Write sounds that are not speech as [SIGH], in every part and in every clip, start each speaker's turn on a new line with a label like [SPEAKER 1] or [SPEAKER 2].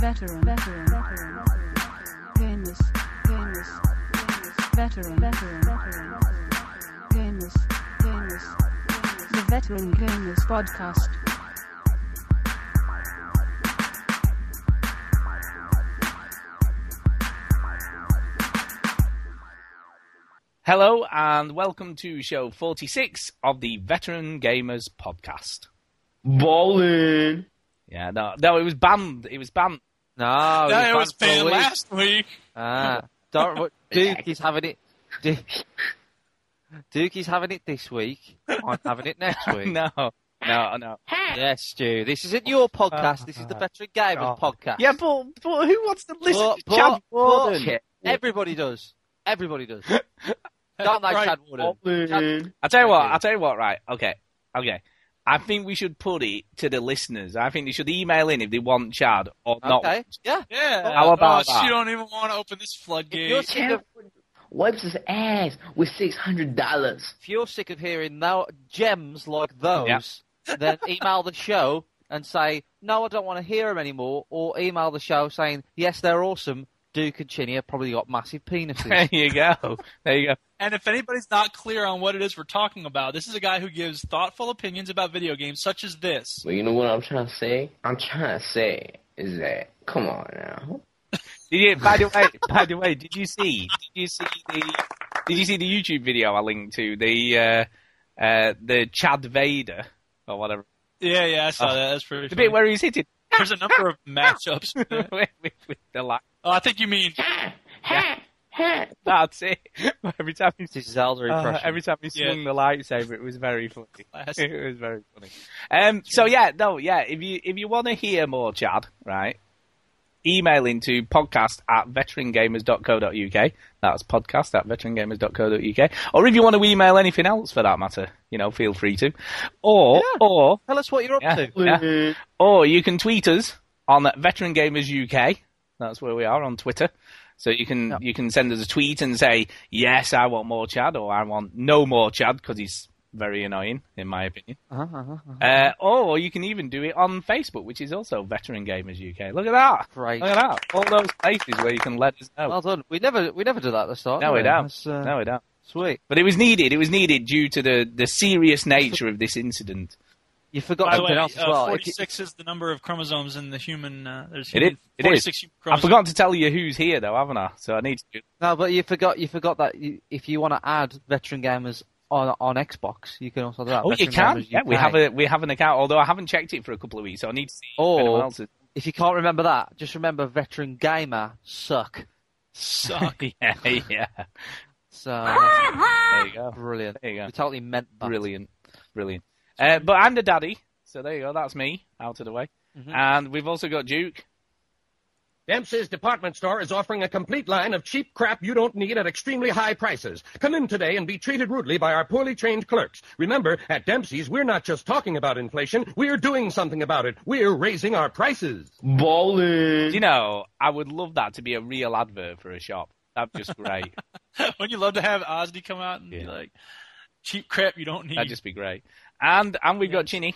[SPEAKER 1] veteran, veteran, veteran, gamers, gamers, gamers, veteran, veteran, veteran, gamers, gamers, gamers, the Veteran Gamers Podcast.
[SPEAKER 2] Hello and welcome to show 46 of the Veteran Gamers podcast.
[SPEAKER 3] Bowling.
[SPEAKER 2] Yeah, no, no, it was banned. It was banned. Oh, [LAUGHS]
[SPEAKER 4] No,
[SPEAKER 5] No,
[SPEAKER 4] he
[SPEAKER 5] it was
[SPEAKER 4] banned for a
[SPEAKER 5] banned
[SPEAKER 4] week.
[SPEAKER 5] last week.
[SPEAKER 4] Ah, don't, wo- Duke is having it. Duke, [LAUGHS] Duke is having it this week. I'm having it next week.
[SPEAKER 2] [LAUGHS] No, no, no.
[SPEAKER 4] Yes, Stu. This isn't your podcast. This is the Veteran Gamers podcast.
[SPEAKER 2] Yeah, but, but who wants to listen
[SPEAKER 4] But-
[SPEAKER 2] to
[SPEAKER 4] but-
[SPEAKER 2] Chad
[SPEAKER 4] but-
[SPEAKER 2] Warden?
[SPEAKER 4] Everybody does. Everybody does. Don't like
[SPEAKER 5] Right.
[SPEAKER 4] Chad Warden.
[SPEAKER 3] Bowling.
[SPEAKER 2] I tell you what,
[SPEAKER 4] Okay.
[SPEAKER 2] I tell you what, right, okay, okay. I think we should put it to the listeners. I think they should email in if they want Chad or not.
[SPEAKER 4] Okay. Yeah.
[SPEAKER 5] Yeah.
[SPEAKER 2] How about
[SPEAKER 5] oh,
[SPEAKER 2] that? [LAUGHS]
[SPEAKER 5] She don't even want to open this
[SPEAKER 4] If you're,
[SPEAKER 5] floodgate.
[SPEAKER 4] sick of,
[SPEAKER 3] Wipes his ass with six hundred dollars.
[SPEAKER 4] if you're sick of hearing now gems like those, [LAUGHS] then email the show and say, no, I don't want to hear them anymore. Or email the show saying, yes, they're awesome. Duke and Chinny have probably got massive penises.
[SPEAKER 2] [LAUGHS] There you go. There you go.
[SPEAKER 5] And if anybody's not clear on what it is we're talking about, this is a guy who gives thoughtful opinions about video games, such as this.
[SPEAKER 3] Well, you know what I'm trying to say? I'm trying to say is that come on now.
[SPEAKER 2] Did you, by the way, by the way, did you see? Did you see the? Did you see the YouTube video I linked to the uh, uh, the Chad Vader or whatever?
[SPEAKER 5] Yeah, yeah, I saw
[SPEAKER 2] Oh.
[SPEAKER 5] that. That's pretty.
[SPEAKER 2] The
[SPEAKER 5] funny.
[SPEAKER 2] bit where he's hitting
[SPEAKER 5] There's a number of matchups. with that.
[SPEAKER 2] [LAUGHS] with, with, with the like.
[SPEAKER 5] oh, I think you mean
[SPEAKER 2] That's it. [LAUGHS] Every time he
[SPEAKER 4] this is Zelda
[SPEAKER 2] uh,
[SPEAKER 4] impression.
[SPEAKER 2] every time he
[SPEAKER 5] Yeah.
[SPEAKER 2] swung the lightsaber, it was very funny.
[SPEAKER 5] classic.
[SPEAKER 2] It was very funny. Um, so yeah, no, yeah. If you if you want to hear more, Chad, right? Email into podcast at veterangamers.co.uk. That's podcast at veterangamers.co.uk. Or if you want to email anything else for that matter, you know, feel free to. Or
[SPEAKER 4] Yeah.
[SPEAKER 2] or
[SPEAKER 4] Tell us what you're up
[SPEAKER 2] Yeah.
[SPEAKER 4] to.
[SPEAKER 3] Bowling.
[SPEAKER 2] or you can tweet us on Veteran Gamers UK. That's where we are on Twitter. So you can
[SPEAKER 4] Yeah.
[SPEAKER 2] you can send us a tweet and say yes, I want more Chad, or I want no more Chad because he's very annoying in my opinion.
[SPEAKER 4] Uh-huh,
[SPEAKER 2] Uh, or you can even do it on Facebook, which is also Veteran Gamers UK. Look at that!
[SPEAKER 4] Great.
[SPEAKER 2] Look at that! All those places where you can let us know.
[SPEAKER 4] Well done. We never we never do that at the start.
[SPEAKER 2] no,
[SPEAKER 4] do
[SPEAKER 2] we don't.
[SPEAKER 4] That's, uh,
[SPEAKER 2] no, we don't.
[SPEAKER 4] Sweet.
[SPEAKER 2] But it was needed. It was needed due to the, the serious nature of this
[SPEAKER 4] [LAUGHS]
[SPEAKER 2] incident.
[SPEAKER 4] You forgot
[SPEAKER 5] By the
[SPEAKER 4] something
[SPEAKER 5] way, uh,
[SPEAKER 4] else as well. If you-
[SPEAKER 5] 46 is the number of chromosomes in the human. Uh, there's
[SPEAKER 2] It
[SPEAKER 5] human,
[SPEAKER 2] is- it is.
[SPEAKER 5] 46 human
[SPEAKER 2] I
[SPEAKER 5] chromosomes.
[SPEAKER 2] forgot to tell you who's here though, haven't I? So I need to.
[SPEAKER 4] no, but you forgot you forgot that you, if you want to add veteran gamers on on Xbox, you can also do that.
[SPEAKER 2] Oh, you
[SPEAKER 4] Veteran
[SPEAKER 2] can.
[SPEAKER 4] Gamers
[SPEAKER 2] Yeah, we
[SPEAKER 4] UK.
[SPEAKER 2] have a we have an account. Although I haven't checked it for a couple of weeks, so I need to see if anyone
[SPEAKER 4] Or-
[SPEAKER 2] else has-
[SPEAKER 4] If you can't remember that, just remember veteran gamer suck.
[SPEAKER 5] Suck.
[SPEAKER 2] [LAUGHS] yeah, yeah.
[SPEAKER 4] So that's
[SPEAKER 2] There you go.
[SPEAKER 4] brilliant.
[SPEAKER 2] There you go.
[SPEAKER 4] We totally meant that.
[SPEAKER 2] Brilliant, brilliant. Uh, but I'm the daddy, so there you go. That's me out of the way. And we've also got Duke.
[SPEAKER 6] Dempsey's department store is offering a complete line of cheap crap you don't need at extremely high prices. Come in today and be treated rudely by our poorly trained clerks. Remember, at Dempsey's, we're not just talking about inflation, we're doing something about it. We're raising our prices.
[SPEAKER 2] You know, I would love that to be a real advert for a shop. That'd be just great.
[SPEAKER 5] [LAUGHS] Wouldn't you love to have Ozzy come out and be
[SPEAKER 2] Yeah.
[SPEAKER 5] like, cheap crap you don't need?
[SPEAKER 2] That'd just be great. And and we've got Chinny.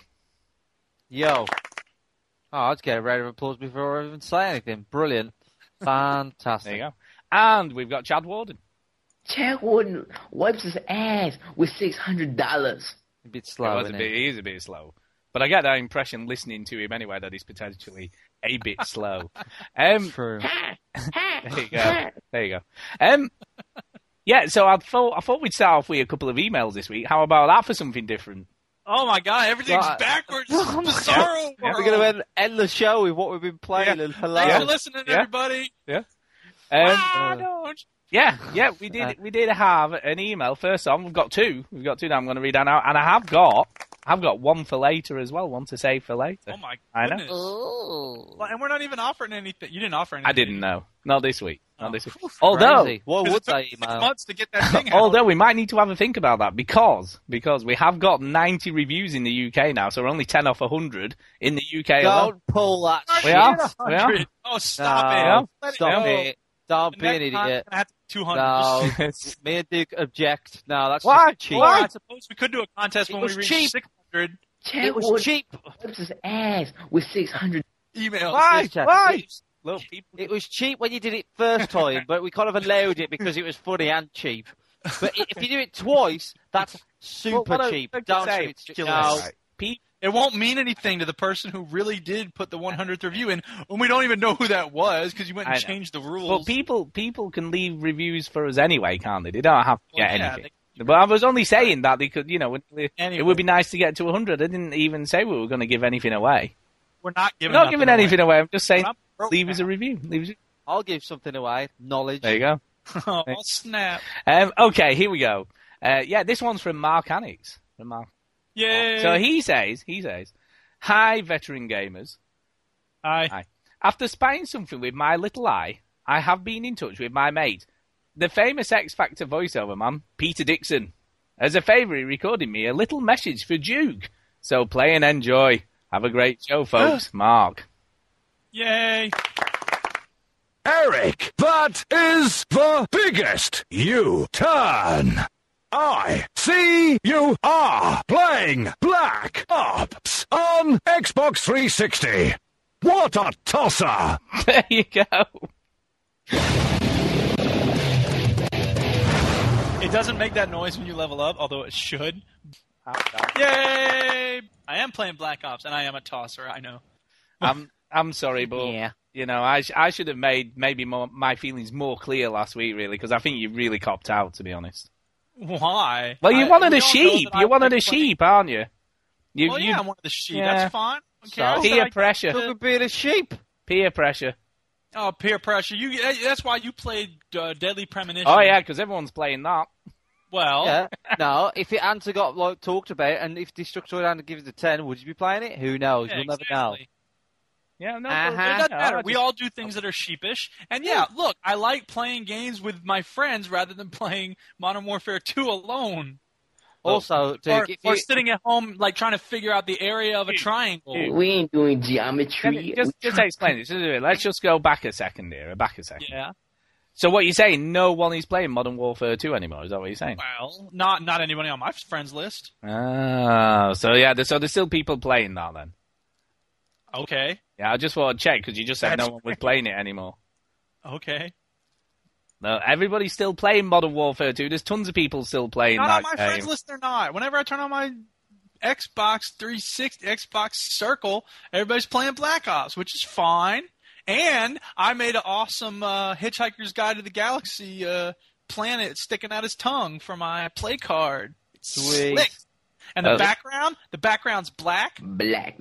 [SPEAKER 4] Yo. Oh, I'd get a round of applause before I even say anything. [LAUGHS] Brilliant. Fantastic.
[SPEAKER 2] There you go. And we've got Chad Warden.
[SPEAKER 3] Chad Warden wipes his ass with six hundred dollars.
[SPEAKER 4] A bit
[SPEAKER 2] He
[SPEAKER 4] slow.
[SPEAKER 2] was a
[SPEAKER 4] innit?
[SPEAKER 2] bit, he is a bit slow. But I get that impression listening to him anyway that he's potentially a bit slow. Um,
[SPEAKER 4] True.
[SPEAKER 2] There you go. There you go. Um, [LAUGHS] yeah. So I thought I thought we'd start off with a couple of emails this week. How about that for something different?
[SPEAKER 5] oh my god, everything's
[SPEAKER 4] Right.
[SPEAKER 2] [LAUGHS]
[SPEAKER 5] backwards. This
[SPEAKER 2] Oh
[SPEAKER 5] is bizarro
[SPEAKER 2] Yeah.
[SPEAKER 4] We're
[SPEAKER 5] world.
[SPEAKER 4] going to end, end the show with what we've been playing and hello.
[SPEAKER 5] Thanks for listening,
[SPEAKER 2] Yeah.
[SPEAKER 5] everybody.
[SPEAKER 2] Um,
[SPEAKER 5] Ah,
[SPEAKER 4] uh,
[SPEAKER 5] no.
[SPEAKER 2] yeah, yeah. We did we did have an email. First on, we've got two. We've got two that I'm going to read out now, and I have got I've got one for later as well. One to save for later.
[SPEAKER 5] Oh my
[SPEAKER 2] [LAUGHS] I know.
[SPEAKER 5] goodness. Well, and we're not even offering anything. You didn't offer anything.
[SPEAKER 2] I didn't know. Not this week. Not this week.
[SPEAKER 5] Oh,
[SPEAKER 2] Although.
[SPEAKER 4] Crazy. what Oh,
[SPEAKER 5] Because
[SPEAKER 4] would
[SPEAKER 5] it took
[SPEAKER 4] they
[SPEAKER 5] six
[SPEAKER 4] email?
[SPEAKER 5] months to get
[SPEAKER 4] [LAUGHS]
[SPEAKER 5] that thing out.
[SPEAKER 2] Although we might need to have a think about that because because we have got 90 reviews in the UK now, so we're only 10 off 100 in the UK alone.
[SPEAKER 4] Don't pull that.
[SPEAKER 5] I
[SPEAKER 2] we
[SPEAKER 5] hit
[SPEAKER 4] shit.
[SPEAKER 2] are. We are.
[SPEAKER 5] 100. Oh, stop
[SPEAKER 4] No,
[SPEAKER 5] it. Let
[SPEAKER 4] Stop
[SPEAKER 5] go.
[SPEAKER 4] it. Don't
[SPEAKER 5] The
[SPEAKER 4] be an
[SPEAKER 5] next time
[SPEAKER 4] idiot.
[SPEAKER 5] I have to do 200.
[SPEAKER 4] No,
[SPEAKER 5] Just-
[SPEAKER 4] me and Duke object. No, that's
[SPEAKER 2] Why?
[SPEAKER 4] just cheap.
[SPEAKER 5] Or I suppose we could do a contest
[SPEAKER 4] It
[SPEAKER 5] when
[SPEAKER 4] was
[SPEAKER 5] we reach
[SPEAKER 4] cheap.
[SPEAKER 5] 600
[SPEAKER 3] Chad
[SPEAKER 4] It was
[SPEAKER 3] Warden
[SPEAKER 4] cheap.
[SPEAKER 3] wipes his ass with six hundred.
[SPEAKER 5] emails.
[SPEAKER 2] Why?
[SPEAKER 4] Snapchat.
[SPEAKER 2] Why? Look, people.
[SPEAKER 4] It was cheap when you did it first
[SPEAKER 5] [LAUGHS]
[SPEAKER 4] time, but we kind of allowed it because it was funny and cheap. But i- if you do it twice, that's super
[SPEAKER 2] Well, what I-
[SPEAKER 4] cheap.
[SPEAKER 2] like you
[SPEAKER 4] Don't
[SPEAKER 2] say,
[SPEAKER 4] do it
[SPEAKER 2] it's
[SPEAKER 4] twice.
[SPEAKER 2] just- Right. Pe-
[SPEAKER 5] It won't mean anything to the person who really did put the 100th review in, and we don't even know who that was because you went and
[SPEAKER 2] I know.
[SPEAKER 5] changed the rules.
[SPEAKER 2] Well, people people can leave reviews for us anyway, can't they? They don't have to
[SPEAKER 5] Well,
[SPEAKER 2] get
[SPEAKER 5] yeah,
[SPEAKER 2] anything. but I was only saying that because you know it- it
[SPEAKER 5] Anyway.
[SPEAKER 2] would be nice to get to 100. I didn't even say we were going to give anything away.
[SPEAKER 5] We're not
[SPEAKER 2] I'm
[SPEAKER 5] giving
[SPEAKER 2] not
[SPEAKER 5] nothing
[SPEAKER 2] giving anything away. I'm just saying
[SPEAKER 5] But I'm broke
[SPEAKER 2] leave us
[SPEAKER 5] now.
[SPEAKER 2] a review. Leave us.
[SPEAKER 4] I'll give something away. Knowledge.
[SPEAKER 2] There you go.
[SPEAKER 5] [LAUGHS] oh, snap.
[SPEAKER 2] Um, okay, here we go. Uh, yeah, this one's from Mark Annex. From Mark.
[SPEAKER 5] Yay.
[SPEAKER 2] So he says, he says, "Hi, veteran gamers.
[SPEAKER 5] Aye.
[SPEAKER 2] Aye. After spying something with my little eye, I have been in touch with my mate, the famous X Factor voiceover man, Peter Dixon. As a favour, he recorded me a little message for Duke. So play and enjoy. Have a great show,
[SPEAKER 5] [GASPS]
[SPEAKER 2] folks. Mark. [LAUGHS]
[SPEAKER 5] Yay.
[SPEAKER 7] Eric, that is the biggest U turn. I see you are playing Black Ops on Xbox 360. What a tosser!
[SPEAKER 2] There you go.
[SPEAKER 5] It doesn't make that noise when you level up, although it should. Yay. I am playing Black Ops, and I am a tosser, I know.
[SPEAKER 2] I'm I'm sorry, but
[SPEAKER 4] Yeah.
[SPEAKER 2] you know, I sh- I should have made maybe more my feelings more clear last week, really, because I think you really copped out, to be honest.
[SPEAKER 5] Why?
[SPEAKER 2] Well, you
[SPEAKER 5] I-
[SPEAKER 2] wanted
[SPEAKER 5] we
[SPEAKER 2] a
[SPEAKER 5] all know
[SPEAKER 2] sheep.
[SPEAKER 5] that I
[SPEAKER 2] You wanted a
[SPEAKER 5] like playing-
[SPEAKER 2] sheep, aren't you? You,
[SPEAKER 5] Well,
[SPEAKER 2] you
[SPEAKER 5] yeah, I wanted a sheep.
[SPEAKER 2] Yeah.
[SPEAKER 5] That's fine. Okay, I'll
[SPEAKER 2] peer
[SPEAKER 5] say I-
[SPEAKER 2] pressure,
[SPEAKER 4] Look at being a sheep.
[SPEAKER 2] peer pressure.
[SPEAKER 5] uh, Oh, peer pressure. You. That's why you played uh, Deadly Premonition.
[SPEAKER 2] Oh yeah, because everyone's playing that.
[SPEAKER 5] Well,
[SPEAKER 4] Oh. Yeah. No, if it hadn't got like talked about, and if Destructoid hadn't given it a ten, would you be playing it? Who knows?
[SPEAKER 5] yeah,
[SPEAKER 4] We'll never know.
[SPEAKER 5] exactly.
[SPEAKER 2] Yeah, no,
[SPEAKER 4] Uh-huh.
[SPEAKER 2] but-
[SPEAKER 5] It doesn't
[SPEAKER 2] no, I
[SPEAKER 5] matter. We
[SPEAKER 2] Oh, just-
[SPEAKER 5] all do things that are sheepish. And yeah, look, I like playing games with my friends rather than [LAUGHS] playing Modern Warfare 2 alone.
[SPEAKER 4] Also,
[SPEAKER 5] Or,
[SPEAKER 4] Duke, if
[SPEAKER 5] or
[SPEAKER 4] you,
[SPEAKER 5] sitting at home, like trying to figure out the area of a triangle.
[SPEAKER 3] We ain't doing geometry.
[SPEAKER 2] just, just explain it. Just do it. Let's just go back a second here. Back a second.
[SPEAKER 5] Yeah.
[SPEAKER 2] So what you're saying? No one is playing Modern Warfare 2 anymore. Is that what you're saying?
[SPEAKER 5] Well, not not anybody on my friends list.
[SPEAKER 2] Oh, so yeah. there- So there's still people playing that then.
[SPEAKER 5] Okay.
[SPEAKER 2] Yeah, I just want to check because you just said no one was playing it anymore.
[SPEAKER 5] Okay.
[SPEAKER 2] No, everybody's still playing Modern Warfare 2. There's tons of people still playing
[SPEAKER 5] Not on
[SPEAKER 2] that
[SPEAKER 5] my
[SPEAKER 2] game.
[SPEAKER 5] friends list, they're not. Whenever I turn on my Xbox 360, Xbox Circle, everybody's playing Black Ops, which is fine. And I made an awesome uh, Hitchhiker's Guide to the Galaxy uh, planet sticking out his tongue for my play card. It's
[SPEAKER 4] Sweet.
[SPEAKER 5] slick. And the
[SPEAKER 2] Oh.
[SPEAKER 5] background, the background's black.
[SPEAKER 3] Black.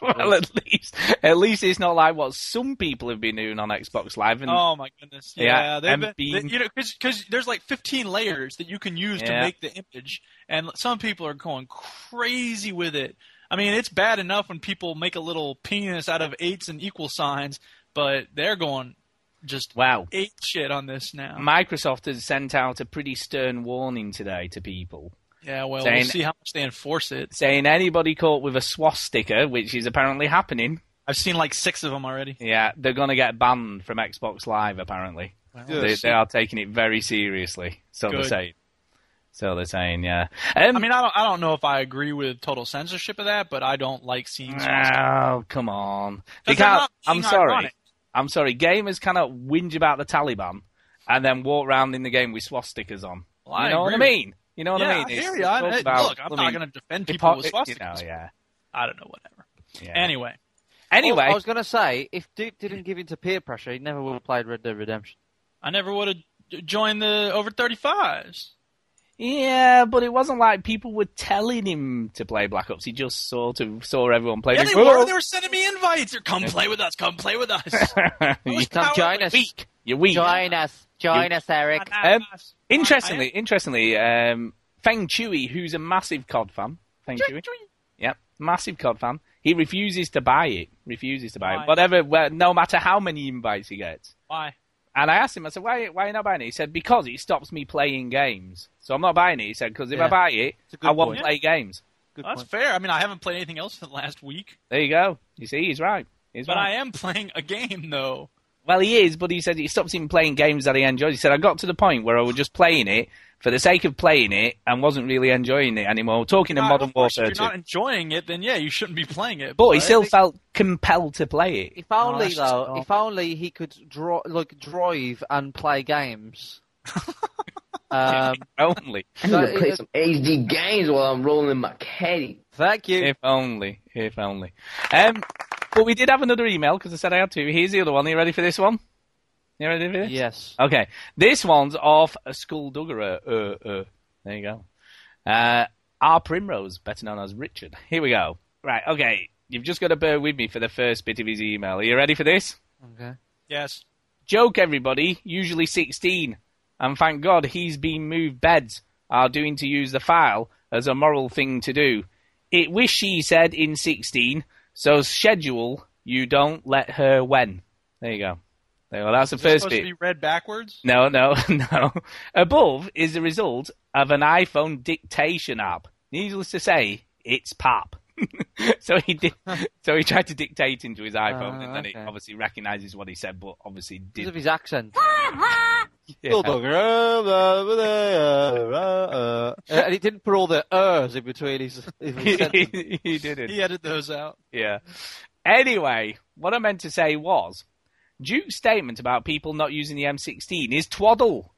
[SPEAKER 2] well, at least, at least it's not like what some people have been doing on Xbox Live. And
[SPEAKER 5] Oh my goodness!
[SPEAKER 2] Yeah,
[SPEAKER 5] Yeah,
[SPEAKER 2] and
[SPEAKER 5] they've been,
[SPEAKER 2] being-
[SPEAKER 5] they- you know, because there's like 15 layers that you can use
[SPEAKER 2] Yeah.
[SPEAKER 5] to make the image, and some people are going crazy with it. I mean, it's bad enough when people make a little penis out of eights and equal signs, but they're going just
[SPEAKER 2] wow,
[SPEAKER 5] eight shit on this now.
[SPEAKER 2] Microsoft has sent out a pretty stern warning today to people.
[SPEAKER 5] yeah, well,
[SPEAKER 2] Saying-
[SPEAKER 5] we'll see how much they enforce it.
[SPEAKER 2] saying anybody caught with a swastika, which is apparently happening,
[SPEAKER 5] I've seen like six of them already.
[SPEAKER 2] yeah, they're going to get banned from Xbox Live. Apparently, they,
[SPEAKER 4] Yes.
[SPEAKER 2] they are taking it very seriously. So they're
[SPEAKER 5] Good.
[SPEAKER 2] saying. So they're saying, yeah. Um,
[SPEAKER 5] I mean, I don't, I don't know if I agree with total censorship of that, but I don't like seeing.
[SPEAKER 2] oh come on! They
[SPEAKER 5] 'Cause they're
[SPEAKER 2] can't-
[SPEAKER 5] not
[SPEAKER 2] I'm
[SPEAKER 5] being
[SPEAKER 2] sorry.
[SPEAKER 5] ironic.
[SPEAKER 2] I'm sorry. Gamers cannot whinge about the Taliban and then walk round in the game with swastikas on.
[SPEAKER 5] Well, I
[SPEAKER 2] you know what I
[SPEAKER 5] agree with-
[SPEAKER 2] mean? You know what
[SPEAKER 5] yeah,
[SPEAKER 2] I mean?
[SPEAKER 5] I
[SPEAKER 2] It's-
[SPEAKER 5] hear
[SPEAKER 2] it's
[SPEAKER 5] you. I-
[SPEAKER 2] all
[SPEAKER 5] hey,
[SPEAKER 2] about
[SPEAKER 5] look, I'm not
[SPEAKER 2] blooming
[SPEAKER 5] going to defend
[SPEAKER 2] hypocr-
[SPEAKER 5] people with
[SPEAKER 2] you know,
[SPEAKER 5] swastikas.
[SPEAKER 2] yeah,
[SPEAKER 5] I don't know, whatever.
[SPEAKER 2] yeah.
[SPEAKER 5] Anyway,
[SPEAKER 2] anyway,
[SPEAKER 4] I was going to say, if Duke didn't give in to peer pressure, he never would have played Red Dead Redemption.
[SPEAKER 5] I never would have joined the over 35s.
[SPEAKER 2] Yeah, but it wasn't like people were telling him to play Black Ops. He just sort of saw everyone playing.
[SPEAKER 5] Yeah, they were. They were sending me invites. Or, come play with us. Come play
[SPEAKER 2] [LAUGHS]
[SPEAKER 5] with us.
[SPEAKER 2] you,
[SPEAKER 5] Come
[SPEAKER 4] Come join us.
[SPEAKER 2] weak. You're weak.
[SPEAKER 4] Join us. Join
[SPEAKER 2] You-
[SPEAKER 4] us, Eric.
[SPEAKER 2] Um, interestingly, interestingly, um, Feng Chui, who's a massive COD fan, Feng Chui, yeah, massive COD fan, he refuses to buy it. Refuses to buy
[SPEAKER 5] Why?
[SPEAKER 2] it. Whatever, well, no matter how many invites he gets.
[SPEAKER 5] Why?
[SPEAKER 2] And I asked him, I said, why, why are you not buying it? He said, because it stops me playing games. So I'm not buying it. He said, because if I
[SPEAKER 4] Yeah.
[SPEAKER 2] buy it,
[SPEAKER 4] It's a good
[SPEAKER 2] I won't
[SPEAKER 4] point.
[SPEAKER 2] play games.
[SPEAKER 4] Good
[SPEAKER 5] Well, that's
[SPEAKER 4] point.
[SPEAKER 5] fair. I mean, I haven't played anything else for the last week,
[SPEAKER 2] There you go. You see, he's right. He's
[SPEAKER 5] but
[SPEAKER 2] right.
[SPEAKER 5] I am playing a game though.
[SPEAKER 2] Well, he is, but he said he stops him playing games that he enjoys. He said, I got to the point where I was just playing it for the sake of playing it and wasn't really enjoying it anymore. Talking of
[SPEAKER 5] Uh,
[SPEAKER 2] Modern
[SPEAKER 5] of course,
[SPEAKER 2] Warfare
[SPEAKER 5] If
[SPEAKER 2] 2.
[SPEAKER 5] you're not enjoying it, then yeah, you shouldn't be playing it.
[SPEAKER 2] but he still felt compelled to play it.
[SPEAKER 4] If only
[SPEAKER 5] that's just
[SPEAKER 4] though,
[SPEAKER 5] awful.
[SPEAKER 4] if only he could draw, like drive and play games. um,
[SPEAKER 2] [LAUGHS] Only.
[SPEAKER 3] I need
[SPEAKER 4] But
[SPEAKER 3] to play
[SPEAKER 4] it-
[SPEAKER 3] some HD games while I'm rolling my caddy.
[SPEAKER 4] thank you.
[SPEAKER 2] If only. If only. Um, but we did have another email because I said I had to. Here's the other one. Are you ready for this one? You ready for this? Oh,
[SPEAKER 4] Yes.
[SPEAKER 2] Okay. This one's off a school dugger. Uh, uh. There you go. Uh, R. Primrose, better known as Richard. Here we go. Right, okay. You've just got to bear with me for the first bit of his email. Are you ready for this?
[SPEAKER 4] Okay.
[SPEAKER 5] yes,
[SPEAKER 2] Joke, everybody, usually 16. And thank God he's been moved beds, are doing to use the file as a moral thing to do. It wish she said in 16, so schedule you don't let her when. There you go. There you go. That's the
[SPEAKER 5] Is this
[SPEAKER 2] first
[SPEAKER 5] supposed
[SPEAKER 2] bit.
[SPEAKER 5] to be read backwards.
[SPEAKER 2] No, no, [LAUGHS] no. Above is the result of an iPhone dictation app. Needless to say, it's pap. [LAUGHS] so he
[SPEAKER 5] [LAUGHS]
[SPEAKER 2] did. So he tried to dictate into his iPhone, and then
[SPEAKER 5] Oh,
[SPEAKER 4] okay.
[SPEAKER 2] it obviously recognises what he said, but obviously
[SPEAKER 4] Because
[SPEAKER 2] didn't.
[SPEAKER 4] of his accent.
[SPEAKER 2] Yeah.
[SPEAKER 4] Uh, and he didn't put all the ers in between his.
[SPEAKER 2] [LAUGHS]
[SPEAKER 4] his sentence.
[SPEAKER 2] he, he
[SPEAKER 5] [LAUGHS]
[SPEAKER 2] didn't.
[SPEAKER 5] He edited those out.
[SPEAKER 2] Yeah. Anyway, what I meant to say was Duke's statement about people not using the M16 is twaddle.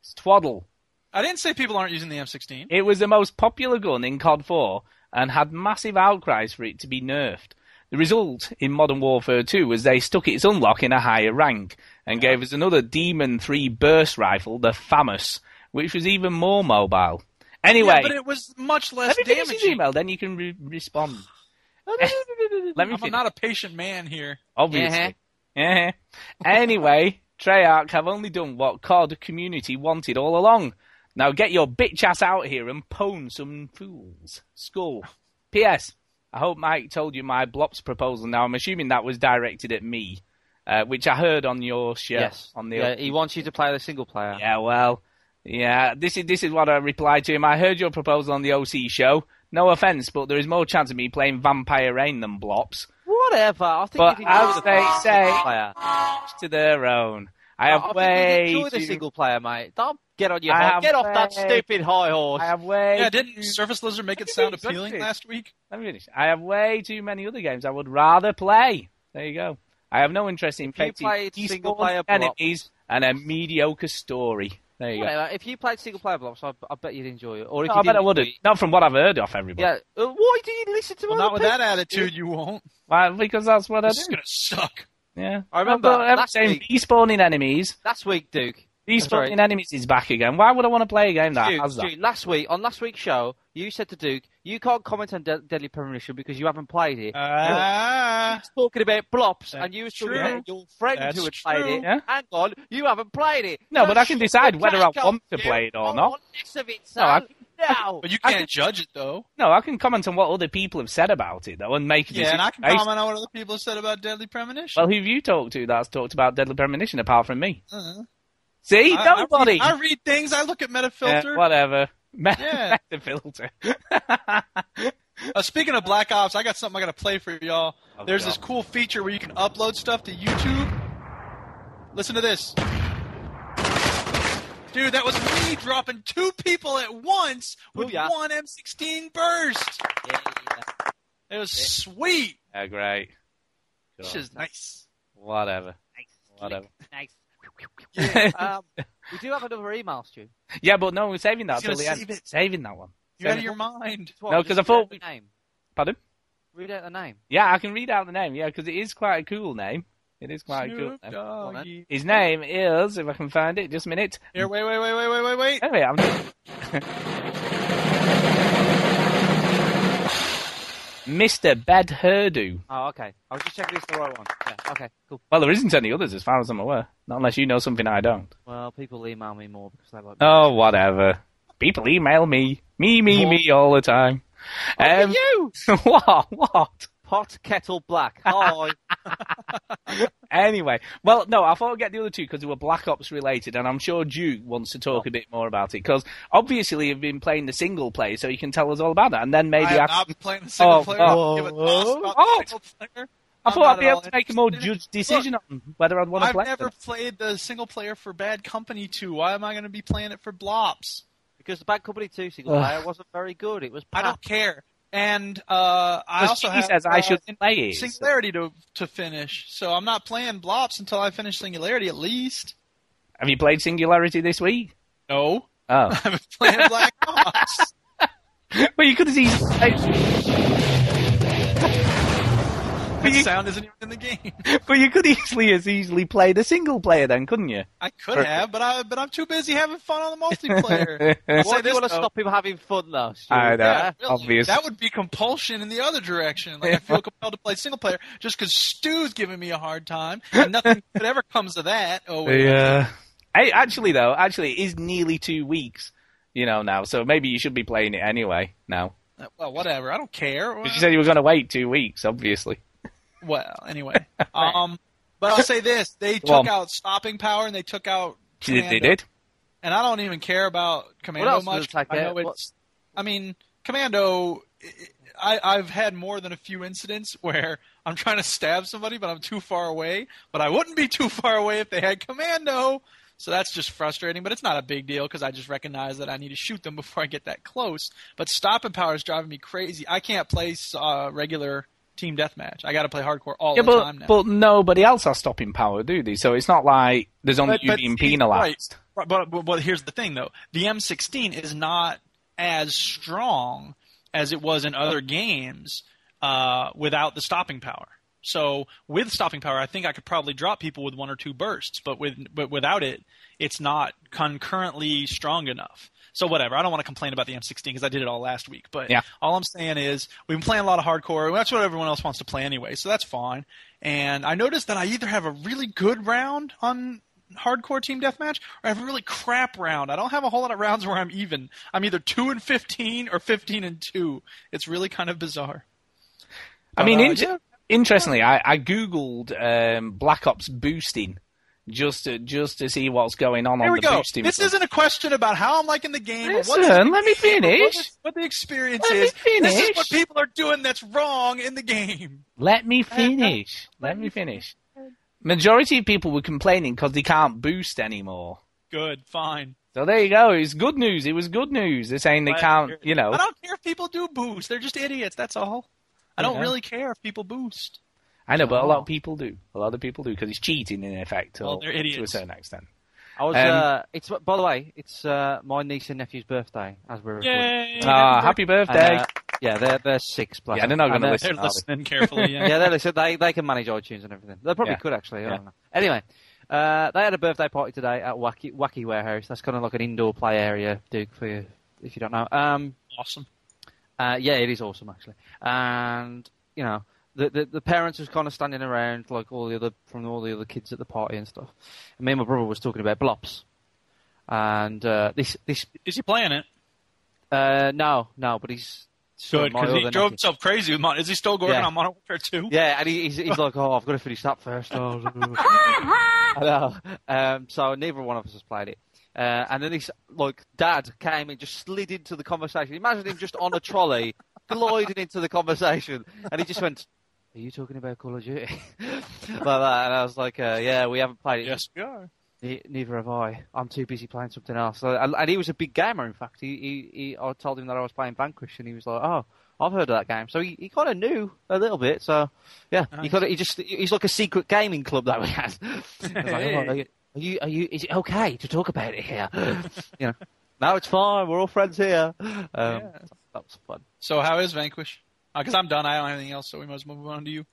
[SPEAKER 2] It's twaddle.
[SPEAKER 5] I didn't say people aren't using the M16.
[SPEAKER 2] It was the most popular gun in COD 4 and had massive outcries for it to be nerfed. The result in Modern Warfare 2 was they stuck its unlock in a higher rank and gave us another Demon 3 burst rifle, the FAMUS, which was even more mobile. Anyway,
[SPEAKER 5] Yeah, but it was much less
[SPEAKER 2] let me finish his
[SPEAKER 5] damaging.
[SPEAKER 2] email, then you can re- respond. Eh, Let me
[SPEAKER 5] I'm
[SPEAKER 2] finish,
[SPEAKER 5] not a patient man here.
[SPEAKER 2] obviously. Yeah. anyway, [LAUGHS] Treyarch have only done what COD community wanted all along. Now get your bitch ass out here and pwn some fools. School. P.S. I hope Mike told you my Blops proposal. Now I'm assuming that was directed at me, uh, which I heard on your show.
[SPEAKER 4] Yes.
[SPEAKER 2] On the
[SPEAKER 4] yeah, he wants you to play the single player.
[SPEAKER 2] yeah, well, yeah. This is this is what I replied to him. I heard your proposal on the OC show. No offense, but there is more chance of me playing Vampire Rain than Blops.
[SPEAKER 4] Whatever. I think
[SPEAKER 2] But
[SPEAKER 4] you'd enjoy
[SPEAKER 2] as
[SPEAKER 4] the
[SPEAKER 2] they say-
[SPEAKER 4] single player.
[SPEAKER 2] To their own. I have
[SPEAKER 4] Oh, I think
[SPEAKER 2] way
[SPEAKER 4] you'd enjoy the
[SPEAKER 2] too-
[SPEAKER 4] single player, mate. Don't get on your
[SPEAKER 2] I
[SPEAKER 4] high.
[SPEAKER 2] have
[SPEAKER 4] Get off that
[SPEAKER 2] way-
[SPEAKER 4] stupid high horse.
[SPEAKER 2] I have way.
[SPEAKER 5] Yeah,
[SPEAKER 2] too-
[SPEAKER 5] didn't Surface Lizard make it
[SPEAKER 2] Look at
[SPEAKER 5] sound
[SPEAKER 2] these, look at
[SPEAKER 5] appealing
[SPEAKER 2] these.
[SPEAKER 5] last week?
[SPEAKER 2] Let me finish. I have way too many other games I would rather play. There you go. I have no interest in
[SPEAKER 4] you
[SPEAKER 2] petty
[SPEAKER 4] played
[SPEAKER 2] esports
[SPEAKER 4] single-player
[SPEAKER 2] enemies and a mediocre story. There you go.
[SPEAKER 4] Whatever, If you played single player blocks, I, I bet you'd enjoy it. Or if
[SPEAKER 2] No,
[SPEAKER 4] you
[SPEAKER 2] I bet I
[SPEAKER 4] didn't
[SPEAKER 2] wouldn't.
[SPEAKER 4] enjoy
[SPEAKER 2] Not from what I've heard of
[SPEAKER 4] it-
[SPEAKER 2] everybody.
[SPEAKER 4] Yeah. Uh, why do you listen to
[SPEAKER 5] Well,
[SPEAKER 4] other
[SPEAKER 5] not with that
[SPEAKER 4] people?
[SPEAKER 5] attitude, you won't.
[SPEAKER 2] Why? Because that's what I
[SPEAKER 5] This is
[SPEAKER 2] do.
[SPEAKER 5] gonna suck.
[SPEAKER 2] Yeah.
[SPEAKER 4] I remember
[SPEAKER 2] Although I'm
[SPEAKER 4] last
[SPEAKER 2] saying
[SPEAKER 4] week-
[SPEAKER 2] despawning enemies.
[SPEAKER 4] Last week, Duke. Sorry.
[SPEAKER 2] Despawning enemies is back again. Why would I want to play a game that
[SPEAKER 4] Duke,
[SPEAKER 2] has that?
[SPEAKER 4] Duke, last week on last week's show, you said to Duke, "You can't comment on De- Deadly Premonition because you haven't played it."
[SPEAKER 2] Uh,
[SPEAKER 5] Ah,
[SPEAKER 4] talking about blops,
[SPEAKER 5] That's
[SPEAKER 4] and you were talking
[SPEAKER 5] true.
[SPEAKER 4] about your friend
[SPEAKER 5] That's
[SPEAKER 4] who had played
[SPEAKER 5] true.
[SPEAKER 4] it.
[SPEAKER 2] Yeah.
[SPEAKER 4] Hang on, you havenven't played it.
[SPEAKER 2] No, but I can
[SPEAKER 4] shut
[SPEAKER 2] decide
[SPEAKER 4] the
[SPEAKER 2] whether I
[SPEAKER 4] crack
[SPEAKER 2] want
[SPEAKER 4] up,
[SPEAKER 2] to play it or
[SPEAKER 4] I
[SPEAKER 2] not.
[SPEAKER 4] want less of it,
[SPEAKER 2] No, I-
[SPEAKER 4] son. No.
[SPEAKER 5] but you
[SPEAKER 2] I
[SPEAKER 5] can't
[SPEAKER 2] could-
[SPEAKER 5] judge it though.
[SPEAKER 2] No, I can comment on what other people have said about it though, and make a
[SPEAKER 5] Yeah, and I can
[SPEAKER 2] decision based-
[SPEAKER 5] comment on what other people have said about Deadly Premonition.
[SPEAKER 2] Well, who have you talked to that's talked about Deadly Premonition apart from me?
[SPEAKER 5] Uh-huh.
[SPEAKER 2] See,
[SPEAKER 5] I-
[SPEAKER 2] nobody.
[SPEAKER 5] I, read, I read things. I look at
[SPEAKER 2] Yeah,
[SPEAKER 5] Metafilter.
[SPEAKER 2] whatever. [LAUGHS] Me-
[SPEAKER 5] Yeah.
[SPEAKER 2] Metafilter.
[SPEAKER 5] Uh, speaking of Black Ops, I got something I got to play for y'all.
[SPEAKER 2] Oh,
[SPEAKER 5] There's
[SPEAKER 2] God.
[SPEAKER 5] this cool feature where you can upload stuff to YouTube. Listen to this. Dude, that was me dropping two people at once with
[SPEAKER 4] Booyah.
[SPEAKER 5] one M16 burst. It was sweet.
[SPEAKER 2] yeah, great.
[SPEAKER 5] It's
[SPEAKER 2] God.
[SPEAKER 5] just nice.
[SPEAKER 2] Whatever. Whatever.
[SPEAKER 4] Nice.
[SPEAKER 2] Yeah, [LAUGHS]
[SPEAKER 4] Um, we do have another email, Stu.
[SPEAKER 2] but no, we're saving that till
[SPEAKER 5] He's gonna
[SPEAKER 2] the end.
[SPEAKER 5] save it.
[SPEAKER 2] Saving that one.
[SPEAKER 5] You're out of your mind.
[SPEAKER 4] What,
[SPEAKER 2] No,
[SPEAKER 4] just
[SPEAKER 2] 'cause I
[SPEAKER 4] read
[SPEAKER 2] thought
[SPEAKER 4] out
[SPEAKER 2] we-
[SPEAKER 4] the name.
[SPEAKER 2] Pardon?
[SPEAKER 4] Read out the name.
[SPEAKER 2] Yeah, I can read out the name. Yeah, because it is quite a cool name. It is quite a cool
[SPEAKER 5] Snoop
[SPEAKER 2] name.
[SPEAKER 5] Doggy.
[SPEAKER 2] His name is, if I can find it, just a minute.
[SPEAKER 5] Here, wait, wait, wait, wait, wait, wait, wait.
[SPEAKER 2] Anyway, I'm. Mr. Bed Herdu.
[SPEAKER 4] Oh, okay. I was just checking it's the right one. Yeah. Okay. Cool.
[SPEAKER 2] Well, there isn't any others as far as I'm aware. Not unless you know something I don't.
[SPEAKER 4] Well, people email me more because they like.
[SPEAKER 2] Oh, whatever. People email me. Me, me, me all the time. Um,
[SPEAKER 4] you
[SPEAKER 2] [LAUGHS] what? What?
[SPEAKER 4] pot kettle
[SPEAKER 2] [LAUGHS]
[SPEAKER 4] black. Oh, Hi.
[SPEAKER 2] Anyway, well, no, I thought I'd get the other two because they were Black Ops related, and I'm sure Duke wants to talk a bit more about it because obviously you've been playing the single player, so you can tell us all about that, and then maybe
[SPEAKER 5] I am
[SPEAKER 2] I-
[SPEAKER 5] not playing the single
[SPEAKER 2] Oh,
[SPEAKER 5] player.
[SPEAKER 2] oh,
[SPEAKER 5] I don't give a toss about the
[SPEAKER 2] oh.
[SPEAKER 5] single
[SPEAKER 2] I
[SPEAKER 5] player. I'm
[SPEAKER 2] thought I'd
[SPEAKER 5] not
[SPEAKER 2] be
[SPEAKER 5] at
[SPEAKER 2] able
[SPEAKER 5] all
[SPEAKER 2] to make a more
[SPEAKER 5] interested in it.
[SPEAKER 2] judged decision on whether I'd want to
[SPEAKER 5] I've
[SPEAKER 2] play
[SPEAKER 5] never
[SPEAKER 2] them.
[SPEAKER 5] played the single player for Bad Company 2. Why am I going to be playing it for Blops?
[SPEAKER 4] Because the Bad Company 2 single player wasn't very good. It was
[SPEAKER 5] I
[SPEAKER 4] crap.
[SPEAKER 5] don't care. And uh, I
[SPEAKER 2] 'Cause
[SPEAKER 5] also
[SPEAKER 2] Ah. she
[SPEAKER 5] have
[SPEAKER 2] says I
[SPEAKER 5] uh,
[SPEAKER 2] should
[SPEAKER 5] in-
[SPEAKER 2] play it.
[SPEAKER 5] Singularity to to finish, so I'm not playing Blops until I finish Singularity at least.
[SPEAKER 2] Have you played Singularity this
[SPEAKER 5] [LAUGHS]
[SPEAKER 2] week?
[SPEAKER 5] No,
[SPEAKER 2] Oh,
[SPEAKER 5] I'm playing Black
[SPEAKER 2] [LAUGHS]
[SPEAKER 5] Ops.
[SPEAKER 2] well, you could have easily. played-
[SPEAKER 5] That sound isn't even in the game.
[SPEAKER 2] But you could easily as easily play the single player then, couldn't you?
[SPEAKER 5] I could have, but I but I'm too busy having fun on
[SPEAKER 2] [LAUGHS]
[SPEAKER 5] the multiplayer. I'll
[SPEAKER 4] Why
[SPEAKER 5] say
[SPEAKER 4] do you
[SPEAKER 5] this,
[SPEAKER 4] want to
[SPEAKER 5] though.
[SPEAKER 4] stop him having fun, though? Stuart?
[SPEAKER 2] I know.
[SPEAKER 4] Yeah.
[SPEAKER 5] Really,
[SPEAKER 2] Obvious.
[SPEAKER 5] That would be compulsion in the other direction. Like I feel compelled to play single player just because Stu's giving me a hard time, and
[SPEAKER 2] [LAUGHS]
[SPEAKER 5] nothing that ever comes of that. Oh, wait,
[SPEAKER 2] Yeah. Hey, actually, though, actually, it is nearly two weeks, you know, now. So maybe you should be playing it anyway now.
[SPEAKER 5] well, whatever. I don't care.
[SPEAKER 2] Because you said you were going to wait two weeks, obviously.
[SPEAKER 5] Well,
[SPEAKER 2] [LAUGHS]
[SPEAKER 5] anyway, um, but I'll say this: they took
[SPEAKER 2] Well-
[SPEAKER 5] out stopping power and they took out.
[SPEAKER 2] They- They
[SPEAKER 5] Commando.
[SPEAKER 2] did.
[SPEAKER 5] and I don't even care about Commando
[SPEAKER 4] else
[SPEAKER 5] much.
[SPEAKER 4] does Attack
[SPEAKER 5] I know
[SPEAKER 4] have? What-
[SPEAKER 5] it's. I mean, Commando. I, I've had more than a few incidents [LAUGHS] where I'm trying to stab somebody, but I'm too far away. But I wouldn't be [LAUGHS] too far away if they had Commando. So that's just frustrating, but it's not a big deal because I just recognize that I need to shoot them [LAUGHS] before I get that close. But stopping power is driving me crazy. I can't play uh, regular team deathmatch. I got to play hardcore all
[SPEAKER 2] Yeah,
[SPEAKER 5] the time now.
[SPEAKER 2] but, but nobody else has stopping power, do they? So it's not like there's only you being
[SPEAKER 5] see,
[SPEAKER 2] penalised.
[SPEAKER 5] Right, right, but, but but here's the thing though: the M16 is not as strong as it was in other games uh, without the stopping power. So with stopping power, I think I could probably drop people with one or two bursts, but with but without it, it's not concurrently strong enough. So whatever, I don't want to complain about the M16 because I did it all last week. But
[SPEAKER 2] Yeah.
[SPEAKER 5] all I'm saying is we've been playing a lot of hardcore. and That's what everyone else wants to play anyway, so that's fine. And I noticed that I either have a really good round on hardcore team deathmatch or I have a really crap round. I don't have a whole lot of rounds where I'm even. I'm either two and fifteen or fifteen and two. It's really kind of bizarre.
[SPEAKER 2] I mean,
[SPEAKER 5] uh,
[SPEAKER 2] inter-
[SPEAKER 5] yeah.
[SPEAKER 2] interestingly, I, I googled um, Black Ops boosting just to, just to see what's going on
[SPEAKER 5] Here
[SPEAKER 2] on
[SPEAKER 5] we
[SPEAKER 2] the
[SPEAKER 5] go.
[SPEAKER 2] boosting.
[SPEAKER 5] This
[SPEAKER 2] front.
[SPEAKER 5] isn't a question about how I'm liking the game or what
[SPEAKER 2] Listen, let me finish.
[SPEAKER 5] what the experience
[SPEAKER 2] Let me
[SPEAKER 5] is. This is
[SPEAKER 2] finish.
[SPEAKER 5] what people are doing that's wrong in the game.
[SPEAKER 2] Let me
[SPEAKER 5] Uh-huh.
[SPEAKER 2] finish. Let me finish. Majority of people were complaining because they can't boost anymore.
[SPEAKER 5] Good, fine.
[SPEAKER 2] So there you go. It's good news. It was good news. They're saying they
[SPEAKER 5] Glad to
[SPEAKER 2] can't,
[SPEAKER 5] hear it.
[SPEAKER 2] you know.
[SPEAKER 5] I don't care if people do boost. They're just idiots. That's all. I don't
[SPEAKER 2] Yeah.
[SPEAKER 5] really care if people boost.
[SPEAKER 2] I know, but a lot of people do. A lot of people do because it's cheating in effect,
[SPEAKER 5] Well,
[SPEAKER 2] or,
[SPEAKER 5] they're
[SPEAKER 2] to a
[SPEAKER 5] idiots.
[SPEAKER 2] certain extent.
[SPEAKER 4] I was.
[SPEAKER 2] Um,
[SPEAKER 4] uh, it's by the way, it's uh, my niece and nephew's birthday as we're recording.
[SPEAKER 5] Yay!
[SPEAKER 2] Ah, happy birthday!
[SPEAKER 4] And, uh, yeah, they're they're six plus.
[SPEAKER 2] Yeah, they're not
[SPEAKER 4] And uh,
[SPEAKER 2] gonna listen.
[SPEAKER 5] They're listening [LAUGHS] carefully.
[SPEAKER 4] [LAUGHS]
[SPEAKER 5] Yeah.
[SPEAKER 4] yeah, they listen. They they can manage iTunes and everything. They probably
[SPEAKER 2] Yeah.
[SPEAKER 4] could actually. I
[SPEAKER 2] Yeah.
[SPEAKER 4] don't know. Anyway, uh, they had a birthday party today at Wacky Wacky Warehouse. That's kind of like an indoor play area, Duke, for you if you don't know. Um,
[SPEAKER 5] Awesome.
[SPEAKER 4] uh, yeah, it is awesome actually. And you know, the, the the parents was kind of standing around like all the other from all the other kids at the party and stuff. And me and my brother was talking about blops. And uh, this this
[SPEAKER 5] Is he playing it?
[SPEAKER 4] uh, no no, but he's
[SPEAKER 5] Good,
[SPEAKER 4] my
[SPEAKER 5] because he
[SPEAKER 4] other
[SPEAKER 5] drove
[SPEAKER 4] nephew.
[SPEAKER 5] himself crazy with Mon- Is he still going
[SPEAKER 4] Yeah.
[SPEAKER 5] on Modern Warfare 2?
[SPEAKER 4] Yeah, and he, he's, he's like, oh, I've got to finish that first. Oh. I know. Um, so neither one of us has played it. Uh, and then his like dad came and just slid into the conversation. Imagine him just on a trolley, [LAUGHS] gliding into the conversation, and he just went, "Are you talking about Call of Duty?" [LAUGHS] like that. And I was like, uh, "Yeah, we haven't played it.
[SPEAKER 5] Yes, we are.
[SPEAKER 4] Ne- Neither have I. I'm too busy playing something else." So, and, and he was a big gamer. In fact, he, he, he I told him that I was playing Vanquish, and he was like, "Oh." I've heard of that game, so he, he kind of knew a little bit. So, yeah, he kind of he just he's like a secret gaming club that we had. [LAUGHS] I was like, "Oh, are you- are you are you is it okay to talk about it here? [LAUGHS] you know, no, it's fine. We're all friends here. Um, That was fun.
[SPEAKER 5] So how is Vanquish? Because I'm done. I don't have anything else, so we must move on to you.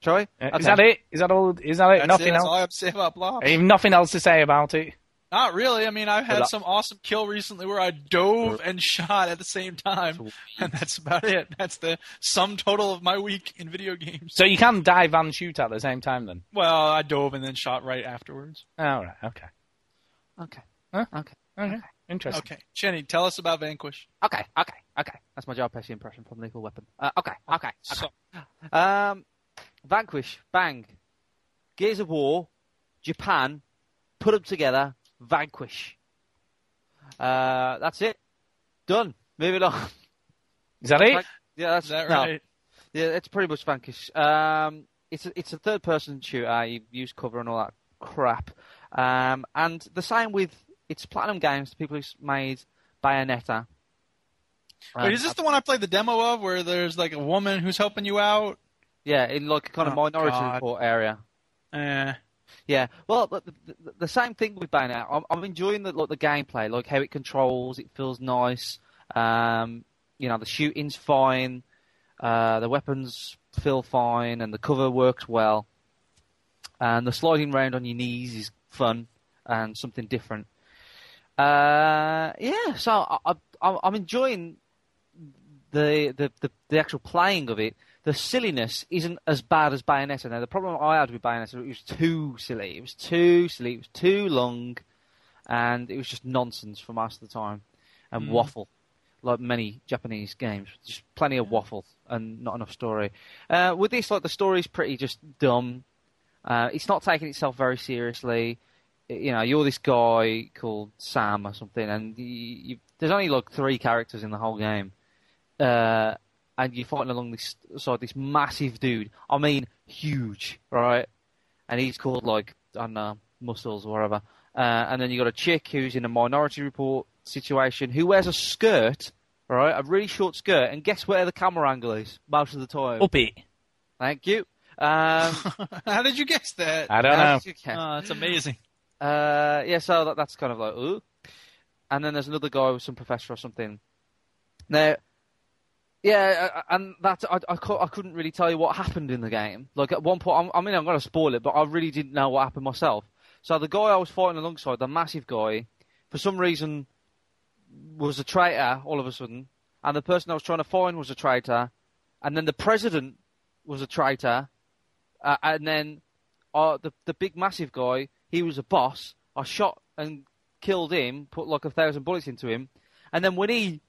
[SPEAKER 4] Troy,
[SPEAKER 2] Uh, Is that it? Is that all? Is that it?
[SPEAKER 5] That's
[SPEAKER 2] nothing
[SPEAKER 5] it. That's all
[SPEAKER 2] else.
[SPEAKER 5] I have to say about Blob.
[SPEAKER 2] I have nothing else to say about it.
[SPEAKER 5] Not really. I mean, I've had
[SPEAKER 4] Blob.
[SPEAKER 5] some awesome kill recently where I dove and [LAUGHS] shot at the same time, and that's about it. That's the sum total of my week in video games.
[SPEAKER 2] So you can dive and shoot at the same time, then.
[SPEAKER 5] Well, I dove and then shot right afterwards.
[SPEAKER 2] All right. Okay.
[SPEAKER 4] Okay,
[SPEAKER 2] Huh?
[SPEAKER 4] okay,
[SPEAKER 2] Okay. Interesting.
[SPEAKER 5] Okay, Jenny, tell us about Vanquish.
[SPEAKER 4] okay, okay, okay. That's my job Pesci impression from Lethal Weapon. Uh, okay, okay, okay.
[SPEAKER 5] Oh, So-
[SPEAKER 4] Um, Vanquish, bang, Gears of War, Japan, put them together, Vanquish. Uh, that's it. Done. Moving on.
[SPEAKER 2] Is that it?
[SPEAKER 4] Yeah, that's
[SPEAKER 5] [LAUGHS] Is that
[SPEAKER 4] no.
[SPEAKER 5] right?
[SPEAKER 4] Yeah, it's pretty much Vanquish. Um, it's a, it's a third person shooter. You use cover and all that crap. Um, and the same with it's Platinum Games, the people who made Bayonetta. Um,
[SPEAKER 5] Wait, is this the one I played the demo of where there's like a woman who's helping you out?
[SPEAKER 4] yeah, in like kind of
[SPEAKER 5] Oh,
[SPEAKER 4] minority
[SPEAKER 5] God.
[SPEAKER 4] report area.
[SPEAKER 5] Eh.
[SPEAKER 4] Yeah, well, the, the, the same thing with Bayonetta. I'm, I'm enjoying the like the gameplay, like how it controls. It feels nice. Um, you know, the shooting's fine. Uh, the weapons feel fine, and the cover works well. And the sliding round on your knees is fun and something different. Uh, yeah, so I, I, I'm- I'm enjoying the, the, the, the actual playing of it, the silliness isn't as bad as Bayonetta. Now, the problem I had with Bayonetta, it was too silly. It was too silly. It was too long. And it was just nonsense for most of the time. And waffle, like many Japanese games. Just plenty of waffle and not enough story. Uh, with this, like, the story's pretty just dumb. Uh, it's not taking itself very seriously. Y- You know, you're this guy called Sam or something, and y you, there's only like three characters in the whole game uh, and you're fighting along this side this massive dude. I mean, huge, right? And he's called like I don't know, muscles or whatever. Uh, and then you got a chick who's in a minority report situation who wears a skirt, right? A really short skirt. And guess where the camera angle is most of the time?
[SPEAKER 2] Oh.
[SPEAKER 8] Up it.
[SPEAKER 4] Thank you.
[SPEAKER 2] [LAUGHS]
[SPEAKER 4] Um,
[SPEAKER 5] [LAUGHS] How did you guess that?
[SPEAKER 2] I don't know.
[SPEAKER 5] Oh, that's amazing.
[SPEAKER 4] Uh, yeah, so that, that's kind of like, ooh. And then there's another guy with some professor or something. Now, yeah, uh, and that I, I, cou- I couldn't really tell you what happened in the game. Like at one point, I'm, I mean, I'm going to spoil it, but I really didn't know what happened myself. So the guy I was fighting alongside, the massive guy, for some reason was a traitor all of a sudden, and the person I was trying to find was a traitor, and then the president was a traitor, uh, and then uh, the the big massive guy, he was a boss. I shot and killed him, put like a thousand bullets into him, and then when he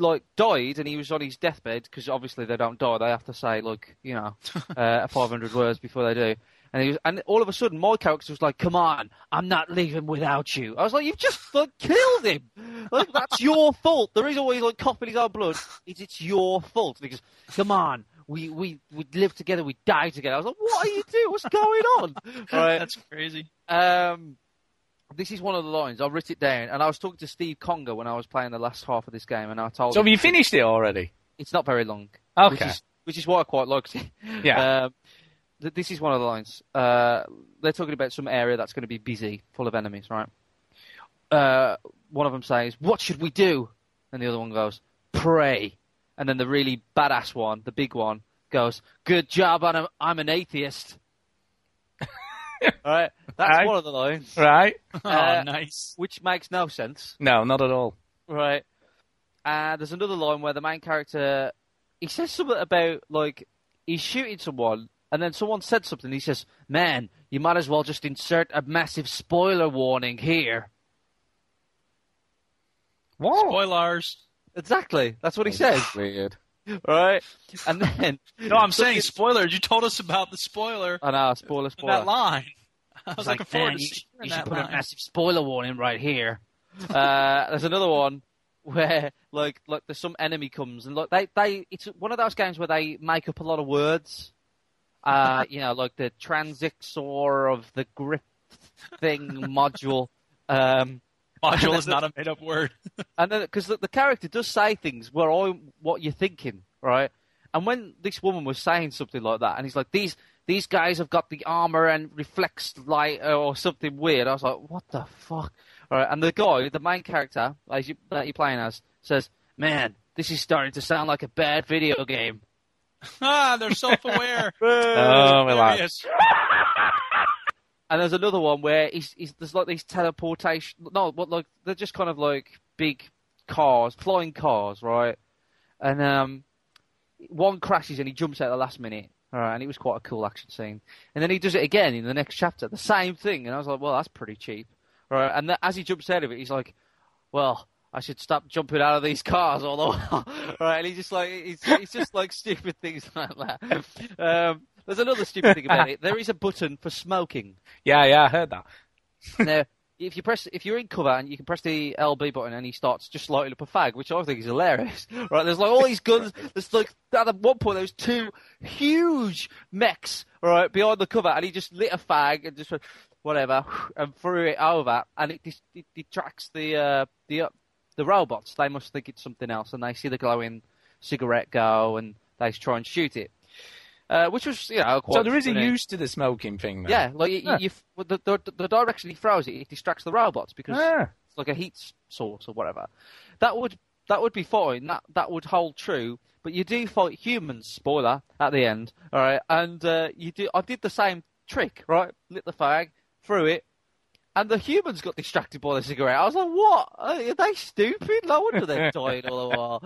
[SPEAKER 4] like died and he was on his deathbed because obviously they don't die; they have to say like you know uh, five hundred words before they do. And he was, and all of a sudden my character was like, "Come on, I'm not leaving without you." I was like, "You've just like, killed him. Like that's your fault. The reason why he's like coughing his own blood is it's your fault because come on." We, we we live together, we die together. I was like, "What are you doing? What's going on?" Right.
[SPEAKER 5] That's crazy.
[SPEAKER 4] Um, this is one of the lines. I wrote it down, and I was talking to Steve Conger when I was playing the last half of this game, and I told
[SPEAKER 2] So
[SPEAKER 4] him
[SPEAKER 2] have you finished it already?
[SPEAKER 4] it's not very long. Which
[SPEAKER 2] Okay.
[SPEAKER 4] is, which is why I quite liked [LAUGHS] it.
[SPEAKER 2] Yeah.
[SPEAKER 4] Um, th- this is one of the lines. Uh, they're talking about some area that's going to be busy, full of enemies, right? Uh, one of them says, What should we do? And the other one goes, Pray. And then the really badass one, the big one, goes, Good job, I'm, I'm an atheist.
[SPEAKER 2] [LAUGHS]
[SPEAKER 4] All right, that's
[SPEAKER 2] Aye.
[SPEAKER 4] one of the lines
[SPEAKER 2] Right?
[SPEAKER 4] Uh,
[SPEAKER 5] oh, nice.
[SPEAKER 4] which makes no sense.
[SPEAKER 2] No, not at all.
[SPEAKER 4] Right. Uh, there's another line where the main character he says something about like he's shooting someone, and then someone said something. He says, "Man, you might as well just insert a massive spoiler warning here." oh.
[SPEAKER 2] What?
[SPEAKER 5] Spoilers.
[SPEAKER 4] Exactly. That's what he says.
[SPEAKER 2] Weird.
[SPEAKER 4] [LAUGHS] Right. And then [LAUGHS]
[SPEAKER 5] No, I'm saying spoilers. You told us about the spoiler
[SPEAKER 4] I know spoiler
[SPEAKER 5] in
[SPEAKER 4] spoiler.
[SPEAKER 5] that line. I was
[SPEAKER 4] It's
[SPEAKER 5] looking forward
[SPEAKER 4] "Man,
[SPEAKER 5] to
[SPEAKER 4] you,
[SPEAKER 5] seeing
[SPEAKER 4] you should
[SPEAKER 5] that
[SPEAKER 4] put
[SPEAKER 5] line.
[SPEAKER 4] a massive spoiler warning right here. uh, [LAUGHS] there's another one where like like there's some enemy comes and like they they it's one of those games where they make up a lot of words.
[SPEAKER 5] [LAUGHS]
[SPEAKER 4] Uh, you know, like the transixor of the grip thing module. Um,
[SPEAKER 5] [LAUGHS] Module is not a made
[SPEAKER 4] [LAUGHS]
[SPEAKER 5] up word.
[SPEAKER 4] and then because the, the character does say things where I'm what you're thinking, right? And when this woman was saying something like that, and he's like, "These these guys have got the armor and reflects light uh, or something weird," I was like, "What the fuck?" All right, and the guy, the main character as you, that you're playing as, says, "Man, this is starting to sound like a bad video game."
[SPEAKER 5] ah, they're
[SPEAKER 4] [LAUGHS]
[SPEAKER 5] self aware.
[SPEAKER 2] Oh, we like.
[SPEAKER 4] And there's another one where he's, he's, there's like these teleportation. No, what like they're just kind of like big cars, flying cars, right? And um, one crashes and he jumps out at the last minute. All right, and it was quite a cool action scene. And then he does it again in the next chapter, the same thing. And I was like, well, that's pretty cheap, all right? And th- as he jumps out of it, he's like, well, I should stop jumping out of these cars all the while. [LAUGHS] right? And he's just like, he's, he's just like stupid things [LAUGHS] like that. Um, there's another stupid thing about it. There is a button for smoking.
[SPEAKER 2] Yeah, yeah, I heard that.
[SPEAKER 4] Now, if you press if you're in cover and you can press the LB button and he starts just lighting up a fag, which I think is hilarious. [LAUGHS] Right, there's like all these guns. There's like at one point there was two huge mechs right behind the cover, and he just lit a fag and just went, whatever and threw it over, and it, dis- it detracts the uh, the uh, the robots. They must think it's something else, and they see the glowing cigarette go and they try and shoot it. Uh, which was, you know, quite
[SPEAKER 2] So there is a
[SPEAKER 4] funny.
[SPEAKER 2] use to the smoking thing. Then.
[SPEAKER 4] Yeah, like you, you-
[SPEAKER 2] Yeah.
[SPEAKER 4] you, well, the, the, the direction he throws it, it distracts the robots because
[SPEAKER 2] Ah.
[SPEAKER 4] it's like a heat s- source or whatever. That would that would be fine. That that would hold true. But you do fight humans. Spoiler at the end. All right, and uh, you do. I did the same trick. Right, lit the fag, threw it. And the humans got distracted by the cigarette. I was like, "What? Are they stupid? No
[SPEAKER 2] [LAUGHS]
[SPEAKER 4] wonder they're dying all the while."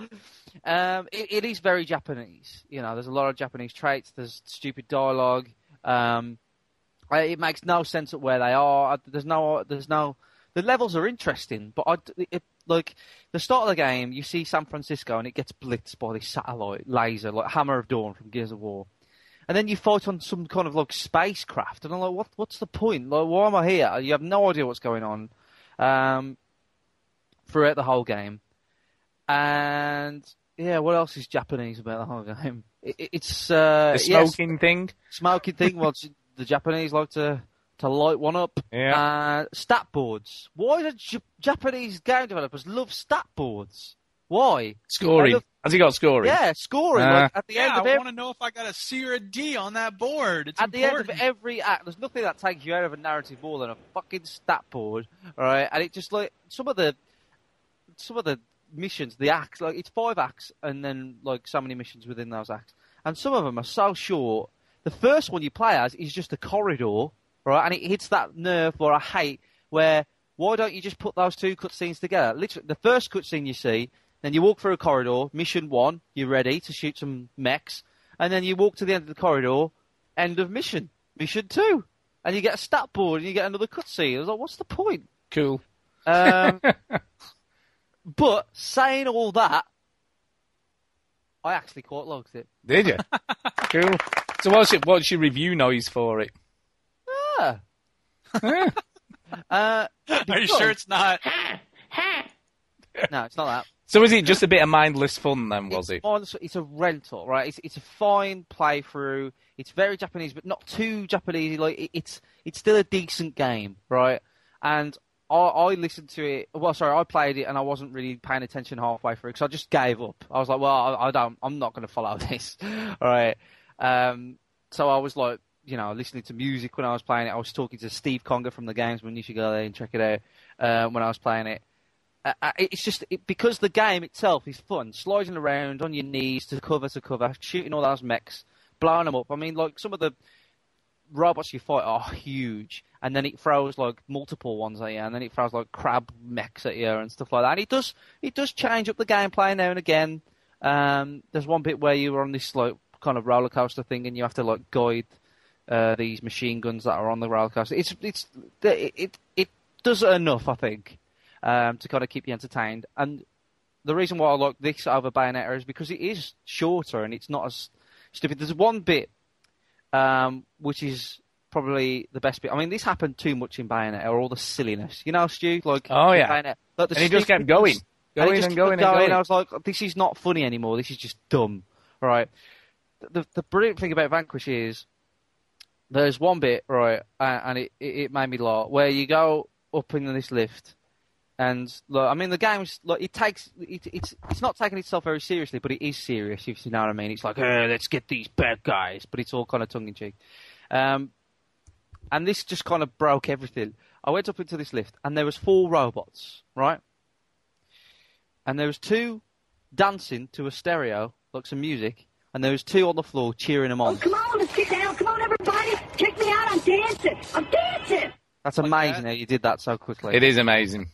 [SPEAKER 4] Um, it, it is very Japanese. You know, there's a lot of Japanese traits. There's stupid dialogue. Um, I- it makes no sense at where they are. I- There's no, there's no, the levels are interesting, but I, d- it, like the start of the game, you see San Francisco and it gets blitzed by this satellite laser, like Hammer of Dawn from Gears of War, and then you fight on some kind of like spacecraft, and I'm like, what, what's the point? Like, why am I here? You have no idea what's going on, um, throughout the whole game, and yeah, what else is Japanese about the whole [LAUGHS] game? It, it- it's uh,
[SPEAKER 2] The
[SPEAKER 4] yes
[SPEAKER 2] smoking thing.
[SPEAKER 4] smoking thing.
[SPEAKER 5] [LAUGHS]
[SPEAKER 4] Well, the Japanese like to to light one up.
[SPEAKER 2] Yeah.
[SPEAKER 4] Uh, stat boards. Why do J- Japanese game developers love stat boards? Why?
[SPEAKER 2] Scoring.
[SPEAKER 4] I love-
[SPEAKER 2] Has he got scoring?
[SPEAKER 4] Yeah, scoring.
[SPEAKER 2] Uh,
[SPEAKER 4] like, at the end
[SPEAKER 5] Yeah,
[SPEAKER 4] of
[SPEAKER 5] I
[SPEAKER 4] every
[SPEAKER 5] want to know if I got a C or a D on that board. It's
[SPEAKER 4] at the end of
[SPEAKER 5] important.
[SPEAKER 4] every act, there's nothing that takes you out of a narrative more than a fucking stat board, all right? And it just like some of the some of the missions, the acts, like it's five acts, and then like so many missions within those acts, and some of them are so short. The first one you play as is just a corridor, right? And it hits that nerve where I hate where why don't you just put those two cutscenes together? Literally, the first cutscene you see, then you walk through a corridor, mission one, you're ready to shoot some mechs, and then you walk to the end of the corridor, end of mission, mission two, and you get a stat board and you get another cutscene. I was like, what's the point?
[SPEAKER 2] Cool.
[SPEAKER 4] Um, but saying all that, I actually quite liked it.
[SPEAKER 2] Did
[SPEAKER 5] [LAUGHS]
[SPEAKER 2] you? cool. So what's it? What's your review noise for it? [LAUGHS]
[SPEAKER 4] Yeah. Ah. uh,
[SPEAKER 5] Are you sure it's not?
[SPEAKER 4] no, it's not that.
[SPEAKER 2] So is it just a bit of mindless fun then? Was
[SPEAKER 4] it's
[SPEAKER 2] it?
[SPEAKER 4] fine, so it's a rental, right? It's it's a fine playthrough. It's very Japanese, but not too Japanese. Like it, it's it's still a decent game, right? And I, I listened to it. Well, sorry, I played it and I wasn't really paying attention halfway through because I just gave up. I was like, well, I, I don't. I'm not going to follow [LAUGHS] this, all right? Um, so I was like, you know, listening to music when I was playing it. I was talking to Steve Conger from the games when you should go there and check it out uh, when I was playing it uh, uh, it's just it, because the game itself is fun, sliding around on your knees to cover to cover, shooting all those mechs, blowing them up. I mean, like some of the robots you fight are huge, and then it throws like multiple ones at you, and then it throws like crab mechs at you and stuff like that. And it does it does change up the gameplay now and again. Um, there's one bit where you were on this like kind of roller coaster thing, and you have to like guide uh, these machine guns that are on the roller coaster. It's it's it it, it does it enough, I think, um, to kind of keep you entertained. And the reason why I like this over Bayonetta is because it is shorter and it's not as stupid. There's one bit um, which is probably the best bit. I mean, this happened too much in Bayonetta, all the silliness. You know, Stu, like
[SPEAKER 2] Oh,
[SPEAKER 4] in
[SPEAKER 2] yeah.
[SPEAKER 4] Bayonetta, like the
[SPEAKER 2] And he just kept
[SPEAKER 4] stupid-
[SPEAKER 2] going,
[SPEAKER 4] and
[SPEAKER 2] going
[SPEAKER 4] he just
[SPEAKER 2] and
[SPEAKER 4] kept
[SPEAKER 2] going and going.
[SPEAKER 4] I was like, this is not funny anymore. This is just dumb, right? The the brilliant thing about Vanquish is there's one bit right, uh, and it, it it made me laugh where you go up in this lift, and look, I mean the game's like it takes it, it's it's not taking itself very seriously, but it is serious if you know what I mean. It's like "Eh, let's get these bad guys, but it's all kind of tongue in cheek. Um, and this just kind of broke everything. I went up into this lift, and there was four robots, right? And there was two dancing to a stereo, like some music, and there was two on the floor cheering them
[SPEAKER 9] Oh,
[SPEAKER 4] on.
[SPEAKER 8] Come on, let's get down. Come on, everybody. Check me out. I'm dancing. I'm dancing.
[SPEAKER 4] That's amazing how you did that so quickly.
[SPEAKER 2] It is amazing.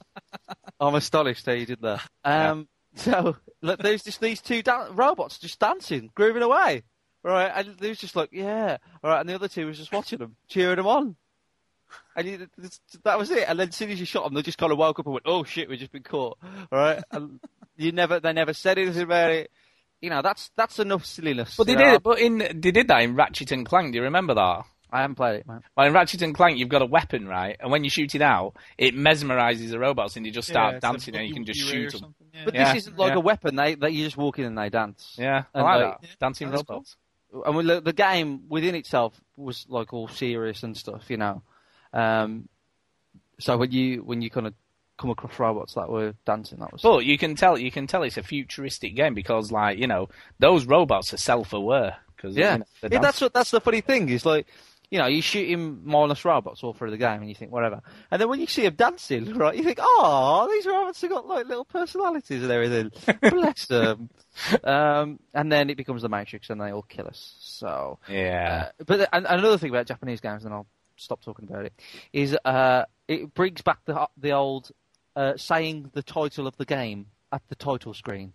[SPEAKER 4] I'm astonished how you did that. Um, So look, there's just these two dan- robots just dancing, grooving away, right? And there was just like, yeah, all right. And the other two was just watching them, cheering them on. And you, this- that was it. And then as soon as you shot them, they just kind of woke up and went, "Oh shit, we've just been caught." All right. And [LAUGHS] you never, they never said anything about it. You know, that's that's enough silliness.
[SPEAKER 2] But they
[SPEAKER 4] you know?
[SPEAKER 2] did. But in they did that in Ratchet and Clank. Do you remember that?
[SPEAKER 4] I haven't played it, man.
[SPEAKER 2] Well, in Ratchet and Clank, you've got a weapon, right? And when you shoot it out, it mesmerizes the robots and they just start
[SPEAKER 5] it's the
[SPEAKER 2] dancing and you can just
[SPEAKER 5] Wookiee Ray or
[SPEAKER 2] shoot them.
[SPEAKER 5] something. Yeah.
[SPEAKER 4] But
[SPEAKER 2] Yeah,
[SPEAKER 4] this isn't like
[SPEAKER 2] yeah.
[SPEAKER 4] a weapon. They, they you just walk in and they dance.
[SPEAKER 2] Yeah, I
[SPEAKER 4] And
[SPEAKER 2] like
[SPEAKER 4] like-
[SPEAKER 2] that. Dancing
[SPEAKER 5] that's
[SPEAKER 2] robots.
[SPEAKER 4] I mean, look, the game within itself was like all serious and stuff, you know. Um, so when you when you kind of come across robots that were dancing, that was
[SPEAKER 2] But you can tell you can tell it's a futuristic game because, like, you know, those robots are self-aware. Cause, you
[SPEAKER 4] yeah.
[SPEAKER 2] know, they're
[SPEAKER 4] Yeah, that's
[SPEAKER 2] dancing.
[SPEAKER 4] what that's the funny thing is like, you know, you shoot him mindless robots all through the game, and you think whatever, and then when you see him dancing, right, you think, oh, these robots have got like little personalities and [LAUGHS] everything. Bless them. um, and then it becomes the Matrix, and they all kill us. So
[SPEAKER 2] yeah.
[SPEAKER 4] Uh, but the- and, and another thing about Japanese games, and I'll stop talking about it, is uh, it brings back the the old uh, saying the title of the game at the title screen.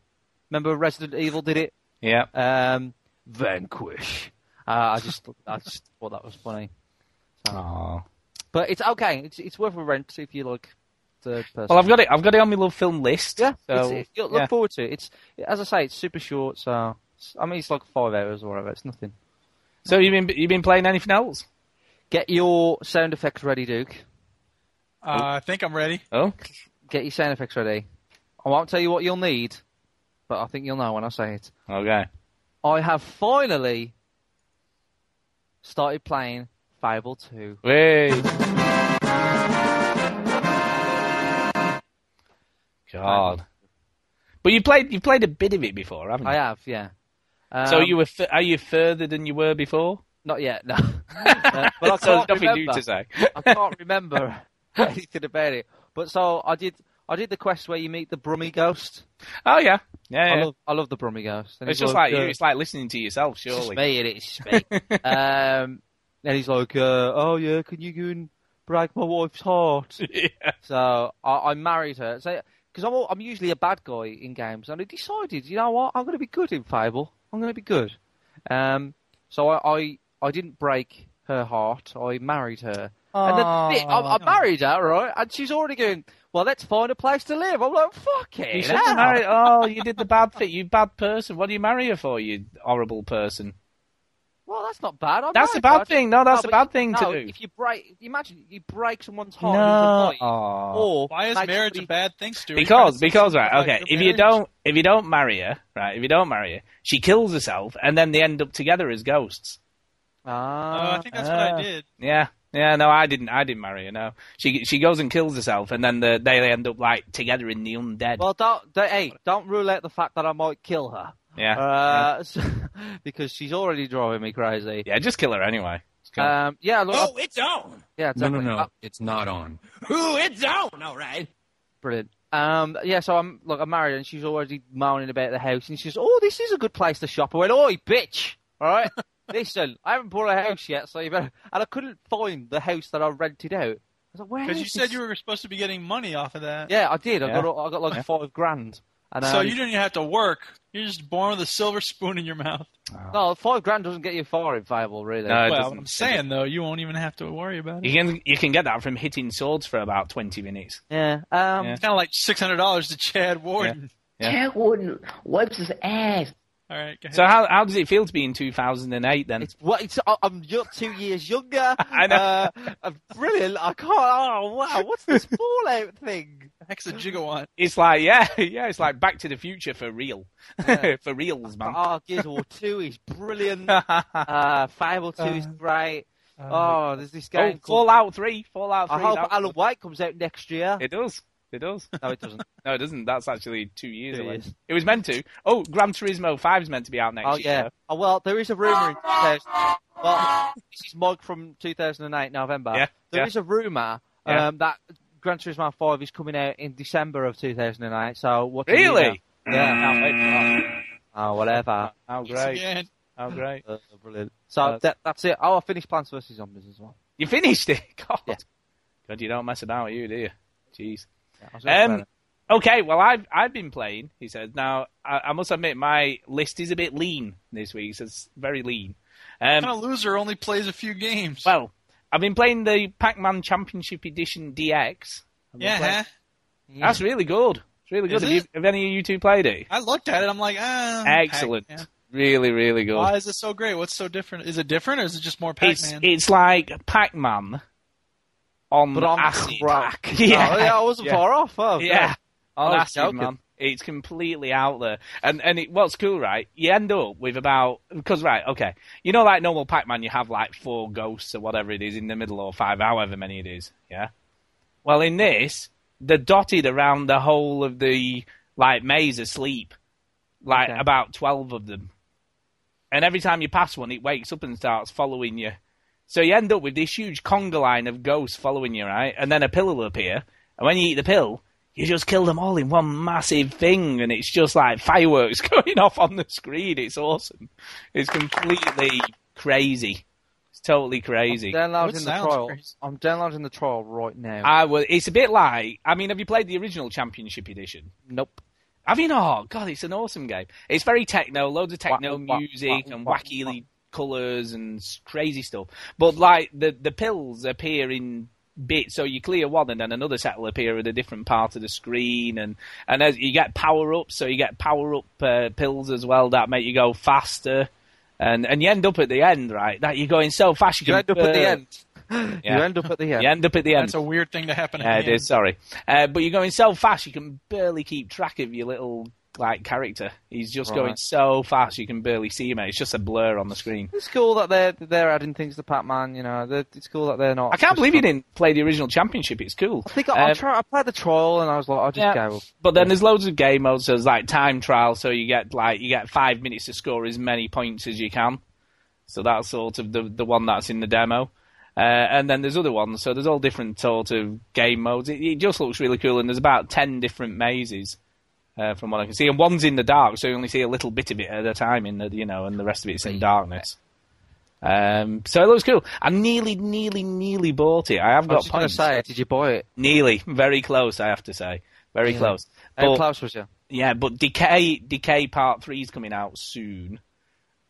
[SPEAKER 4] Remember Resident Evil did it?
[SPEAKER 2] yeah.
[SPEAKER 4] Um, Vanquish. Uh, I just I just thought that was funny,
[SPEAKER 2] Aw.
[SPEAKER 4] but it's okay. It's it's worth a rent if you like third person.
[SPEAKER 2] Well, I've got it. I've got it on my love film list.
[SPEAKER 4] Yeah,
[SPEAKER 2] So,
[SPEAKER 4] it's, it, look
[SPEAKER 2] yeah.
[SPEAKER 4] forward to it. It's as I say, it's super short. So it's- I mean, it's like five hours or whatever. It's nothing.
[SPEAKER 2] so you've been you've been playing anything else?
[SPEAKER 4] Get your sound effects ready, Duke.
[SPEAKER 5] Uh, I think I'm ready.
[SPEAKER 2] Oh,
[SPEAKER 4] Get your sound effects ready. I won't tell you what you'll need, but I think you'll know when I say it.
[SPEAKER 2] okay.
[SPEAKER 4] I have finally started playing Fable 2.
[SPEAKER 2] Wait. God. But you played you played a bit of it before, haven't you?
[SPEAKER 4] I have, yeah.
[SPEAKER 2] so
[SPEAKER 4] Um,
[SPEAKER 2] you were f- are you further than you were before?
[SPEAKER 4] Not
[SPEAKER 2] [LAUGHS]
[SPEAKER 4] yet, no. Uh, but I
[SPEAKER 2] so
[SPEAKER 4] can't
[SPEAKER 2] there's nothing
[SPEAKER 4] remember.
[SPEAKER 2] new to say. [LAUGHS]
[SPEAKER 4] I can't remember [LAUGHS] anything about it. But so I did. I did the quest where you meet the Brummy Ghost.
[SPEAKER 2] oh yeah, yeah.
[SPEAKER 4] I
[SPEAKER 2] yeah.
[SPEAKER 4] love, I love the Brummy Ghost. And
[SPEAKER 2] It's
[SPEAKER 4] he's
[SPEAKER 2] just like you.
[SPEAKER 4] uh,
[SPEAKER 2] It's like listening to yourself,
[SPEAKER 4] it's just
[SPEAKER 2] surely.
[SPEAKER 4] me, and it's
[SPEAKER 2] [LAUGHS]
[SPEAKER 4] me. um, and he's like, uh, "Oh yeah, can you go and break my wife's heart?"
[SPEAKER 2] [LAUGHS] yeah.
[SPEAKER 4] So I, I married her. So because I'm all, I'm usually a bad guy in games, and I decided, you know what, I'm going to be good in Fable. I'm going to be good. Um, so I, I I didn't break her heart. I married her, and then the- I, I married her, right? And she's already going. Well, let's find a place to live. I'm like, fuck it.
[SPEAKER 2] You shouldn't marry.
[SPEAKER 4] [LAUGHS]
[SPEAKER 2] Oh, you did the bad thing. You bad person. What do you marry her for? You horrible person.
[SPEAKER 4] Well, that's not bad. I
[SPEAKER 2] That's a
[SPEAKER 4] married
[SPEAKER 2] bad
[SPEAKER 4] her.
[SPEAKER 2] thing. No, that's a
[SPEAKER 4] but
[SPEAKER 2] bad
[SPEAKER 4] you-
[SPEAKER 2] thing to
[SPEAKER 4] no,
[SPEAKER 2] do.
[SPEAKER 4] If you break, imagine you break someone's heart.
[SPEAKER 2] No. Oh.
[SPEAKER 4] with a knife,
[SPEAKER 2] Aw.
[SPEAKER 4] Or
[SPEAKER 5] Why is
[SPEAKER 4] make
[SPEAKER 5] marriage a
[SPEAKER 4] somebody-
[SPEAKER 5] bad thing, Stuart? You're trying
[SPEAKER 2] because
[SPEAKER 5] to
[SPEAKER 2] because right
[SPEAKER 5] justify
[SPEAKER 2] okay
[SPEAKER 5] your
[SPEAKER 2] if you
[SPEAKER 5] marriage.
[SPEAKER 2] don't if you don't marry her right if you don't marry her she kills herself and then they end up together as ghosts
[SPEAKER 5] Oh,
[SPEAKER 4] Ah.
[SPEAKER 5] I think that's what I
[SPEAKER 2] Ah.
[SPEAKER 5] did.
[SPEAKER 2] yeah yeah no i didn't i didn't marry her no she she goes and kills herself and then the, they end up like together in the undead
[SPEAKER 4] Well, don't, don't hey, don't rule out the fact that I might kill her.
[SPEAKER 2] yeah
[SPEAKER 4] Uh, [LAUGHS] so- because she's already driving me crazy.
[SPEAKER 2] yeah just kill her anyway Just kill her.
[SPEAKER 4] Um, yeah, look, I-
[SPEAKER 10] Oh, it's on.
[SPEAKER 4] yeah,
[SPEAKER 10] No, no,
[SPEAKER 4] definitely.
[SPEAKER 10] no.
[SPEAKER 4] Ah,
[SPEAKER 10] It's not on. Ooh, it's on. All right.
[SPEAKER 4] brilliant. Um, yeah, so I'm look, I'm married, and she's already moaning about the house, and she's, oh, this is a good place to shop. I went, oi, bitch,
[SPEAKER 2] [LAUGHS]
[SPEAKER 4] all right. Listen, I haven't bought a house yet, so you better. And I couldn't find the house that I rented out. I was like, where?
[SPEAKER 5] Because
[SPEAKER 4] is
[SPEAKER 5] you said
[SPEAKER 4] this?
[SPEAKER 5] you were supposed to be getting money off of that.
[SPEAKER 4] Yeah, I did. I
[SPEAKER 2] Yeah.
[SPEAKER 4] got I got like five grand. And um,
[SPEAKER 5] so
[SPEAKER 4] I
[SPEAKER 5] you didn't even have to work. You're just born with a silver spoon in
[SPEAKER 2] [LAUGHS]
[SPEAKER 5] your mouth.
[SPEAKER 4] no five grand doesn't get you far in Fable, really.
[SPEAKER 2] No, it
[SPEAKER 5] well,
[SPEAKER 2] doesn't-
[SPEAKER 5] I'm saying though, you won't even have to worry about it.
[SPEAKER 2] you can you can get that from hitting swords for about 20 minutes
[SPEAKER 4] yeah. Um,
[SPEAKER 2] Yeah.
[SPEAKER 5] It's kind of like six hundred dollars to Chad Warden.
[SPEAKER 2] Yeah.
[SPEAKER 3] Chad Warden wipes his ass.
[SPEAKER 5] All right, go ahead.
[SPEAKER 2] so how how does it feel to be in 2008 then
[SPEAKER 4] It's what it's. I- I'm ju- two years younger.
[SPEAKER 2] [LAUGHS] I know.
[SPEAKER 4] Uh, I'm brilliant. I can't. Oh wow! What's
[SPEAKER 2] [LAUGHS]
[SPEAKER 4] this Fallout thing?
[SPEAKER 5] Hex a gigawatt.
[SPEAKER 2] it's like yeah [LAUGHS] yeah it's like back to the future for real
[SPEAKER 4] Yeah.
[SPEAKER 2] [LAUGHS] for reals man
[SPEAKER 4] Oh, Gears of War Two
[SPEAKER 2] [LAUGHS]
[SPEAKER 4] is brilliant. Uh, Fable Two is great.
[SPEAKER 2] uh,
[SPEAKER 4] oh, there's this
[SPEAKER 2] Oh,
[SPEAKER 4] game called.
[SPEAKER 2] Fallout 3 Fallout 3
[SPEAKER 4] I hope
[SPEAKER 2] that-
[SPEAKER 4] Alan Wake comes out next year.
[SPEAKER 2] It does. It
[SPEAKER 4] [LAUGHS]
[SPEAKER 2] does.
[SPEAKER 4] No, it doesn't.
[SPEAKER 2] No, it doesn't. That's actually two years
[SPEAKER 4] Two
[SPEAKER 2] away.
[SPEAKER 4] years.
[SPEAKER 2] It was meant to. Oh, Gran Turismo 5 is meant to be out next
[SPEAKER 4] Oh
[SPEAKER 2] year.
[SPEAKER 4] yeah. Oh, well, there is a rumor. In 2000, well, this is Mike from 2008 November. There
[SPEAKER 2] Yeah,
[SPEAKER 4] is
[SPEAKER 2] yeah.
[SPEAKER 4] a rumor um,
[SPEAKER 2] Yeah.
[SPEAKER 4] that Gran Turismo 5 is coming out in December of 2008. So what? a year.
[SPEAKER 2] Really?
[SPEAKER 4] Yeah.
[SPEAKER 2] Can't wait for that.
[SPEAKER 4] Oh, whatever.
[SPEAKER 2] How
[SPEAKER 5] Once
[SPEAKER 2] great.
[SPEAKER 5] again.
[SPEAKER 2] How great.
[SPEAKER 4] Uh, brilliant. So
[SPEAKER 2] Uh,
[SPEAKER 4] that, that's it. Oh, I finished Plants vs Zombies as well.
[SPEAKER 2] You finished it. [LAUGHS] God.
[SPEAKER 4] Yeah.
[SPEAKER 2] God, you don't mess about, you, do you? Jeez.
[SPEAKER 4] Yeah, I was gonna
[SPEAKER 2] Um,
[SPEAKER 4] say
[SPEAKER 2] okay, well, I've I've been playing, he says. Now, I, I must admit, my list is a bit lean this week. So it's very lean. Um,
[SPEAKER 5] Kind of loser only plays a few games.
[SPEAKER 2] well, I've been playing the Pac-Man Championship Edition DX. I've been
[SPEAKER 5] yeah,
[SPEAKER 2] playing-
[SPEAKER 5] huh?
[SPEAKER 2] That's really good. It's really good.
[SPEAKER 5] Is
[SPEAKER 2] Have, you,
[SPEAKER 5] it?
[SPEAKER 2] have any of you two played it?
[SPEAKER 5] I looked at it. I'm like, ah,
[SPEAKER 2] Excellent.
[SPEAKER 5] heck,
[SPEAKER 2] Really, really good.
[SPEAKER 5] Why is it so great? What's so different? Is it different or is it just more Pac
[SPEAKER 2] it's
[SPEAKER 5] Man?
[SPEAKER 2] it's like Pac Man on
[SPEAKER 4] But on
[SPEAKER 2] acid.
[SPEAKER 4] crack.
[SPEAKER 2] [LAUGHS] Yeah,
[SPEAKER 4] Oh, yeah, I wasn't
[SPEAKER 2] Yeah.
[SPEAKER 4] far off. Oh,
[SPEAKER 2] yeah.
[SPEAKER 4] I
[SPEAKER 2] On
[SPEAKER 4] was
[SPEAKER 2] acid,
[SPEAKER 4] joking.
[SPEAKER 2] man. It's completely out there. And and it, what's cool, right? You end up with about because right, okay, you know, like normal Pac Man, you have like four ghosts or whatever it is in the middle, or five, however many it is. Yeah. Well, in this, they're dotted around the whole of the like maze asleep, like
[SPEAKER 4] Okay.
[SPEAKER 2] about twelve of them. And every time you pass one, it wakes up and starts following you. So you end up with this huge conga line of ghosts following you, right? And then a pill will appear, and when you eat the pill, you just kill them all in one massive thing, and it's just like fireworks [LAUGHS] going off on the screen. It's awesome. It's completely crazy. It's totally crazy.
[SPEAKER 5] That
[SPEAKER 4] Downloading the
[SPEAKER 5] sounds
[SPEAKER 4] trial.
[SPEAKER 5] crazy.
[SPEAKER 4] I'm downloading the trial right now.
[SPEAKER 2] I was. It's a bit like. I mean, have you played the original Championship Edition?
[SPEAKER 4] nope.
[SPEAKER 2] Have you not? God, it's an awesome game. It's very techno, loads of techno
[SPEAKER 4] Wah- wah-
[SPEAKER 2] music
[SPEAKER 4] wah-
[SPEAKER 2] and
[SPEAKER 4] wah-
[SPEAKER 2] wacky colours and s- crazy stuff. But like the the pills appear in bits, so you clear one and then another set will appear at a different part of the screen, and and as you get power ups, so you get power up uh, pills as well that make you go faster. And and you end up at the end, right? That you're going so fast you,
[SPEAKER 4] You
[SPEAKER 2] can
[SPEAKER 4] end up at the
[SPEAKER 2] burn.
[SPEAKER 4] end.
[SPEAKER 2] Yeah.
[SPEAKER 4] You end up at the end.
[SPEAKER 2] You end up at the end.
[SPEAKER 5] That's a weird thing to happen.
[SPEAKER 2] Yeah,
[SPEAKER 5] at
[SPEAKER 2] it
[SPEAKER 5] the end.
[SPEAKER 2] is. Sorry, uh, but you're going so fast you can barely keep track of your little like character. He's just going
[SPEAKER 4] Right.
[SPEAKER 2] so fast you can barely see him. It's just a blur on the screen.
[SPEAKER 4] It's cool that they're they're adding things to Pac-Man. You know, They're- it's cool that they're not.
[SPEAKER 2] I can't
[SPEAKER 4] just
[SPEAKER 2] believe you
[SPEAKER 4] not-
[SPEAKER 2] didn't play the original championship. It's cool.
[SPEAKER 4] I think I, I,
[SPEAKER 2] Um,
[SPEAKER 4] try, I played the trial and I was like, I just
[SPEAKER 2] yeah.
[SPEAKER 4] go.
[SPEAKER 2] But then there's loads of game modes. There's like time trial, so you get like you get five minutes to score as many points as you can. So that's sort of the the one that's in the demo. Uh, and then there's other ones. So there's all different sort of game modes. It, it just looks really cool. And there's about ten different mazes. Uh, from what I can see, and one's in the dark, so you only see a little bit of it at a time. In the you know, and the rest of it's
[SPEAKER 4] Mm.
[SPEAKER 2] in darkness. Um, so it looks cool. I nearly, nearly, nearly bought it. I have
[SPEAKER 4] I
[SPEAKER 2] got
[SPEAKER 4] was going to
[SPEAKER 2] points.
[SPEAKER 4] say, did you buy it?
[SPEAKER 2] Nearly, very close. I have to say, very
[SPEAKER 4] Nearly.
[SPEAKER 2] close.
[SPEAKER 4] How
[SPEAKER 2] But-
[SPEAKER 4] close was you?
[SPEAKER 2] yeah, but Decay Decay Part Three is coming out soon,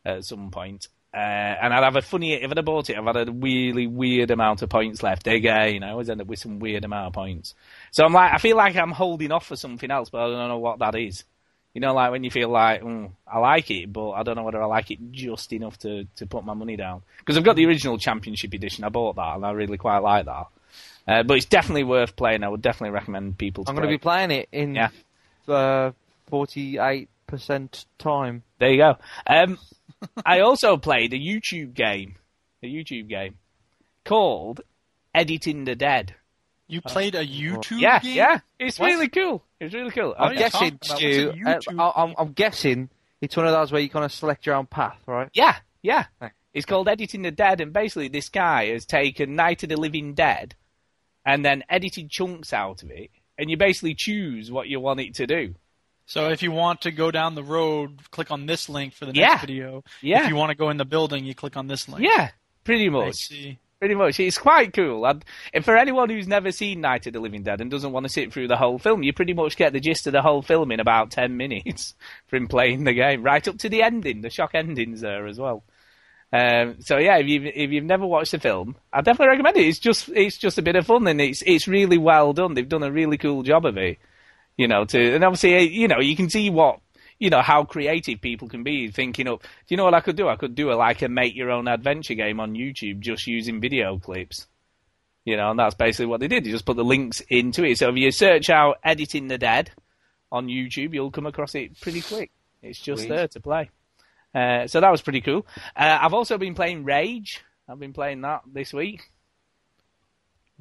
[SPEAKER 2] at some point. Uh, and I'd have a funny if I'd have bought it. I've had a really weird amount of points left again. I always end up with some weird amount of points. So I'm like, I feel like I'm holding off for something else, but I don't know what that is. You know, like when you feel like mm, I like it, but I don't know whether I like it just enough to to put my money down because I've got the original Championship Edition. I bought that, and I really quite like that. Uh, but it's definitely worth playing. I would definitely recommend people. To
[SPEAKER 4] I'm going to
[SPEAKER 2] play.
[SPEAKER 4] be playing it in
[SPEAKER 2] Yeah.
[SPEAKER 4] uh, 48% time.
[SPEAKER 2] There you go. Um, I also played a YouTube game, a YouTube game called Editing the Dead.
[SPEAKER 5] You played a YouTube
[SPEAKER 2] Uh, yeah,
[SPEAKER 5] game?
[SPEAKER 2] yeah, it's
[SPEAKER 5] What?
[SPEAKER 2] really cool. It's really cool.
[SPEAKER 5] What
[SPEAKER 2] Okay.
[SPEAKER 5] are
[SPEAKER 4] I'm
[SPEAKER 5] you
[SPEAKER 4] guessing,
[SPEAKER 5] talking
[SPEAKER 4] Stu,
[SPEAKER 5] about?
[SPEAKER 4] uh,
[SPEAKER 5] What's a YouTube
[SPEAKER 4] I- I'm, I'm guessing it's one of those where you kind of select your own path, right?
[SPEAKER 2] Yeah, yeah.
[SPEAKER 4] Right.
[SPEAKER 2] It's called Editing the Dead, and basically this guy has taken Night of the Living Dead and then edited chunks out of it, and you basically choose what you want it to do.
[SPEAKER 5] So if you want to go down the road, click on this link for the next
[SPEAKER 2] Yeah.
[SPEAKER 5] video.
[SPEAKER 2] Yeah.
[SPEAKER 5] If you want to go in the building, you click on this link.
[SPEAKER 2] Yeah, pretty
[SPEAKER 5] I
[SPEAKER 2] much.
[SPEAKER 5] see.
[SPEAKER 2] pretty much. It's quite cool. And and for anyone who's never seen Night of the Living Dead and doesn't want to sit through the whole film, you pretty much get the gist of the whole film in about 10 [LAUGHS] minutes from playing the game, right up to the ending. The shock ending's there as well. Um, so yeah, if you've if you've never watched the film, I definitely recommend it. It's just it's just a bit of fun and it's it's really well done. They've done a really cool job of it, you know. To and obviously eh, you know you can see what you know how creative people can be thinking up. Do you know what I could do? I could do a like a make your own adventure game on YouTube just using video clips. You know, and that's basically what they did. They just put the links into it. So if you search out editing the dead on YouTube, you'll come across it pretty quick. It's just
[SPEAKER 3] Sweet.
[SPEAKER 2] there to play. Uh, so that was pretty cool. Uh, I've also been playing Rage. I've been playing that this week.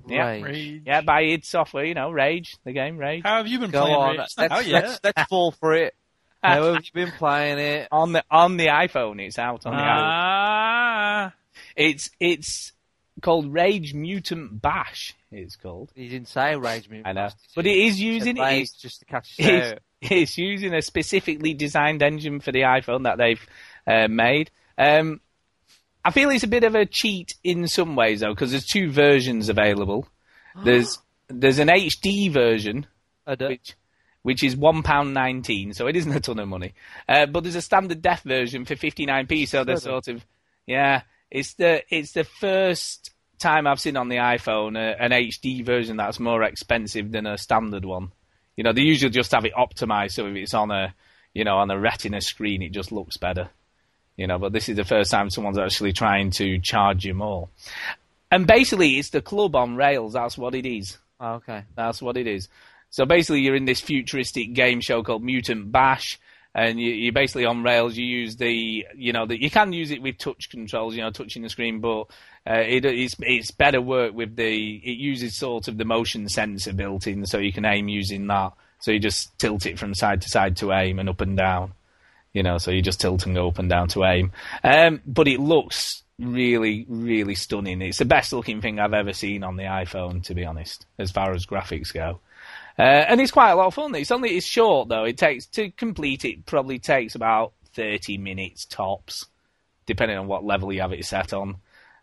[SPEAKER 2] Yeah.
[SPEAKER 4] Right.
[SPEAKER 5] Rage.
[SPEAKER 2] Yeah, by id Software, you know, Rage, the game Rage.
[SPEAKER 5] How have you been
[SPEAKER 4] Go
[SPEAKER 5] playing
[SPEAKER 4] on.
[SPEAKER 5] Rage? Oh, It's not
[SPEAKER 4] Let's,
[SPEAKER 5] out yet.
[SPEAKER 4] let's,
[SPEAKER 5] [LAUGHS]
[SPEAKER 4] let's fall for it. How have you been playing it?
[SPEAKER 2] On the on the iPhone, it's out on the iPhone.
[SPEAKER 5] Ah.
[SPEAKER 2] It's it's called Rage Mutant Bash. It's called.
[SPEAKER 4] He didn't say Rage Mutant.
[SPEAKER 2] I know,
[SPEAKER 4] Blast,
[SPEAKER 2] but
[SPEAKER 4] did
[SPEAKER 2] it
[SPEAKER 4] he?
[SPEAKER 2] is
[SPEAKER 4] He said
[SPEAKER 2] using
[SPEAKER 4] Rage
[SPEAKER 2] it's,
[SPEAKER 4] just to catch us
[SPEAKER 2] it's,
[SPEAKER 4] out.
[SPEAKER 2] it's using a specifically designed engine for the iPhone that they've uh, made. Um, I feel it's a bit of a cheat in some ways though, because there's two versions available. There's there's an HD version
[SPEAKER 4] I don't-
[SPEAKER 2] which which is one pound nineteen, so it isn't a ton of money. Uh, but there's a standard death version for fifty nine p, so they're sort of yeah. It's the it's the first time I've seen on the iPhone uh, an HD version that's more expensive than a standard one. You know, they usually just have it optimized so if it's on a you know on a Retina screen, it just looks better. you know, but this is the first time someone's actually trying to charge you more. And basically, it's the club on rails. That's what it is.
[SPEAKER 4] Oh, okay.
[SPEAKER 2] That's what it is. So basically, you're in this futuristic game show called Mutant Bash, and you, you're basically on rails. You use the, you know, that you can use it with touch controls, you know, touching the screen, but uh, it, it's it's better work with the. It uses sort of the motion sensor built in, so you can aim using that. So you just tilt it from side to side to aim and up and down, you know. So you just tilt and go up and down to aim. Um, but it looks really, really stunning. It's the best looking thing I've ever seen on the iPhone, to be honest, as far as graphics go. Uh, and it's quite a lot of fun. It's only it's short though. It takes to complete it probably takes about thirty minutes tops, depending on what level you have it set on.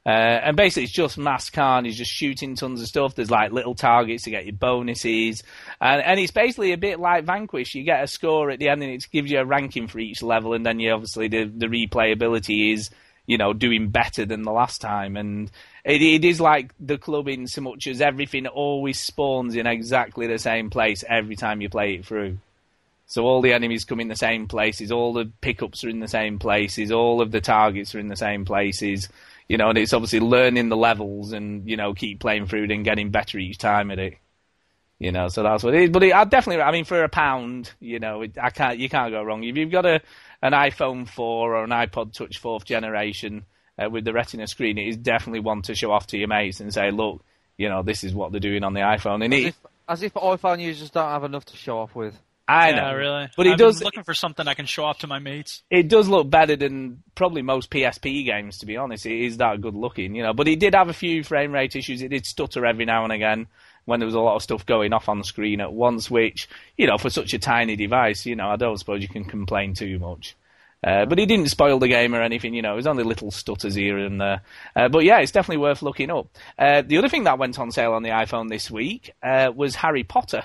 [SPEAKER 2] Uh, and basically, it's just mass carnage, just shooting tons of stuff. There's like little targets to get your bonuses, and and it's basically a bit like Vanquish. You get a score at the end, and it gives you a ranking for each level, and then you obviously the the replayability is you know, doing better than the last time. And it, it is like the club in so much as everything always spawns in exactly the same place every time you play it through. So all the enemies come in the same places, all the pickups are in the same places, all of the targets are in the same places. You know, and it's obviously learning the levels and you know keep playing through it and getting better each time at it. You know, so that's what it is. But it, I definitely, I mean, for a pound, you know, it, I can't, you can't go wrong. If you've got a an iPhone 4 or an iPod Touch fourth generation uh, with the Retina screen, it is definitely one to show off to your mates and say, look, you know, this is what they're doing on the iPhone. And
[SPEAKER 4] As
[SPEAKER 2] it,
[SPEAKER 4] if, as if iPhone users don't have enough to show off with.
[SPEAKER 2] I
[SPEAKER 5] yeah,
[SPEAKER 2] know,
[SPEAKER 5] really.
[SPEAKER 2] but it
[SPEAKER 5] I've been
[SPEAKER 2] does
[SPEAKER 5] looking for something I can show off to my mates.
[SPEAKER 2] it does look better than probably most PSP games, to be honest. It is that good looking, you know. But it did have a few frame rate issues. It did stutter every now and again when there was a lot of stuff going off on the screen at once, which, you know, for such a tiny device, you know, I don't suppose you can complain too much. Uh, but it didn't spoil the game or anything, you know. It was only little stutters here and there. Uh, but yeah, it's definitely worth looking up. Uh, the other thing that went on sale on the iPhone this week uh, was Harry Potter,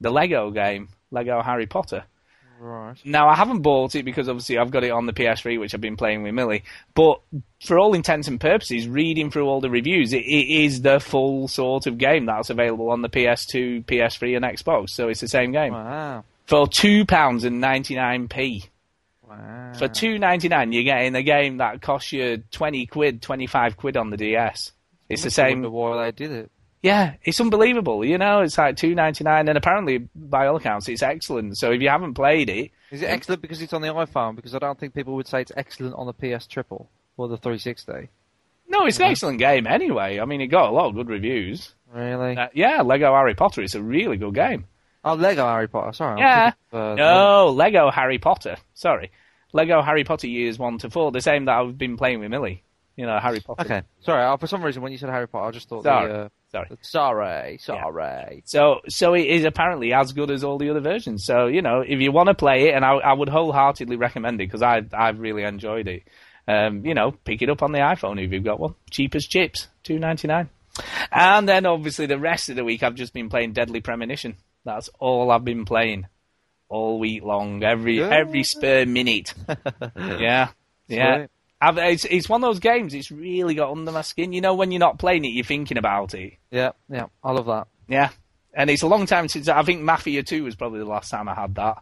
[SPEAKER 2] the Lego game, Lego Harry Potter.
[SPEAKER 4] Right.
[SPEAKER 2] Now I haven't bought it because obviously I've got it on the PS3, which I've been playing with Millie. But for all intents and purposes, reading through all the reviews, it, it is the full sort of game that's available on the PS2, PS3, and Xbox. So it's the same game
[SPEAKER 4] Wow.
[SPEAKER 2] for two pounds and ninety nine p.
[SPEAKER 4] Wow.
[SPEAKER 2] For two ninety nine, you're getting a game that costs you twenty quid, twenty five quid on the DS. It's the
[SPEAKER 4] I
[SPEAKER 2] same.
[SPEAKER 4] wonder why they did it.
[SPEAKER 2] Yeah, it's unbelievable. You know, it's like two ninety nine, and apparently, by all accounts, it's excellent. So if you haven't played it,
[SPEAKER 4] Is it excellent because it's on the iPhone? Because I don't think people would say it's excellent on the PS Triple or the 360.
[SPEAKER 2] No, it's an excellent game anyway. I mean, it got a lot of good reviews.
[SPEAKER 4] Really?
[SPEAKER 2] Uh, yeah, Lego Harry Potter. It's a really good game.
[SPEAKER 4] Oh, Lego Harry Potter. Sorry. I'm
[SPEAKER 2] Yeah.
[SPEAKER 4] thinking of, uh,
[SPEAKER 2] No, Lego Harry Potter. Sorry, Lego Harry Potter years one to four. The same that I've been playing with Millie. You know, Harry Potter.
[SPEAKER 4] Okay. Sorry. I, for some reason, when you said Harry Potter, I just thought
[SPEAKER 2] Sorry.
[SPEAKER 4] the. Uh,
[SPEAKER 2] Sorry.
[SPEAKER 4] Sorry. Sorry.
[SPEAKER 2] So, so it is apparently as good as all the other versions. So, you know, if you want to play it, and I, I would wholeheartedly recommend it because I, I've really enjoyed it. Um, you know, pick it up on the iPhone if you've got one. Cheap as chips, two ninety nine. And then obviously the rest of the week, I've just been playing Deadly Premonition. That's all I've been playing all week long, every
[SPEAKER 4] Good.
[SPEAKER 2] every spare minute. yeah, yeah.
[SPEAKER 4] Sweet.
[SPEAKER 2] I've, it's it's one of those games. It's really got under my skin. You know, when you're not playing it, you're thinking about it.
[SPEAKER 4] Yeah. Yeah. I love that.
[SPEAKER 2] Yeah, and it's a long time since I think Mafia Two was probably the last time I had that.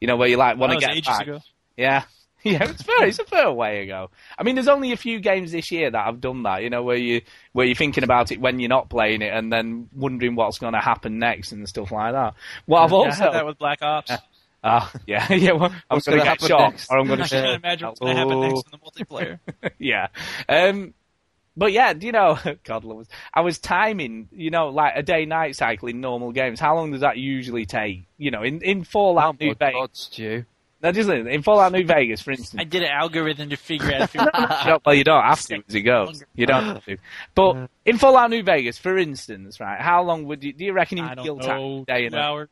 [SPEAKER 2] You know, where you like want
[SPEAKER 5] That
[SPEAKER 2] to
[SPEAKER 5] was
[SPEAKER 2] get
[SPEAKER 5] ages
[SPEAKER 2] back.
[SPEAKER 5] ago.
[SPEAKER 2] Yeah, [LAUGHS] yeah, it's fair. It's a fair way ago. I mean, there's only a few games this year that I've done that. You know, where you where you're thinking about it when you're not playing it, and then wondering what's going to happen next and stuff like that. Well, I've
[SPEAKER 5] Yeah, I had
[SPEAKER 2] also
[SPEAKER 5] that with Black Ops.
[SPEAKER 2] Ah, [LAUGHS] yeah, yeah. Well, I'm
[SPEAKER 4] What's
[SPEAKER 2] going to
[SPEAKER 4] gonna
[SPEAKER 2] get
[SPEAKER 4] happen
[SPEAKER 2] shot,
[SPEAKER 4] next?
[SPEAKER 2] or I'm going
[SPEAKER 5] I [LAUGHS]
[SPEAKER 2] to
[SPEAKER 5] can't imagine what's going to happen next in the
[SPEAKER 2] [LAUGHS]
[SPEAKER 5] multiplayer.
[SPEAKER 2] yeah. Um, but yeah, do you know, [LAUGHS] God love us. I was timing, you know, like a day night cycle in normal games. How long does that usually take? You know, in, in
[SPEAKER 4] Oh,
[SPEAKER 2] Fallout
[SPEAKER 4] my
[SPEAKER 2] New Vegas.
[SPEAKER 4] God, Stu.
[SPEAKER 2] No, just listen, in Fallout New Vegas, for instance.
[SPEAKER 5] I did an algorithm to figure out if [LAUGHS] it was
[SPEAKER 2] You don't- well, you don't have to as it goes. You don't have to. But in Fallout New Vegas, for instance, right, how long would you, do you reckon
[SPEAKER 5] I
[SPEAKER 2] you'd kill
[SPEAKER 5] don't
[SPEAKER 2] time?
[SPEAKER 5] know.
[SPEAKER 2] Day
[SPEAKER 5] Two
[SPEAKER 2] and a-
[SPEAKER 5] hours.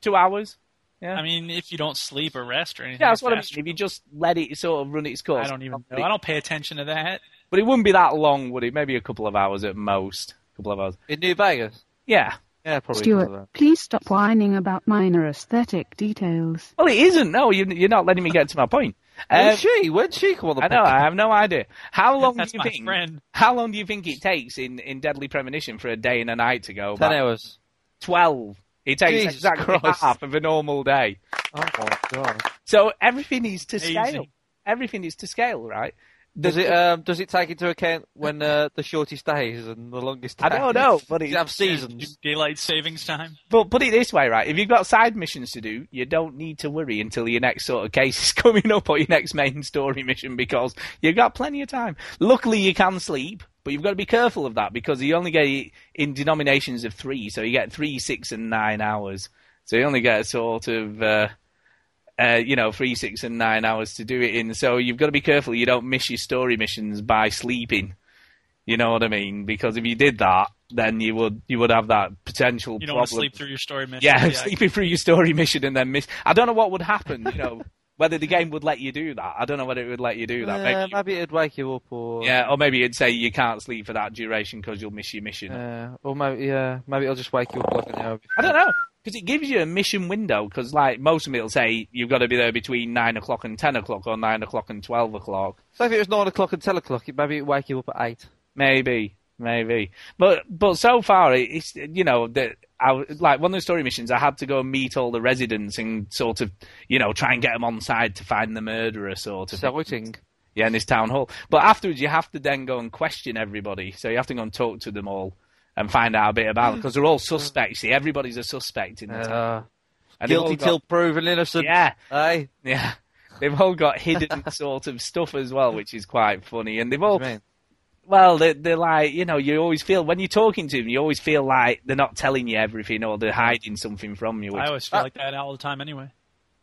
[SPEAKER 2] two hours?
[SPEAKER 5] I mean, if you don't sleep or rest or anything.
[SPEAKER 2] Yeah, that's
[SPEAKER 5] it's
[SPEAKER 2] what I mean.
[SPEAKER 5] faster.
[SPEAKER 2] If you just let it sort of run its course.
[SPEAKER 5] I don't even know. I don't pay attention to that.
[SPEAKER 2] But it wouldn't be that long, would it? Maybe a couple of hours at most. A couple of hours.
[SPEAKER 4] In New Vegas.
[SPEAKER 2] Yeah.
[SPEAKER 4] Yeah, probably. because of
[SPEAKER 1] Stuart, please stop whining about minor aesthetic details.
[SPEAKER 2] Well, it isn't. No, you, you're not letting me get to my
[SPEAKER 4] [LAUGHS]
[SPEAKER 2] point.
[SPEAKER 4] that.
[SPEAKER 2] Um,
[SPEAKER 4] When's she? When's she come on the
[SPEAKER 2] I know. I have no idea.
[SPEAKER 4] [LAUGHS]
[SPEAKER 2] How long
[SPEAKER 5] That's
[SPEAKER 2] do you
[SPEAKER 5] my
[SPEAKER 2] think?
[SPEAKER 5] friend.
[SPEAKER 2] How long do you think it takes in, in Deadly Premonition for a day and a night to go?
[SPEAKER 4] Ten
[SPEAKER 2] back?
[SPEAKER 4] hours.
[SPEAKER 2] Twelve. It takes
[SPEAKER 4] Jesus
[SPEAKER 2] exactly
[SPEAKER 4] Christ.
[SPEAKER 2] half of a normal day.
[SPEAKER 4] Oh my god.
[SPEAKER 2] So everything is to
[SPEAKER 5] Amazing.
[SPEAKER 2] scale. everything is to scale, right? The-
[SPEAKER 4] Does it um, does it take into account when uh, the shortest days and the longest?
[SPEAKER 2] I
[SPEAKER 4] days?
[SPEAKER 2] don't know, but
[SPEAKER 4] Does
[SPEAKER 2] it-
[SPEAKER 4] it have seasons.
[SPEAKER 5] Daylight savings time.
[SPEAKER 2] But put it this way, right? If you've got side missions to do, you don't need to worry until your next sort of case is [LAUGHS] coming up or your next main story mission because you've got plenty of time. Luckily, you can sleep, but you've got to be careful of that because you only get it in denominations of three, so you get three, six, and nine hours. So you only get a sort of. Uh, uh, you know, three, six, and nine hours to do it in. So you've got to be careful you don't miss your story missions by sleeping. You know what I mean? Because if you did that, then you would you would have that potential
[SPEAKER 5] You don't want to
[SPEAKER 2] problem.
[SPEAKER 5] sleep through your story mission.
[SPEAKER 2] Yeah, [LAUGHS] sleeping through your story mission and then miss. I don't know what would happen. You know, [LAUGHS] whether the game would let you do that. I don't know whether it would let you do that.
[SPEAKER 4] Uh,
[SPEAKER 2] Maybe you-
[SPEAKER 4] maybe it'd wake you up,
[SPEAKER 2] [LAUGHS]
[SPEAKER 4] or
[SPEAKER 2] yeah, or maybe it'd say you can't sleep for that duration because you'll miss your mission.
[SPEAKER 4] uh, or maybe yeah, maybe it'll just wake you up like an hour.
[SPEAKER 2] I don't know because it gives you a mission window. Because like most of them, it'll say you've got to be there between nine o'clock and ten o'clock, or nine o'clock and twelve o'clock.
[SPEAKER 4] So if it was nine o'clock and ten o'clock, it maybe it'd wake you up at eight.
[SPEAKER 2] Maybe, maybe. But but so far, it- it's you know that I w- like one of the story missions. I had to go and meet all the residents and sort of you know try and get them on side to find the murderer, sort of.
[SPEAKER 4] Exciting.
[SPEAKER 2] Yeah, in this town hall. But afterwards, you have to then go and question everybody. So you have to go and talk to them all and find out a bit about because
[SPEAKER 4] [LAUGHS]
[SPEAKER 2] they're all suspects. See, everybody's a suspect in the town.
[SPEAKER 4] Uh,
[SPEAKER 2] And they've all
[SPEAKER 4] guilty
[SPEAKER 2] got-
[SPEAKER 4] till proven innocent.
[SPEAKER 2] yeah.
[SPEAKER 4] Aye.
[SPEAKER 2] Yeah. They've all got
[SPEAKER 4] [LAUGHS]
[SPEAKER 2] hidden sort of stuff as well, which is quite funny. And they've all,
[SPEAKER 4] I mean,
[SPEAKER 2] well, they're, they're like, you know, you always feel, when you're talking to them, you always feel like they're not telling you everything or they're hiding something from you, which,
[SPEAKER 5] I always feel like that all the time anyway.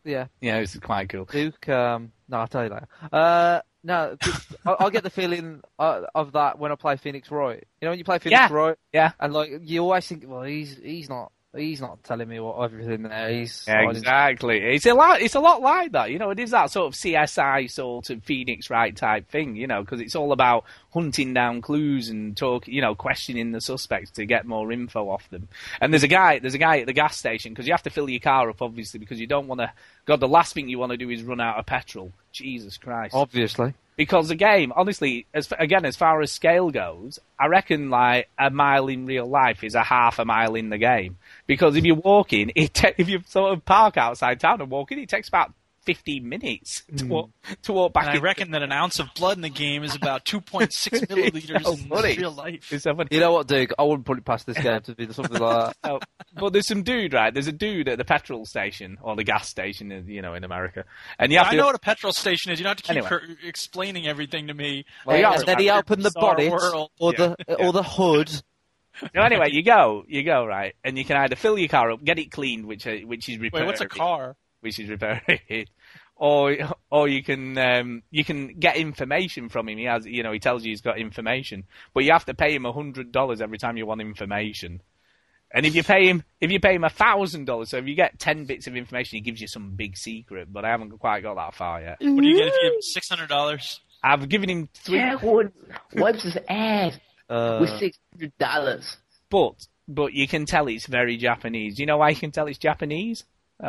[SPEAKER 4] yeah.
[SPEAKER 2] yeah, it's quite cool.
[SPEAKER 4] Duke. Um, no, I'll tell you later. Uh, no, I, I get the feeling uh, of that when I play Phoenix Wright. You know, when you play Phoenix
[SPEAKER 2] Yeah.
[SPEAKER 4] Wright,
[SPEAKER 2] Yeah.
[SPEAKER 4] and like you always think, well, he's he's not he's not telling me what everything there. He's
[SPEAKER 2] Yeah,
[SPEAKER 4] hiding
[SPEAKER 2] exactly. It's a lot. It's a lot like that. You know, it is that sort of CSI sort of Phoenix Wright type thing. You know, because it's all about hunting down clues and talk. You know, questioning the suspects to get more info off them. And there's a guy. There's a guy at the gas station because you have to fill your car up, obviously, because you don't want to. God, the last thing you want to do is run out of petrol. Jesus Christ
[SPEAKER 4] Obviously.
[SPEAKER 2] because the game, honestly, as f- again as far as scale goes, I reckon like a mile in real life is a half a mile in the game. Because if you're walking, it ta- if you sort of park outside town and walk in, it takes about fifteen minutes to walk to walk back.
[SPEAKER 5] Hmm. And I
[SPEAKER 2] in.
[SPEAKER 5] reckon that an ounce of blood in the game
[SPEAKER 2] [LAUGHS]
[SPEAKER 5] is about 2.6 milliliters
[SPEAKER 2] so
[SPEAKER 5] in
[SPEAKER 2] funny.
[SPEAKER 5] real life.
[SPEAKER 2] It's so funny.
[SPEAKER 4] You know what, Duke? I wouldn't put it past this game to be something like
[SPEAKER 2] [LAUGHS]
[SPEAKER 4] that.
[SPEAKER 5] [LAUGHS]
[SPEAKER 2] Oh, but there's some dude, right? There's a dude at the petrol station or the gas station, you know, in America, and you have
[SPEAKER 5] I
[SPEAKER 2] to.
[SPEAKER 5] know what a petrol station is. You don't have to keep
[SPEAKER 2] Anyway.
[SPEAKER 5] her- explaining everything to me.
[SPEAKER 2] Well, yeah,
[SPEAKER 4] and then he
[SPEAKER 5] Your
[SPEAKER 4] opened the
[SPEAKER 5] bizarre
[SPEAKER 4] bonnet
[SPEAKER 5] world.
[SPEAKER 4] or
[SPEAKER 2] Yeah,
[SPEAKER 4] the or the hood.
[SPEAKER 2] [LAUGHS] No, anyway, you go, you go, right, and you can either fill your car up, get it cleaned, which uh, which is repaired.
[SPEAKER 5] Wait, what's a car?
[SPEAKER 2] which is repaired, [LAUGHS] or or you can um, you can get information from him. He has you know he tells you he's got information, but you have to pay him hundred dollars every time you want information. And if you pay him if you pay him thousand dollars, so if you get ten bits of information, he gives you some big secret. But I haven't quite got that far yet.
[SPEAKER 5] What do you get if you give six hundred dollars?
[SPEAKER 2] I've given him three.
[SPEAKER 3] Jackwood wipes his ass with
[SPEAKER 4] Uh,
[SPEAKER 3] six hundred dollars.
[SPEAKER 2] But but you can tell it's very Japanese. You know why you can tell it's Japanese?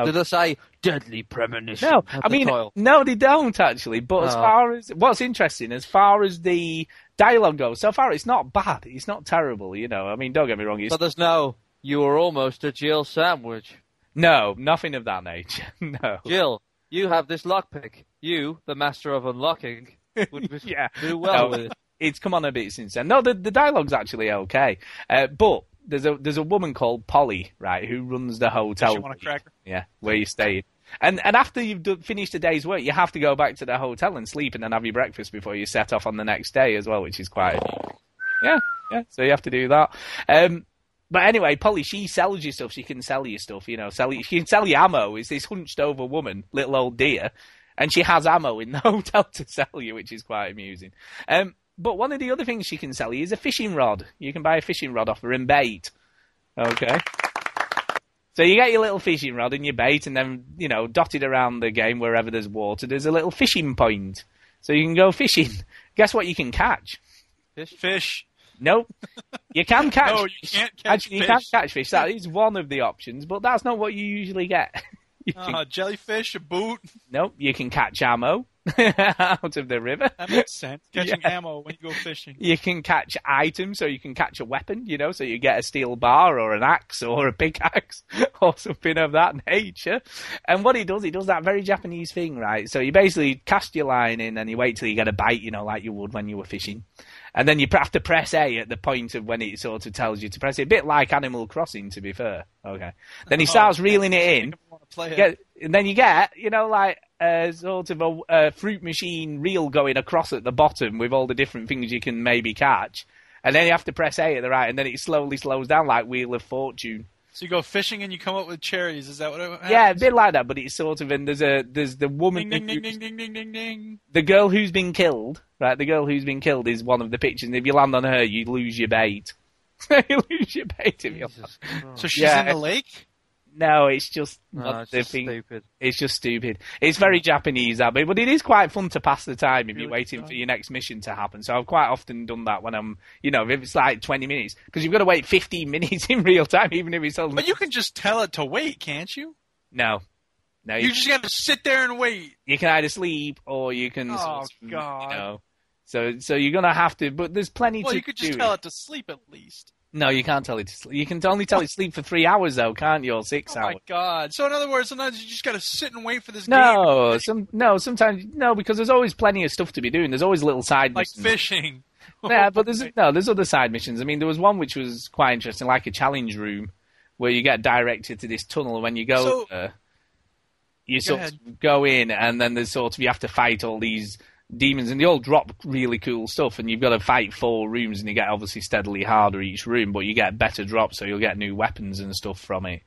[SPEAKER 4] did I say deadly premonition?
[SPEAKER 2] No,
[SPEAKER 4] at
[SPEAKER 2] I
[SPEAKER 4] the
[SPEAKER 2] mean,
[SPEAKER 4] title?
[SPEAKER 2] no, they don't actually. But as
[SPEAKER 4] Oh.
[SPEAKER 2] far as what's interesting, as far as the dialogue goes, so far it's not bad. It's not terrible, you know. I mean, don't get me wrong. It's,
[SPEAKER 4] So there's no. You were almost a Jill sandwich.
[SPEAKER 2] no, nothing of that nature. [LAUGHS] no.
[SPEAKER 4] Jill, you have this lockpick. You, the master of unlocking,
[SPEAKER 2] [LAUGHS]
[SPEAKER 4] would be-
[SPEAKER 2] Yeah.
[SPEAKER 4] do
[SPEAKER 2] No.
[SPEAKER 4] well with it.
[SPEAKER 2] It's come on a bit since then. No, the the dialogue's actually okay, uh, but. There's a there's a woman called Polly, right, who runs the hotel.
[SPEAKER 5] you want a cracker?
[SPEAKER 2] Yeah, where you stayed. And and after you've done, finished a day's work, you have to go back to the hotel and sleep, and then have your breakfast before you set off on the next day as well, which is quite. Yeah, yeah. So you have to do that. Um, but anyway, Polly, she sells you stuff. She can sell you stuff. You know, sell you, she can sell you ammo. Is this hunched over woman, little old dear, and she has ammo in the [LAUGHS] hotel to sell you, which is quite amusing. Um, but one of the other things she can sell you is a fishing rod. You can buy a fishing rod off her and bait. Okay. So you get your little fishing rod and your bait, and then you know, dotted around the game wherever there's water, there's a little fishing point. So you can go fishing. [LAUGHS] Guess what you can catch?
[SPEAKER 5] Fish.
[SPEAKER 2] Nope. You
[SPEAKER 5] [LAUGHS]
[SPEAKER 2] can catch.
[SPEAKER 5] No, you can't catch
[SPEAKER 2] Actually, You can
[SPEAKER 5] fish.
[SPEAKER 2] catch fish. That is one of the options, but [LAUGHS] that's not what you usually get. you can, [LAUGHS]
[SPEAKER 5] Uh, jellyfish, a boot.
[SPEAKER 2] nope. You can catch ammo. [LAUGHS] out of the river.
[SPEAKER 5] That makes sense. Catching ammo when you go fishing.
[SPEAKER 2] You can catch items, so you can catch a weapon, you know, so you get a steel bar or an [LAUGHS] axe or a pickaxe or something of that nature. And what he does, he does that very Japanese thing, right? So you basically cast your line in and you wait till you get a bite, you know, like you would when you were fishing. And then you have to press A at the point of when it sort of tells you to press it. A bit like Animal Crossing, to be fair. Okay. Then he starts reeling it in.
[SPEAKER 5] I want to play it.
[SPEAKER 2] Yeah, and then you get, you know, like uh, sort of a, a fruit machine reel going across at the bottom with all the different things you can maybe catch, and then you have to press A at the right, and then it slowly slows down like Wheel of Fortune.
[SPEAKER 5] So you go fishing and you come up with cherries. Is that what it happens?
[SPEAKER 2] Yeah, a bit like that, but it's sort of and there's a there's the woman
[SPEAKER 5] Ding, Uh, ding, ding,
[SPEAKER 2] who's-
[SPEAKER 5] ding, ding, ding, ding, ding.
[SPEAKER 2] the girl who's been killed, right? The girl who's been killed is one of the pictures, and if you land on her, you lose your bait. [LAUGHS] you lose your bait if you. [LAUGHS]
[SPEAKER 4] Jesus Christ.
[SPEAKER 5] So she's
[SPEAKER 2] Oh. Yeah,
[SPEAKER 5] in the lake?
[SPEAKER 2] No, it's just
[SPEAKER 4] No,
[SPEAKER 2] not
[SPEAKER 4] it's
[SPEAKER 2] the
[SPEAKER 4] just
[SPEAKER 2] thing.
[SPEAKER 4] stupid.
[SPEAKER 2] It's just stupid. It's very Japanese that bit, but it is quite fun to pass the time if you're
[SPEAKER 5] Really
[SPEAKER 2] waiting
[SPEAKER 5] fun.
[SPEAKER 2] for your next mission to happen. So I've quite often done that when I'm, you know, if it's like 20 minutes, because you've got to wait 15 [LAUGHS] minutes in real time, even if it's only.
[SPEAKER 5] But you can just tell it to wait, can't you?
[SPEAKER 2] No. No, you,
[SPEAKER 5] You just got to sit there and wait.
[SPEAKER 2] you can either sleep or you can.
[SPEAKER 5] Oh,
[SPEAKER 2] sort of,
[SPEAKER 5] God.
[SPEAKER 2] You know, so, so you're gonna have to, but there's plenty
[SPEAKER 5] Well,
[SPEAKER 2] to
[SPEAKER 5] you could just
[SPEAKER 2] do.
[SPEAKER 5] tell it to sleep at least.
[SPEAKER 2] No, you can't tell it to sleep. You can only tell it to sleep for three hours though, can't you? Or six
[SPEAKER 5] Oh
[SPEAKER 2] hours.
[SPEAKER 5] my god! So in other words, sometimes you just got to sit and wait for this game,
[SPEAKER 2] No, some no. Sometimes no, because there's always plenty of stuff to be doing. There's always little side
[SPEAKER 5] like
[SPEAKER 2] missions.
[SPEAKER 5] fishing.
[SPEAKER 2] [LAUGHS] yeah, but there's no, there's other side missions. I mean, there was one which was quite interesting, like a challenge room where you get directed to this tunnel. When you go,
[SPEAKER 5] So-
[SPEAKER 2] there, you sort
[SPEAKER 5] ahead.
[SPEAKER 2] of go in, and then there's sort of you have to fight all these demons, and they all drop really cool stuff. And you've got to fight four rooms, and you get obviously steadily harder each room, but you get better drops, so you'll get new weapons and stuff from it.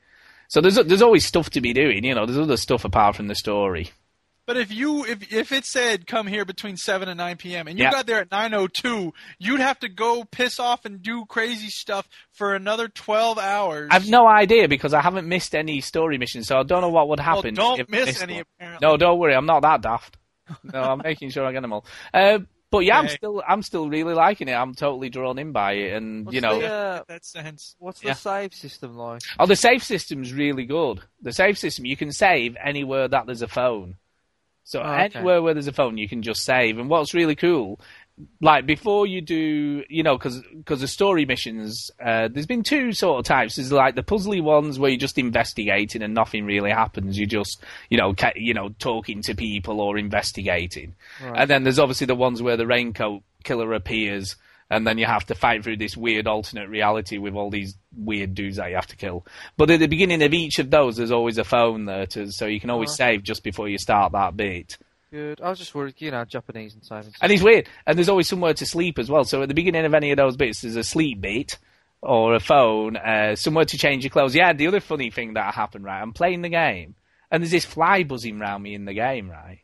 [SPEAKER 2] So there's there's always stuff to be doing, you know. There's other stuff apart from the story.
[SPEAKER 5] [LAUGHS] But if you if if it said come here between seven and nine p.m. and you
[SPEAKER 2] Yeah.
[SPEAKER 5] got there at nine o two, you'd have to go piss off and do crazy stuff for another twelve hours.
[SPEAKER 2] I've no idea because I haven't missed any story missions, so I don't know what would
[SPEAKER 5] Well,
[SPEAKER 2] happen. if
[SPEAKER 5] don't
[SPEAKER 2] I
[SPEAKER 5] miss
[SPEAKER 2] missed
[SPEAKER 5] any
[SPEAKER 2] one.
[SPEAKER 5] apparently.
[SPEAKER 2] No, don't worry, I'm not that daft. No, I'm making sure I get them all. Uh, but yeah, I'm
[SPEAKER 5] Okay.
[SPEAKER 2] still, I'm still really liking it. I'm totally drawn in by it, and
[SPEAKER 4] What's
[SPEAKER 2] you know,
[SPEAKER 4] the, uh,
[SPEAKER 5] that sense.
[SPEAKER 4] what's
[SPEAKER 2] Yeah.
[SPEAKER 4] the save system like?
[SPEAKER 2] oh, the save system's really good. The save system, you can save anywhere that there's a phone. So
[SPEAKER 4] Oh, okay.
[SPEAKER 2] anywhere where there's a phone, you can just save. And what's really cool, like before you do, you know, because the story missions, uh, there's been two sort of types. There's like the puzzly ones where you're just investigating and nothing really happens. You're just, you know, ca- you know, talking to people or investigating. And then there's obviously the ones where the raincoat killer appears, and then you have to fight through this weird alternate reality with all these weird dudes that you have to kill. But at the beginning of each of those, there's always a phone there, to, so you can always save just before you start that bit.
[SPEAKER 4] Good. I was just worried, you know, Japanese and saving.
[SPEAKER 2] [LAUGHS] And it's weird. And there's always somewhere to sleep as well. So at the beginning of any of those bits, there's a sleep bit or a phone, uh, somewhere to change your clothes. Yeah, the other funny thing that happened, right? I'm playing the game, and there's this fly buzzing round me in the game, right?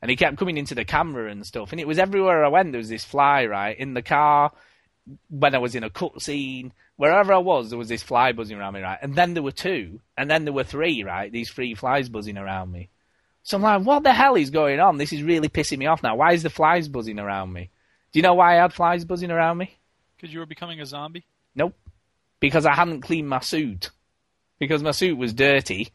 [SPEAKER 2] And he kept coming into the camera and stuff. And it was everywhere I went, there was this fly, right? In the car, when I was in a cutscene, wherever I was, there was this fly buzzing around me, right? And then there were two, and then there were three, right? These three flies buzzing around me. So I'm like, what the hell is going on? This is really pissing me off now. Why is the flies buzzing around me? Do you know why I had flies buzzing around me?
[SPEAKER 5] Because you were becoming a zombie.
[SPEAKER 2] Nope. Because I hadn't cleaned my suit. Because my suit was dirty,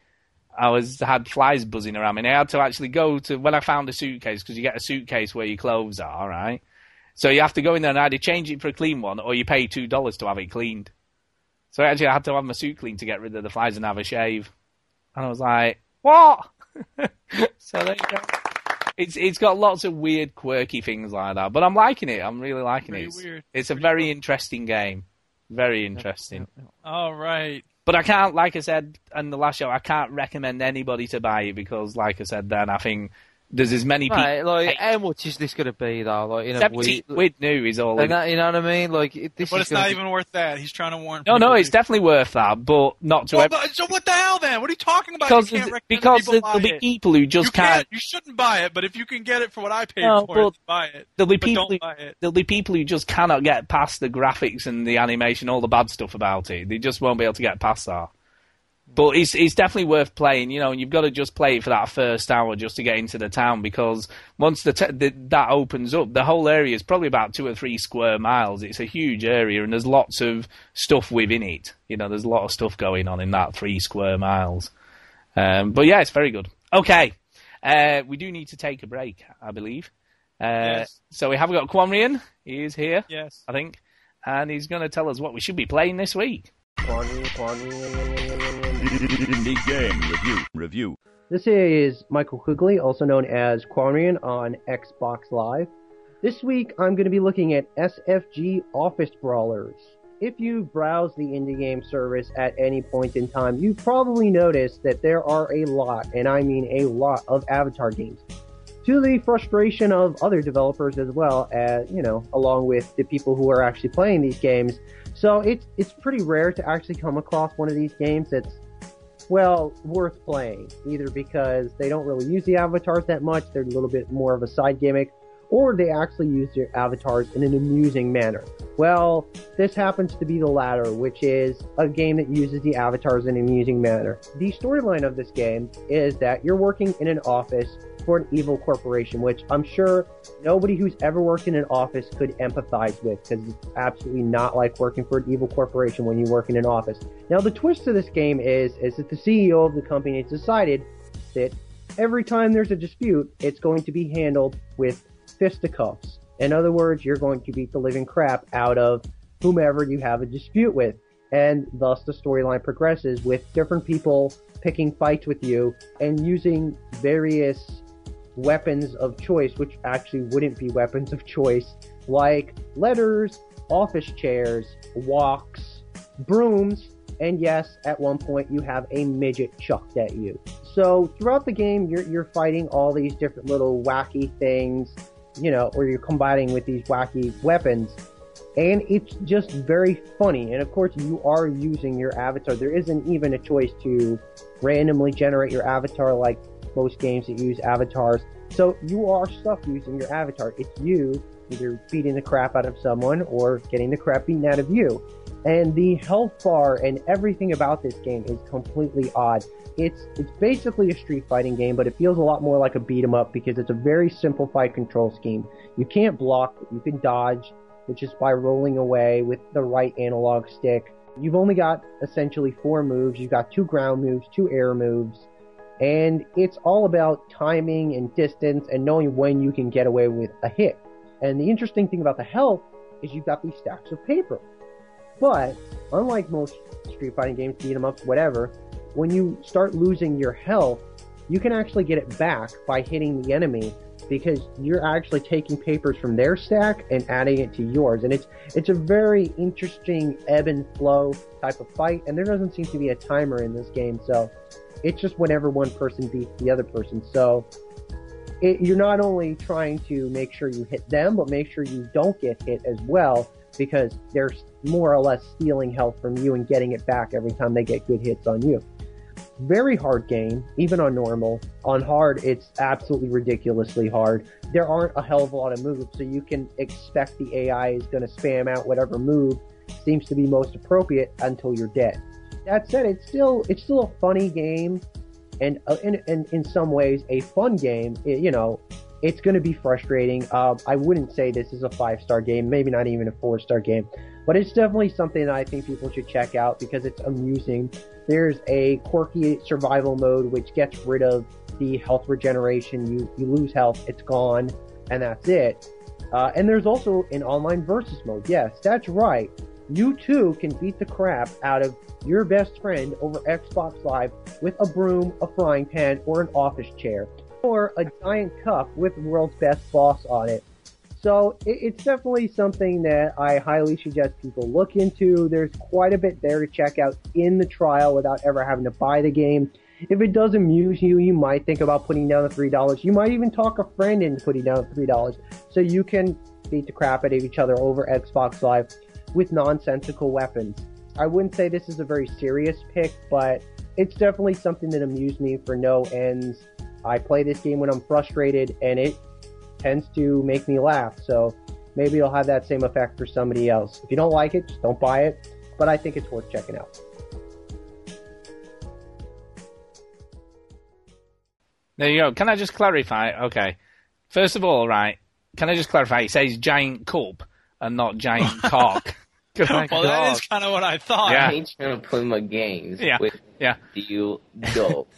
[SPEAKER 2] I was had flies buzzing around me. And I had to actually go to when I found a suitcase because you get a suitcase where your clothes are, right? So you have to go in there and either change it for a clean one or you pay two dollars to have it cleaned. So actually, I had to have my suit cleaned to get rid of the flies and have a shave. And I was like, what? [LAUGHS] so there you go. It's it's got lots of weird, quirky things like that, but I'm liking it. I'm really liking
[SPEAKER 5] Pretty
[SPEAKER 2] it. It's-
[SPEAKER 5] weird.
[SPEAKER 2] It's a
[SPEAKER 5] Pretty
[SPEAKER 2] very
[SPEAKER 5] cool.
[SPEAKER 2] interesting game. Very interesting.
[SPEAKER 5] All right.
[SPEAKER 2] But I can't, like I said in the last show, I can't recommend anybody to buy it because, like I said, then I think there's as many people.
[SPEAKER 4] Right, like,
[SPEAKER 2] Hey.
[SPEAKER 4] how much is this going to be, though? Like, you know,
[SPEAKER 2] Seventy
[SPEAKER 4] we,
[SPEAKER 2] quid new is all.
[SPEAKER 4] and
[SPEAKER 2] In.
[SPEAKER 4] that, you know what I mean? Like, it- this
[SPEAKER 5] But
[SPEAKER 4] is
[SPEAKER 5] it's not
[SPEAKER 4] gonna be-
[SPEAKER 5] even worth that. He's trying to warn.
[SPEAKER 2] No, no,
[SPEAKER 5] people.
[SPEAKER 2] it's definitely worth that, but not to
[SPEAKER 5] Well,
[SPEAKER 2] every-
[SPEAKER 5] but- so what the hell then? What are you talking about?
[SPEAKER 2] because
[SPEAKER 5] you can't
[SPEAKER 2] there's-
[SPEAKER 5] recommend
[SPEAKER 2] because
[SPEAKER 5] people
[SPEAKER 2] there'll
[SPEAKER 5] buy
[SPEAKER 2] be
[SPEAKER 5] it.
[SPEAKER 2] people who just
[SPEAKER 5] you can't.
[SPEAKER 2] can't.
[SPEAKER 5] You shouldn't buy it. But if you can get it for what I paid
[SPEAKER 2] No,
[SPEAKER 5] for
[SPEAKER 2] well,
[SPEAKER 5] it, buy it.
[SPEAKER 2] There'll be
[SPEAKER 5] but
[SPEAKER 2] people.
[SPEAKER 5] don't
[SPEAKER 2] Who,
[SPEAKER 5] buy it.
[SPEAKER 2] there'll be people who just cannot get past the graphics and the animation, all the bad stuff about it. They just won't be able to get past that. But it's it's definitely worth playing, you know. And you've got to just play it for that first hour just to get into the town because once the, t- the that opens up, the whole area is probably about two or three square miles. It's a huge area, and there's lots of stuff within it. You know, there's a lot of stuff going on in that three square miles. Um, but yeah, it's very good. Okay. Uh, we do need to take a break, I believe. Uh,
[SPEAKER 5] Yes.
[SPEAKER 2] So we have got Quamrian. He is here,
[SPEAKER 5] Yes.
[SPEAKER 2] I think, and he's going to tell us what we should be playing this week.
[SPEAKER 7] Indie game review. Review.
[SPEAKER 9] This is Michael Quigley, also known as Quarian on Xbox Live. This week I'm going to be looking at SFG Office Brawlers. If you browse the indie game service at any point in time, you probably noticed that there are a lot, and I mean a lot, of Avatar games. To the frustration of other developers as well as, you know, along with the people who are actually playing these games. So it's, it's pretty rare to actually come across one of these games that's well worth playing either because they don't really use the avatars that much they're a little bit more of a side gimmick or they actually use their avatars in an amusing manner well this happens to be the latter which is a game that uses the avatars in an amusing manner the storyline of this game is that you're working in an office for an evil corporation which i'm sure nobody who's ever worked in an office could empathize with because it's absolutely not like working for an evil corporation when you work in an office now, the twist to this game is is that the CEO of the company has decided that every time there's a dispute, it's going to be handled with fisticuffs. In other words, you're going to beat the living crap out of whomever you have a dispute with, and thus the storyline progresses with different people picking fights with you and using various weapons of choice, which actually wouldn't be weapons of choice, like letters, office chairs, walks, brooms, and yes, at one point you have a midget chucked at you. So throughout the game, you're, you're fighting all these different little wacky things, you know, or you're combating with these wacky weapons. And it's just very funny. And of course, you are using your avatar. There isn't even a choice to randomly generate your avatar like most games that use avatars. So you are stuck using your avatar. It's you either beating the crap out of someone or getting the crap beaten out of you. And the health bar and everything about this game is completely odd. It's it's basically a street fighting game, but it feels a lot more like a beat 'em up because it's a very simplified control scheme. You can't block, but you can dodge, which is by rolling away with the right analog stick. You've only got essentially four moves. You've got two ground moves, two air moves, and it's all about timing and distance and knowing when you can get away with a hit. And the interesting thing about the health is you've got these stacks of paper. But unlike most Street Fighting games, beat 'em ups, whatever, when you start losing your health, you can actually get it back by hitting the enemy because you're actually taking papers from their stack and adding it to yours. And it's it's a very interesting ebb and flow type of fight. And there doesn't seem to be a timer in this game, so it's just whenever one person beats the other person. So it, you're not only trying to make sure you hit them, but make sure you don't get hit as well because they're more or less stealing health from you and getting it back every time they get good hits on you. Very hard game, even on normal. On hard, it's absolutely ridiculously hard. There aren't a hell of a lot of moves, so you can expect the AI is going to spam out whatever move seems to be most appropriate until you're dead. That said, it's still it's still a funny game and uh, in, in, in some ways a fun game. I- you know, it's going to be frustrating. Um, I wouldn't say this is a five star game, maybe not even a four star game, but it's definitely something that I think people should check out because it's amusing. There's a quirky survival mode which gets rid of the health regeneration. You you lose health, it's gone, and that's it. Uh, and there's also an online versus mode. Yes, that's right. You too can beat the crap out of your best friend over Xbox Live with a broom, a frying pan, or an office chair, or a giant cup with world's best boss on it. So it, it's definitely something that I highly suggest people look into. There's quite a bit there to check out in the trial without ever having to buy the game. If it does amuse you, you might think about putting down the three dollars. You might even talk a friend into putting down the three dollars, so you can beat the crap out of each other over Xbox Live with nonsensical weapons. I wouldn't say this is a very serious pick, but it's definitely something that amused me for no ends. I play this game when I'm frustrated, and it tends to make me laugh. So maybe it'll have that same effect for somebody else. If you don't like it, just don't buy it. But I think it's worth checking out.
[SPEAKER 2] There you go. Can I just clarify? Okay.
[SPEAKER 4] [LAUGHS]
[SPEAKER 2] First of all, right, can I just clarify? It says giant cup and not giant cock.
[SPEAKER 4] Thank
[SPEAKER 5] [LAUGHS] well, that
[SPEAKER 4] God.
[SPEAKER 5] is kind of what I thought.
[SPEAKER 2] Yeah.
[SPEAKER 3] I ain't trying to play my games
[SPEAKER 2] Yeah,
[SPEAKER 3] with
[SPEAKER 2] yeah. [LAUGHS]
[SPEAKER 3] you, dope.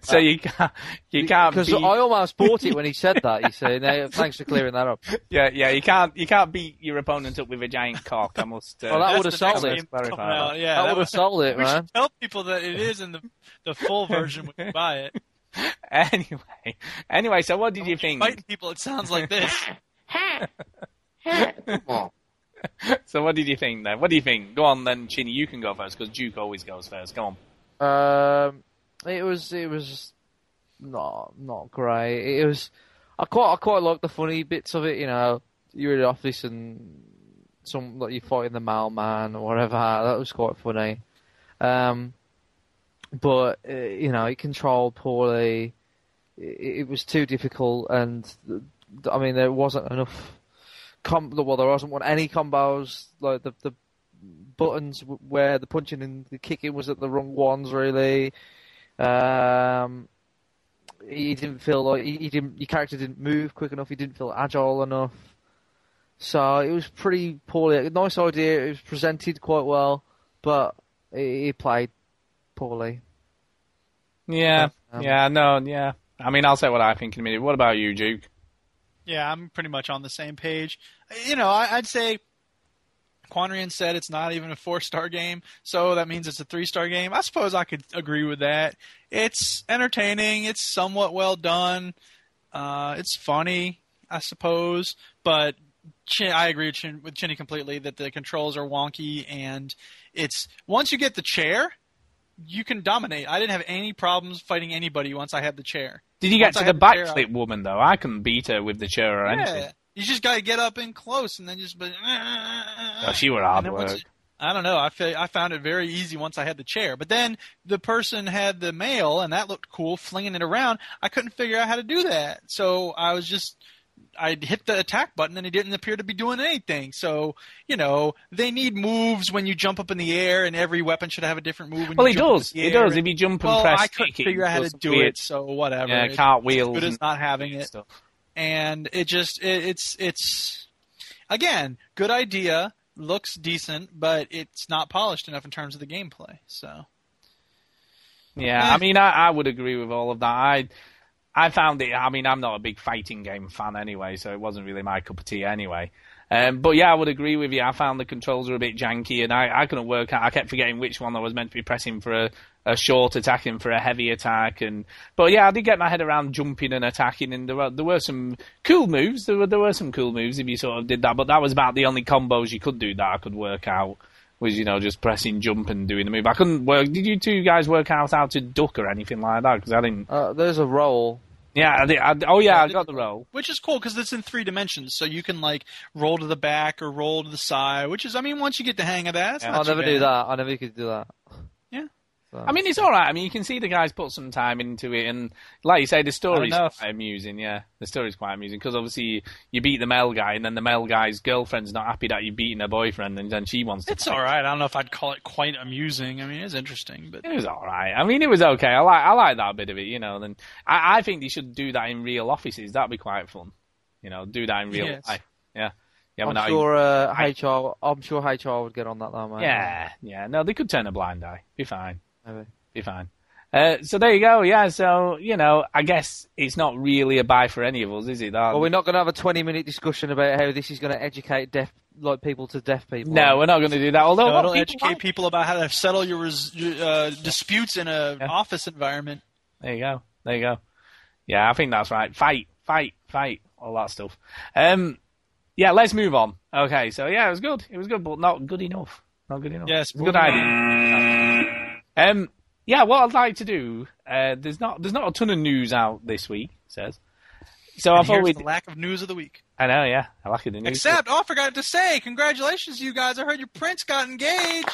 [SPEAKER 2] so you can't, you can't
[SPEAKER 4] Because
[SPEAKER 2] beat,
[SPEAKER 4] I almost bought it when he said that. You see, now, thanks for clearing that up.
[SPEAKER 2] yeah, yeah, you can't, you can't beat your opponent up with a giant cock. I must. Uh,
[SPEAKER 4] Well, that
[SPEAKER 5] That's
[SPEAKER 4] would have
[SPEAKER 5] the
[SPEAKER 4] sold
[SPEAKER 5] next
[SPEAKER 4] it.
[SPEAKER 5] game coming
[SPEAKER 4] Clarify
[SPEAKER 5] out,
[SPEAKER 4] that.
[SPEAKER 5] yeah,
[SPEAKER 4] that
[SPEAKER 5] that
[SPEAKER 4] would have
[SPEAKER 5] was-
[SPEAKER 4] sold it,
[SPEAKER 5] [LAUGHS] We
[SPEAKER 4] man.
[SPEAKER 5] should tell people that it is in the the full version when you buy
[SPEAKER 2] [LAUGHS]
[SPEAKER 5] it.
[SPEAKER 2] anyway, anyway. So what did you think?
[SPEAKER 5] Fighting people, it sounds like this.
[SPEAKER 3] Come on.
[SPEAKER 2] So what did you think then? What do you think? Go on then, Chinny. You can go first because Duke always goes first. Go on.
[SPEAKER 4] Um, it was it was not not great. It was I quite I quite liked the funny bits of it. You know, you're in the office and some like you're fighting the mailman or whatever. That was quite funny. Um, but uh, you know, it controlled poorly. It, it was too difficult, and th- I mean, there wasn't enough. Com- well, there wasn't one any combos like the the buttons w- where the punching and the kicking was at the wrong ones really. Um, he didn't feel like he, he didn't. Your character didn't move quick enough. He didn't feel agile enough. So it was pretty poorly. Nice idea. It was presented quite well, but he he played poorly.
[SPEAKER 2] Yeah,
[SPEAKER 4] Um,
[SPEAKER 2] yeah, no, yeah. I mean, I'll say what I think in a minute. What about you, Duke?
[SPEAKER 5] yeah, I'm pretty much on the same page. You know, I, I'd say Quanrian said it's not even a four star game, so that means it's a three star game. I suppose I could agree with that. It's entertaining. It's somewhat well done. Uh, it's funny, I suppose, but Chin, I agree with, Chin, with Chinny completely that the controls are wonky and it's once you get the chair, you can dominate. I didn't have any problems fighting anybody once I had the chair.
[SPEAKER 2] Did you get
[SPEAKER 5] Once I
[SPEAKER 2] to the
[SPEAKER 5] had the chair, I-
[SPEAKER 2] backflip woman though? I couldn't beat her with the chair or anything.
[SPEAKER 5] Yeah. You just gotta get up in close and then just. Be,
[SPEAKER 2] Oh, she were hard
[SPEAKER 5] And then once
[SPEAKER 2] work.
[SPEAKER 5] you- I don't know. I feel, I found it very easy once I had the chair, but then the person had the mail and that looked cool, flinging it around. I couldn't figure out how to do that, so I was just I hit the attack button and he didn't appear to be doing anything. So you know they need moves when you jump up in the air, and every weapon should have a different move. When
[SPEAKER 2] Well,
[SPEAKER 5] you
[SPEAKER 2] it
[SPEAKER 5] jump up
[SPEAKER 2] does.
[SPEAKER 5] in the
[SPEAKER 2] It
[SPEAKER 5] air.
[SPEAKER 2] does. If you jump and
[SPEAKER 5] well,
[SPEAKER 2] press,
[SPEAKER 5] I couldn't
[SPEAKER 2] kick it,
[SPEAKER 5] figure out how to
[SPEAKER 2] does
[SPEAKER 5] do
[SPEAKER 2] weird-
[SPEAKER 5] it, so whatever.
[SPEAKER 2] Yeah,
[SPEAKER 5] It's-
[SPEAKER 2] cartwheels.
[SPEAKER 5] good as
[SPEAKER 2] and
[SPEAKER 5] not having it.
[SPEAKER 2] Stuff.
[SPEAKER 5] and it just it, it's it's again good idea looks decent but it's not polished enough in terms of the gameplay so
[SPEAKER 2] Yeah, I mean, I, I would agree with all of that. I I found it. I mean, I'm not a big fighting game fan anyway, so it wasn't really my cup of tea anyway. Um, but yeah, I would agree with you. I found the controls were a bit janky, and I, I couldn't work out. I kept forgetting which one I was meant to be pressing for a, a short attack and for a heavy attack. And but yeah, I did get my head around jumping and attacking, and there were, there were some cool moves. There were there were some cool moves if you sort of did that. But that was about the only combos you could do that I could work out was you know just pressing jump and doing the move. I couldn't work. Did you two guys work out how to duck or anything like that? Because I didn't.
[SPEAKER 4] Uh, there's a roll.
[SPEAKER 2] Yeah, I did, I, oh yeah, I got the roll.
[SPEAKER 5] which is cool because it's in three dimensions so you can like roll to the back or roll to the side which is i mean once you get the hang of that it's not
[SPEAKER 4] I'll
[SPEAKER 5] too
[SPEAKER 4] never
[SPEAKER 5] bad.
[SPEAKER 4] do that. I never could do that.
[SPEAKER 5] Yeah.
[SPEAKER 4] So-
[SPEAKER 2] I mean, it's all right. I mean, you can see the guys put some time into it, and like you say, the story's
[SPEAKER 5] Enough.
[SPEAKER 2] quite amusing. Yeah, the story's quite amusing because obviously you beat the male guy, and then the male guy's girlfriend's not happy that you've beaten her boyfriend, and then she wants to.
[SPEAKER 5] it's all right i don't know if i'd call it quite amusing i mean it's interesting but
[SPEAKER 2] It was all right. I mean, it was okay. I like I like that bit of it, you know. Then I, I think they should do that in real offices. That'd be quite fun, you know. Do that in real
[SPEAKER 5] Yes.
[SPEAKER 2] life. Yeah, yeah.
[SPEAKER 4] I'm
[SPEAKER 2] without you-
[SPEAKER 4] sure uh, HR. I'm sure HR would get on that though, man.
[SPEAKER 2] Yeah, yeah. No, they could turn a blind eye. Be fine.
[SPEAKER 4] Maybe.
[SPEAKER 2] Be fine. Uh, so there you go. Yeah. So you know, I guess it's not really a buy for any of us, is it? That-
[SPEAKER 4] Well, we're not going to have a 20 minute discussion about how this is going to educate deaf like people to deaf people.
[SPEAKER 2] no, we're not going to do that. Although
[SPEAKER 5] no,
[SPEAKER 2] what
[SPEAKER 5] it'll
[SPEAKER 2] people
[SPEAKER 5] educate
[SPEAKER 2] like-
[SPEAKER 5] people about how to settle your, res- your uh, disputes in an
[SPEAKER 2] Yeah.
[SPEAKER 5] office environment
[SPEAKER 2] There you go. There you go. Yeah, I think that's right. Fight, fight, fight, all that stuff. Um, yeah, let's move on. Okay, so yeah, it was good. It was good, but not good enough. Not good enough.
[SPEAKER 5] Yes,
[SPEAKER 2] It's a good idea. Um, yeah, what I'd like to do. Uh, there's not there's not a ton of news out this week. it Says. So I
[SPEAKER 5] and
[SPEAKER 2] thought
[SPEAKER 5] here's
[SPEAKER 2] we.
[SPEAKER 5] the lack of news of the week
[SPEAKER 2] I know. Yeah, I like it. the news.
[SPEAKER 5] Except, oh, I forgot to say, congratulations, you guys. I heard your prince got engaged.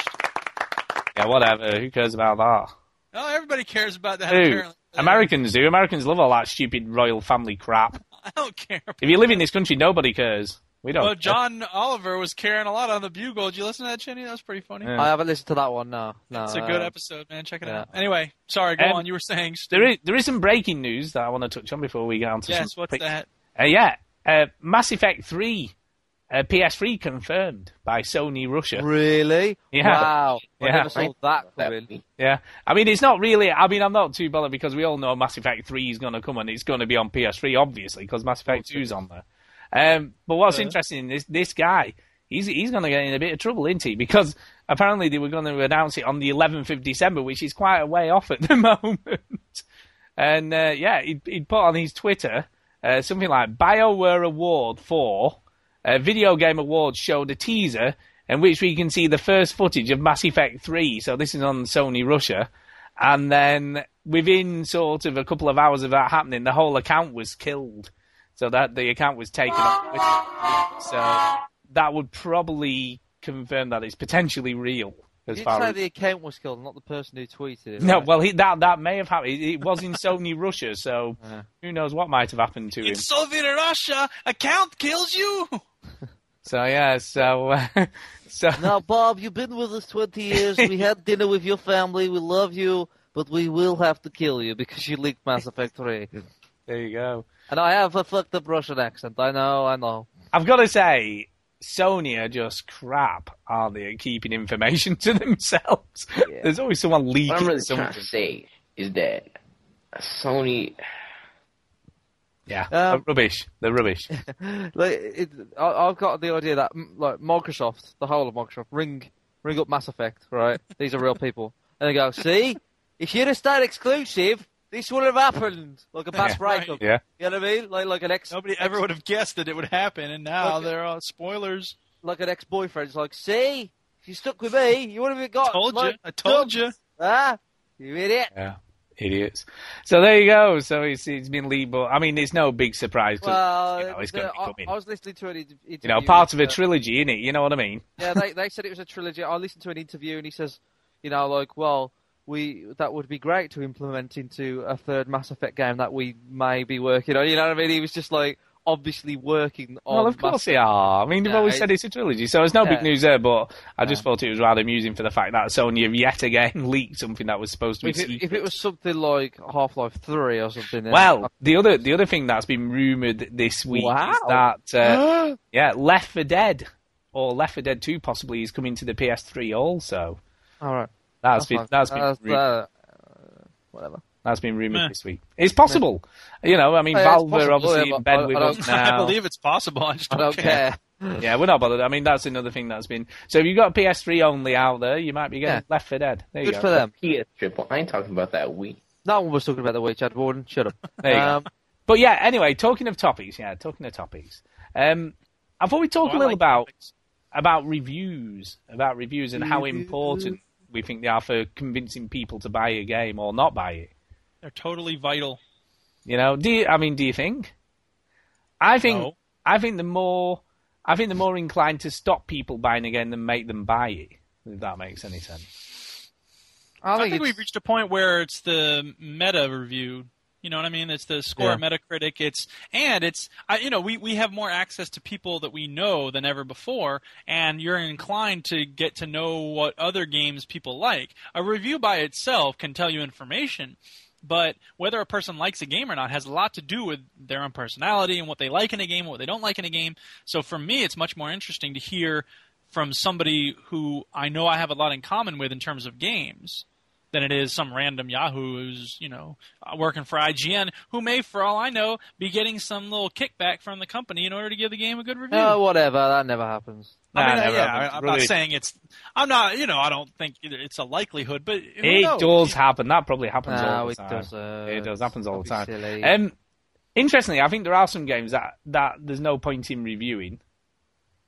[SPEAKER 2] Yeah, whatever. Who cares about that?
[SPEAKER 5] Oh, everybody cares about that,
[SPEAKER 2] Who?
[SPEAKER 5] apparently.
[SPEAKER 2] Americans do. Americans love all that stupid royal family crap.
[SPEAKER 5] [LAUGHS] I don't care.
[SPEAKER 2] If you live in this country, nobody cares. We don't.
[SPEAKER 5] Well,
[SPEAKER 2] care.
[SPEAKER 5] John Oliver was caring a lot on the bugle. Did you listen to that, Chinny? That was pretty funny.
[SPEAKER 2] Yeah.
[SPEAKER 4] I haven't listened to that one. No, no.
[SPEAKER 5] It's a good
[SPEAKER 4] uh,
[SPEAKER 5] episode, man. Check it
[SPEAKER 4] yeah.
[SPEAKER 5] out. Anyway, sorry, go
[SPEAKER 2] Um,
[SPEAKER 5] on. You were saying. Stu.
[SPEAKER 2] There is there is some breaking news that I want to touch on before we get on to
[SPEAKER 5] yes,
[SPEAKER 2] some Uh,
[SPEAKER 5] what's
[SPEAKER 2] quick-
[SPEAKER 5] that?
[SPEAKER 2] Uh, yeah, uh, Mass Effect Three Uh, PS3 confirmed by Sony Russia.
[SPEAKER 4] Really?
[SPEAKER 2] Yeah.
[SPEAKER 4] Wow.
[SPEAKER 2] [LAUGHS]
[SPEAKER 4] I
[SPEAKER 2] Yeah.
[SPEAKER 4] never saw that coming.
[SPEAKER 2] Yeah, I mean, it's not really. I mean, I'm not too bothered because we all know Mass Effect Three is going to come and it's going to be on PS3, obviously, because Mass Effect Two is on there. Um, but what's interesting is this guy. He's he's going to get in a bit of trouble, isn't he? Because apparently they were going to announce it on the 11th of December, which is quite a way off at the [LAUGHS] moment. And uh, yeah, he'd, he'd put on his Twitter uh, something like BioWare Award for uh, Video Game Awards showed a teaser in which we can see the first footage of Mass Effect 3. So this is on Sony Russia. And then within sort of a couple of hours of that happening, the whole account was killed. So that the account was taken off. Twitter. So that would probably confirm that it's potentially real. As
[SPEAKER 4] Did
[SPEAKER 2] far
[SPEAKER 4] say
[SPEAKER 2] as
[SPEAKER 4] the account was killed, not the person who tweeted it.
[SPEAKER 2] no,
[SPEAKER 4] right?
[SPEAKER 2] well, he, that that may have happened. It, it was in Sony Russia, so who knows what might have happened to him.
[SPEAKER 5] In Soviet Russia, account kills you.
[SPEAKER 2] So yeah, so [LAUGHS] uh, so
[SPEAKER 4] Now, Bob, you've been with us 20 years. We had dinner with your family. We love you, but we will have to kill you because you leaked Mass Effect 3.
[SPEAKER 2] there you go.
[SPEAKER 4] And I have a fucked up Russian accent. I know, I know.
[SPEAKER 2] I've got to say, Sony are just crap, aren't they? At keeping information [LAUGHS] to themselves. There's always someone leaking
[SPEAKER 3] What I'm really trying to
[SPEAKER 2] something.
[SPEAKER 3] say is that Sony.
[SPEAKER 2] Yeah,
[SPEAKER 4] Um,
[SPEAKER 2] they're rubbish. They're rubbish. [LAUGHS]
[SPEAKER 4] Like, it, I, I've got the idea that mm, like Microsoft, the whole of Microsoft, ring ring up Mass Effect, right? [LAUGHS] These are real people, and they go, "See, if you'd have stayed exclusive, this would have happened." Like a mass
[SPEAKER 2] Yeah.
[SPEAKER 4] breakup,
[SPEAKER 2] yeah,
[SPEAKER 4] you know what I mean? Like like an ex
[SPEAKER 5] Nobody ever would have guessed that it would happen, and now
[SPEAKER 4] Okay.
[SPEAKER 5] there are spoilers.
[SPEAKER 4] like an ex boyfriend. It's like, "See, if you stuck with me, you would have got."
[SPEAKER 5] Told you.
[SPEAKER 4] like,
[SPEAKER 5] I told you.
[SPEAKER 4] Ah, you idiot.
[SPEAKER 2] yeah. Idiots. So there you go. So it's it's been leaked, but I mean, it's no big surprise. 'cause,
[SPEAKER 4] Well,
[SPEAKER 2] you know, it's going to
[SPEAKER 4] the-
[SPEAKER 2] be
[SPEAKER 4] I,
[SPEAKER 2] coming.
[SPEAKER 4] I was listening to an inter- interview.
[SPEAKER 2] you know, part of a
[SPEAKER 4] uh,
[SPEAKER 2] trilogy, innit? You know what I mean?
[SPEAKER 4] yeah, they they said it was a trilogy. I listened to an interview and he says, you know, like, well, we that would be great to implement into a third Mass Effect game that we may be working on. You know what I mean? He was just like obviously working on.
[SPEAKER 2] Well, of
[SPEAKER 4] Mass-
[SPEAKER 2] course they are. I mean, they've
[SPEAKER 4] Yeah,
[SPEAKER 2] always
[SPEAKER 4] it-
[SPEAKER 2] said it's a trilogy, so it's no
[SPEAKER 4] Yeah.
[SPEAKER 2] big news there. But I just thought it was rather amusing for the fact that Sony have yet again [LAUGHS] leaked something that was supposed to be.
[SPEAKER 4] If it,
[SPEAKER 2] secret.
[SPEAKER 4] if it was something like Half Life Three or something. then-
[SPEAKER 2] well, the other the other thing that's been rumored this week
[SPEAKER 4] Wow.
[SPEAKER 2] is that
[SPEAKER 4] [GASPS]
[SPEAKER 2] uh, yeah, Left for Dead or Left for Dead Two possibly is coming to the PS3 also.
[SPEAKER 4] all right.
[SPEAKER 2] That's been
[SPEAKER 4] fine.
[SPEAKER 2] that's been
[SPEAKER 4] Oh That's,
[SPEAKER 2] ru-
[SPEAKER 4] uh, whatever.
[SPEAKER 2] that's been rumored
[SPEAKER 5] Meh.
[SPEAKER 2] this week. It's possible, you know. I mean,
[SPEAKER 4] Oh, Yeah, it's
[SPEAKER 2] Valve are
[SPEAKER 4] possible,
[SPEAKER 2] obviously
[SPEAKER 4] yeah,
[SPEAKER 2] in
[SPEAKER 4] but
[SPEAKER 2] bed
[SPEAKER 4] I-
[SPEAKER 2] with
[SPEAKER 4] [LAUGHS] I
[SPEAKER 2] us
[SPEAKER 4] don't-
[SPEAKER 2] now.
[SPEAKER 5] [LAUGHS] I believe it's possible. I just
[SPEAKER 4] I
[SPEAKER 5] don't,
[SPEAKER 4] don't
[SPEAKER 5] care.
[SPEAKER 4] care.
[SPEAKER 2] Yeah, we're not bothered. I mean, that's another thing that's been. So if you've got PS3 only out there, you might be getting
[SPEAKER 4] Yeah.
[SPEAKER 2] Left for Dead. [LAUGHS] There you
[SPEAKER 4] Good
[SPEAKER 2] go.
[SPEAKER 4] for them.
[SPEAKER 3] PS triple. I ain't talking about that Wii.
[SPEAKER 4] No one was talking about the way Chad Warden. Shut up.
[SPEAKER 2] [LAUGHS] There you go.
[SPEAKER 4] um,
[SPEAKER 2] But yeah, anyway, talking of topics, yeah, talking of topics. Um, I thought we'd talk
[SPEAKER 5] Oh, I
[SPEAKER 2] a little
[SPEAKER 5] like
[SPEAKER 2] about
[SPEAKER 5] topics.
[SPEAKER 2] about reviews, about reviews and how important we think they are for convincing people to buy a game or not buy it.
[SPEAKER 5] They're totally vital.
[SPEAKER 2] You know, do you, I mean, do you think? I think
[SPEAKER 5] No.
[SPEAKER 2] I think the more I think the more inclined to stop people buying a game than make them buy it. If that makes any sense.
[SPEAKER 4] I
[SPEAKER 5] I
[SPEAKER 4] think,
[SPEAKER 5] think
[SPEAKER 4] it's-
[SPEAKER 5] we've reached a point where it's the meta review. You know what I mean? It's the score
[SPEAKER 2] Yeah.
[SPEAKER 5] of Metacritic. It's and it's I, you know we we have more access to people that we know than ever before, and you're inclined to get to know what other games people like. A review by itself can tell you information, but whether a person likes a game or not has a lot to do with their own personality and what they like in a game, what they don't like in a game. So for me, it's much more interesting to hear from somebody who I know I have a lot in common with in terms of games than it is some random Yahoo who's you know uh, working for IGN who may, for all I know, be getting some little kickback from the company in order to give the game a good review.
[SPEAKER 4] Oh, whatever. That never happens.
[SPEAKER 5] Uh, I mean,
[SPEAKER 2] Nah,
[SPEAKER 5] uh,
[SPEAKER 2] never
[SPEAKER 5] yeah,
[SPEAKER 2] happens.
[SPEAKER 5] I, am
[SPEAKER 2] Really.
[SPEAKER 5] not saying it's. I'm not. You know, I don't think it- it's a likelihood, but who
[SPEAKER 2] It
[SPEAKER 5] knows?
[SPEAKER 2] does happen. That probably happens all
[SPEAKER 4] No,
[SPEAKER 2] the
[SPEAKER 4] Ah, it
[SPEAKER 2] time.
[SPEAKER 4] doesn't.
[SPEAKER 2] It does happens all the time.
[SPEAKER 4] Don't be silly.
[SPEAKER 2] Um, interestingly, I think there are some games that, that there's no point in reviewing.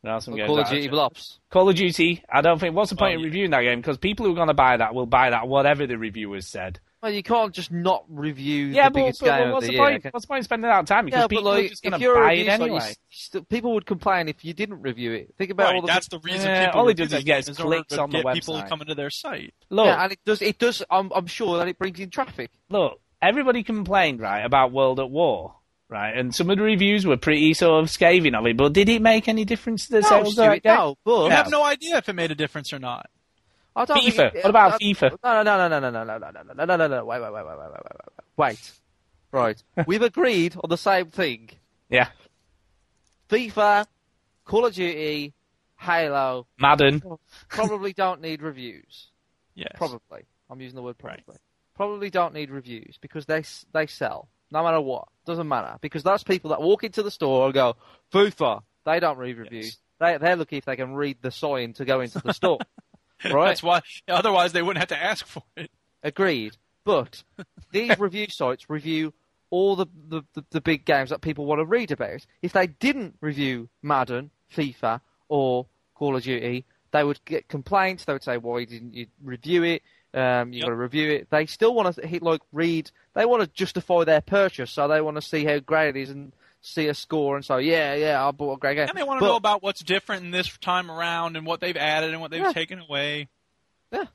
[SPEAKER 2] There are some games.
[SPEAKER 4] Call of
[SPEAKER 2] that-
[SPEAKER 4] Duty Black Ops.
[SPEAKER 2] Call of Duty. I don't think. What's the point
[SPEAKER 5] Well,
[SPEAKER 2] in
[SPEAKER 5] yeah.
[SPEAKER 2] reviewing that game? Because people who are going to buy that will buy that, whatever the reviewers said.
[SPEAKER 4] Well, you can't just not review
[SPEAKER 2] Yeah,
[SPEAKER 4] the
[SPEAKER 2] but,
[SPEAKER 4] biggest
[SPEAKER 2] but- but
[SPEAKER 4] game of
[SPEAKER 2] what's
[SPEAKER 4] the,
[SPEAKER 2] the,
[SPEAKER 4] year.
[SPEAKER 2] point?
[SPEAKER 4] okay?
[SPEAKER 2] What's the point in spending that time? Because
[SPEAKER 4] Yeah, but
[SPEAKER 2] people are
[SPEAKER 4] like,
[SPEAKER 2] just going
[SPEAKER 4] if
[SPEAKER 2] to
[SPEAKER 4] you're a
[SPEAKER 2] buy it
[SPEAKER 4] review site, you
[SPEAKER 2] anyway.
[SPEAKER 4] s- st- people would complain if you didn't review it. Think about
[SPEAKER 5] Right,
[SPEAKER 4] all the
[SPEAKER 5] that's the reason.
[SPEAKER 2] Yeah,
[SPEAKER 5] people
[SPEAKER 2] all it
[SPEAKER 5] review
[SPEAKER 2] does
[SPEAKER 5] that
[SPEAKER 2] is gets
[SPEAKER 5] game in order
[SPEAKER 2] clicks
[SPEAKER 5] to
[SPEAKER 2] on the
[SPEAKER 5] get People
[SPEAKER 2] website.
[SPEAKER 5] coming to their site.
[SPEAKER 2] Look,
[SPEAKER 4] yeah, and it does. It does. I'm, I'm sure that it brings in traffic.
[SPEAKER 2] look. Everybody complained, right, about World at War, right, and some of the reviews were pretty sort of scathing of it. But did it make any difference to the
[SPEAKER 4] No,
[SPEAKER 2] sales of that
[SPEAKER 4] Stuart,
[SPEAKER 2] game?
[SPEAKER 4] no, but
[SPEAKER 5] You have no idea if it made a difference or not.
[SPEAKER 4] I don't think
[SPEAKER 2] FIFA.
[SPEAKER 4] it-
[SPEAKER 2] What about
[SPEAKER 4] I-
[SPEAKER 2] FIFA?
[SPEAKER 4] No, no, no, no, no, no, no, no, no, no, no, no, no. Wait, wait, wait, wait, wait, wait, wait, wait. Wait.
[SPEAKER 2] [LAUGHS]
[SPEAKER 4] Right. We've agreed on the same thing.
[SPEAKER 2] Yeah.
[SPEAKER 4] FIFA Call of Duty, Halo,
[SPEAKER 2] Madden.
[SPEAKER 4] probably don't need reviews.
[SPEAKER 5] Yes. [LAUGHS]
[SPEAKER 4] Probably. I'm using the word probably. Probably don't need reviews because they s- they sell no matter what. Doesn't matter because those people that walk into the store and go FIFA. They don't read reviews. They they're looking if they can read the sign to go into the
[SPEAKER 5] [LAUGHS]
[SPEAKER 4] store. right.
[SPEAKER 5] That's why. Otherwise, they wouldn't have to ask for it.
[SPEAKER 4] Agreed. But
[SPEAKER 5] [LAUGHS]
[SPEAKER 4] these review sites review all the, the, the, the big games that people want to read about. If they didn't review Madden, FIFA, or Call of Duty, they would get complaints. They would say, "Why didn't you review it? Um, you got to review it." They still want to hit like read. They want to justify their purchase, so they want to see how great it is and see a score and so yeah, yeah, I bought a great game.
[SPEAKER 5] And they want to
[SPEAKER 4] But-
[SPEAKER 5] know about what's different in this time around and what they've added and what they've
[SPEAKER 4] Yeah.
[SPEAKER 5] taken away.
[SPEAKER 4] Yeah.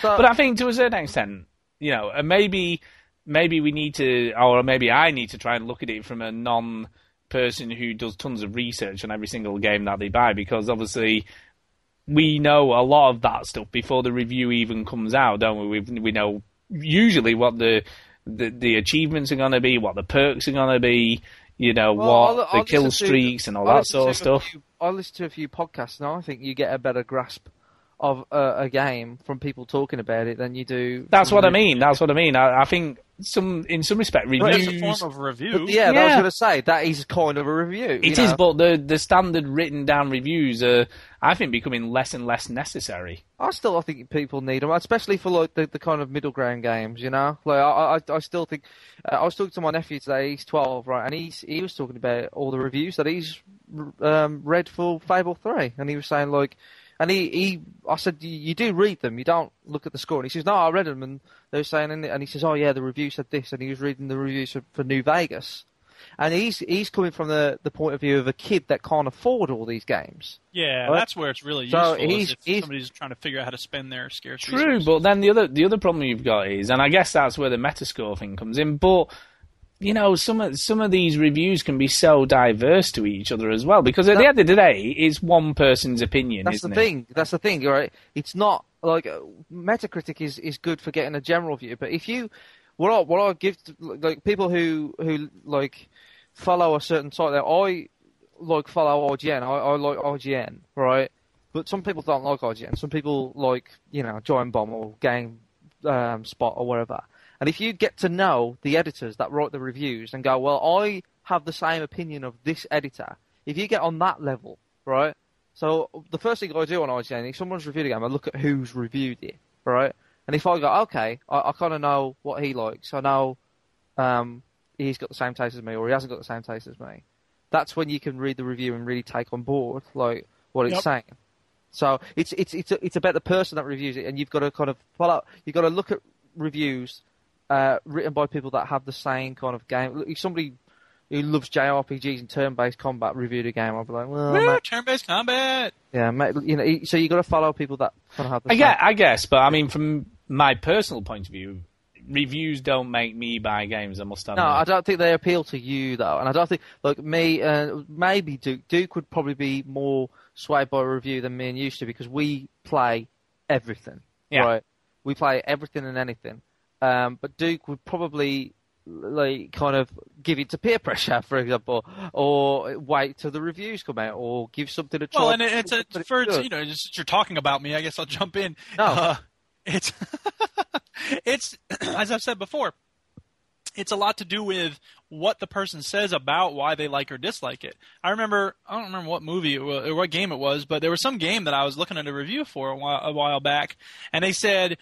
[SPEAKER 4] So,
[SPEAKER 2] But I think to a certain extent, you know, and maybe maybe we need to, or maybe I need to try and look at it from a non person who does tons of research on every single game that they buy because obviously we know a lot of that stuff before the review even comes out, don't we? We've, we know usually what the the, the achievements are going to be, what the perks are going to be, you know,
[SPEAKER 4] Well,
[SPEAKER 2] what
[SPEAKER 4] I'll-
[SPEAKER 2] the
[SPEAKER 4] I'll
[SPEAKER 2] kill
[SPEAKER 4] listen to-
[SPEAKER 2] streaks and all
[SPEAKER 4] I'll
[SPEAKER 2] that
[SPEAKER 4] listen
[SPEAKER 2] sort of
[SPEAKER 4] to
[SPEAKER 2] stuff.
[SPEAKER 4] a few- I listen to a few podcasts now. I think you get a better grasp of uh, a game from people talking about it than you do.
[SPEAKER 2] That's
[SPEAKER 4] from
[SPEAKER 2] what I
[SPEAKER 4] reviews.
[SPEAKER 2] mean. That's what I mean. I, I think some, in some respect,
[SPEAKER 5] That's
[SPEAKER 2] reviews.
[SPEAKER 5] a form of review.
[SPEAKER 4] Yeah, that
[SPEAKER 2] Yeah.
[SPEAKER 4] I was going to say that is kind of a review.
[SPEAKER 2] It is, but the the standard written down reviews are, I think, becoming less and less necessary.
[SPEAKER 4] I still I think people need them, especially for like the, the kind of middle ground games. You know, like I I, I still think uh, I was talking to my nephew today. He's twelve, right, and he's he was talking about all the reviews that he's um, read for Fable Three, and he was saying like, and he, he I said "You- you do read them, you don't look at the score. And he says no, I read them, and they were saying, and, and he says oh yeah, the review said this, and he was reading the reviews for, for New Vegas, and he's he's coming from the the point of view of a kid that can't afford all these games.
[SPEAKER 5] Yeah,
[SPEAKER 4] Right.
[SPEAKER 5] that's where it's really
[SPEAKER 4] So
[SPEAKER 5] useful. is
[SPEAKER 4] he's-
[SPEAKER 5] if
[SPEAKER 4] he's-
[SPEAKER 5] somebody's trying to figure out how to spend their scarce
[SPEAKER 2] True,
[SPEAKER 5] resources.
[SPEAKER 2] but then the other the other problem you've got is, and I guess that's where the Metascore thing comes in. But you know, some of some of these reviews can be so diverse to each other as well, because at the
[SPEAKER 4] That-
[SPEAKER 2] end of the day, it's one person's opinion,
[SPEAKER 4] That's
[SPEAKER 2] isn't
[SPEAKER 4] the
[SPEAKER 2] it?
[SPEAKER 4] thing. That's the thing. Right? It's not like uh, Metacritic is, is good for getting a general view, but if you what I, what I give to, like people who who like follow a certain site, that I like follow IGN. I, I like IGN, right? But some people don't like IGN. Some people like you know Giant Bomb or Game um, Spot or whatever. And if you get to know the editors that write the reviews and go, well, I have the same opinion of this editor. If you get on that level, right? So the first thing I do on IGN, if someone's reviewed a game, I look at who's reviewed it, right? And if I go, okay, I, I kind of know what he likes. I know um, he's got the same taste as me, or he hasn't got the same taste as me. That's when you can read the review and really take on board like what it's
[SPEAKER 5] Yep.
[SPEAKER 4] saying. So it's it's it's it's about the person that reviews it, and you've got to kind of follow. You've got to look at reviews uh, written by people that have the same kind of game. Look, If somebody who loves JRPGs and turn-based combat reviewed a game, I'd be like, well,
[SPEAKER 5] Woo,
[SPEAKER 4] mate,
[SPEAKER 5] turn-based combat.
[SPEAKER 4] yeah, mate, you know, so you got to follow people that kind of have the
[SPEAKER 2] I guess, I guess, but I mean, from my personal point of view, reviews don't make me buy games. I must
[SPEAKER 4] same-
[SPEAKER 2] admit.
[SPEAKER 4] No, I don't think they appeal to you though, and I don't think like me. Uh, maybe Duke. Duke would probably be more swayed by a review than me and used to because we play everything.
[SPEAKER 2] Yeah.
[SPEAKER 4] Right. We play everything and anything. Um, but Duke would probably like kind of give it to peer pressure, [LAUGHS] for example, or wait till the reviews come out, or give something a try.
[SPEAKER 5] Well, and it- it's a
[SPEAKER 4] But it's
[SPEAKER 5] for
[SPEAKER 4] good.
[SPEAKER 5] you know, just, you're talking about me. I guess I'll jump in.
[SPEAKER 4] No.
[SPEAKER 5] Uh, it's [LAUGHS] it's [CLEARS THROAT] as I've said before. It's a lot to do with what the person says about why they like or dislike it. I remember I don't remember what movie it was, or what game it was, but there was some game that I was looking at a review for a while, a while back, and they said.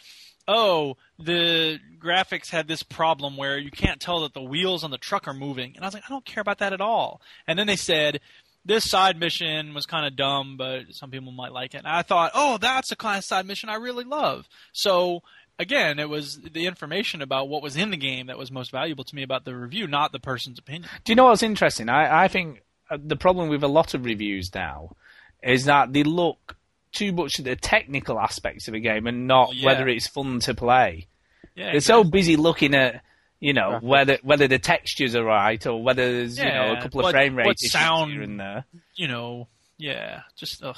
[SPEAKER 5] Oh, the graphics had this problem where you can't tell that the wheels on the truck are moving. And I was like, I don't care about that at all. And then they said, this side mission was kind of dumb, but some people might like it. And I thought, oh, that's a kind of side mission I really love. So again, it was the information about what was in the game that was most valuable to me about the review, not the person's opinion.
[SPEAKER 2] Do you know what's interesting? I, I think uh, the problem with a lot of reviews now is that they look too much at the technical aspects of a game and not
[SPEAKER 5] Yeah.
[SPEAKER 2] whether it's fun to play.
[SPEAKER 5] Yeah,
[SPEAKER 2] They're so busy looking at you know
[SPEAKER 4] Graphics.
[SPEAKER 2] whether whether the textures are right or whether there's you know
[SPEAKER 5] Yeah,
[SPEAKER 2] a couple of
[SPEAKER 5] what-
[SPEAKER 2] frame rate
[SPEAKER 5] what
[SPEAKER 2] issues
[SPEAKER 5] sound-
[SPEAKER 2] here and there.
[SPEAKER 5] you know, yeah, just ugh.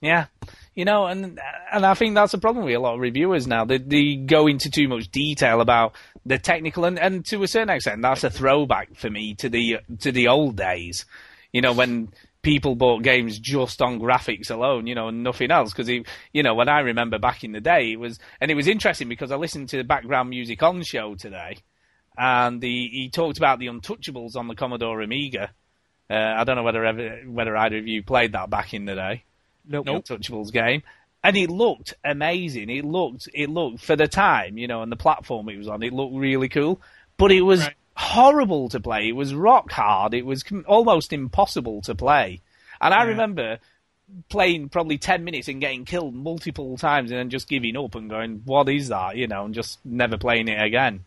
[SPEAKER 2] Yeah, you know, and and I think that's a problem with a lot of reviewers now. They they go into too much detail about the technical, and, and to a certain extent, that's a throwback for me to the to the old days. You know, when people bought games just on graphics alone, you know, and nothing else. Because you know, when I remember back in the day, it was, and it was interesting because I listened to the background music on show today, and he, he talked about the Untouchables on the Commodore Amiga. Uh, I don't know whether ever, whether either of you played that back in the day.
[SPEAKER 4] Nope.
[SPEAKER 2] The Untouchables game. And it looked amazing. It looked, it looked for the time, you know, and the platform it was on. It looked really cool, but it was
[SPEAKER 5] Right.
[SPEAKER 2] horrible to play. It was rock hard. It was com- almost impossible to play. And I
[SPEAKER 5] Yeah.
[SPEAKER 2] remember playing probably 10 minutes and getting killed multiple times and then just giving up and going, what is that? You know, and just never playing it again.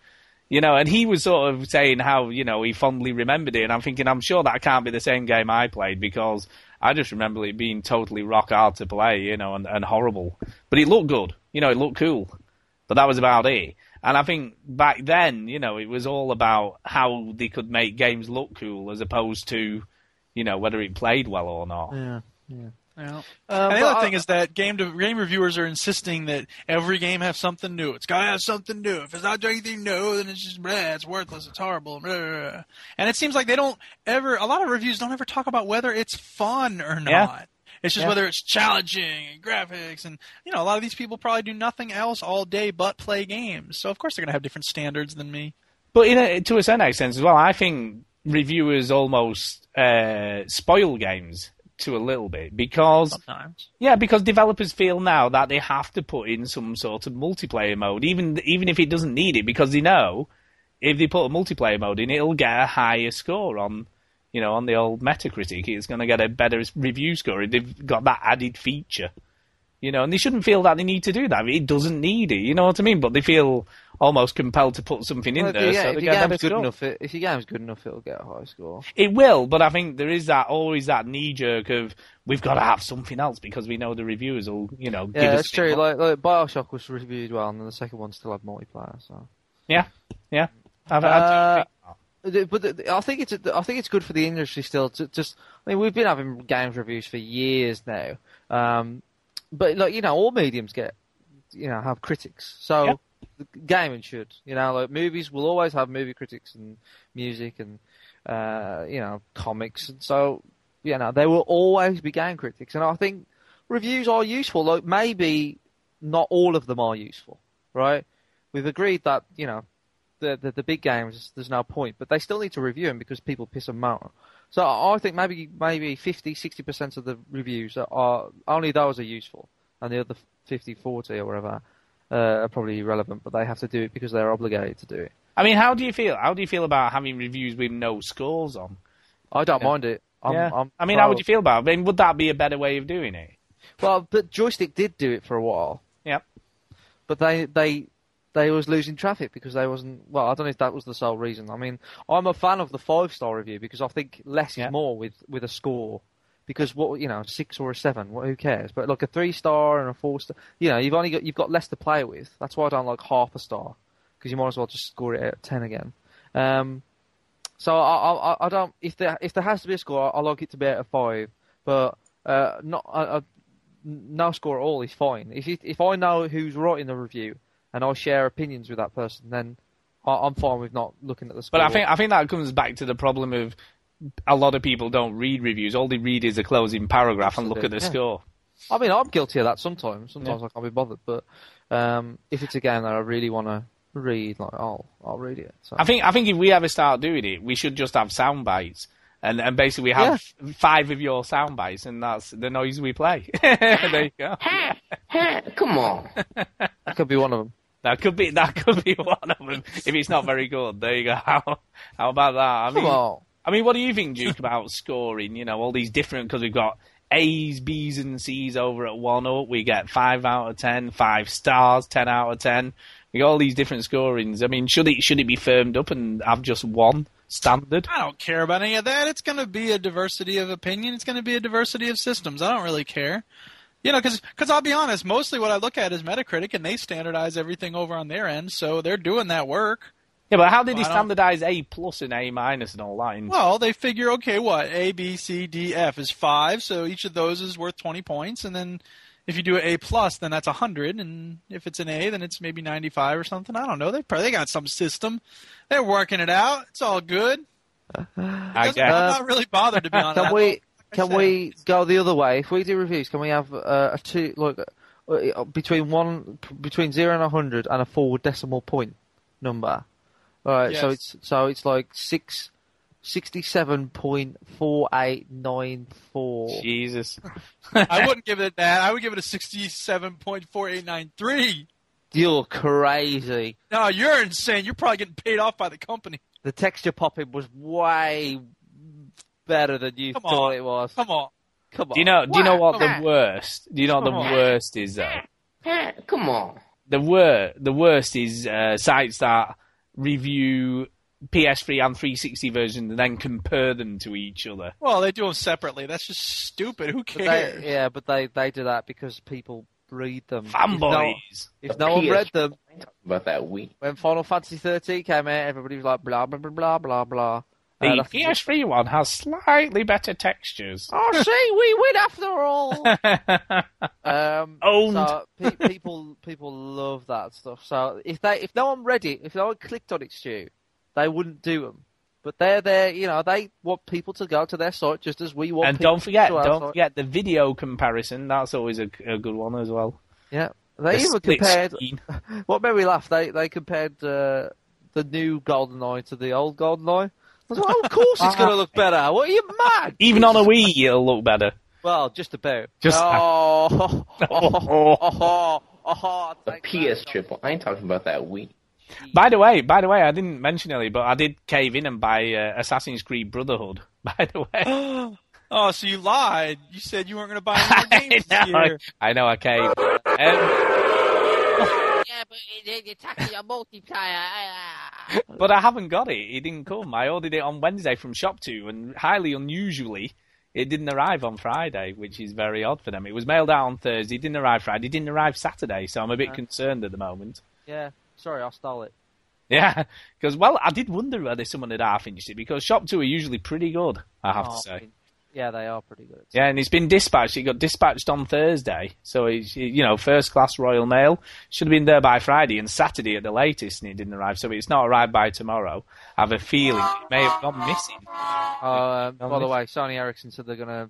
[SPEAKER 2] You know, and he was sort of saying how, you know, he fondly remembered it. And I'm thinking, I'm sure that can't be the same game I played because I just remember it being totally rock hard to play, you know, and, and horrible. But it looked good. You know, it looked cool but that was about it. And I think back then, you know, it was all about how they could make games look cool as opposed to, you know, whether it played well or not.
[SPEAKER 4] Yeah.
[SPEAKER 5] Yeah.
[SPEAKER 4] Um,
[SPEAKER 5] and the
[SPEAKER 4] but
[SPEAKER 5] other
[SPEAKER 4] I-
[SPEAKER 5] thing is that game de- game reviewers are insisting that every game have something new. It's got to have something new. If it's not doing anything new, then it's just bleh, it's worthless. It's horrible. blah, blah, blah. And it seems like they don't ever. A lot of reviews don't ever talk about whether it's fun or not.
[SPEAKER 2] Yeah.
[SPEAKER 5] It's just
[SPEAKER 2] Yeah.
[SPEAKER 5] whether it's challenging and graphics, and you know, a lot of these people probably do nothing else all day but play games. So of course they're gonna have different standards than me.
[SPEAKER 2] But in a, to a certain extent as well, I think reviewers almost uh, spoil games to a little bit because
[SPEAKER 5] Sometimes.
[SPEAKER 2] Yeah, because developers feel now that they have to put in some sort of multiplayer mode, even even if it doesn't need it, because they know if they put a multiplayer mode in, it'll get a higher score on, you know, on the old Metacritic. It's going to get a better review score if they've got that added feature, you know. And they shouldn't feel that they need to do that. It doesn't need it, you know what I mean? But they feel almost compelled to put something in
[SPEAKER 4] well,
[SPEAKER 2] there,
[SPEAKER 4] yeah,
[SPEAKER 2] so
[SPEAKER 4] if
[SPEAKER 2] they
[SPEAKER 4] your
[SPEAKER 2] get a better
[SPEAKER 4] game's good
[SPEAKER 2] score.
[SPEAKER 4] enough, it, if your game's good enough, it'll get a high score.
[SPEAKER 2] It will, but I think there is that always that knee jerk of we've got to have something else because we know the reviewers will, you know, give
[SPEAKER 4] Yeah,
[SPEAKER 2] us
[SPEAKER 4] that's
[SPEAKER 2] a bit
[SPEAKER 4] true.
[SPEAKER 2] more.
[SPEAKER 4] Like, like Bioshock was reviewed well, and then the second one still had multiplayer. So,
[SPEAKER 2] Yeah, yeah. I've,
[SPEAKER 4] uh, the- but the- the- I think it's I think it's good for the industry still. To just, I mean, we've been having games reviews for years now, um, but like you know, all mediums get you know have critics. So,
[SPEAKER 2] Yeah.
[SPEAKER 4] the gaming should you know like movies will always have movie critics and music and uh, you know comics, and so you know they will always be game critics, and I think reviews are useful. Like maybe not all of them are useful, right? We've agreed that you know the the, the big games there's no point, but they still need to review them because people piss them out. So I think maybe maybe 50, 60 percent of the reviews are, are only those are useful, and the other 50, 40 or whatever uh, are probably irrelevant. But they have to do it because they're obligated to do it.
[SPEAKER 2] I mean, how do you feel? How do you feel about having reviews with no scores on?
[SPEAKER 4] I don't mind it. I'm,
[SPEAKER 2] yeah.
[SPEAKER 4] I'm
[SPEAKER 2] I mean,
[SPEAKER 4] pro-
[SPEAKER 2] how would you feel about? it? I mean, would that be a better way of doing it?
[SPEAKER 4] Well, but joystick did do it for a while.
[SPEAKER 2] Yep.
[SPEAKER 4] but they they they was losing traffic because they wasn't well i don't know if that was the sole reason i mean i'm a fan of the five star review because i think less
[SPEAKER 2] Yeah.
[SPEAKER 4] is more with with a score because what you know six or a seven what, who cares but like a three star and a four star you know you've only got you've got less to play with that's why i don't like half a star because you might as well just score it at 10 again um so I, I I- I don't if there if there has to be a score I, I like it to be out of five but uh not I, I, no score at all is fine. If it, if I know who's writing the review and I share opinions with that person, then I, I'm fine with not looking at the score.
[SPEAKER 2] But I think I think that comes back to the problem of a lot of people don't read reviews. All they read is a closing paragraph and look at the
[SPEAKER 4] Absolutely, yeah.
[SPEAKER 2] score.
[SPEAKER 4] I mean I'm guilty of that sometimes. Sometimes I can't be bothered. But um, if it's a game that I really want to read, like I'll I'll read it. So.
[SPEAKER 2] I think I think if we ever start doing it, we should just have sound bites. And, and basically, we have five of your sound bites, and that's the noise we play. [LAUGHS] there you go. [LAUGHS]
[SPEAKER 3] Come on.
[SPEAKER 4] that could be one of them.
[SPEAKER 2] That could be that could be [LAUGHS] one of them. If it's not very good, there you go. [LAUGHS] How, how about that? I
[SPEAKER 4] Come
[SPEAKER 2] mean,
[SPEAKER 4] on.
[SPEAKER 2] I mean, what do you think, Duke, about scoring? You know, all these different because we've got A's, B's, and C's over at one up. We get five out of ten, five stars, ten out of ten. We got all these different scorings. I mean, should it should it be firmed up and have just one standard?
[SPEAKER 5] I don't care about any of that. It's going to be a diversity of opinion. It's going to be a diversity of systems. I don't really care. You know, because I'll be honest, mostly what I look at is Metacritic, and they standardize everything over on their end, so they're doing that work.
[SPEAKER 2] Yeah, but how did
[SPEAKER 5] Well,
[SPEAKER 2] they
[SPEAKER 5] I don't-
[SPEAKER 2] standardize A plus and A minus and all that? in-
[SPEAKER 5] Well, they figure, okay, what A, B, C, D, F is five, so each of those is worth twenty points, and then if you do an A plus, then that's hundred, and if it's an A, then it's maybe ninety five or something. I don't know. They probably they got some system. They're working it out. It's all good.
[SPEAKER 2] I
[SPEAKER 5] Doesn't- I'm
[SPEAKER 2] guess.
[SPEAKER 5] not really bothered to be honest.
[SPEAKER 4] Can we Can we go the other way? If we do reviews, can we have uh, a two like uh, between one between zero and a hundred and a forward decimal point number? All right, so
[SPEAKER 5] Yes.
[SPEAKER 4] it's so it's like six.
[SPEAKER 5] uh,
[SPEAKER 4] 67.4894.
[SPEAKER 2] Jesus.
[SPEAKER 5] I wouldn't give it that. I would give it a sixty-seven point four eight nine three.
[SPEAKER 4] You're crazy.
[SPEAKER 5] No, you're insane. You're probably getting paid off by the company.
[SPEAKER 4] The texture popping was way better than you
[SPEAKER 5] Come
[SPEAKER 4] thought
[SPEAKER 5] on.
[SPEAKER 4] it was.
[SPEAKER 5] Come on.
[SPEAKER 4] Come on.
[SPEAKER 2] Do you know? Do you know what the
[SPEAKER 5] Wow.
[SPEAKER 2] worst? Do you know what the
[SPEAKER 4] Wow.
[SPEAKER 2] worst is though?
[SPEAKER 3] Eh, Come on.
[SPEAKER 2] The wor the worst is uh, sites that review PS3 and 360 versions and then compare them to each other.
[SPEAKER 5] Well, they do them separately. That's just stupid. Who
[SPEAKER 4] But
[SPEAKER 5] cares? [LAUGHS]
[SPEAKER 4] they, yeah, but they, they do that because people read them. If no-
[SPEAKER 2] Fanboys.
[SPEAKER 4] If
[SPEAKER 3] The
[SPEAKER 4] no one
[SPEAKER 3] PS
[SPEAKER 4] read them,
[SPEAKER 3] About that week.
[SPEAKER 4] when Final Fantasy 13 came out, everybody was like blah blah blah blah blah blah. And
[SPEAKER 2] The
[SPEAKER 4] I think-
[SPEAKER 2] PS3 one has slightly better textures.
[SPEAKER 4] oh, see, we win after all.
[SPEAKER 2] [LAUGHS]
[SPEAKER 4] um,
[SPEAKER 2] Owned.
[SPEAKER 4] so pe- people people love that stuff. So if they if no one read it, if no one clicked on it, Stu, they wouldn't do them. But they're there, you know, they want people to go to their site just as we want.
[SPEAKER 2] and
[SPEAKER 4] people
[SPEAKER 2] don't forget,
[SPEAKER 4] to our
[SPEAKER 2] don't
[SPEAKER 4] site.
[SPEAKER 2] forget the video comparison. That's always a, a good one as well.
[SPEAKER 4] Yeah, they
[SPEAKER 2] The
[SPEAKER 4] even
[SPEAKER 2] split
[SPEAKER 4] compared.
[SPEAKER 2] screen.
[SPEAKER 4] What made me laugh? They they compared uh, the new Golden Eye to the old Golden Eye. I was like, oh, of course it's going to look better. What are you
[SPEAKER 2] [LAUGHS]
[SPEAKER 4] mad?
[SPEAKER 2] Even on a Wii, it'll look better.
[SPEAKER 4] Well, just about.
[SPEAKER 2] Just-
[SPEAKER 4] oh, oh, oh, [LAUGHS] oh, oh,
[SPEAKER 3] The
[SPEAKER 4] take
[SPEAKER 3] PS
[SPEAKER 4] that.
[SPEAKER 3] triple. I ain't talking about that week.
[SPEAKER 2] By the way, by the way, I didn't mention earlier, but I did cave in and buy uh, Assassin's Creed Brotherhood. [LAUGHS] By the way,
[SPEAKER 5] [GASPS] Oh, so you lied. You said you weren't going to buy any more
[SPEAKER 2] [LAUGHS] I,
[SPEAKER 5] games this
[SPEAKER 2] know, I,
[SPEAKER 5] year.
[SPEAKER 2] I know I caved. Um,
[SPEAKER 8] Yeah, but it, it's actually a multiplayer.
[SPEAKER 2] but I haven't got it. It didn't come. I ordered it on Wednesday from Shop Two, and highly unusually, it didn't arrive on Friday, which is very odd for them. It was mailed out on Thursday, didn't arrive Friday, didn't arrive Saturday, so I'm a bit concerned at the moment. [LAUGHS]
[SPEAKER 4] Yeah, sorry, I stole it.
[SPEAKER 2] Yeah, because well, I did wonder whether someone had half inched it because Shop Two are usually pretty good. I have to
[SPEAKER 4] Oh,
[SPEAKER 2] say.
[SPEAKER 4] Yeah, they are pretty good.
[SPEAKER 2] Yeah, and it's been dispatched. It got dispatched on Thursday, so it's you know first class Royal Mail should have been there by Friday and Saturday at the latest, and it didn't arrive. So it's not arrived by tomorrow. I have a feeling it may have gone missing.
[SPEAKER 4] Uh, by the
[SPEAKER 2] this-
[SPEAKER 4] way, Sony Ericsson said they're going to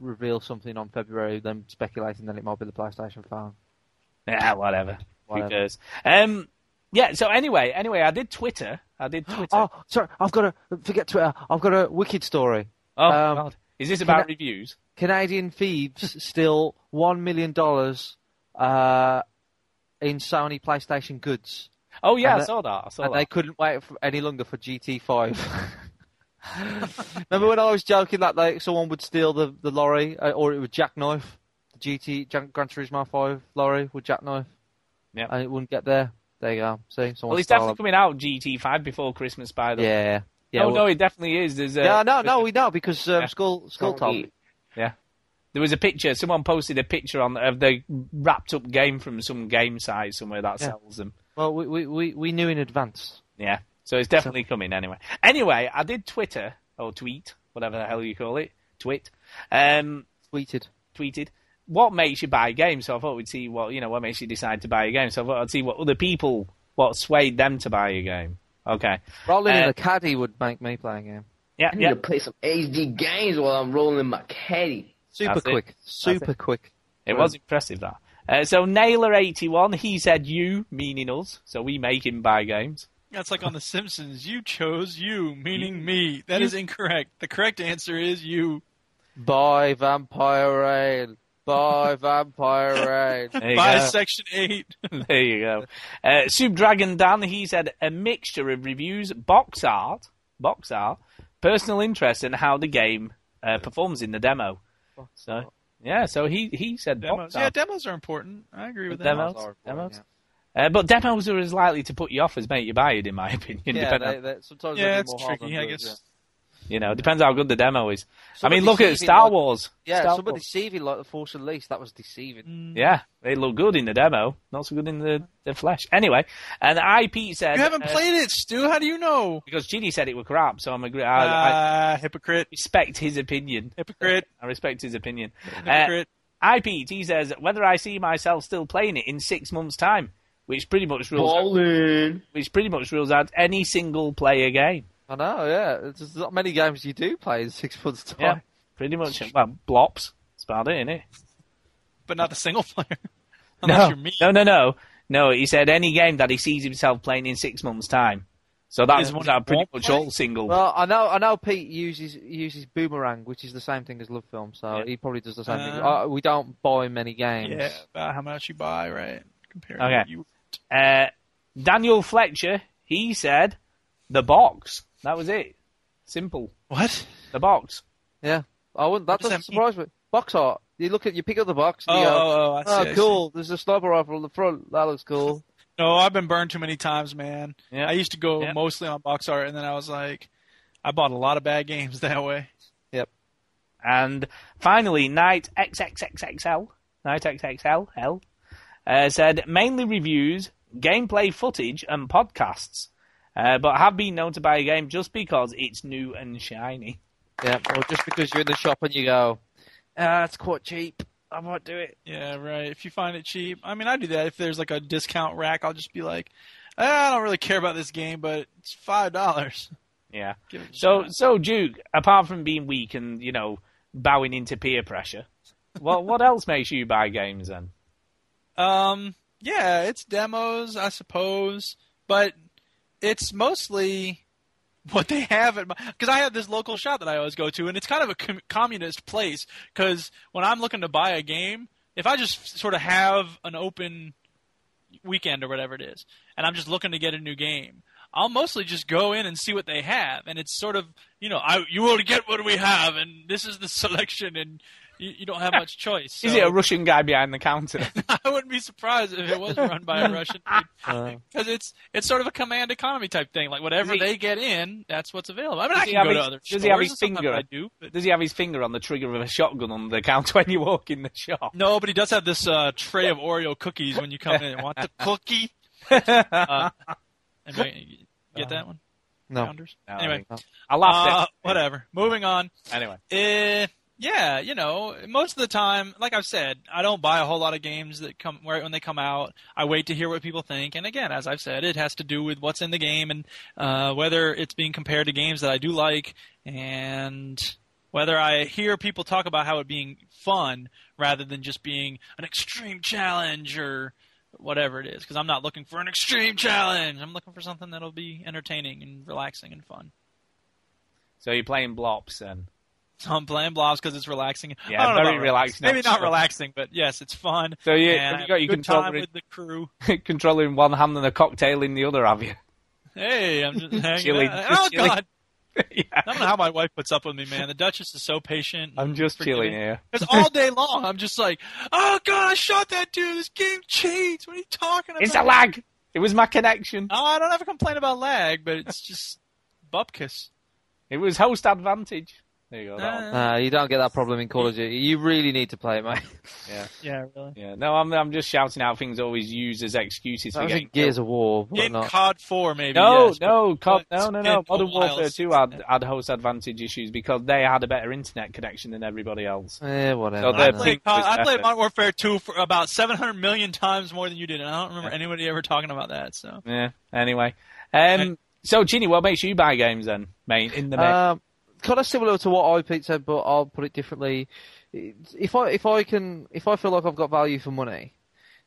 [SPEAKER 4] reveal something on February. Them speculating that it might be the PlayStation phone.
[SPEAKER 2] [LAUGHS] Yeah, Ah, whatever.
[SPEAKER 4] Whatever.
[SPEAKER 2] Who cares? Um, yeah. So anyway, anyway, I did Twitter. I did Twitter.
[SPEAKER 4] Oh, sorry, I've got a forget Twitter. I've got a wicked story.
[SPEAKER 2] Oh,
[SPEAKER 4] um,
[SPEAKER 2] God. Is this about
[SPEAKER 4] I-
[SPEAKER 2] reviews?
[SPEAKER 4] Canadian [LAUGHS] thieves steal one million dollars uh, in Sony PlayStation goods,
[SPEAKER 2] Oh yeah, I
[SPEAKER 4] and I-
[SPEAKER 2] saw that. I saw
[SPEAKER 4] and
[SPEAKER 2] that.
[SPEAKER 4] they couldn't wait for any longer for GT Five. [LAUGHS] Remember when I was joking that like someone would steal the the lorry uh, or it would jackknife the GT Jan- Gran Turismo Five lorry would jackknife,
[SPEAKER 2] Yeah.
[SPEAKER 4] and it wouldn't get there. There you go. See, someone
[SPEAKER 2] Well, it's
[SPEAKER 4] stole
[SPEAKER 2] definitely coming out GT5 before Christmas, by
[SPEAKER 4] it.
[SPEAKER 2] the way.
[SPEAKER 4] Yeah, yeah.
[SPEAKER 2] no,
[SPEAKER 4] well-
[SPEAKER 2] no, it definitely is. There's a,
[SPEAKER 4] yeah, no, no, we know because um,
[SPEAKER 2] Yeah.
[SPEAKER 4] school school
[SPEAKER 3] Don't
[SPEAKER 4] told.
[SPEAKER 3] eat.
[SPEAKER 2] There was a picture. Someone posted a picture on of the wrapped up game from some game site somewhere that
[SPEAKER 4] Yeah.
[SPEAKER 2] sells them.
[SPEAKER 4] Well, we, we, we, we knew in advance.
[SPEAKER 2] Yeah. So it's definitely coming anyway. Anyway, I did Twitter or tweet, whatever the hell you call it, twit, um,
[SPEAKER 4] Tweeted.
[SPEAKER 2] tweeted. What makes you buy games? So I thought we'd see what you know. What makes you decide to buy a game? So I thought I'd see what other people what swayed them to buy a game. Okay.
[SPEAKER 4] Rolling in
[SPEAKER 2] Uh,
[SPEAKER 4] a caddy would make me play a game.
[SPEAKER 2] Yeah.
[SPEAKER 3] I need
[SPEAKER 2] Yeah.
[SPEAKER 3] to play some HD games while I'm rolling my caddy.
[SPEAKER 4] Super
[SPEAKER 2] That's it.
[SPEAKER 4] quick. Super quick.
[SPEAKER 2] It was impressive that. Uh, so Naylor81, he said you, meaning us. So we make him buy games.
[SPEAKER 5] That's like on The Simpsons. You chose you, meaning me. That is incorrect. The correct answer is you.
[SPEAKER 4] Bye, Vampire Rain. Bye, [LAUGHS] Vampire Rain.
[SPEAKER 2] There you
[SPEAKER 5] By
[SPEAKER 2] go.
[SPEAKER 5] Section 8.
[SPEAKER 2] [LAUGHS] There you go. Uh, Sub Dragon Dan, he said a mixture of reviews, box art, box art, personal interest, and how the game uh, performs in the demo. So yeah, so he he said
[SPEAKER 5] Demos.
[SPEAKER 2] box
[SPEAKER 5] Yeah,
[SPEAKER 2] art.
[SPEAKER 5] demos are important. I agree with that.
[SPEAKER 2] Demos. Demos? Uh, but demos are as likely to put you off as make you buy it, in my [LAUGHS] opinion.
[SPEAKER 4] Yeah,
[SPEAKER 2] depending
[SPEAKER 4] they, they, sometimes
[SPEAKER 5] Yeah,
[SPEAKER 4] they do
[SPEAKER 5] it's
[SPEAKER 4] more harm
[SPEAKER 5] tricky,
[SPEAKER 4] than
[SPEAKER 5] I
[SPEAKER 4] good,
[SPEAKER 5] guess.
[SPEAKER 2] on- you know, depends how good the demo is. I mean,
[SPEAKER 4] Somebody
[SPEAKER 2] look at
[SPEAKER 4] deceiving,
[SPEAKER 2] Star
[SPEAKER 4] like-
[SPEAKER 2] Wars.
[SPEAKER 4] Yeah,
[SPEAKER 2] Star
[SPEAKER 4] somebody
[SPEAKER 2] Wars.
[SPEAKER 4] deceiving like the Force Unleashed, that was deceiving.
[SPEAKER 5] Hmm.
[SPEAKER 2] Yeah, they look good in the demo, not so good in the, the flesh. Anyway, and IP said
[SPEAKER 5] You haven't
[SPEAKER 2] uh,
[SPEAKER 5] played it, Stu. How do you know?
[SPEAKER 2] because Ginny said it were crap, so I'm agree.
[SPEAKER 5] Ah,
[SPEAKER 2] I, I
[SPEAKER 5] hypocrite.
[SPEAKER 2] respect his opinion.
[SPEAKER 5] Hypocrite.
[SPEAKER 2] [LAUGHS] I respect his opinion. Uh,
[SPEAKER 5] Hypocrite.
[SPEAKER 2] IP, he says, whether I see myself still playing it in six months' time, which pretty much rules,
[SPEAKER 3] Rolling.
[SPEAKER 2] which pretty much rules out any single player game.
[SPEAKER 4] I know, yeah. There's not many games you do play in six months'
[SPEAKER 2] Yeah.
[SPEAKER 4] time.
[SPEAKER 2] Pretty much, well, Blops. That's about it, isn't it?
[SPEAKER 5] but not the single [LAUGHS] player. Unless
[SPEAKER 2] No,
[SPEAKER 5] you're me.
[SPEAKER 2] no, no, no, no. He said any game that he sees himself playing in six months' time. So that
[SPEAKER 5] Is
[SPEAKER 2] is
[SPEAKER 5] one
[SPEAKER 2] that
[SPEAKER 5] he
[SPEAKER 2] pretty
[SPEAKER 5] won't
[SPEAKER 2] much
[SPEAKER 5] play?
[SPEAKER 2] all single.
[SPEAKER 4] Well, I know, I know. Pete uses uses Boomerang, which is the same thing as Love Film, so he probably does the same thing.
[SPEAKER 5] Uh,
[SPEAKER 4] Uh, we don't buy many games.
[SPEAKER 5] Yeah, about how much you buy, right? Compared
[SPEAKER 2] Okay.
[SPEAKER 5] to what you
[SPEAKER 2] Uh, Daniel Fletcher, he said the box. That was it. Simple.
[SPEAKER 5] What?
[SPEAKER 2] The box.
[SPEAKER 4] Yeah. I wouldn't. That
[SPEAKER 5] does
[SPEAKER 4] doesn't
[SPEAKER 5] that mean?
[SPEAKER 4] surprise me. Box art. You look at, you pick up the box. And
[SPEAKER 5] Oh,
[SPEAKER 4] you go,
[SPEAKER 5] oh, oh, I see, I see.
[SPEAKER 4] cool. There's a sniper rifle on the front. That looks cool.
[SPEAKER 5] No, I've been burned too many times, man.
[SPEAKER 2] Yeah.
[SPEAKER 5] I used to go
[SPEAKER 2] Yeah.
[SPEAKER 5] mostly on box art, and then I was like, I bought a lot of bad games [LAUGHS] that way.
[SPEAKER 2] And finally, Knight XXXXL, Knight XXL, L, uh, said mainly reviews, gameplay footage, and podcasts, uh, but have been known to buy a game just because it's new and shiny. [LAUGHS]
[SPEAKER 4] yeah. Or just because you're in the shop and you go, ah, it's quite cheap. I might do it.
[SPEAKER 5] Yeah, right. If you find it cheap, I mean, I do that. If there's like a discount rack, I'll just be like, "Ah, I don't really care about this game, but it's five dollars.
[SPEAKER 2] Yeah. So, so Duke, apart from being weak and you know bowing into peer pressure, what what else makes you buy games then?
[SPEAKER 5] Um, yeah, it's demos, I suppose, but it's mostly what they have at my because I have this local shop that I always go to, and it's kind of a com- communist place. Because when I'm looking to buy a game, if I just sort of have an open weekend or whatever it is, and I'm just looking to get a new game. I'll mostly just go in and see what they have, and it's sort of you know I you will get what we have, and this is the [LAUGHS] selection, and you, you don't have much choice.
[SPEAKER 2] Is
[SPEAKER 5] so-
[SPEAKER 2] it a Russian guy behind the counter? [LAUGHS]
[SPEAKER 5] [LAUGHS] I wouldn't be surprised if it was run by [LAUGHS] a Russian because it's it's sort of a command economy type thing. Like whatever
[SPEAKER 2] Does he-
[SPEAKER 5] they get in, that's what's available. I mean,
[SPEAKER 2] Does
[SPEAKER 5] I
[SPEAKER 2] he
[SPEAKER 5] can go
[SPEAKER 2] have
[SPEAKER 5] to
[SPEAKER 2] his-
[SPEAKER 5] other
[SPEAKER 2] does he have
[SPEAKER 5] stores,
[SPEAKER 2] his
[SPEAKER 5] sometimes
[SPEAKER 2] finger?
[SPEAKER 5] I do, but
[SPEAKER 2] Does he have his finger on the trigger of a shotgun on the counter when you walk in the shop?
[SPEAKER 5] no. But he does have this uh, tray of Oreo cookies when you come in. Want the cookie? [LAUGHS] Uh-huh. Uh, anybody get that one?
[SPEAKER 4] No.
[SPEAKER 5] Founders?
[SPEAKER 2] No, I
[SPEAKER 5] anyway,
[SPEAKER 2] think- I laughed
[SPEAKER 5] uh,
[SPEAKER 2] at
[SPEAKER 5] whatever. Moving on.
[SPEAKER 2] Anyway.
[SPEAKER 5] Uh, yeah, you know, most of the time, like I've said, I don't buy a whole lot of games that come where when they come out. I wait to hear what people think, and again, as I've said, it has to do with what's in the game and uh, whether it's being compared to games that I do like, and whether I hear people talk about how it being fun rather than just being an extreme challenge or whatever it is. Because I'm not looking for an extreme challenge. I'm looking for something that'll be entertaining and relaxing and fun.
[SPEAKER 2] So you're playing Blops and [LAUGHS]
[SPEAKER 5] So I'm playing blobs because it's relaxing.
[SPEAKER 2] Yeah,
[SPEAKER 5] I don't know
[SPEAKER 2] very
[SPEAKER 5] about
[SPEAKER 2] relaxing,
[SPEAKER 5] Maybe not
[SPEAKER 2] actually.
[SPEAKER 5] relaxing, but yes, it's fun.
[SPEAKER 2] So you-
[SPEAKER 5] and
[SPEAKER 2] you
[SPEAKER 5] I
[SPEAKER 2] got
[SPEAKER 5] have a
[SPEAKER 2] your
[SPEAKER 5] good
[SPEAKER 2] controller
[SPEAKER 5] time
[SPEAKER 2] in-
[SPEAKER 5] with the crew.
[SPEAKER 2] controller in one hand and a cocktail in the other, have you? [LAUGHS]
[SPEAKER 5] Hey, I'm just hanging
[SPEAKER 2] Chilling,
[SPEAKER 5] out.
[SPEAKER 2] just
[SPEAKER 5] oh
[SPEAKER 2] chilling.
[SPEAKER 5] God,
[SPEAKER 2] yeah.
[SPEAKER 5] I don't know how my wife puts up with me, man. The Duchess is so patient.
[SPEAKER 2] I'm just chilling here.
[SPEAKER 5] Because all day long, I'm just like, oh God, I shot that dude. This game cheats. What are you talking about?
[SPEAKER 2] It's a lag. It was my connection.
[SPEAKER 5] Oh, I don't have a complaint about lag, but it's just bupkis.
[SPEAKER 2] It was host advantage. There you go. That one.
[SPEAKER 5] Uh,
[SPEAKER 4] Uh, you don't get that problem in Call of Duty. You really need to play it,
[SPEAKER 5] [LAUGHS]
[SPEAKER 4] mate.
[SPEAKER 5] yeah, really.
[SPEAKER 2] Yeah. No, I'm I'm just shouting out things always used as excuses
[SPEAKER 4] That
[SPEAKER 2] for
[SPEAKER 4] was in
[SPEAKER 2] getting
[SPEAKER 4] Gears of War, but
[SPEAKER 5] In
[SPEAKER 4] not.
[SPEAKER 5] COD 4, maybe.
[SPEAKER 2] No,
[SPEAKER 5] yes, but-
[SPEAKER 2] no, COD,
[SPEAKER 5] but it's
[SPEAKER 2] no, no,
[SPEAKER 5] been
[SPEAKER 2] no.
[SPEAKER 5] a
[SPEAKER 2] Modern
[SPEAKER 5] while
[SPEAKER 2] Warfare
[SPEAKER 5] since
[SPEAKER 2] 2 had, had host advantage issues because they had a better internet connection than everybody
[SPEAKER 5] [LAUGHS]
[SPEAKER 2] else.
[SPEAKER 4] Eh,
[SPEAKER 2] So
[SPEAKER 4] whatever.
[SPEAKER 2] they're
[SPEAKER 4] I know.
[SPEAKER 2] playing-
[SPEAKER 5] played COD,
[SPEAKER 2] was
[SPEAKER 5] I played
[SPEAKER 2] epic.
[SPEAKER 5] Modern Warfare 2 for about 700 million times more than you did, and I don't remember anybody ever talking about that. So
[SPEAKER 2] Yeah. Anyway, um, so Ginny, what makes you buy games then, mate? In the
[SPEAKER 5] Uh,
[SPEAKER 2] main,
[SPEAKER 4] Um, kind of similar to what I Pete said, but I'll put it differently. If I if I can if I feel like I've got value for money,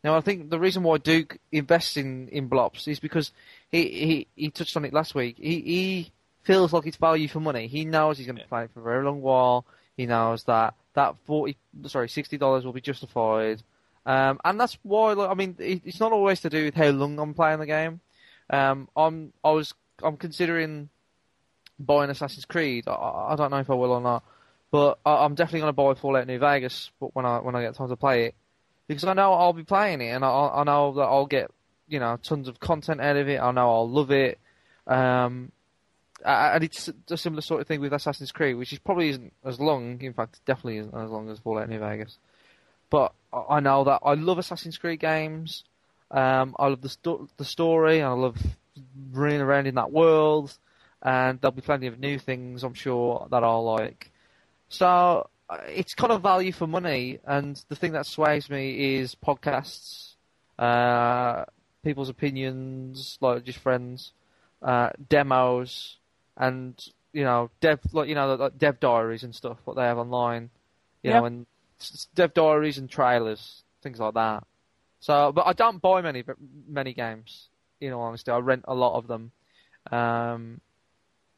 [SPEAKER 4] now I think the reason why Duke invests in in Blops is because he he, he touched on it last week. He he feels like it's value for money. He knows he's going to play it for a very long while. He knows that that forty sorry sixty dollars will be justified. Um, and that's why, like, I mean, it, it's not always to do with how long I'm playing the game. Um, I'm, I was, I'm considering buying Assassin's Creed. I- I, I don't know if I will or not, but I, I'm definitely going to buy Fallout New Vegas. But when I when I get time to play it, because I know I'll be playing it, and I, I know that I'll get you know tons of content out of it. I know I'll love it. Um, a- and it's a similar sort of thing with Assassin's Creed, which is probably isn't as long. In fact, it definitely isn't as long as Fallout New Vegas. But I- I know that I love Assassin's Creed games. Um, I love the sto- the story. and I love running around in that world and there'll be plenty of new things I'm sure that I'll like. So uh, it's kind of value for money, and the thing that sways me is podcasts, uh, people's opinions, like just friends, uh, demos, and you know dev like you know like dev diaries and stuff what they have online, you
[SPEAKER 2] Yeah.
[SPEAKER 4] know, and s- s- dev diaries and trailers, things like that. So, but I don't buy many many games. In all honesty, I rent a lot of them um,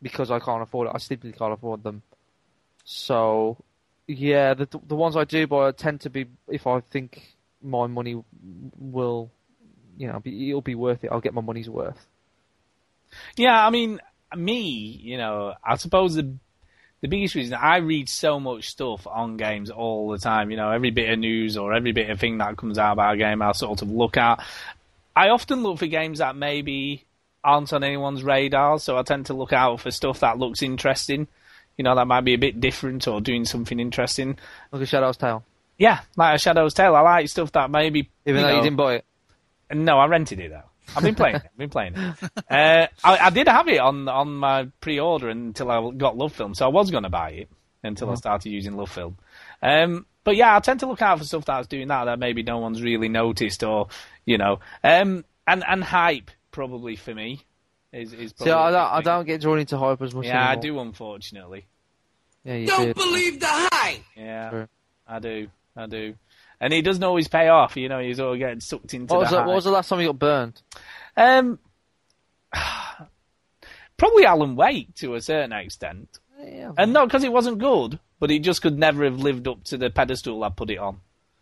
[SPEAKER 4] because I can't afford it. I simply can't afford them. So, yeah, the the ones I do buy tend to be if I think my money will, you know, be, it'll be worth it. I'll get my money's worth.
[SPEAKER 2] Yeah, I mean, me, you know, I suppose the the biggest reason I read so much stuff on games all the time. You know, every bit of news or every bit of thing that comes out about a game, I sort of look at. I often look for games that maybe aren't on anyone's radar, so I tend to look out for stuff that looks interesting. You know, that might be a bit different or doing something interesting.
[SPEAKER 4] Look at Shadow's Tale.
[SPEAKER 2] Yeah, like a Shadow's Tale. I like stuff that maybe
[SPEAKER 4] Even though
[SPEAKER 2] know,
[SPEAKER 4] you didn't buy it,
[SPEAKER 2] no, I rented it though. I've been playing. it. I've been playing. It. Uh, I, I did have it on on my pre-order until I got Love Film, so I was going to buy it until
[SPEAKER 4] Mm-hmm.
[SPEAKER 2] I started using Love Film. Um, but yeah, I tend to look out for stuff that's doing that that maybe no one's really noticed, or you know, um, and and hype probably for me is is.
[SPEAKER 4] see,
[SPEAKER 2] Probably
[SPEAKER 4] I
[SPEAKER 2] the
[SPEAKER 4] don't, I
[SPEAKER 2] thing.
[SPEAKER 4] don't get drawn into hype as much.
[SPEAKER 2] Yeah, I
[SPEAKER 4] anymore.
[SPEAKER 2] do. Unfortunately,
[SPEAKER 4] Yeah, you
[SPEAKER 10] Don't
[SPEAKER 4] did.
[SPEAKER 10] believe the hype.
[SPEAKER 2] yeah,
[SPEAKER 4] True.
[SPEAKER 2] I do. I do. And it doesn't always pay off, you know. You sort of get sucked into
[SPEAKER 4] What
[SPEAKER 2] the
[SPEAKER 4] was, the,
[SPEAKER 2] hype.
[SPEAKER 4] what was the last time you got burned? [LAUGHS]
[SPEAKER 2] Um, [SIGHS] probably Alan Wake to a certain extent,
[SPEAKER 4] Yeah.
[SPEAKER 2] and not because it wasn't good, but it just could never have lived up to the pedestal I put it on.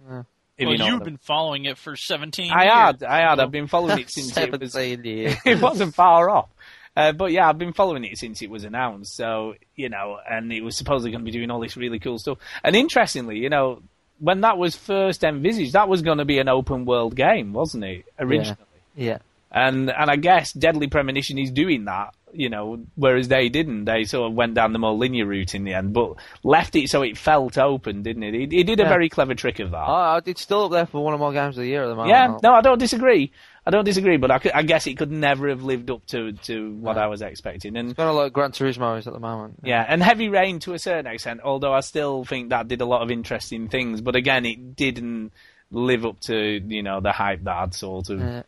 [SPEAKER 4] Yeah.
[SPEAKER 2] If
[SPEAKER 5] well,
[SPEAKER 2] you know
[SPEAKER 5] you've
[SPEAKER 2] what
[SPEAKER 5] been following it for 17
[SPEAKER 2] I mean.
[SPEAKER 5] years.
[SPEAKER 2] I had, I had. I've been following it since it
[SPEAKER 4] [LAUGHS]
[SPEAKER 2] was.
[SPEAKER 4] Seventeen years.
[SPEAKER 2] [LAUGHS] It wasn't far off. Uh, but yeah, I've been following it since it was announced. So you know, and it was supposedly going to be doing all this really cool stuff. And interestingly, you know, when that was first envisaged, that was going to be an open world game, wasn't it? Originally.
[SPEAKER 4] Yeah.
[SPEAKER 2] And and I guess Deadly Premonition is doing that, you know, whereas they didn't. They sort of went down the more linear route in the end, but left it so it felt open, didn't it? It, it did a
[SPEAKER 4] Yeah.
[SPEAKER 2] very clever trick of that.
[SPEAKER 4] I, I- it's still up there for one of my games of the year at the moment.
[SPEAKER 2] yeah, no, I don't disagree. I don't disagree, but I, cou- I guess it could never have lived up to, to what I was expecting. And
[SPEAKER 4] Kind of like Gran Turismo is at the moment.
[SPEAKER 2] yeah, and Heavy Rain to a certain extent, although I still think that did a lot of interesting things, but again, it didn't live up to, you know, the hype that I'd sort of
[SPEAKER 4] Yeah.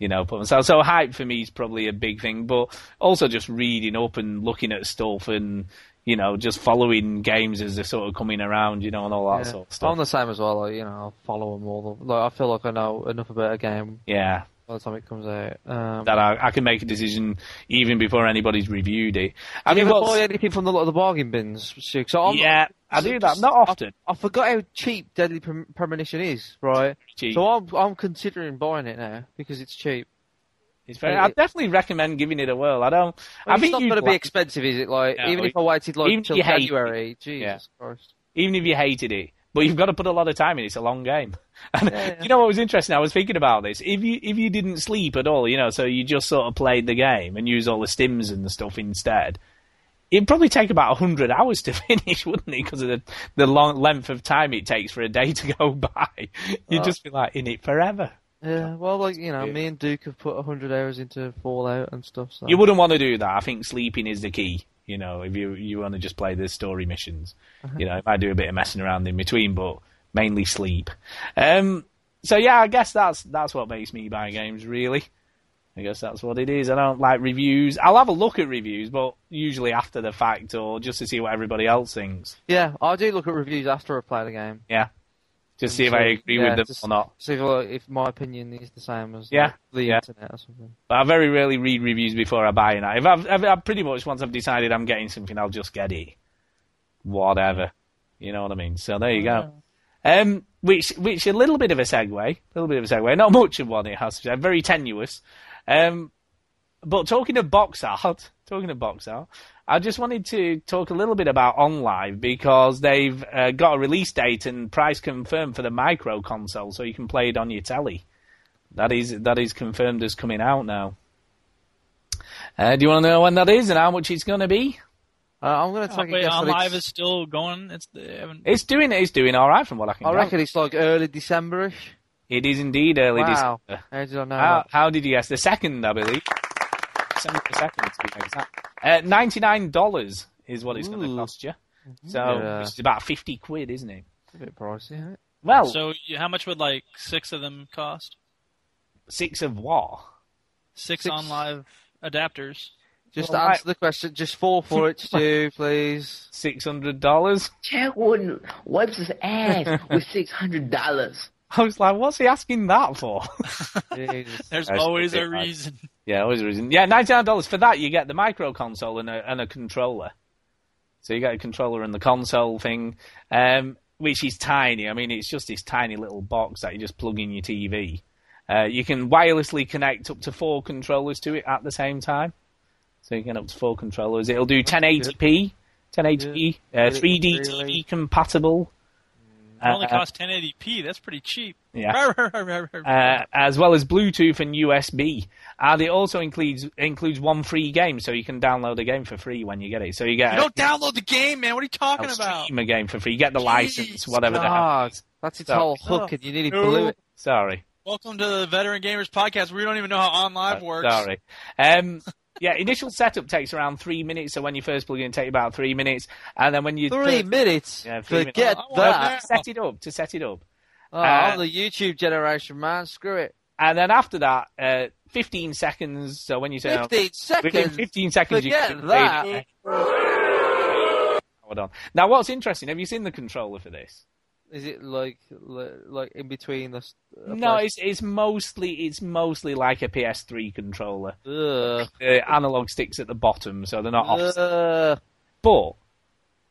[SPEAKER 2] you know, put myself. So hype for me is probably a big thing, but also just reading up and looking at stuff and you know just following games as they're sort of coming around, you know, and all that
[SPEAKER 4] Yeah.
[SPEAKER 2] sort of
[SPEAKER 4] I'm
[SPEAKER 2] stuff.
[SPEAKER 4] the same as well. Like, you know, I follow them all. Like, I feel like I know enough about a game
[SPEAKER 2] yeah,
[SPEAKER 4] by the time it comes out. Um,
[SPEAKER 2] that I, I can make a decision even before anybody's reviewed it. I
[SPEAKER 4] you
[SPEAKER 2] mean,
[SPEAKER 4] ever
[SPEAKER 2] what's-
[SPEAKER 4] buy anything from the lot of the bargain bins? Stu? 'Cause I'm,
[SPEAKER 2] yeah, I do that not often.
[SPEAKER 4] I forgot how cheap Deadly Prem- Premonition is, right?
[SPEAKER 2] Cheap.
[SPEAKER 4] So I'm I'm considering buying it now because it's cheap.
[SPEAKER 2] It's very, I definitely recommend giving it a whirl. I don't.
[SPEAKER 4] I
[SPEAKER 2] I think
[SPEAKER 4] it's not
[SPEAKER 2] you'd
[SPEAKER 4] going to be
[SPEAKER 2] like-
[SPEAKER 4] expensive, is it? Like
[SPEAKER 2] No,
[SPEAKER 4] even
[SPEAKER 2] it-
[SPEAKER 4] if I waited
[SPEAKER 2] even
[SPEAKER 4] like
[SPEAKER 2] if
[SPEAKER 4] till
[SPEAKER 2] you hate it.
[SPEAKER 4] January, Jesus Christ.
[SPEAKER 2] even if you hated it. But you've got to put a lot of time in. It's a long game. [LAUGHS] And
[SPEAKER 4] Yeah, yeah.
[SPEAKER 2] you know what was interesting? I was thinking about this. If you if you didn't sleep at all, you know, so you just sort of played the game and used all the stims and the stuff instead, it'd probably take about hundred hours to [LAUGHS] finish, wouldn't it? Because of the the long length of time it takes for a day to go [LAUGHS] by. You'd
[SPEAKER 4] Uh,
[SPEAKER 2] just be like in it forever.
[SPEAKER 4] Yeah, well, like you know,
[SPEAKER 2] Yeah.
[SPEAKER 4] me and Duke have put hundred hours into Fallout and stuff. So
[SPEAKER 2] You wouldn't want to do that. I think sleeping is the key. You know, if you you want to just play the story missions,
[SPEAKER 4] Uh-huh.
[SPEAKER 2] you know, if I do a bit of messing around in between, but mainly sleep. Um, so yeah, I guess that's that's what makes me buy games really. I guess that's what it is. I don't like reviews. I'll have a look at reviews, but usually after the fact or just to see what everybody else thinks.
[SPEAKER 4] yeah, I do look at reviews after I play the game.
[SPEAKER 2] Yeah, just see
[SPEAKER 4] And
[SPEAKER 2] if I
[SPEAKER 4] see-
[SPEAKER 2] agree
[SPEAKER 4] yeah,
[SPEAKER 2] with them
[SPEAKER 4] just-
[SPEAKER 2] or not.
[SPEAKER 4] See if, like, if my opinion is the same as like,
[SPEAKER 2] Yeah,
[SPEAKER 4] the
[SPEAKER 2] yeah.
[SPEAKER 4] internet or something.
[SPEAKER 2] But I very rarely read reviews before I buy it. If I've, I've, I've pretty much once I've decided I'm getting something, I'll just get it, whatever. You know what I mean? So there you go. Um, which which a little bit of a segue, a little bit of a segue. Not much of one, it has to be. said, Very tenuous. Um, but talking of box art, talking of box art, I just wanted to talk a little bit about OnLive because they've uh, got a release date and price confirmed for the micro console, so you can play it on your telly. That is that is confirmed as coming out now. Uh, do you want to know when that is and how much it's going to be?
[SPEAKER 4] Uh, I'm gonna take a
[SPEAKER 5] Wait,
[SPEAKER 4] guess.
[SPEAKER 5] on
[SPEAKER 4] that
[SPEAKER 5] Oh, live
[SPEAKER 4] it's-
[SPEAKER 5] is still going. It's they haven't-
[SPEAKER 2] It's doing it's doing all right from what I can.
[SPEAKER 4] I
[SPEAKER 2] gather.
[SPEAKER 4] reckon it's like early Decemberish.
[SPEAKER 2] it is indeed early
[SPEAKER 4] Wow,
[SPEAKER 2] December.
[SPEAKER 4] how did I know?
[SPEAKER 2] How,
[SPEAKER 4] that?
[SPEAKER 2] how did you guess? The second, I believe. December the second, to be exact. Uh, Ninety-nine dollars is what it's going to
[SPEAKER 4] Ooh. Mm-hmm. uh,
[SPEAKER 2] cost you. So,
[SPEAKER 4] Yeah.
[SPEAKER 2] which is about fifty quid, isn't it?
[SPEAKER 4] It's a bit pricey, isn't it?
[SPEAKER 2] Well,
[SPEAKER 5] So you- how much would like six of them cost?
[SPEAKER 2] six of what?
[SPEAKER 5] Six,
[SPEAKER 4] Six-
[SPEAKER 5] on live adapters.
[SPEAKER 4] Just
[SPEAKER 2] Well,
[SPEAKER 4] answer the question. Just four for
[SPEAKER 2] [LAUGHS]
[SPEAKER 4] it, Stu, please.
[SPEAKER 2] Six hundred dollars. [LAUGHS]
[SPEAKER 3] Chad Warden wipes his ass with six hundred dollars.
[SPEAKER 2] I was like, what's he asking that for?
[SPEAKER 4] Jesus.
[SPEAKER 5] There's
[SPEAKER 2] That's
[SPEAKER 5] always
[SPEAKER 2] pretty
[SPEAKER 5] a
[SPEAKER 2] nice.
[SPEAKER 5] reason.
[SPEAKER 2] yeah, always a reason. Yeah, ninety nine dollars for that. You get the micro console and a, and a controller. So you get a controller and the console thing, um, which is tiny. I mean, it's just this tiny little box that you just plug in your TV. Uh, you can wirelessly connect up to four controllers to it at the same time. So you can up to four controllers. It'll do 1080p, 1080p, uh, 3D TV compatible.
[SPEAKER 5] [LAUGHS] It only
[SPEAKER 2] Uh,
[SPEAKER 5] costs 1080p. That's pretty cheap.
[SPEAKER 2] Yeah.
[SPEAKER 5] Rah, rah, rah, rah, rah.
[SPEAKER 2] uh, as well as Bluetooth and USB. And it Uh, also includes includes one free game, so you can download a game for free when you get it. So you get
[SPEAKER 5] you don't download the game, man. What are you
[SPEAKER 2] a,
[SPEAKER 5] talking
[SPEAKER 2] you'll
[SPEAKER 5] about?
[SPEAKER 2] stream a game for free. You get the license, whatever the hell.
[SPEAKER 4] God, that's its
[SPEAKER 2] So-
[SPEAKER 4] whole hook, and you nearly blew it.
[SPEAKER 2] Sorry,
[SPEAKER 5] Welcome to the Veteran Gamers Podcast. We don't even know how on live works.
[SPEAKER 2] Uh, sorry. Um, [LAUGHS] yeah, initial setup takes around three minutes. So when you first plug in, take about three minutes, and then when you
[SPEAKER 4] Three minutes.
[SPEAKER 2] Yeah, three minutes. Uh,
[SPEAKER 4] Forget
[SPEAKER 5] I want
[SPEAKER 4] that.
[SPEAKER 2] set it up to set it up,
[SPEAKER 4] Oh, I'm the YouTube generation, man. Screw it.
[SPEAKER 2] and then after that, uh, fifteen seconds. So when you turn on-
[SPEAKER 4] Fifteen
[SPEAKER 2] Within
[SPEAKER 4] seconds.
[SPEAKER 2] 15 seconds, you
[SPEAKER 4] Forget
[SPEAKER 2] can
[SPEAKER 4] that.
[SPEAKER 2] Hold on. Now, what's interesting? Have you seen the controller for this?
[SPEAKER 4] Is it like li- like in between the? s- uh,
[SPEAKER 2] No,
[SPEAKER 4] place-
[SPEAKER 2] it's it's mostly it's mostly like a PS3 controller.
[SPEAKER 4] [LAUGHS] Ugh.
[SPEAKER 2] The analog sticks at the bottom, so they're not off.
[SPEAKER 4] Ugh.
[SPEAKER 2] But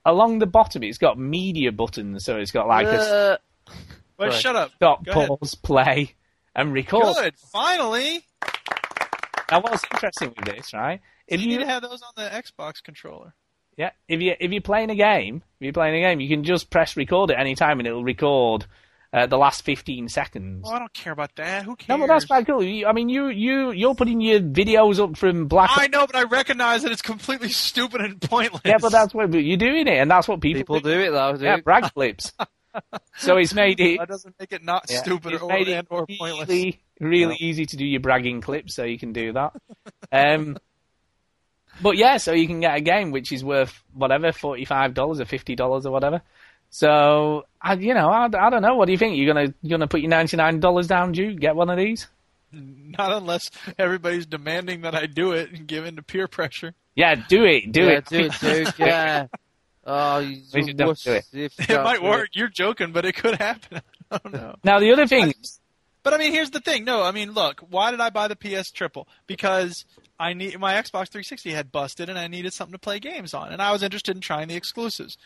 [SPEAKER 2] along the bottom, it's got media buttons, so it's got like a
[SPEAKER 4] Ugh.
[SPEAKER 5] Wait,
[SPEAKER 4] Right.
[SPEAKER 5] shut up.
[SPEAKER 2] stop,
[SPEAKER 5] Go ahead.
[SPEAKER 2] pause, play, and record.
[SPEAKER 5] Good. Finally,
[SPEAKER 2] Now, what's interesting with this, right? If
[SPEAKER 5] you need
[SPEAKER 2] you
[SPEAKER 5] to have those on the Xbox controller.
[SPEAKER 2] Yeah, if you if you're playing a game, if you're playing a game, you can just press record at any time and it'll record uh, the last 15 seconds.
[SPEAKER 5] Oh, I don't care about that. Who cares?
[SPEAKER 2] No, but that's quite cool. You, I mean, you you you're putting your videos up from Black.
[SPEAKER 5] I know, but I recognize that it's completely [LAUGHS] stupid and pointless.
[SPEAKER 2] yeah, but that's what but you're doing it, and that's what people,
[SPEAKER 4] People do it though. Dude.
[SPEAKER 2] Yeah, brag
[SPEAKER 4] [LAUGHS]
[SPEAKER 2] clips. so it's made it
[SPEAKER 5] that doesn't make it not
[SPEAKER 2] yeah,
[SPEAKER 5] stupid
[SPEAKER 2] it's
[SPEAKER 5] or,
[SPEAKER 2] made it
[SPEAKER 5] and or pointless.
[SPEAKER 2] really really easy to do your bragging clips, so you can do
[SPEAKER 4] [LAUGHS]
[SPEAKER 2] that. Um, but yeah, so you can get a game which is worth whatever forty five dollars or fifty dollars or whatever. So I, you know, I, I don't know. What do you think? You're gonna you're gonna put your ninety nine dollars down, Jude? Get one of these?
[SPEAKER 5] Not unless everybody's demanding that I do it and give in to peer pressure. [LAUGHS]
[SPEAKER 2] Yeah, do it, do
[SPEAKER 4] yeah,
[SPEAKER 2] it.
[SPEAKER 4] do it, dude.
[SPEAKER 2] [LAUGHS]
[SPEAKER 4] Yeah. Oh, you
[SPEAKER 2] We should don't
[SPEAKER 4] wuss
[SPEAKER 2] do it.
[SPEAKER 4] if you
[SPEAKER 5] It
[SPEAKER 4] don't
[SPEAKER 5] might
[SPEAKER 4] do
[SPEAKER 5] work. You're joking, but it could happen. [LAUGHS] I don't know.
[SPEAKER 2] Now the other thing,
[SPEAKER 5] But I mean, here's the thing. No, I mean, look. Why did I buy the PS Triple? Because I need my Xbox 360 had busted, and I needed something to play games on, and I was interested in trying the exclusives.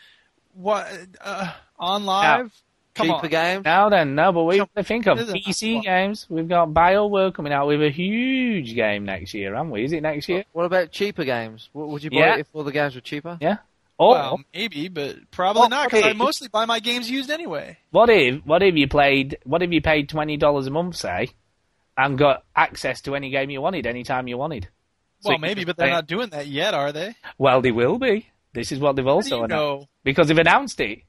[SPEAKER 5] What uh, on live? Come
[SPEAKER 4] Cheaper
[SPEAKER 5] on.
[SPEAKER 4] games.
[SPEAKER 2] Now then, no, but we have to think of
[SPEAKER 5] This is a
[SPEAKER 2] PC
[SPEAKER 5] nice
[SPEAKER 2] games. We've got BioWare coming out with a huge game next year, haven't we? Is it next year?
[SPEAKER 4] What about cheaper games? What would you buy
[SPEAKER 2] Yeah.
[SPEAKER 4] it if all the games were cheaper?
[SPEAKER 2] Yeah. Or
[SPEAKER 5] Well, Oh, um, maybe, but probably
[SPEAKER 2] Oh,
[SPEAKER 5] not because
[SPEAKER 2] okay.
[SPEAKER 5] I mostly buy my games used anyway.
[SPEAKER 2] what if what if you played what if you paid twenty dollars a month, say, and got access to any game you wanted anytime you wanted? So
[SPEAKER 5] Well,
[SPEAKER 2] you
[SPEAKER 5] maybe,
[SPEAKER 2] could
[SPEAKER 5] but they're
[SPEAKER 2] play-
[SPEAKER 5] not doing that yet, are they?
[SPEAKER 2] Well, they will be. This is what they've
[SPEAKER 5] How do
[SPEAKER 2] also
[SPEAKER 5] you
[SPEAKER 2] announced
[SPEAKER 5] know?
[SPEAKER 2] because they've announced it.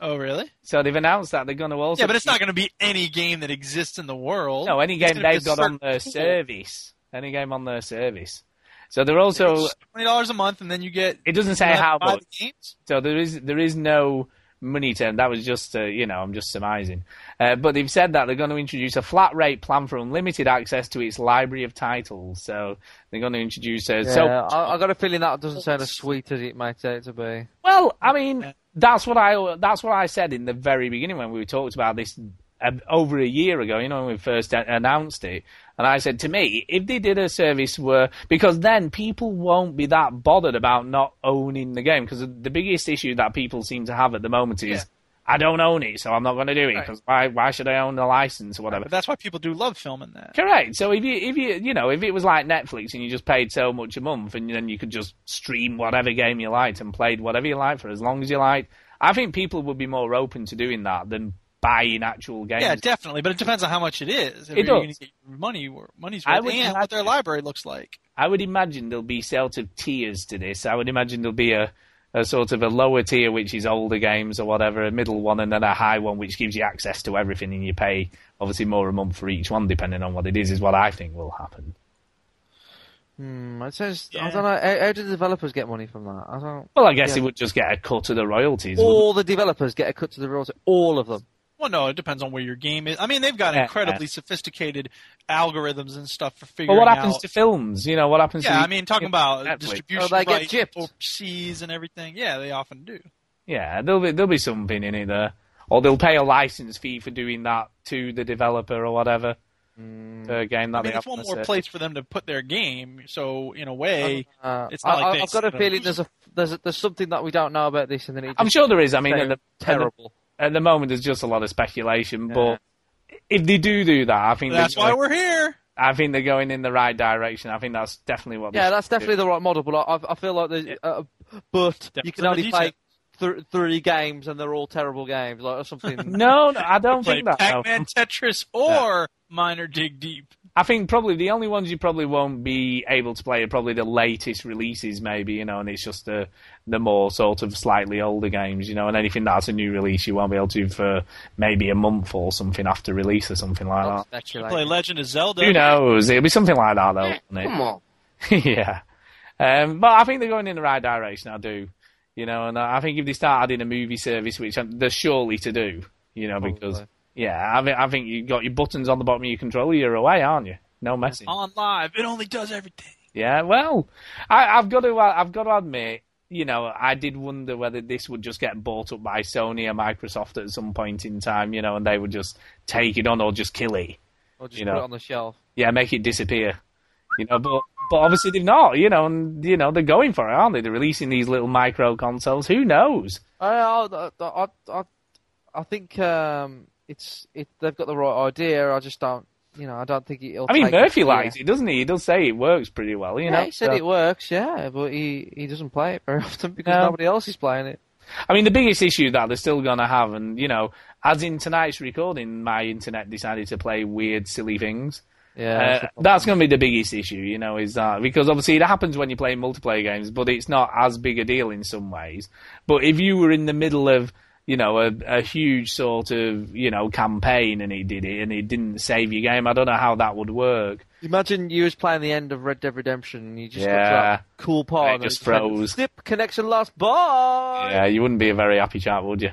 [SPEAKER 5] Oh, really?
[SPEAKER 2] So they've announced that they're going to also
[SPEAKER 5] Yeah, but it's not going to be any game that exists in the world.
[SPEAKER 2] no any
[SPEAKER 5] It's
[SPEAKER 2] game
[SPEAKER 5] gonna be
[SPEAKER 2] they've
[SPEAKER 5] a
[SPEAKER 2] got on
[SPEAKER 5] certain
[SPEAKER 2] their
[SPEAKER 5] pool.
[SPEAKER 2] service, any game on their service. So they're also
[SPEAKER 5] It's twenty dollars a month, and then you get.
[SPEAKER 2] it doesn't
[SPEAKER 5] you
[SPEAKER 2] say
[SPEAKER 5] have to
[SPEAKER 2] how
[SPEAKER 5] buy
[SPEAKER 2] much.
[SPEAKER 5] the games?
[SPEAKER 2] So there is there is no money term. That was just uh, you know I'm just surmising. Uh, but they've said that they're going to introduce a flat rate plan for unlimited access to its library of titles. So they're going to introduce uh,
[SPEAKER 4] Yeah,
[SPEAKER 2] so
[SPEAKER 4] I, I got a feeling that doesn't sound as sweet as it might say it to be.
[SPEAKER 2] well. I mean that's what I that's what I said in the very beginning when we talked about this. uh, Over a year ago, you know, when we first a- announced it, and I said to me, if they did a service where, because then people won't be that bothered about not owning the game, because the biggest issue that people seem to have at the moment is,
[SPEAKER 5] Yeah.
[SPEAKER 2] I don't own it, so I'm not going to do it
[SPEAKER 5] Right.
[SPEAKER 2] because why? Why should I own the license or whatever?
[SPEAKER 5] But that's why people do love filming that.
[SPEAKER 2] Correct. So if you if you you know if it was like Netflix and you just paid so much a month and then you could just stream whatever game you liked and played whatever you liked for as long as you liked, I think people would be more open to doing that than buying actual games.
[SPEAKER 5] Yeah, definitely. But it depends on how much it is. If
[SPEAKER 2] It
[SPEAKER 5] you're
[SPEAKER 2] does.
[SPEAKER 5] gonna get your money wor- money's
[SPEAKER 2] I
[SPEAKER 5] worth
[SPEAKER 2] would
[SPEAKER 5] and what their
[SPEAKER 2] imagine-
[SPEAKER 5] library looks like.
[SPEAKER 2] I would imagine there'll be sort of tiers to this. I would imagine there'll be a, a sort of a lower tier which is older games or whatever, a middle one, and then a high one which gives you access to everything, and you pay obviously more a month for each one, depending on what it is. Is what I think will happen.
[SPEAKER 4] Hmm, it sounds. I
[SPEAKER 5] Yeah.
[SPEAKER 4] don't know. How, how do the developers get money from that? I don't.
[SPEAKER 2] Well, I guess
[SPEAKER 4] Yeah.
[SPEAKER 2] it would just get a cut of the royalties. wouldn't
[SPEAKER 4] All the developers get a cut to the royalties. All of them.
[SPEAKER 5] Well, no, it depends on where your game is. I mean, they've got
[SPEAKER 2] Yeah.
[SPEAKER 5] incredibly sophisticated algorithms and stuff for
[SPEAKER 2] But
[SPEAKER 5] figuring
[SPEAKER 2] what happens
[SPEAKER 5] out.
[SPEAKER 2] to films? You know, what happens to.
[SPEAKER 5] yeah, I mean, talking about
[SPEAKER 2] Netflix.
[SPEAKER 5] distribution
[SPEAKER 4] Oh, they get
[SPEAKER 5] rights
[SPEAKER 4] gypped.
[SPEAKER 5] overseas and everything. Yeah, they often do.
[SPEAKER 2] Yeah, there'll be, there'll be something in it there. Or they'll pay a license fee for doing that to the developer or whatever. The game that
[SPEAKER 5] Mm. I mean,
[SPEAKER 2] they
[SPEAKER 5] it's
[SPEAKER 2] have
[SPEAKER 5] one
[SPEAKER 2] on the
[SPEAKER 5] more
[SPEAKER 2] service.
[SPEAKER 5] place for them to put their game. So, in a way,
[SPEAKER 4] Uh,
[SPEAKER 5] It's
[SPEAKER 4] I,
[SPEAKER 5] not like
[SPEAKER 4] I,
[SPEAKER 5] they-
[SPEAKER 4] I've got a feeling there's a there's a, there's something that we don't know about this, and then it
[SPEAKER 2] I'm
[SPEAKER 4] just-
[SPEAKER 2] sure there is. I mean,
[SPEAKER 4] they're
[SPEAKER 2] at the,
[SPEAKER 4] terrible.
[SPEAKER 2] At the, moment, there's just a lot of speculation.
[SPEAKER 4] Yeah.
[SPEAKER 2] But if they do do that, I think
[SPEAKER 5] that's
[SPEAKER 2] they're
[SPEAKER 5] why
[SPEAKER 2] going-
[SPEAKER 5] we're here.
[SPEAKER 2] I think they're going in the right direction. I think that's definitely what. they
[SPEAKER 4] Yeah,
[SPEAKER 2] should
[SPEAKER 4] that's
[SPEAKER 2] do.
[SPEAKER 4] definitely the right model, but I, I- I feel like there's, uh, but you
[SPEAKER 5] Depends
[SPEAKER 4] can
[SPEAKER 5] on the
[SPEAKER 4] only play th- three games, and they're all terrible games, like or something.
[SPEAKER 2] No, no, I don't
[SPEAKER 5] Play
[SPEAKER 2] think that. no. [LAUGHS]
[SPEAKER 5] Pac-Man, Tetris, or Miner Dig Deep.
[SPEAKER 2] I think probably the only ones you probably won't be able to play are probably the latest releases, maybe you know, and it's just the the more sort of slightly older games, you know, and anything that's a new release you won't be able to for maybe a month or something after release or something like
[SPEAKER 4] I'll
[SPEAKER 2] that.
[SPEAKER 4] speculate.
[SPEAKER 5] Play Legend of Zelda.
[SPEAKER 2] Who knows? It'll be something like that, though. won't it?
[SPEAKER 3] Come on.
[SPEAKER 2] [LAUGHS] yeah. Um, but I think they're going in the right direction. I do, you know, and I think if they start adding a movie service, which um, they're surely to do, you know, because
[SPEAKER 4] Probably.
[SPEAKER 2] yeah, I think I think you got your buttons on the bottom of your controller, you're away, aren't you? No messing.
[SPEAKER 5] On live, it only does everything.
[SPEAKER 2] Yeah, well, I, I've got to I've got to admit, you know, I did wonder whether this would just get bought up by Sony or Microsoft at some point in time, you know, and they would just take it on or just kill it
[SPEAKER 4] Or just
[SPEAKER 2] you
[SPEAKER 4] put
[SPEAKER 2] know.
[SPEAKER 4] it on the shelf.
[SPEAKER 2] yeah, make it disappear. You know, but but obviously they've not, you know, and you know, they're going for it, aren't they? They're releasing these little micro consoles. Who knows?
[SPEAKER 4] I, I, I, uh, I, I think um, it's it. They've got the right idea. I just don't. You know, I don't think it'll.
[SPEAKER 2] I mean
[SPEAKER 4] take
[SPEAKER 2] Murphy
[SPEAKER 4] yeah.
[SPEAKER 2] likes it, doesn't he? He does say it works pretty well, you
[SPEAKER 4] Yeah,
[SPEAKER 2] know.
[SPEAKER 4] he said
[SPEAKER 2] so-
[SPEAKER 4] it works. Yeah, but he, he doesn't play it very [LAUGHS] often because
[SPEAKER 2] No.
[SPEAKER 4] nobody else is playing it.
[SPEAKER 2] I mean the biggest issue that they're still gonna have and you know, as in tonight's recording, my internet decided to play weird, silly things.
[SPEAKER 4] Yeah,
[SPEAKER 2] Uh,
[SPEAKER 4] that's the problem.
[SPEAKER 2] that's going to be the biggest issue, you know, is that because obviously it happens when you play multiplayer games, but it's not as big a deal in some ways. But if you were in the middle of, you know, a, a huge sort of, you know, campaign and it did it and it didn't save your game, I don't know how that would work.
[SPEAKER 4] Imagine you was playing the end of Red Dead Redemption and you just looked
[SPEAKER 2] Yeah.
[SPEAKER 4] at that cool part
[SPEAKER 2] And it
[SPEAKER 4] and it
[SPEAKER 2] just
[SPEAKER 4] went,
[SPEAKER 2] froze.
[SPEAKER 4] Snip connection lost. Bye.
[SPEAKER 2] Yeah, you wouldn't be a very happy chap, would you?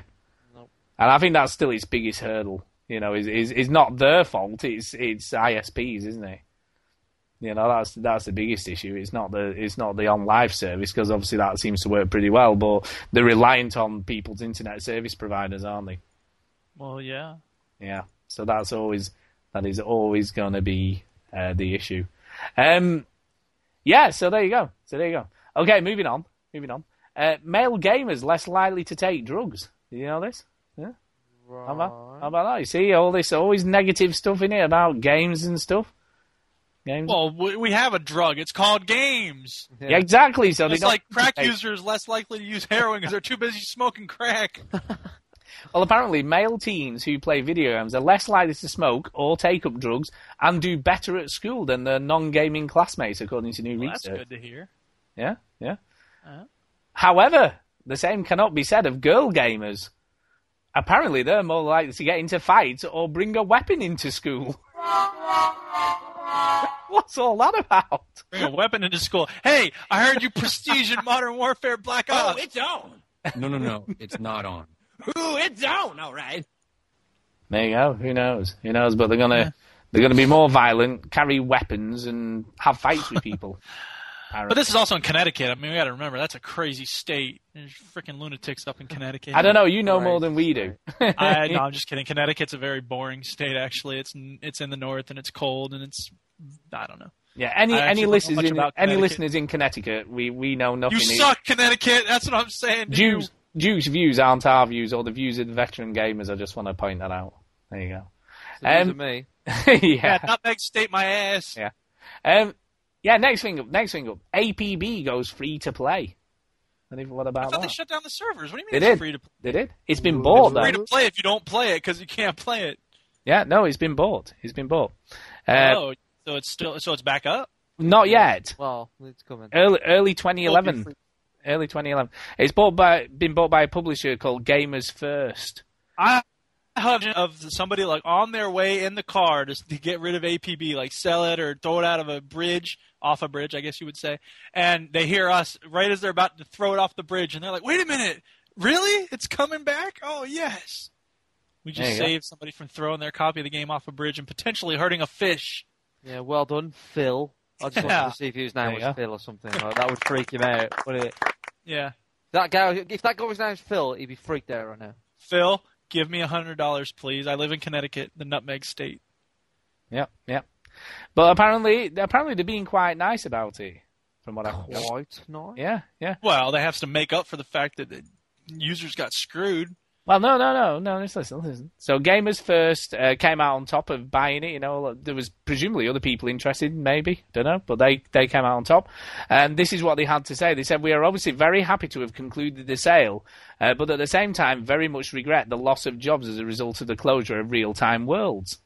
[SPEAKER 4] Nope.
[SPEAKER 2] And I think that's still its biggest hurdle. You know, is is is not their fault. It's it's ISPs, isn't it? You know, that's that's the biggest issue. It's not the it's not the on live service because obviously that seems to work pretty well, but they're reliant on people's internet service providers, aren't they?
[SPEAKER 5] Well, yeah.
[SPEAKER 2] Yeah. So that's always that is always going to be uh, the issue. Um, yeah. So there you go. So there you go. Okay, moving on. Moving on. Uh, male gamers less likely to take drugs. Did you know this? Yeah. How about, how about that? You see all this always negative stuff in here about games and stuff. Games.
[SPEAKER 5] Well, we we have a drug. It's called games.
[SPEAKER 2] yeah, exactly. So they
[SPEAKER 5] It's
[SPEAKER 2] don't
[SPEAKER 5] like crack
[SPEAKER 2] take-
[SPEAKER 5] users less likely to use heroin because they're too busy smoking crack.
[SPEAKER 2] Well, apparently, male teens who play video games are less likely to smoke or take up drugs and do better at school than their non-gaming classmates, according to new
[SPEAKER 5] Well,
[SPEAKER 2] research.
[SPEAKER 5] that's good to hear.
[SPEAKER 2] Yeah, yeah.
[SPEAKER 5] Uh-huh.
[SPEAKER 2] However, the same cannot be said of girl gamers. Apparently, they're more likely to get into fights or bring a weapon into school. [LAUGHS] What's all that about?
[SPEAKER 5] Bring a weapon into school. Hey, I heard you prestige in Modern Warfare Black
[SPEAKER 10] Oh,
[SPEAKER 5] Ops.
[SPEAKER 10] it's on. No, no, no. It's not on. Ooh, it's on. All right.
[SPEAKER 2] There you go. Who knows? Who knows? But they're gonna they're gonna be more violent, carry weapons, and have fights with
[SPEAKER 5] [LAUGHS]
[SPEAKER 2] people.
[SPEAKER 5] But this is also in Connecticut. I mean, we got to remember that's a crazy state. There's freaking lunatics up in Connecticut.
[SPEAKER 2] I don't know. You know
[SPEAKER 4] Right.
[SPEAKER 2] more than we do.
[SPEAKER 5] [LAUGHS] I, no, I'm just kidding. Connecticut's a very boring state. Actually, it's n- it's in the north and it's cold and it's I don't know.
[SPEAKER 2] [LAUGHS] Yeah. Any
[SPEAKER 5] I
[SPEAKER 2] any
[SPEAKER 5] actually don't know
[SPEAKER 2] listeners
[SPEAKER 5] much
[SPEAKER 2] in
[SPEAKER 5] about
[SPEAKER 2] any
[SPEAKER 5] Connecticut.
[SPEAKER 2] listeners in Connecticut, we we know
[SPEAKER 5] You
[SPEAKER 2] nothing.
[SPEAKER 5] suck, Connecticut. That's what I'm saying. to you.
[SPEAKER 2] Jews, Jews' views aren't our views or the views of the veteran gamers. I just want to point that out. There you go.
[SPEAKER 4] So these
[SPEAKER 2] Um,
[SPEAKER 4] are me.
[SPEAKER 5] Yeah,
[SPEAKER 2] [LAUGHS] yeah.
[SPEAKER 5] nutmeg state my ass.
[SPEAKER 2] Yeah. Um, yeah. Next thing up. Next thing up. APB goes free to play. And if, what
[SPEAKER 5] I
[SPEAKER 2] about
[SPEAKER 5] thought they
[SPEAKER 2] that?
[SPEAKER 5] shut down the servers. What do
[SPEAKER 2] They
[SPEAKER 5] you mean it's
[SPEAKER 2] did.
[SPEAKER 5] free to play?
[SPEAKER 2] They did. It's been bought
[SPEAKER 5] Free
[SPEAKER 2] though.
[SPEAKER 5] to play if you don't play it because you can't play it.
[SPEAKER 2] Yeah. No, it's been bought. It's been bought. Uh,
[SPEAKER 5] oh, so it's still so it's back up.
[SPEAKER 2] Not yet.
[SPEAKER 4] Well, it's coming.
[SPEAKER 2] Early early
[SPEAKER 5] Will be
[SPEAKER 2] 2011.
[SPEAKER 5] free.
[SPEAKER 2] Early 2011. It's bought by been bought by a publisher called Gamers First.
[SPEAKER 5] I have of somebody like on their way in the car just to get rid of APB, like sell it or throw it out of a bridge, off a bridge, I guess you would say. And they hear us right as they're about to throw it off the bridge, and they're like, "Wait a minute, really? It's coming back? Oh yes." We
[SPEAKER 4] There
[SPEAKER 5] just
[SPEAKER 4] you go.
[SPEAKER 5] saved somebody from throwing their copy of the game off a bridge and potentially hurting a fish.
[SPEAKER 4] Yeah, well done, Phil. I just
[SPEAKER 5] Yeah.
[SPEAKER 4] wanted to see if his name
[SPEAKER 5] There
[SPEAKER 4] was
[SPEAKER 5] you go.
[SPEAKER 4] Phil or something. Like, that would freak him out, wouldn't it?
[SPEAKER 5] Yeah.
[SPEAKER 4] That guy, if that guy was named Phil, he'd be freaked out right now.
[SPEAKER 5] Phil, give me a hundred dollars, please. I live in Connecticut, the Nutmeg State.
[SPEAKER 2] Yep, yep. But apparently, apparently they're being quite nice about it, from what I
[SPEAKER 4] Quite nice.
[SPEAKER 2] Yeah, yeah.
[SPEAKER 5] Well, they have to make up for the fact that the users got screwed.
[SPEAKER 2] Well, no, no, no, no. Just listen, listen. So, Gamers First uh, came out on top of buying it. You know, there was presumably other people interested, maybe. Don't know, but they they came out on top. And this is what they had to say. They said, "We are obviously very happy to have concluded the sale, uh, but at the same time, very much regret the loss of jobs as a result of the closure of Real Time Worlds."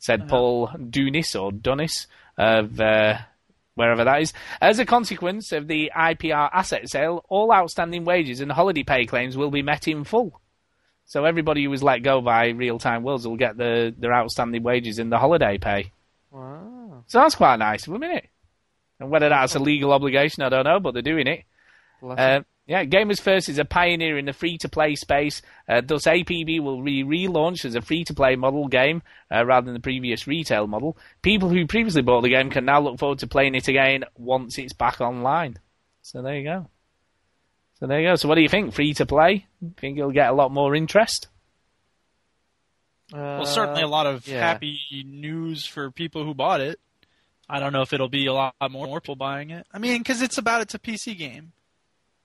[SPEAKER 2] Said Paul Dunis or Dunis of. Uh, wherever that is. As a consequence of the IPR asset sale, all outstanding wages and holiday pay claims will be met in full. So everybody who was let go by Real Time Worlds will get the, their outstanding wages and the holiday pay.
[SPEAKER 4] Wow.
[SPEAKER 2] So that's quite nice, isn't it? And whether that's a legal obligation, I don't know, but they're doing it.
[SPEAKER 4] Bless him.
[SPEAKER 2] Um, yeah, Gamers First is a pioneer in the free to play space. Uh, thus, APB will be relaunched as a free to play model game uh, rather than the previous retail model. People who previously bought the game can now look forward to playing it again once it's back online. So there you go. So there you go. So what do you think? Free to play? Think it'll get a lot more interest?
[SPEAKER 5] Well,
[SPEAKER 2] Uh,
[SPEAKER 5] certainly a lot of
[SPEAKER 4] yeah.
[SPEAKER 5] happy news for people who bought it. I don't know if it'll be a lot more more people buying it. I mean, because it's about it's a PC game.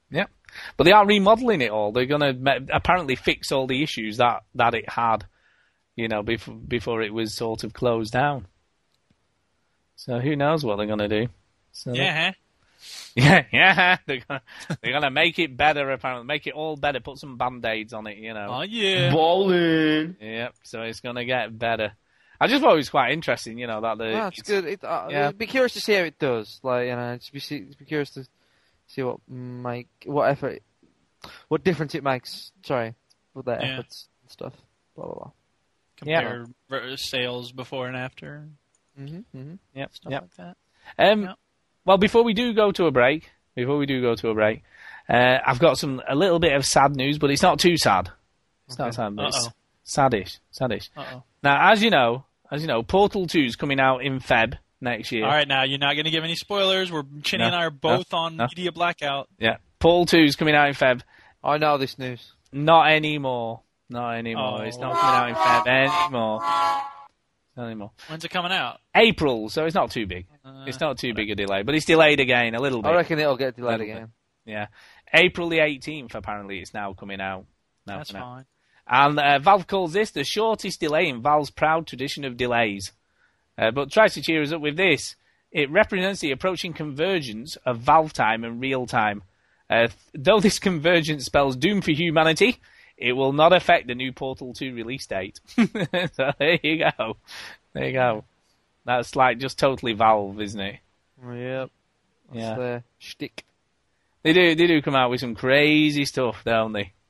[SPEAKER 2] Yeah. But they are remodeling it all. They're going to apparently fix all the issues that, that it had, you know, before, before it was sort of closed down. So who knows what they're going to do. So
[SPEAKER 5] Yeah.
[SPEAKER 2] [LAUGHS] Yeah, yeah. They're gonna, they're gonna make it better. Apparently, make it all better. Put some band aids on it. You know.
[SPEAKER 5] Oh yeah.
[SPEAKER 3] Ballin'.
[SPEAKER 2] Yep. So it's gonna get better. I just thought it was quite interesting. You know that the.
[SPEAKER 4] That's good. It, uh,
[SPEAKER 2] yeah.
[SPEAKER 4] Be curious to see how it does. Like you know, just be, see, be curious to see what make what effort, what difference it makes. Sorry, with their
[SPEAKER 5] Yeah.
[SPEAKER 4] efforts and stuff. Blah blah blah.
[SPEAKER 5] Compare r- sales before and after.
[SPEAKER 4] Mm-hmm, mm-hmm.
[SPEAKER 2] Yep.
[SPEAKER 5] Stuff
[SPEAKER 2] Yep.
[SPEAKER 5] like that.
[SPEAKER 2] Um,
[SPEAKER 5] Yeah.
[SPEAKER 2] Well, before we do go to a break, before we do go to a break, uh, I've got some a little bit of sad news, but it's not too sad. It's not sad, but it's
[SPEAKER 5] Uh-oh.
[SPEAKER 2] sadish, sadish.
[SPEAKER 5] Uh-oh.
[SPEAKER 2] Now, as you know, as you know, Portal 2 is coming out in Feb next year.
[SPEAKER 5] All right, now you're not going to give any spoilers. We're Chinny
[SPEAKER 2] No,
[SPEAKER 5] and I are
[SPEAKER 2] no,
[SPEAKER 5] both on
[SPEAKER 2] no.
[SPEAKER 5] media blackout.
[SPEAKER 2] Yeah, Portal 2 is coming out in Feb.
[SPEAKER 4] I know this news.
[SPEAKER 2] Not anymore. Not anymore.
[SPEAKER 5] Oh.
[SPEAKER 2] It's not coming out in Feb anymore. Not anymore.
[SPEAKER 5] When's it coming out?
[SPEAKER 2] April, so it's not too big.
[SPEAKER 5] Uh,
[SPEAKER 2] it's not too big a delay, but it's delayed again a little bit.
[SPEAKER 4] I reckon it'll get delayed
[SPEAKER 2] Little bit.
[SPEAKER 4] again.
[SPEAKER 2] Yeah, April the 18th. Apparently, it's now coming out. Now
[SPEAKER 5] That's
[SPEAKER 2] coming out.
[SPEAKER 5] fine.
[SPEAKER 2] And uh, Valve calls this the shortest delay in Valve's proud tradition of delays. Uh, but tries to cheer us up with this. It represents the approaching convergence of Valve time and real time. Uh, th- though this convergence spells doom for humanity, it will not affect the new Portal 2 release date. [LAUGHS] so there you go. There you go. That's like just totally Valve, isn't it?
[SPEAKER 4] Yep. That's
[SPEAKER 2] Yeah.
[SPEAKER 4] their shtick.
[SPEAKER 2] They do. They do come out with some crazy stuff, don't they? [SIGHS]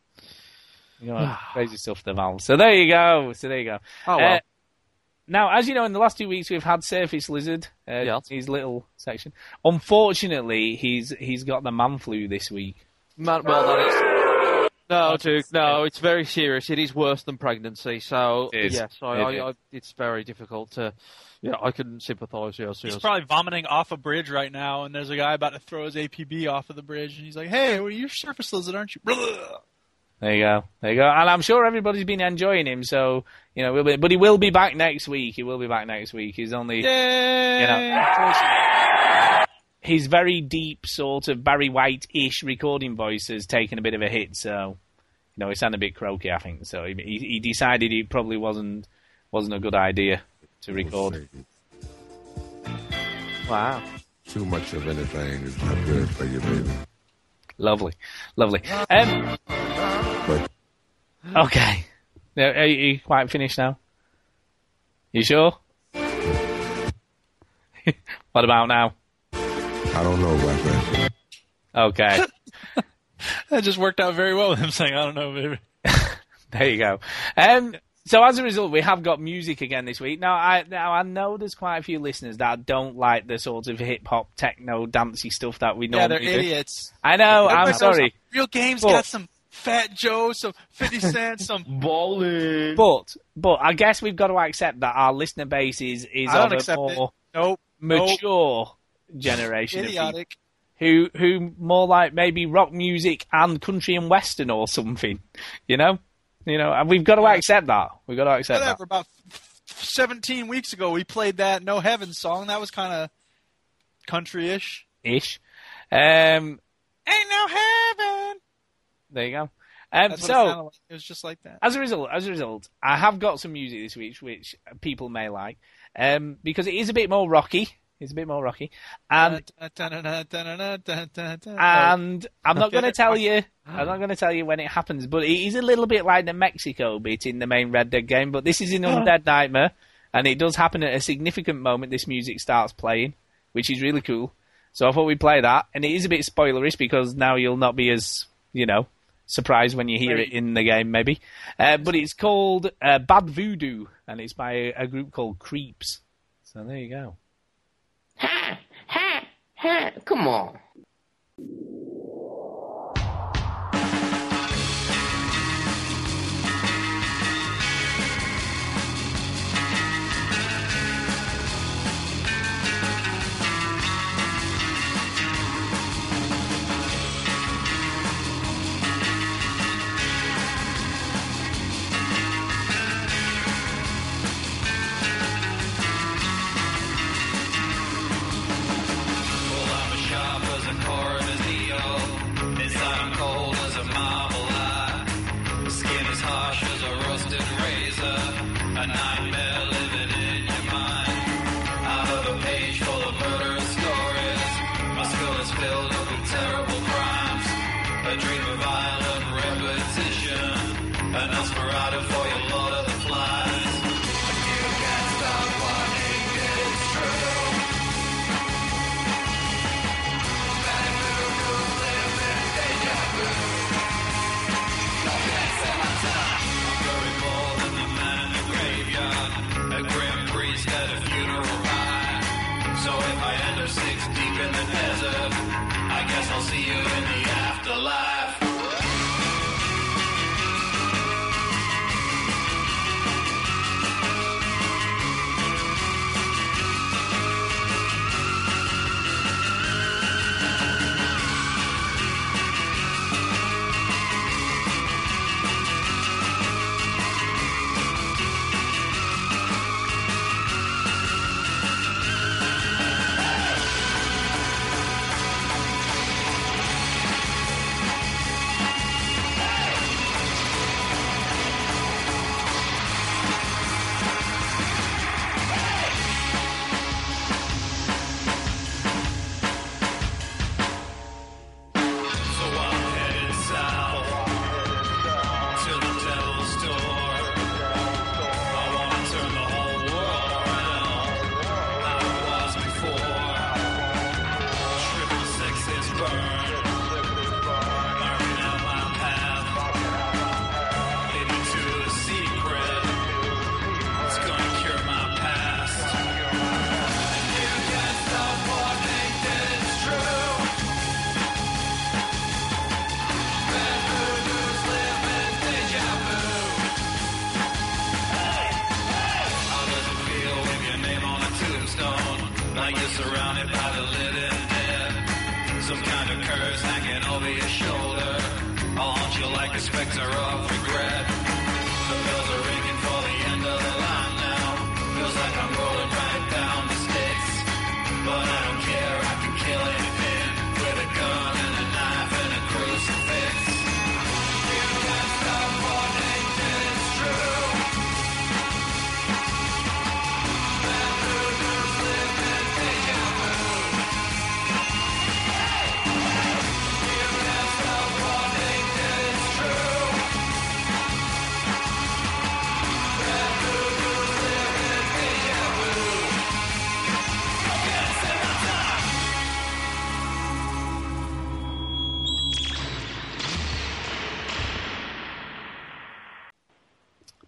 [SPEAKER 2] You know, crazy stuff. The Valve. So there you go. So there you go.
[SPEAKER 4] Oh well.
[SPEAKER 2] Uh, now, as you know, in the last two weeks we've had Surface Lizard. Uh,
[SPEAKER 4] Yeah.
[SPEAKER 2] His little section. Unfortunately, he's he's got the man flu this week.
[SPEAKER 4] Man, well, that is. No, Duke. No, it's very serious. It is worse than pregnancy. So
[SPEAKER 2] It is.
[SPEAKER 4] yes, I,
[SPEAKER 2] It
[SPEAKER 4] I,
[SPEAKER 2] is.
[SPEAKER 4] I, it's very difficult to. Yeah, I can sympathise. Yes,
[SPEAKER 5] He's
[SPEAKER 4] yes.
[SPEAKER 5] probably vomiting off a bridge right now, and there's a guy about to throw his APB off of the bridge, and he's like, "Hey, well, you're surface lizard, aren't you?" [LAUGHS] Blah.
[SPEAKER 2] There you go. There you go. And I'm sure everybody's been enjoying him. So you know, we'll be, but he will be back next week. He will be back next week. He's only
[SPEAKER 5] Yay!
[SPEAKER 2] his very deep sort of Barry White-ish recording voice has taken a bit of a hit, so you know he sounded a bit croaky, I think. So he, he he decided it probably wasn't wasn't a good idea to record.
[SPEAKER 4] Wow.
[SPEAKER 7] Too much of anything is not good for you, baby.
[SPEAKER 2] Lovely, lovely. Um, okay, Now, are you, are you quite finished now? You sure? [LAUGHS] what about now?
[SPEAKER 7] I don't know about that.
[SPEAKER 2] Okay.
[SPEAKER 5] That just worked out very well with him saying, "I don't know, baby."
[SPEAKER 2] There you go. Um, so as a result, we have got music again this week. Now I now I know there's quite a few listeners that don't like the sort of hip hop, techno, dancey stuff that we
[SPEAKER 5] Yeah,
[SPEAKER 2] normally
[SPEAKER 5] they're
[SPEAKER 2] do.
[SPEAKER 5] idiots.
[SPEAKER 2] I know.
[SPEAKER 5] Everybody
[SPEAKER 2] Oh, I'm
[SPEAKER 5] knows
[SPEAKER 2] sorry.
[SPEAKER 5] Real games
[SPEAKER 2] Well-
[SPEAKER 5] got some Fat Joe, some 50 Cent, some
[SPEAKER 2] [LAUGHS]
[SPEAKER 3] Bowling.
[SPEAKER 2] But but I guess we've got to accept that our listener base is is
[SPEAKER 5] I don't
[SPEAKER 2] of a
[SPEAKER 5] accept it.
[SPEAKER 2] more
[SPEAKER 5] Nope.
[SPEAKER 2] mature
[SPEAKER 5] Nope.
[SPEAKER 2] generation of people
[SPEAKER 5] Idiotic.
[SPEAKER 2] who who more like maybe rock music and country and western or something, you know, you know, and we've got to accept that. We've got to accept
[SPEAKER 5] Whatever. About f- f- 17 weeks ago, we played that No Heaven song. That was kind of country ish.
[SPEAKER 2] that ish. Um,
[SPEAKER 5] Ain't no heaven.
[SPEAKER 2] there you go. Um,
[SPEAKER 5] That's what it, sounded
[SPEAKER 2] so
[SPEAKER 5] like. it was just like that.
[SPEAKER 2] as a result, as a result, I have got some music this week which people may like, um, because it is a bit more rocky. It's a bit more rocky, and
[SPEAKER 5] And
[SPEAKER 2] and I'm not going to tell you. I'm not going to tell you when it happens, but it is a little bit like the Mexico bit in the main Red Dead game. But this is [GASPS] in Undead Nightmare, and it does happen at a significant moment. This music starts playing, which is really cool. So I thought we'd play that, and it is a bit spoilerish because now you'll not be as you know surprised when you hear it in the game, maybe. Uh, but it's called uh, Bad Voodoo, and it's by a, a group called Creeps. So there you go.
[SPEAKER 3] Ha! Ha! Ha! Come on.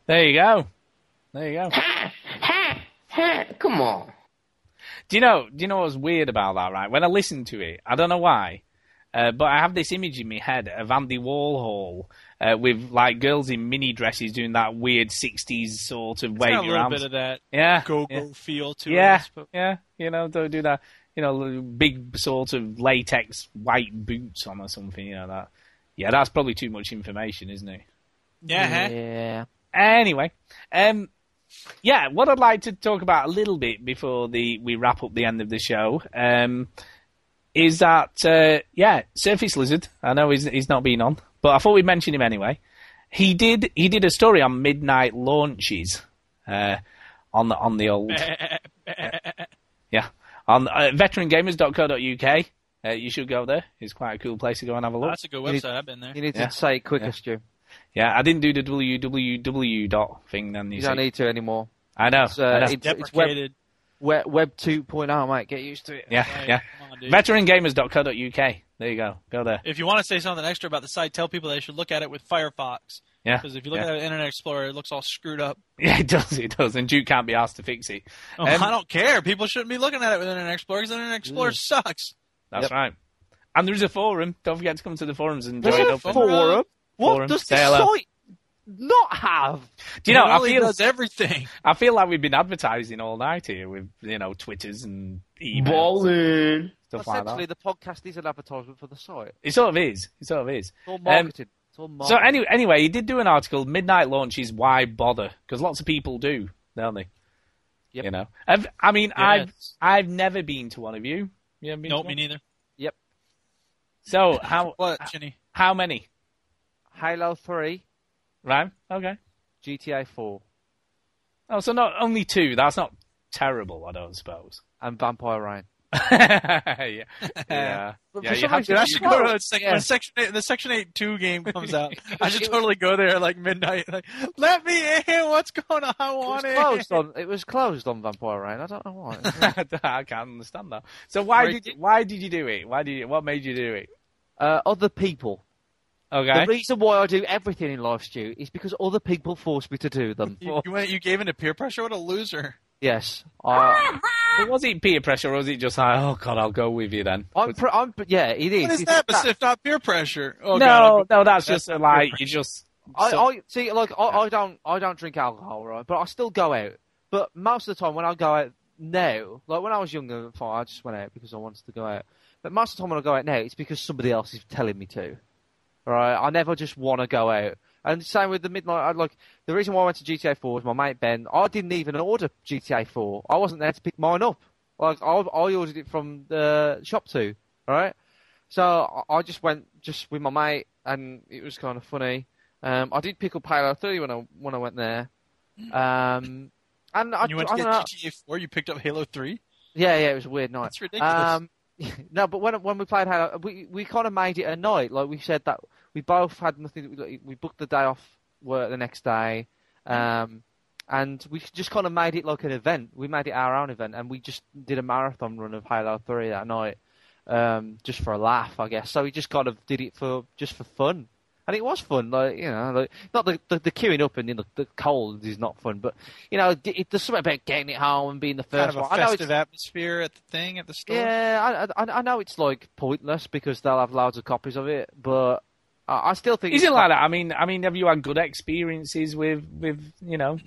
[SPEAKER 2] There you go. There you go.
[SPEAKER 3] Ha! Ha! Ha! Come on.
[SPEAKER 2] Do you know? Do you know what's weird about that? Right, when I listened to it, I don't know why. Uh, but I have this image in my head of Andy Warhol uh, with like girls in mini dresses doing that weird '60s sort of wave
[SPEAKER 5] got a little
[SPEAKER 2] around.
[SPEAKER 5] bit of that
[SPEAKER 2] [LAUGHS] yeah,
[SPEAKER 5] go-go
[SPEAKER 2] yeah.
[SPEAKER 5] feel to
[SPEAKER 2] yeah,
[SPEAKER 5] it. But
[SPEAKER 2] yeah. You know, don't do that. You know, big sort of latex white boots on or something. You know that. Yeah, that's probably too much information, isn't it?
[SPEAKER 5] yeah, huh?
[SPEAKER 4] Yeah.
[SPEAKER 2] Anyway, um, yeah, what I'd like to talk about a little bit before the we wrap up the end of the show um, is that uh, yeah, Surface Lizard. I know he's he's not been on, but I thought we'd mention him anyway. He did he did a story on midnight launches uh, on the on the old yeah on uh, veterangamers.co.uk. Uh, you should go there. It's quite a cool place to go and have a look.
[SPEAKER 5] that's a good website. I've been there.
[SPEAKER 4] You need
[SPEAKER 2] Yeah.
[SPEAKER 4] to say it quicker, Stu.
[SPEAKER 2] Yeah, I didn't do the www dot thing then. You,
[SPEAKER 4] You
[SPEAKER 2] see.
[SPEAKER 4] don't need to anymore.
[SPEAKER 2] I know.
[SPEAKER 4] It's,
[SPEAKER 2] I know.
[SPEAKER 4] uh, it's, it's web,
[SPEAKER 5] Deprecated.
[SPEAKER 4] web, web 2.0, mate. Get used to it.
[SPEAKER 2] Yeah,
[SPEAKER 5] Like,
[SPEAKER 2] yeah.
[SPEAKER 5] come on, dude.
[SPEAKER 2] Veterangamers.co.uk. There you go. Go there. [LAUGHS]
[SPEAKER 5] If you want to say something extra about the site, tell people they should look at it with Firefox.
[SPEAKER 2] Yeah.
[SPEAKER 5] Because if you look
[SPEAKER 2] yeah.
[SPEAKER 5] at it with Internet Explorer, it looks all screwed up.
[SPEAKER 2] yeah, it does. It does. And Duke can't be asked to fix it.
[SPEAKER 5] Oh,
[SPEAKER 2] Um,
[SPEAKER 5] I don't care. People shouldn't be looking at it with Internet Explorer because Internet Explorer sucks.
[SPEAKER 2] That's
[SPEAKER 4] Yep.
[SPEAKER 2] right. And there is a forum. Don't forget to come to the forums and
[SPEAKER 4] There's
[SPEAKER 2] join
[SPEAKER 4] a
[SPEAKER 2] up. and-
[SPEAKER 4] forum. What
[SPEAKER 2] Forum.
[SPEAKER 4] does
[SPEAKER 2] Say
[SPEAKER 4] this
[SPEAKER 2] hello.
[SPEAKER 4] site not have?
[SPEAKER 2] Do you know?
[SPEAKER 5] it
[SPEAKER 2] I
[SPEAKER 5] really
[SPEAKER 2] feel
[SPEAKER 5] does everything. [LAUGHS]
[SPEAKER 2] I feel like we've been advertising all night here with you know twitters and emails and
[SPEAKER 3] Ballin'.
[SPEAKER 2] stuff like
[SPEAKER 4] Essentially,
[SPEAKER 2] that.
[SPEAKER 4] the podcast is an advertisement for the site.
[SPEAKER 2] It sort of is. It sort of is.
[SPEAKER 4] It's all
[SPEAKER 2] Um,
[SPEAKER 4] marketing. it's all
[SPEAKER 2] So
[SPEAKER 4] marketing.
[SPEAKER 2] anyway, anyway, he did do an article. Midnight launches. Why bother? Because lots of people do, don't they?
[SPEAKER 4] Yep.
[SPEAKER 2] You know. I've, I mean, I've
[SPEAKER 5] Yes.
[SPEAKER 2] I've never been to one of you. You haven't been to
[SPEAKER 5] Nope, me
[SPEAKER 2] one?
[SPEAKER 5] neither.
[SPEAKER 2] So how
[SPEAKER 5] What, Jenny?
[SPEAKER 2] how many?
[SPEAKER 4] Halo 3,
[SPEAKER 2] Right? Okay.
[SPEAKER 4] GTA 4,
[SPEAKER 2] Oh, so not only two. That's not terrible, I don't suppose. [LAUGHS]
[SPEAKER 4] and Vampire Rain.
[SPEAKER 2] yeah. Yeah.
[SPEAKER 4] But
[SPEAKER 2] Yeah, you
[SPEAKER 4] for some
[SPEAKER 2] have
[SPEAKER 4] reason-
[SPEAKER 5] Dude, I should go
[SPEAKER 4] Well,
[SPEAKER 5] to sec-
[SPEAKER 4] yeah.
[SPEAKER 5] Oh, when section eight, the section eight two game comes out. I should
[SPEAKER 4] It was-
[SPEAKER 5] totally go there like midnight. Like, let me in. What's going on? I
[SPEAKER 4] It was
[SPEAKER 5] want it.
[SPEAKER 4] closed on. It was closed on Vampire Rain. I don't know [LAUGHS] why.
[SPEAKER 2] [LAUGHS] I can't understand that. So why
[SPEAKER 4] Right.
[SPEAKER 2] did you, why did you do it? Why did you, what made you do it?
[SPEAKER 4] uh, other people.
[SPEAKER 2] Okay.
[SPEAKER 4] The reason why I do everything in life, Stu, is because other people force me to do [LAUGHS] them.
[SPEAKER 5] You, you went. You gave into peer pressure. What a loser.
[SPEAKER 4] yes. I,
[SPEAKER 2] But was it peer pressure or was it just like, oh god, I'll go with you then?
[SPEAKER 4] I'm. Pr- I'm but yeah, it is.
[SPEAKER 5] What is
[SPEAKER 4] It's
[SPEAKER 5] that?
[SPEAKER 4] that-
[SPEAKER 5] But if not peer pressure. Oh,
[SPEAKER 2] no,
[SPEAKER 5] God,
[SPEAKER 2] no, that's
[SPEAKER 5] That's
[SPEAKER 2] just a like you just
[SPEAKER 4] I,
[SPEAKER 2] so-
[SPEAKER 4] I see. Like I, I don't. I don't drink alcohol, right? But I still go out. But most of the time when I go out now, like when I was younger, fine, I just went out because I wanted to go out. But most of the time when I go out now, it's because somebody else is telling me to. Right? I never just want to go out. And same with the midnight. I, like the reason why I went to GTA 4 was my mate Ben. I didn't even order GTA 4. I wasn't there to pick mine up. Like I, I ordered it from the shop too. Right? So I- I just went just with my mate, and it was kind of funny. Um, I did pick up Halo 3 when I when I went there. Um, and I,
[SPEAKER 5] Mm. you went
[SPEAKER 4] I
[SPEAKER 5] to
[SPEAKER 4] don't
[SPEAKER 5] get
[SPEAKER 4] know,
[SPEAKER 5] GTA Four. You picked up Halo Three.
[SPEAKER 4] yeah, yeah, it was a weird night.
[SPEAKER 5] That's ridiculous.
[SPEAKER 4] Um, [LAUGHS] no, but when when we played Halo, we we kind of made it a night. Like we said that we both had nothing. We, we booked the day off work the next day, um, and we just kind of made it like an event. We made it our own event, and we just did a marathon run of Halo Three that night, um, just for a laugh, I guess. So we just kind of did it for just for fun. And it was fun, like you know, like not the the, the queuing up and in the, the cold is not fun, but you know, it, it, there's something about getting it home and being the
[SPEAKER 5] Kind
[SPEAKER 4] first
[SPEAKER 5] of a
[SPEAKER 4] one. I know it's
[SPEAKER 5] festive atmosphere at the thing at the store.
[SPEAKER 4] yeah, I, I, I know it's like pointless because they'll have loads of copies of it, but I, I still think.
[SPEAKER 2] Is
[SPEAKER 4] it's
[SPEAKER 2] it like that? I mean, I mean, have you had good experiences with with you know,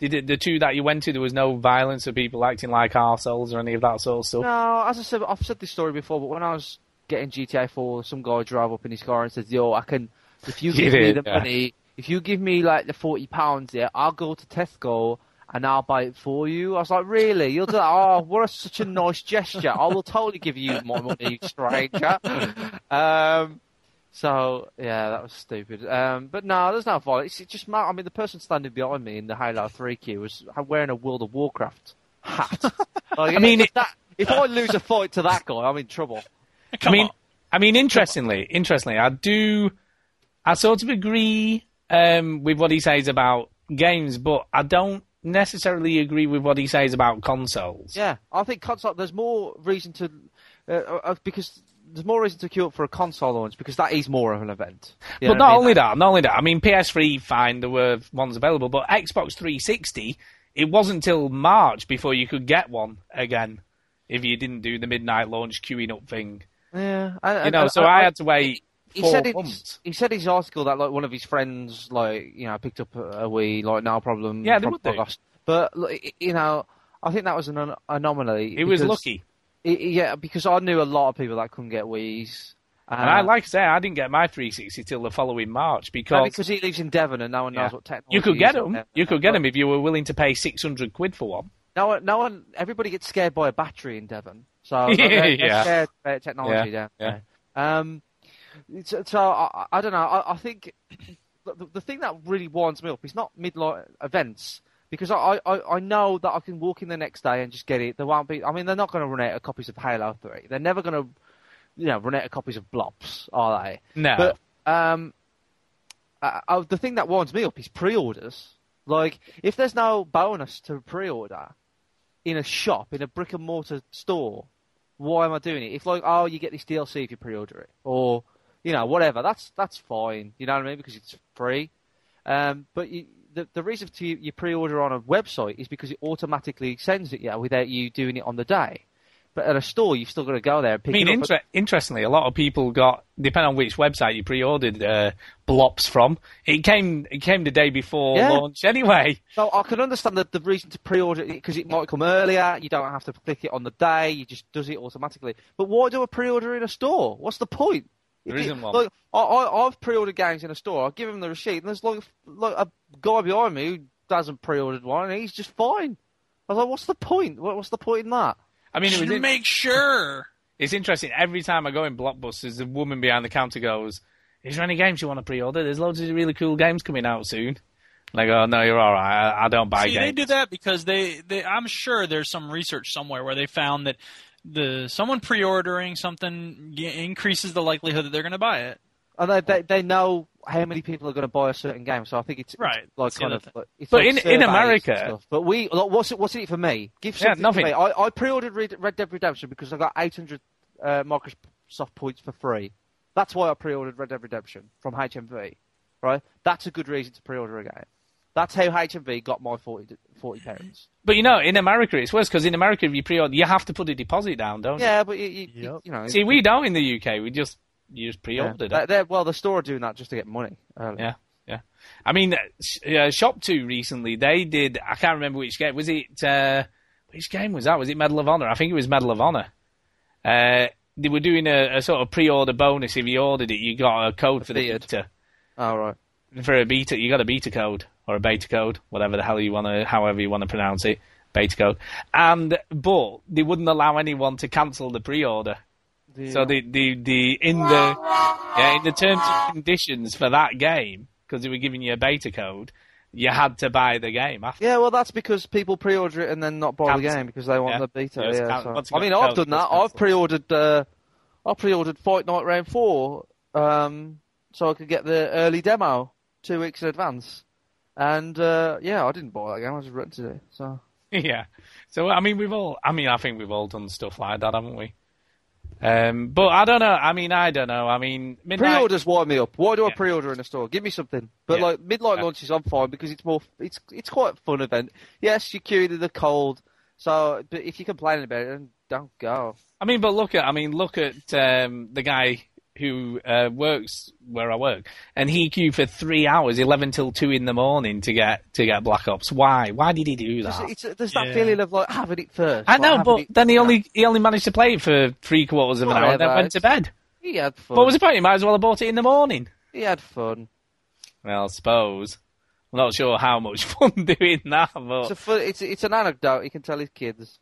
[SPEAKER 2] did it, the two that you went to? There was no violence or people acting like arseholes or any of that sort of stuff.
[SPEAKER 4] No, as I said, I've said this story before, but when I was getting GTA 4, some guy drove up in his car and says, "Yo, I can. If
[SPEAKER 2] [LAUGHS]
[SPEAKER 4] you
[SPEAKER 2] Give
[SPEAKER 4] give me
[SPEAKER 2] it,
[SPEAKER 4] the
[SPEAKER 2] yeah.
[SPEAKER 4] money, if you give me like the forty pounds, yeah, I'll go to Tesco." And I'll buy it for you. I was like, really?
[SPEAKER 2] [LAUGHS]
[SPEAKER 4] You'll do that? Oh, what a, such a nice gesture. I will totally give you my
[SPEAKER 2] [LAUGHS]
[SPEAKER 4] money, you stranger. Um, So yeah, that was stupid. Um, but no, there's no violence. It's just my, I mean, the person standing behind me in the Halo Three queue was wearing a World of Warcraft
[SPEAKER 2] [LAUGHS]
[SPEAKER 4] hat. Like,
[SPEAKER 2] I mean,
[SPEAKER 4] if,
[SPEAKER 2] it-
[SPEAKER 4] that, if I lose a fight to that guy, I'm in trouble.
[SPEAKER 2] I mean,
[SPEAKER 5] on.
[SPEAKER 2] I mean, interestingly, interestingly, I do, I sort of agree um, with what he says about games, but I don't necessarily agree with what he says about consoles.
[SPEAKER 4] Yeah, I think console. There's more reason to uh, uh, because there's more reason to queue up for a console launch because that is more of an event. You
[SPEAKER 2] but
[SPEAKER 4] know what
[SPEAKER 2] not
[SPEAKER 4] I mean?
[SPEAKER 2] only that, not only that. I mean, PS3, fine, there were ones available, but Xbox 360, it wasn't till March before you could get one again if you didn't do the midnight launch queuing up thing.
[SPEAKER 4] Yeah, I,
[SPEAKER 2] You know, so I had to wait
[SPEAKER 4] He
[SPEAKER 2] four
[SPEAKER 4] said it's-
[SPEAKER 2] months.
[SPEAKER 4] He said in his article that like one of his friends, like you know, picked up a, a wee like now problem.
[SPEAKER 2] Yeah, they
[SPEAKER 4] from
[SPEAKER 2] would do.
[SPEAKER 4] podcast. But like, you know, I think that was an an- anomaly.
[SPEAKER 2] He was
[SPEAKER 4] because-
[SPEAKER 2] lucky.
[SPEAKER 4] I- yeah, because I knew a lot of people that couldn't get wees. Uh,
[SPEAKER 2] And I, like I say, I didn't get my 360 till the following March
[SPEAKER 4] No,
[SPEAKER 2] because
[SPEAKER 4] because he lives in Devon and no one knows
[SPEAKER 2] Yeah.
[SPEAKER 4] what technology.
[SPEAKER 2] you could
[SPEAKER 4] is
[SPEAKER 2] get
[SPEAKER 4] in
[SPEAKER 2] them.
[SPEAKER 4] Devon.
[SPEAKER 2] You could get them if you were willing to pay 600 quid for one.
[SPEAKER 4] No one, no one. Everybody gets scared by a battery in Devon,
[SPEAKER 2] [LAUGHS]
[SPEAKER 4] so like, they're, they're
[SPEAKER 2] Yeah.
[SPEAKER 4] scared about technology
[SPEAKER 2] Yeah,
[SPEAKER 4] down there. Um, so, so I, I don't know. I, I think [CLEARS THROAT] the, the thing that really winds me up is not midlife events because I, I, I know that I can walk in the next day and just get it. There won't be. I mean, they're not going to run out of copies of Halo Three. They're never going to, you know, run out of copies of Blobs, are they?
[SPEAKER 2] No.
[SPEAKER 4] But um, uh, uh, the thing that winds me up is pre-orders. Like, if there's no bonus to pre-order in a shop, in a brick and mortar store, why am I doing it? If like, oh, you get this DLC if you pre-order it, or you know, whatever. That's that's fine. You know what I mean? Because it's free. Um, but you, the the reason to you, you pre-order on a website is because it automatically sends it, yeah, without you doing it on the day. But at a store, you've still got to go there and
[SPEAKER 2] I
[SPEAKER 4] pick
[SPEAKER 2] mean,
[SPEAKER 4] it up.
[SPEAKER 2] inter- interestingly, a lot of people got, depending on which website you pre-ordered uh, Blops from, it came it came the day before
[SPEAKER 4] Yeah.
[SPEAKER 2] launch anyway.
[SPEAKER 4] So I can understand the, the reason to pre-order it because it might come earlier. You don't have to click it on the day. You just does it automatically. But why do a pre-order in a store? What's the point?
[SPEAKER 2] There
[SPEAKER 4] If you-
[SPEAKER 2] isn't one.
[SPEAKER 4] Like, I, I, I've pre-ordered games in a store. I give him the receipt, and there's like, like a guy behind me who hasn't pre-ordered one, and he's just fine. I was like, what's the point? What, what's the point in that?
[SPEAKER 2] I mean, it was
[SPEAKER 5] Just
[SPEAKER 2] in-
[SPEAKER 5] make sure.
[SPEAKER 2] it's interesting. Every time I go in Blockbusters, the woman behind the counter goes, "Is there any games you want to pre-order? There's loads of really cool games coming out soon." And I go, "No, you're all right. I, I don't buy
[SPEAKER 5] See,
[SPEAKER 2] games."
[SPEAKER 5] they do that because they, they. I'm sure there's some research somewhere where they found that the someone pre-ordering something g- increases the likelihood that they're going to buy it.
[SPEAKER 4] And they, they, they know how many people are going to buy a certain game, so I think it's, it's
[SPEAKER 5] Right.
[SPEAKER 4] like
[SPEAKER 5] That's the
[SPEAKER 4] kind
[SPEAKER 5] other
[SPEAKER 4] of.
[SPEAKER 5] thing.
[SPEAKER 4] Like, it's
[SPEAKER 2] But
[SPEAKER 4] like
[SPEAKER 2] in- in
[SPEAKER 4] surveys and
[SPEAKER 2] America-
[SPEAKER 4] stuff. but we like, what's it, what's in it for me? Give
[SPEAKER 2] Yeah,
[SPEAKER 4] something to
[SPEAKER 2] nothing.
[SPEAKER 4] me. I, I pre-ordered Red, Red Dead Redemption because I got 800 uh, Microsoft points for free. That's why I pre-ordered Red Dead Redemption from HMV, right? That's a good reason to pre-order a game. That's how HMV got my 40, 40 pounds.
[SPEAKER 2] But you know, in America, it's worse because in America, if you pre-order, you have to put a deposit down, don't
[SPEAKER 4] Yeah, but you, you, you,
[SPEAKER 9] Yep.
[SPEAKER 4] you know,
[SPEAKER 2] you? See, we don't in the UK. We just you just
[SPEAKER 4] yeah.
[SPEAKER 2] pre-ordered
[SPEAKER 4] They-
[SPEAKER 2] it.
[SPEAKER 4] they're- well, the store are doing that just to get money. early.
[SPEAKER 2] Yeah, yeah. I mean, uh, sh- uh, Shop Two recently they did. I can't remember which game was it. Uh, which game was that? Was it Medal of Honor? I think it was Medal of Honor. Uh, they were doing a, a sort of pre-order bonus. If you ordered it, you got a code for the
[SPEAKER 4] beard.
[SPEAKER 2] beta.
[SPEAKER 4] All right.
[SPEAKER 2] For a beta, you got a beta code or a beta code, whatever the hell you want to, however you want to pronounce it, beta code. And but they wouldn't allow anyone to cancel the pre-order.
[SPEAKER 4] uh,
[SPEAKER 2] So the the the in the yeah, in the terms and conditions for that game because they were giving you a beta code, you had to buy the game [LAUGHS] after.
[SPEAKER 4] Yeah, well, that's because people pre-order it and then not buy the
[SPEAKER 2] Cancel.
[SPEAKER 4] game because they want
[SPEAKER 2] Yeah.
[SPEAKER 4] the beta.
[SPEAKER 2] Yeah, it's
[SPEAKER 4] yeah,
[SPEAKER 2] can-
[SPEAKER 4] so-
[SPEAKER 2] once you
[SPEAKER 4] I
[SPEAKER 2] got
[SPEAKER 4] mean,
[SPEAKER 2] the
[SPEAKER 4] I've
[SPEAKER 2] code,
[SPEAKER 4] done that.
[SPEAKER 2] it's
[SPEAKER 4] I've
[SPEAKER 2] cancelled.
[SPEAKER 4] pre-ordered. Uh, I pre-ordered Fight Night Round Four, um, so I could get the early demo two weeks in advance. And uh, yeah, I didn't buy that game. I just rented it. So
[SPEAKER 2] Yeah. So I mean, we've all. I mean, I think we've all done stuff like that, haven't we? Um, but I don't know. I mean, I don't know. I mean, midnight.
[SPEAKER 4] pre-orders wind me up. Why do I
[SPEAKER 2] Yeah.
[SPEAKER 4] pre-order in a store? Give me something. But
[SPEAKER 2] Yeah.
[SPEAKER 4] like midnight
[SPEAKER 2] Yeah.
[SPEAKER 4] launches, I'm fine because it's more. It's it's quite a fun event. Yes, you're queuing in the cold. So, but if you're complaining about it, then don't go.
[SPEAKER 2] I mean, but look at. I mean, look at um, the guy who uh, works where I work, and he queued for three hours, eleven till two in the morning, to get to get Black Ops. Why? Why did he do that?
[SPEAKER 4] There's, it's, there's that
[SPEAKER 5] Yeah.
[SPEAKER 4] feeling of like having it first.
[SPEAKER 2] I
[SPEAKER 4] like,
[SPEAKER 2] know,
[SPEAKER 4] having
[SPEAKER 2] but
[SPEAKER 4] it-
[SPEAKER 2] then he
[SPEAKER 4] you know.
[SPEAKER 2] only he only managed to play it for three quarters of an hour and then
[SPEAKER 4] Whatever,
[SPEAKER 2] went to bed.
[SPEAKER 4] He had fun.
[SPEAKER 2] What was the point? He might as well have bought it in the morning.
[SPEAKER 4] He had fun.
[SPEAKER 2] Well, I suppose. I'm not sure how much [LAUGHS] fun doing that, but
[SPEAKER 4] It's
[SPEAKER 5] Oh.
[SPEAKER 4] a fun, it's it's an anecdote. He can tell his kids.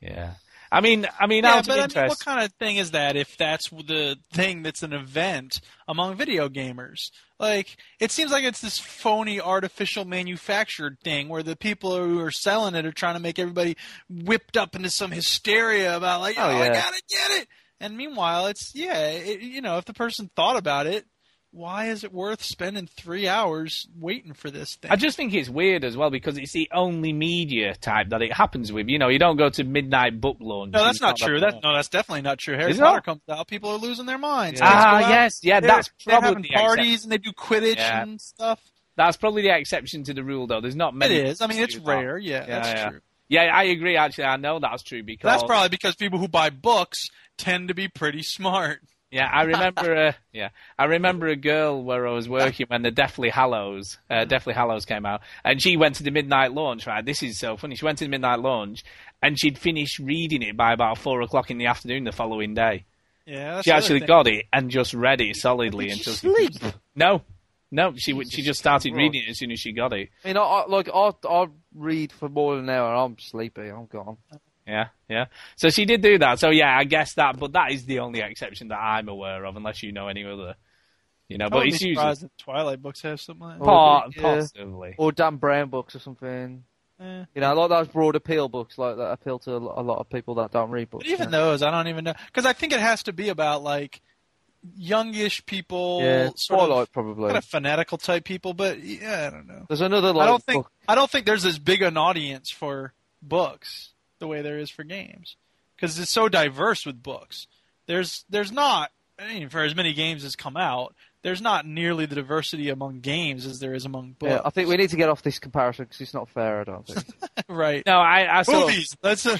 [SPEAKER 2] yeah. I mean, I mean,
[SPEAKER 5] Yeah,
[SPEAKER 2] out of
[SPEAKER 5] but I mean, what
[SPEAKER 2] interest,
[SPEAKER 5] kind of thing is that? If that's the thing that's an event among video gamers, like it seems like it's this phony, artificial, manufactured thing where the people who are selling it are trying to make everybody whipped up into some hysteria about like, oh,
[SPEAKER 4] Oh,
[SPEAKER 5] I
[SPEAKER 4] yeah.
[SPEAKER 5] gotta get it. And meanwhile, it's yeah, it, you know, if the person thought about it, why is it worth spending three hours waiting for this thing?
[SPEAKER 2] I just think it's weird as well because it's the only media type that it happens with. You know, you don't go to midnight book launch.
[SPEAKER 5] no, that's
[SPEAKER 2] It's
[SPEAKER 5] not true.
[SPEAKER 2] that-
[SPEAKER 5] That's no, that's definitely not true. Harry
[SPEAKER 2] Is it
[SPEAKER 5] Potter
[SPEAKER 2] not?
[SPEAKER 5] comes out, people are losing their minds. Kids go
[SPEAKER 2] ah,
[SPEAKER 5] out,
[SPEAKER 2] yes, yeah,
[SPEAKER 5] They're-
[SPEAKER 2] that's
[SPEAKER 5] they're
[SPEAKER 2] probably
[SPEAKER 5] having
[SPEAKER 2] the exception.
[SPEAKER 5] parties and they do Quidditch
[SPEAKER 2] Yeah.
[SPEAKER 5] and stuff.
[SPEAKER 2] That's probably the exception to the rule, though. There's not
[SPEAKER 5] It
[SPEAKER 2] many.
[SPEAKER 5] is. I mean, it's
[SPEAKER 2] do that.
[SPEAKER 5] rare. Yeah, that's
[SPEAKER 2] yeah.
[SPEAKER 5] true.
[SPEAKER 2] Yeah, I agree. Actually, I know that's true because
[SPEAKER 5] That's probably because people who buy books tend to be pretty smart.
[SPEAKER 2] Yeah, I remember. Uh, yeah, I remember a girl where I was working when the Deathly Hallows,
[SPEAKER 4] Mm.
[SPEAKER 2] uh, Deathly Hallows came out, and she went to the midnight launch. Right, this is so funny. She went to the midnight launch, and she'd finished reading it by about four o'clock in the afternoon the following day.
[SPEAKER 5] Yeah, that's
[SPEAKER 2] she
[SPEAKER 5] the other
[SPEAKER 2] actually
[SPEAKER 5] thing.
[SPEAKER 2] got it and just read it solidly and just
[SPEAKER 4] Sleep.
[SPEAKER 2] no, no. She w she
[SPEAKER 4] Jesus
[SPEAKER 2] just started
[SPEAKER 4] Christ.
[SPEAKER 2] reading it as soon as she got it.
[SPEAKER 4] I mean, I, I, like I, I read for more than an hour. I'm sleepy. I'm gone.
[SPEAKER 2] Yeah, yeah. So she did do that. So yeah, I guess that. But that is the only exception that I'm aware of, unless you know any other. You know,
[SPEAKER 5] I
[SPEAKER 2] but
[SPEAKER 5] wouldn't
[SPEAKER 2] it's
[SPEAKER 5] be
[SPEAKER 2] usually
[SPEAKER 5] surprised if Twilight books have something like that.
[SPEAKER 2] Po-
[SPEAKER 4] Yeah.
[SPEAKER 2] possibly.
[SPEAKER 4] Or Dan Brown books or something.
[SPEAKER 5] Eh.
[SPEAKER 4] You know, I like those broad appeal books, like that appeal to a lo- a lot of people that don't read books.
[SPEAKER 5] But even
[SPEAKER 4] you know.
[SPEAKER 5] those, I don't even know because I think it has to be about like youngish people,
[SPEAKER 4] yeah,
[SPEAKER 5] sort
[SPEAKER 4] Twilight
[SPEAKER 5] of,
[SPEAKER 4] probably.
[SPEAKER 5] kind of fanatical type people. But yeah, I don't know.
[SPEAKER 4] There's another like
[SPEAKER 5] I don't think
[SPEAKER 4] book.
[SPEAKER 5] I don't think there's as big an audience for books the way there is for games because it's so diverse with books. There's there's not I mean, for as many games as come out. There's not nearly the diversity among games as there is among books.
[SPEAKER 4] Yeah, I think we need to get off this comparison because it's not fair. I don't
[SPEAKER 5] [LAUGHS]
[SPEAKER 4] think.
[SPEAKER 5] right.
[SPEAKER 2] No, I, I sort of-
[SPEAKER 5] Movies.
[SPEAKER 4] [LAUGHS]
[SPEAKER 5] That's a,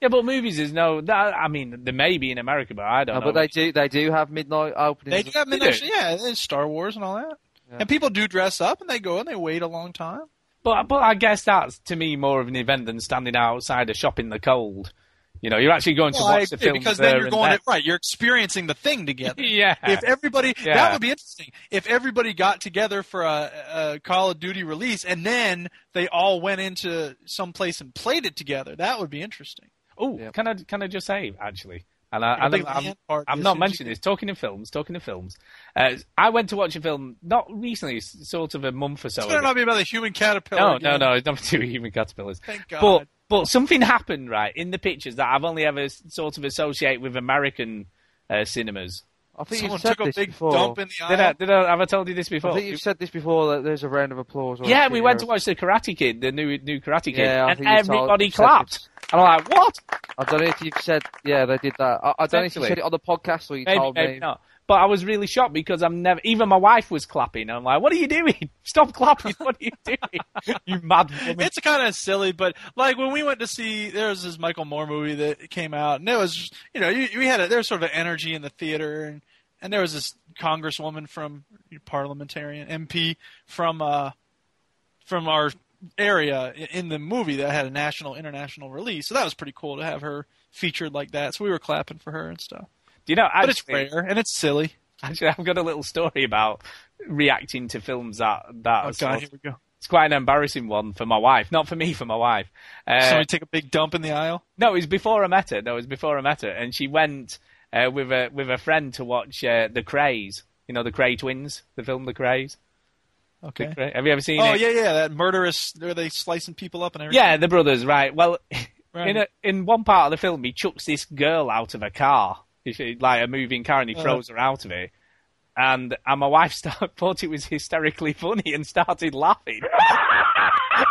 [SPEAKER 2] yeah, but movies is no. That, I mean, there may be in America, but I don't
[SPEAKER 4] no,
[SPEAKER 2] know.
[SPEAKER 4] but they do. They do have midnight openings.
[SPEAKER 5] they do have midnight. Yeah, there's Star Wars and all that.
[SPEAKER 4] Yeah.
[SPEAKER 5] And people do dress up and they go and they wait a long time.
[SPEAKER 2] but but I guess that's to me more of an event than standing outside a shop in the cold. You know, you're actually going
[SPEAKER 5] Well,
[SPEAKER 2] to watch
[SPEAKER 5] I
[SPEAKER 2] the
[SPEAKER 5] agree,
[SPEAKER 2] film
[SPEAKER 5] because
[SPEAKER 2] there
[SPEAKER 5] then you're
[SPEAKER 2] and
[SPEAKER 5] going
[SPEAKER 2] then.
[SPEAKER 5] to- right. You're experiencing the thing
[SPEAKER 2] [LAUGHS]
[SPEAKER 5] together.
[SPEAKER 2] Yeah.
[SPEAKER 5] If everybody,
[SPEAKER 2] Yeah.
[SPEAKER 5] that would be interesting. If everybody got together for a, a Call of Duty release and then they all went into some place and played it together, that would be interesting.
[SPEAKER 2] Oh,
[SPEAKER 4] Yep.
[SPEAKER 2] can I can I just say actually? And I, I
[SPEAKER 5] Big
[SPEAKER 2] don't, I'm,
[SPEAKER 5] land party
[SPEAKER 2] I'm
[SPEAKER 5] as
[SPEAKER 2] not
[SPEAKER 5] soon as
[SPEAKER 2] mentioning
[SPEAKER 5] you
[SPEAKER 2] this. Talking in films, talking in films. Uh, I went to watch a film not recently, s- sort of a month or so.
[SPEAKER 5] It's
[SPEAKER 2] ago.
[SPEAKER 5] better not be about the
[SPEAKER 4] [LAUGHS]
[SPEAKER 5] human caterpillar.
[SPEAKER 2] No,
[SPEAKER 5] again.
[SPEAKER 2] no, no. It's nothing to do with human caterpillars.
[SPEAKER 5] Thank God.
[SPEAKER 2] But but something happened right in the pictures that I've only ever s- sort of associate with American uh, cinemas.
[SPEAKER 4] I think
[SPEAKER 5] Someone
[SPEAKER 4] you've said
[SPEAKER 5] took a
[SPEAKER 4] this
[SPEAKER 5] big
[SPEAKER 4] before.
[SPEAKER 5] dump in the
[SPEAKER 2] Did I,
[SPEAKER 5] aisle.
[SPEAKER 2] did I, have I told you this
[SPEAKER 4] I
[SPEAKER 2] before?
[SPEAKER 4] think you've said this before. That there's a round of applause. or a
[SPEAKER 2] Yeah, we went to
[SPEAKER 4] cheer.
[SPEAKER 2] watch the Karate Kid, the new new Karate Kid,
[SPEAKER 4] Yeah, I
[SPEAKER 2] and
[SPEAKER 4] think you told-
[SPEAKER 2] everybody
[SPEAKER 4] you've said
[SPEAKER 2] clapped. And I'm like, what?
[SPEAKER 4] I don't know if you've said. Yeah, they did that. I, I don't know if you
[SPEAKER 2] Essentially.
[SPEAKER 4] said it on the podcast or you
[SPEAKER 2] Maybe,
[SPEAKER 4] told
[SPEAKER 2] maybe
[SPEAKER 4] me.
[SPEAKER 2] not. But I was really shocked because I'm never. Even my wife was clapping. I'm like, "What are you doing? [LAUGHS] Stop clapping! What are you doing? [LAUGHS] you mad woman!"
[SPEAKER 5] It's kind of silly, but like when we went to see, there was this Michael Moore movie that came out, and it was, you know, you, we had a, there was sort of an energy in the theater, and and there was this congresswoman from parliamentarian MP from uh from our area i- in the movie that had a national international release, so that was pretty cool to have her featured like that. So we were clapping for her and stuff,
[SPEAKER 2] Do you know?
[SPEAKER 5] but it's
[SPEAKER 2] actually-
[SPEAKER 5] rare and it's silly.
[SPEAKER 2] Actually, I've got a little story about reacting to films that that.
[SPEAKER 5] Oh
[SPEAKER 2] are
[SPEAKER 5] god,
[SPEAKER 2] sort
[SPEAKER 5] here
[SPEAKER 2] of-
[SPEAKER 5] we go.
[SPEAKER 2] it's quite an embarrassing one for my wife, not for me, for my wife. Uh,
[SPEAKER 5] Somebody take a big dump in the aisle.
[SPEAKER 2] no, it was before I met her. No, it was before I met her, and she went uh, with a with a friend to watch uh, The Craze. You know, The Cray Twins, the film The Craze. The
[SPEAKER 5] Okay.
[SPEAKER 2] Cray- Have you ever seen
[SPEAKER 5] Oh
[SPEAKER 2] it?
[SPEAKER 5] yeah, yeah, that murderous. Are they slicing people up and everything?
[SPEAKER 2] Yeah, the brothers, right. Well, [LAUGHS]
[SPEAKER 5] Right.
[SPEAKER 2] in a, in one part of the film, he chucks this girl out of a car, If it- like a moving car, and he
[SPEAKER 5] Uh-huh.
[SPEAKER 2] throws her out of it. And and my wife [LAUGHS] start, thought it was hysterically funny and started laughing.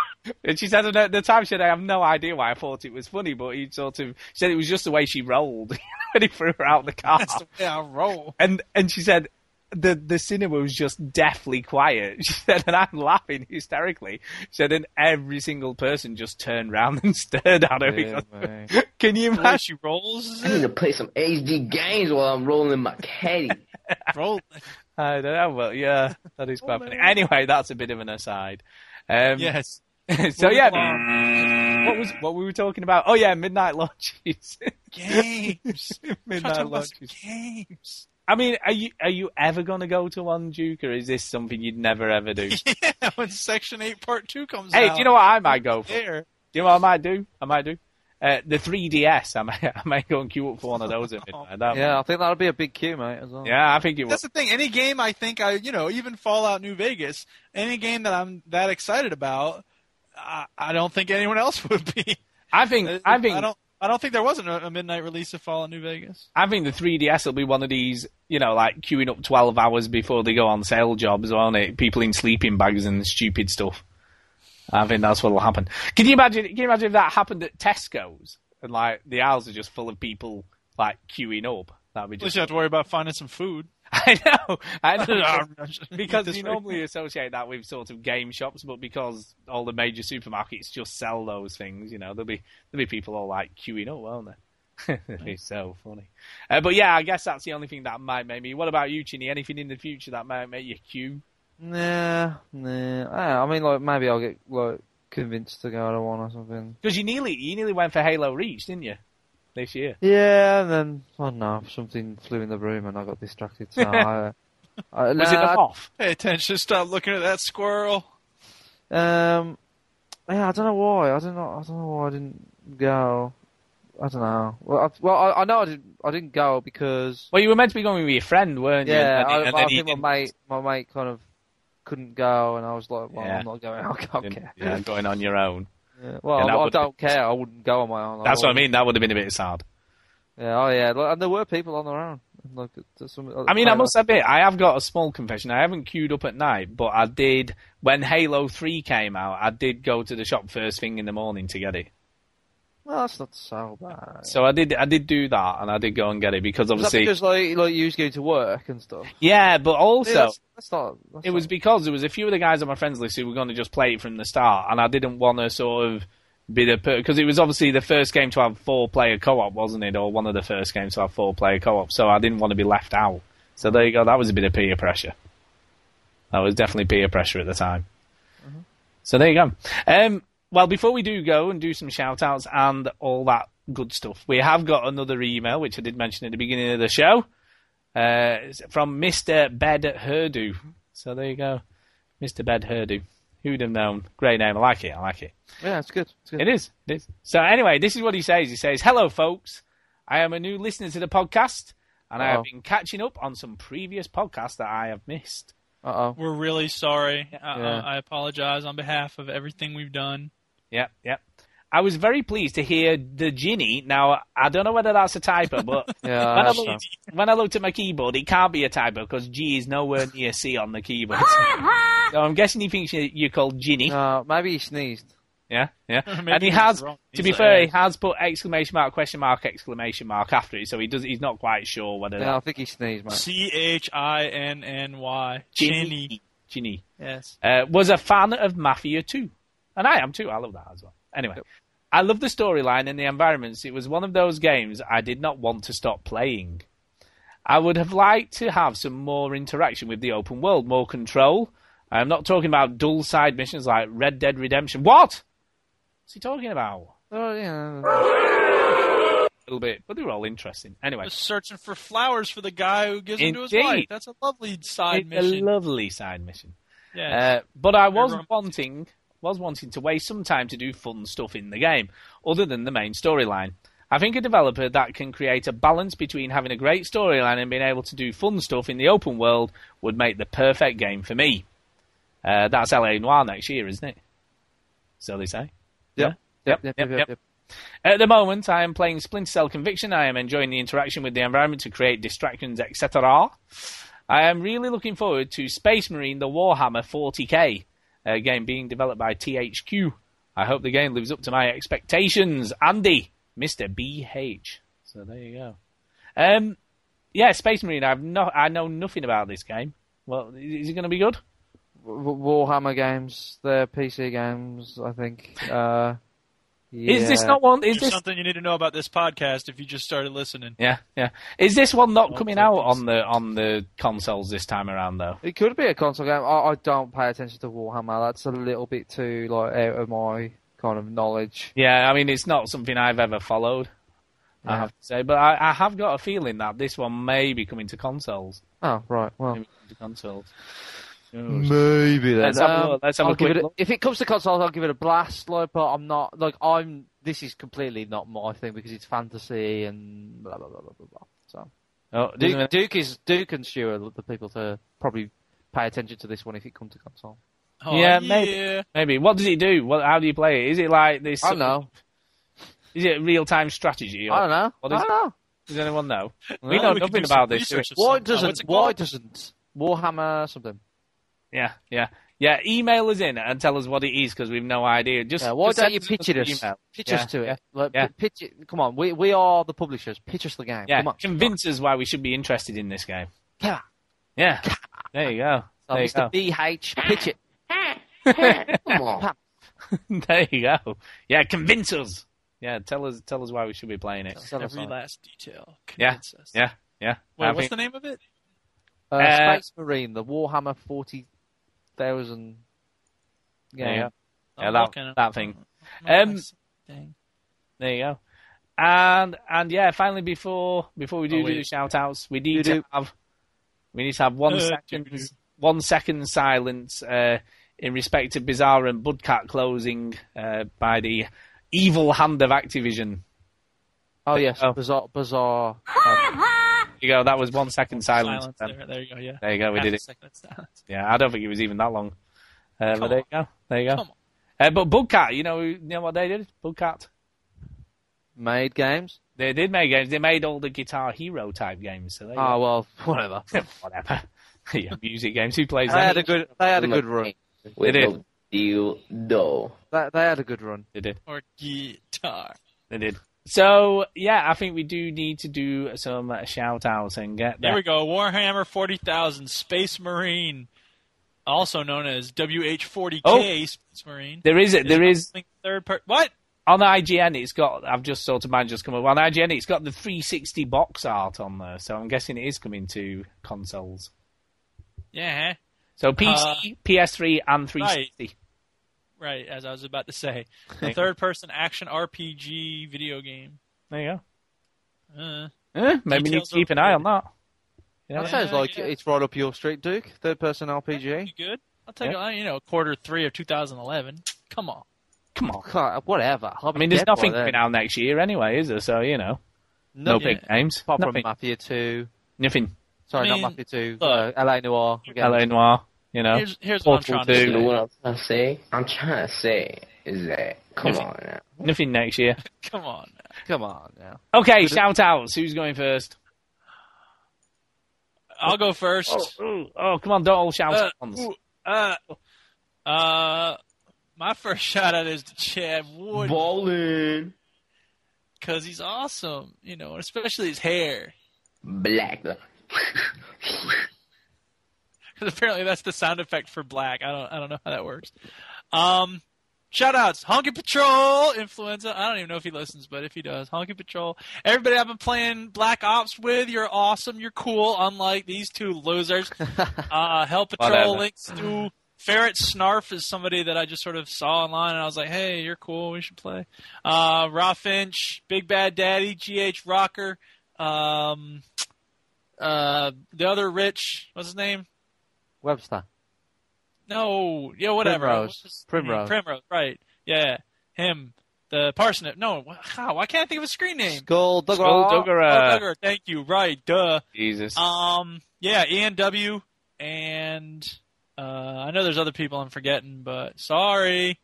[SPEAKER 2] [LAUGHS] and she said at the time, she said, I have no idea why I thought it was funny, but he sort of she said it was just the way she rolled [LAUGHS] when he threw her out of the car.
[SPEAKER 5] That's the way I [LAUGHS] roll.
[SPEAKER 2] And and she said the the cinema was just deathly quiet. [LAUGHS] She said, and I'm laughing hysterically. She said, and every single person just turned round and [LAUGHS] stared at her. [LAUGHS]
[SPEAKER 4] Yeah,
[SPEAKER 2] because-
[SPEAKER 4] mate.
[SPEAKER 2] Can you
[SPEAKER 5] The way
[SPEAKER 2] imagine?
[SPEAKER 5] she rolls, is
[SPEAKER 3] I need
[SPEAKER 5] [LAUGHS] it?
[SPEAKER 3] to play some HD games while I'm rolling my caddy.
[SPEAKER 5] roll.
[SPEAKER 2] I don't know. Well, yeah, that is quite
[SPEAKER 5] Oh,
[SPEAKER 2] funny.
[SPEAKER 5] man.
[SPEAKER 2] Anyway, that's a bit of an aside. Um,
[SPEAKER 5] Yes.
[SPEAKER 2] [LAUGHS] So
[SPEAKER 5] Move
[SPEAKER 2] yeah,
[SPEAKER 5] along.
[SPEAKER 2] what was what we were talking about? Oh yeah, midnight launches.
[SPEAKER 5] [LAUGHS] games. Trying to talk
[SPEAKER 2] [LAUGHS] midnight
[SPEAKER 5] about some
[SPEAKER 2] launches.
[SPEAKER 5] games.
[SPEAKER 2] I mean, are you are you ever gonna go to one Duke, or is this something you'd never ever
[SPEAKER 5] [LAUGHS]
[SPEAKER 2] do?
[SPEAKER 5] [LAUGHS] Yeah, when Section Eight Part Two comes out.
[SPEAKER 2] hey, do you know what I might go for?
[SPEAKER 5] There.
[SPEAKER 2] Do you know what I might do? I might do. Uh, the 3DS, I might, [LAUGHS] I might go and queue up for one of those. At midnight. That
[SPEAKER 4] Yeah, I think that'll be a big queue, mate. As well.
[SPEAKER 2] one. yeah, I think it
[SPEAKER 5] That's
[SPEAKER 2] was.
[SPEAKER 5] the thing. Any game, I think I, you know, even Fallout New Vegas, any game that I'm that excited about, I, I don't think anyone else [LAUGHS] would be.
[SPEAKER 2] I think, I think,
[SPEAKER 5] I don't. I don't think there wasn't a, a midnight release of Fallout New Vegas.
[SPEAKER 2] I think the 3DS will be one of these, you know, like queuing up 12 hours before they go on sale jobs, won't it? People in sleeping bags and stupid stuff. I think that's what will happen. Can you imagine? Can you imagine if that happened at Tesco's and like the aisles are just full of people like queuing up? That'd be
[SPEAKER 5] At least
[SPEAKER 2] just.
[SPEAKER 5] you have to worry about finding some food.
[SPEAKER 2] [LAUGHS]
[SPEAKER 5] [LAUGHS]
[SPEAKER 2] I know, I know, because you normally associate that with sort of game shops, but because all the major supermarkets just sell those things, you know, there'll be there'll be people all like queuing up, won't there? [LAUGHS] it's so funny. Uh, but yeah, I guess that's the only thing that might make me. What about you, Chinny? Anything in the future that might make you queue?
[SPEAKER 4] Nah, nah. I, don't know. I mean, like maybe I'll get like convinced to go to one or something.
[SPEAKER 2] Because you nearly you nearly went for Halo Reach, didn't you? This year.
[SPEAKER 4] Yeah, and then I don't know something flew in the room and I got distracted.
[SPEAKER 2] [LAUGHS]
[SPEAKER 4] So I, I,
[SPEAKER 2] Was it the
[SPEAKER 4] nah,
[SPEAKER 2] moth?
[SPEAKER 5] Pay attention. Stop looking at that squirrel.
[SPEAKER 4] Um, yeah, I don't know why. I don't know. I don't know why I didn't go. I don't know. Well, I, well, I, I know I didn't. I didn't go because
[SPEAKER 2] Well, you were meant to be going with your friend, weren't you?
[SPEAKER 4] yeah,
[SPEAKER 2] And then-
[SPEAKER 4] I,
[SPEAKER 2] and
[SPEAKER 4] I
[SPEAKER 2] then he
[SPEAKER 4] think my
[SPEAKER 2] didn't.
[SPEAKER 4] mate, my mate, kind of couldn't go, and I was like, well,
[SPEAKER 2] Yeah.
[SPEAKER 4] I'm not going. [LAUGHS] I don't care.
[SPEAKER 2] Yeah, going on your
[SPEAKER 4] [LAUGHS]
[SPEAKER 2] own.
[SPEAKER 4] Yeah, Well,
[SPEAKER 2] Yeah, that
[SPEAKER 4] I, I
[SPEAKER 2] would-
[SPEAKER 4] don't care. I wouldn't go on my own.
[SPEAKER 2] That's what I
[SPEAKER 4] wouldn't.
[SPEAKER 2] mean. That would have been a bit sad.
[SPEAKER 4] Yeah, oh yeah, like, and there were people on their own. Like, there's some,
[SPEAKER 2] I mean, I must admit, I have got a small confession. I haven't queued up at night, but I did when Halo Three came out. I did go to the shop first thing in the morning to get it.
[SPEAKER 4] Well, that's not so bad.
[SPEAKER 2] So I did, I did do that, and I did go and get it because
[SPEAKER 4] Was that
[SPEAKER 2] obviously,
[SPEAKER 4] because like, like you was going to work and stuff?
[SPEAKER 2] yeah. But
[SPEAKER 4] Yeah,
[SPEAKER 2] also,
[SPEAKER 4] that's, that's not. That's
[SPEAKER 2] it was
[SPEAKER 4] not-
[SPEAKER 2] because there was a few of the guys on my friends list who were going to just play it from the start, and I didn't want to sort of be the because it was obviously the first game to have four player co op, wasn't it, or one of the first games to have four player co op. So I didn't want to be left out. So there you go. That was a bit of peer pressure. That was definitely peer pressure at the time. So there you go. Um, well, before we do go and do some shout outs and all that good stuff, we have got another email, which I did mention at the beginning of the show, uh, it's from Mr. Bed Herdu. So there you go. Mr. Bed Herdu. Who'd have known? Great name. I like it. I like it.
[SPEAKER 4] yeah, it's good. It's good.
[SPEAKER 2] It is. It is. So anyway, this is what he says. He says, "Hello, folks. I am a new listener to the podcast, and I
[SPEAKER 4] Oh.
[SPEAKER 2] have been catching up on some previous podcasts that I have missed. [LAUGHS]
[SPEAKER 4] Uh oh.
[SPEAKER 5] We're really sorry. Uh,
[SPEAKER 4] Yeah.
[SPEAKER 5] I apologize on behalf of everything we've done.
[SPEAKER 2] Yep, yep. I was very pleased to hear the Ginny. Now I don't know whether that's a typo, but
[SPEAKER 4] Yeah,
[SPEAKER 2] when, I
[SPEAKER 4] I
[SPEAKER 2] looked, when I looked at my keyboard, it can't be a typo because G is nowhere near C on the keyboard. so I'm guessing he thinks you- you're called Ginny.
[SPEAKER 4] No, maybe he sneezed.
[SPEAKER 2] Yeah, yeah.
[SPEAKER 5] [LAUGHS] Maybe
[SPEAKER 2] and he
[SPEAKER 5] he's
[SPEAKER 2] has,
[SPEAKER 5] wrong.
[SPEAKER 2] to
[SPEAKER 5] He's
[SPEAKER 2] be
[SPEAKER 5] an
[SPEAKER 2] fair, he
[SPEAKER 5] ass.
[SPEAKER 2] has put exclamation mark, question mark, exclamation mark after it, so he does. He's not quite sure whether
[SPEAKER 4] Yeah, I
[SPEAKER 2] that's
[SPEAKER 4] think he sneezed,
[SPEAKER 2] Uh.
[SPEAKER 4] mate.
[SPEAKER 5] C H I N N Y. Chinny.
[SPEAKER 2] Ginny
[SPEAKER 5] Yes.
[SPEAKER 2] uh, was a fan of Mafia 2. And I am too. I love that as well. Anyway, I love the storyline and the environments. It was one of those games I did not want to stop playing. I would have liked to have some more interaction with the open world, more control. I'm not talking about dull side missions like Red Dead Redemption. What? What's he talking about?
[SPEAKER 4] Oh yeah.
[SPEAKER 2] A little bit, but they were all interesting. Anyway,
[SPEAKER 5] Just searching for flowers for the guy who gives them to his
[SPEAKER 2] Indeed.
[SPEAKER 5] wife. That's a lovely side
[SPEAKER 2] it's a
[SPEAKER 5] mission.
[SPEAKER 2] lovely side mission.
[SPEAKER 5] yes.
[SPEAKER 2] Uh, but I was
[SPEAKER 5] romantic.
[SPEAKER 2] wanting was wanting to waste some time to do fun stuff in the game, other than the main storyline. I think a developer that can create a balance between having a great storyline and being able to do fun stuff in the open world would make the perfect game for me. Uh, that's LA Noir next year, isn't it? So they say.
[SPEAKER 4] Yep.
[SPEAKER 2] Yep,
[SPEAKER 4] Yep.
[SPEAKER 2] yep,
[SPEAKER 4] Yep.
[SPEAKER 2] yep.
[SPEAKER 4] Yep. yep.
[SPEAKER 2] At the moment, I am playing Splinter Cell Conviction. I am enjoying the interaction with the environment to create distractions, etc. I am really looking forward to Space Marine the Warhammer 40k, a game being developed by THQ. I hope the game lives up to my expectations. Andy, Mr. BH. So there you go. Um, yeah, Space Marine. I've not. I know nothing about this game. Well, is it going to be good?
[SPEAKER 4] W- w- Warhammer games, they're PC games, I think. Uh, yeah.
[SPEAKER 2] Is this not one? Is
[SPEAKER 5] There's
[SPEAKER 2] this?
[SPEAKER 5] something you need to know about this podcast if you just started listening.
[SPEAKER 2] Yeah, yeah. Is this one not
[SPEAKER 5] Oh,
[SPEAKER 2] coming
[SPEAKER 5] that
[SPEAKER 2] out
[SPEAKER 5] is-
[SPEAKER 2] on the on the consoles this time around though?
[SPEAKER 4] It could be a console game. I, I don't pay attention to Warhammer. That's a little bit too like out of my kind of knowledge.
[SPEAKER 2] Yeah, I mean it's not something I've ever followed. I
[SPEAKER 4] Yeah.
[SPEAKER 2] have to say, but I, I have got a feeling that this one may be coming to consoles.
[SPEAKER 4] Oh right, well
[SPEAKER 2] Maybe coming to consoles.
[SPEAKER 4] maybe
[SPEAKER 2] Let's have a look. Let's have a
[SPEAKER 4] Um, I'll give
[SPEAKER 2] quick
[SPEAKER 4] it
[SPEAKER 2] look.
[SPEAKER 4] If it comes to consoles, I'll give it a blast. Like, but I'm not like I'm. This is completely not my thing because it's fantasy and blah blah blah blah blah. blah. So
[SPEAKER 2] Oh, doesn't
[SPEAKER 4] Duke,
[SPEAKER 2] it-
[SPEAKER 4] Duke is Duke and Stu are the people to probably pay attention to this one if it comes to console.
[SPEAKER 5] Oh,
[SPEAKER 2] Yeah, maybe. maybe. What does it do? What? How do you play it? Is it like this?
[SPEAKER 4] I don't know.
[SPEAKER 2] Is it real time strategy? Or,
[SPEAKER 4] I don't know.
[SPEAKER 2] What
[SPEAKER 4] I
[SPEAKER 2] is
[SPEAKER 4] don't know.
[SPEAKER 2] Does anyone know?
[SPEAKER 5] Well,
[SPEAKER 2] we know
[SPEAKER 5] we could
[SPEAKER 2] nothing
[SPEAKER 5] do some
[SPEAKER 2] about this. do we?
[SPEAKER 5] research of
[SPEAKER 4] Why
[SPEAKER 5] some- oh, what's
[SPEAKER 4] doesn't
[SPEAKER 5] it
[SPEAKER 4] Why
[SPEAKER 5] called?
[SPEAKER 4] doesn't Warhammer something?
[SPEAKER 2] Yeah, yeah, yeah. Email us in and tell us what it is because we've no idea. Just
[SPEAKER 4] Yeah, why
[SPEAKER 2] just
[SPEAKER 4] don't
[SPEAKER 2] send
[SPEAKER 4] you
[SPEAKER 2] us
[SPEAKER 4] pitch
[SPEAKER 2] an
[SPEAKER 4] it us?
[SPEAKER 2] email.
[SPEAKER 4] Pitch
[SPEAKER 2] Yeah,
[SPEAKER 4] us to
[SPEAKER 2] yeah,
[SPEAKER 4] it. Like,
[SPEAKER 2] yeah.
[SPEAKER 4] pi- pitch it. Come on, we we are the publishers. Pitch us the game.
[SPEAKER 2] Yeah,
[SPEAKER 4] Come on.
[SPEAKER 2] convince us why we should be interested in this game.
[SPEAKER 4] Come on.
[SPEAKER 2] Yeah. There you go.
[SPEAKER 4] So
[SPEAKER 2] There you
[SPEAKER 4] Mr.
[SPEAKER 2] go.
[SPEAKER 4] BH, pitch it. Uh,
[SPEAKER 3] Come on.
[SPEAKER 2] [LAUGHS] there you go. Yeah, convince us. Yeah, tell us tell us why we should be playing it.
[SPEAKER 4] Tell us
[SPEAKER 5] Every
[SPEAKER 4] on.
[SPEAKER 5] last detail.
[SPEAKER 2] Yeah.
[SPEAKER 5] Convince us.
[SPEAKER 2] Yeah. Yeah.
[SPEAKER 5] Wait,
[SPEAKER 2] I
[SPEAKER 5] what's
[SPEAKER 2] think-
[SPEAKER 5] the name of it?
[SPEAKER 4] Uh,
[SPEAKER 2] Uh,
[SPEAKER 4] Space Marine, the Warhammer 40,000.
[SPEAKER 2] There
[SPEAKER 4] Yeah.
[SPEAKER 2] you
[SPEAKER 4] yeah.
[SPEAKER 2] Yeah,
[SPEAKER 5] I'm
[SPEAKER 2] that-
[SPEAKER 5] looking.
[SPEAKER 2] that thing.
[SPEAKER 5] I'm
[SPEAKER 2] Um,
[SPEAKER 5] looking at that thing.
[SPEAKER 2] There you go. And and yeah, finally before before we do
[SPEAKER 5] Oh,
[SPEAKER 2] do
[SPEAKER 5] wait.
[SPEAKER 2] shout outs, we need
[SPEAKER 4] Do-do.
[SPEAKER 2] to have we need to have one
[SPEAKER 5] Uh,
[SPEAKER 2] second
[SPEAKER 5] do-do.
[SPEAKER 2] one second silence uh, in respect to Bizarre and Budcat closing uh, by the evil hand of Activision.
[SPEAKER 4] Oh, yes.
[SPEAKER 2] Oh.
[SPEAKER 4] Bizarre. bizarre.
[SPEAKER 2] There you go, that was one second silence.
[SPEAKER 5] Silence.
[SPEAKER 2] then.
[SPEAKER 5] There, there you go. Yeah.
[SPEAKER 2] There you go, we
[SPEAKER 5] Half
[SPEAKER 2] did
[SPEAKER 5] a
[SPEAKER 2] it.
[SPEAKER 5] second of silence.
[SPEAKER 2] Yeah, I don't think it was even that long. Uh, but
[SPEAKER 5] Come
[SPEAKER 2] there you go. There you go.
[SPEAKER 5] Come on.
[SPEAKER 2] Uh, but Budcat, you know, you know what they did? Budcat.
[SPEAKER 4] Made games.
[SPEAKER 2] They did make games. They made all the Guitar Hero type games. So they
[SPEAKER 4] Oh, well,
[SPEAKER 2] [LAUGHS]
[SPEAKER 4] [LAUGHS] whatever.
[SPEAKER 2] whatever. yeah, music games. Who plays
[SPEAKER 4] they
[SPEAKER 2] that?
[SPEAKER 4] had a good. They had a good run.
[SPEAKER 3] [LAUGHS] With
[SPEAKER 2] It is.
[SPEAKER 3] no deal, though.
[SPEAKER 4] They, they had a good run.
[SPEAKER 2] They did.
[SPEAKER 5] Or guitar.
[SPEAKER 2] They did. So yeah, I think we do need to do some uh, shout outs and get
[SPEAKER 5] There
[SPEAKER 2] there.
[SPEAKER 5] we go. Warhammer 40,000 Space Marine, also known as WH40K
[SPEAKER 2] Oh.
[SPEAKER 5] Space Marine.
[SPEAKER 2] There is it. There is
[SPEAKER 5] something third part. What?
[SPEAKER 2] on IGN. It's got. I've just sort of mine just come up on IGN. It's got the 360 box art on there, so I'm guessing it is coming to consoles.
[SPEAKER 5] Yeah,
[SPEAKER 2] So PC,
[SPEAKER 5] Uh,
[SPEAKER 2] PS3, and 360.
[SPEAKER 5] right. As I was about to say, the third-person action RPG video game.
[SPEAKER 2] There you
[SPEAKER 5] Uh,
[SPEAKER 2] go. Eh, maybe need
[SPEAKER 5] Details
[SPEAKER 2] to keep an
[SPEAKER 5] are-
[SPEAKER 2] eye on that.
[SPEAKER 4] That
[SPEAKER 2] Yeah.
[SPEAKER 4] sounds
[SPEAKER 5] Yeah,
[SPEAKER 4] like
[SPEAKER 5] yeah.
[SPEAKER 4] it's right up your street, Duke. Third person RPG.
[SPEAKER 5] pretty good. I'll take it. You know, quarter three of 2011. Come on.
[SPEAKER 2] Come on.
[SPEAKER 4] God, whatever. I'll
[SPEAKER 2] I
[SPEAKER 4] be
[SPEAKER 2] mean, there's
[SPEAKER 4] dead by
[SPEAKER 2] nothing
[SPEAKER 4] then.
[SPEAKER 2] coming out next year anyway, is there? So you know, no
[SPEAKER 4] Nothing.
[SPEAKER 2] big names.
[SPEAKER 4] Apart from uh,
[SPEAKER 2] nothing.
[SPEAKER 4] Mafia 2.
[SPEAKER 2] Nothing.
[SPEAKER 4] Sorry,
[SPEAKER 5] mean,
[SPEAKER 4] not Mafia 2.
[SPEAKER 5] look.
[SPEAKER 4] uh, LA Noir. Again.
[SPEAKER 2] Hello, Noir. You know.
[SPEAKER 5] Here's here's what
[SPEAKER 2] Portal
[SPEAKER 5] I'm trying to
[SPEAKER 2] two.
[SPEAKER 5] say.
[SPEAKER 3] You know what I'm trying to say? I'm trying to say is that, come on now.
[SPEAKER 2] Nothing next year.
[SPEAKER 5] Come on. now.
[SPEAKER 4] Come on now.
[SPEAKER 2] Okay, shout outs. Who's going first?
[SPEAKER 5] I'll go first.
[SPEAKER 2] Oh, ooh, oh, come on, don't all shout
[SPEAKER 5] Uh,
[SPEAKER 2] at once.
[SPEAKER 5] ooh, uh, uh, my first [LAUGHS] shout out is to Chad Wood.
[SPEAKER 3] Ballin'.
[SPEAKER 5] because he's awesome, you know, especially his hair.
[SPEAKER 3] Black.
[SPEAKER 5] Because apparently that's the sound effect for black. I don't, I don't know how that works. Um, shout outs, Honky Patrol, Influenza. I don't even know if he listens, but if he does, Honky Patrol. Everybody I've been playing Black Ops with, you're awesome, you're cool. Unlike these two losers, uh, Hell Patrol
[SPEAKER 2] Whatever.
[SPEAKER 5] links to Ferret Snarf is somebody that I just sort of saw online, and I was like, hey, you're cool, we should play. Uh, Raw Finch, Big Bad Daddy, GH Rocker. Um, uh, the other Rich, what's his name?
[SPEAKER 4] Webster.
[SPEAKER 5] No, yeah, whatever.
[SPEAKER 4] Primrose.
[SPEAKER 5] What's his
[SPEAKER 4] Primrose.
[SPEAKER 5] name? Primrose, right? Yeah, him. The parsnip. No, wh- how? Why can't I think of a screen name?
[SPEAKER 4] Skull Duggar.
[SPEAKER 5] Oh,
[SPEAKER 2] Skullduggerer.
[SPEAKER 5] Duggar, Thank you. Right. Duh.
[SPEAKER 2] uh, Jesus.
[SPEAKER 5] Um. Yeah. Ian W. And uh, I know there's other people I'm forgetting, but sorry.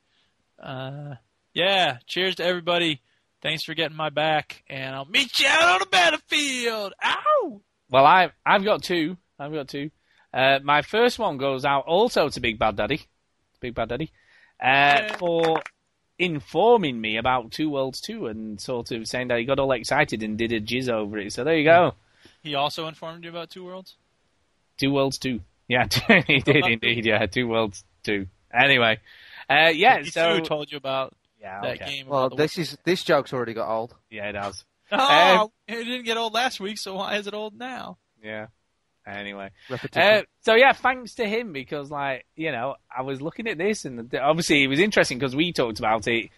[SPEAKER 5] Uh. Yeah. Cheers to everybody. Thanks for getting my back, and I'll meet you out on the battlefield. Ow!
[SPEAKER 2] Well, I I've got two. I've got two. Uh, my first one goes out also to Big Bad Daddy, Big Bad Daddy, uh, for informing me about Two Worlds Two and sort of saying that he got all excited and did a jizz over it. So there you go,
[SPEAKER 5] He also informed you about Two Worlds.
[SPEAKER 2] Two Worlds Two. Yeah, [LAUGHS] he did indeed. Yeah, Two Worlds Two. Anyway, uh, yeah.
[SPEAKER 5] he
[SPEAKER 2] So
[SPEAKER 5] too told you about
[SPEAKER 2] yeah,
[SPEAKER 5] that
[SPEAKER 2] okay.
[SPEAKER 5] game.
[SPEAKER 4] Well,
[SPEAKER 5] about the
[SPEAKER 4] this is this joke's already got old.
[SPEAKER 2] yeah, it does.
[SPEAKER 5] Oh,
[SPEAKER 2] Um,
[SPEAKER 5] it didn't get old last week, so why is it old now?
[SPEAKER 2] Yeah. Anyway.
[SPEAKER 4] Repetition.
[SPEAKER 2] Uh, so yeah, thanks to him because like you know I was looking at this and the, obviously it was interesting because we talked about it,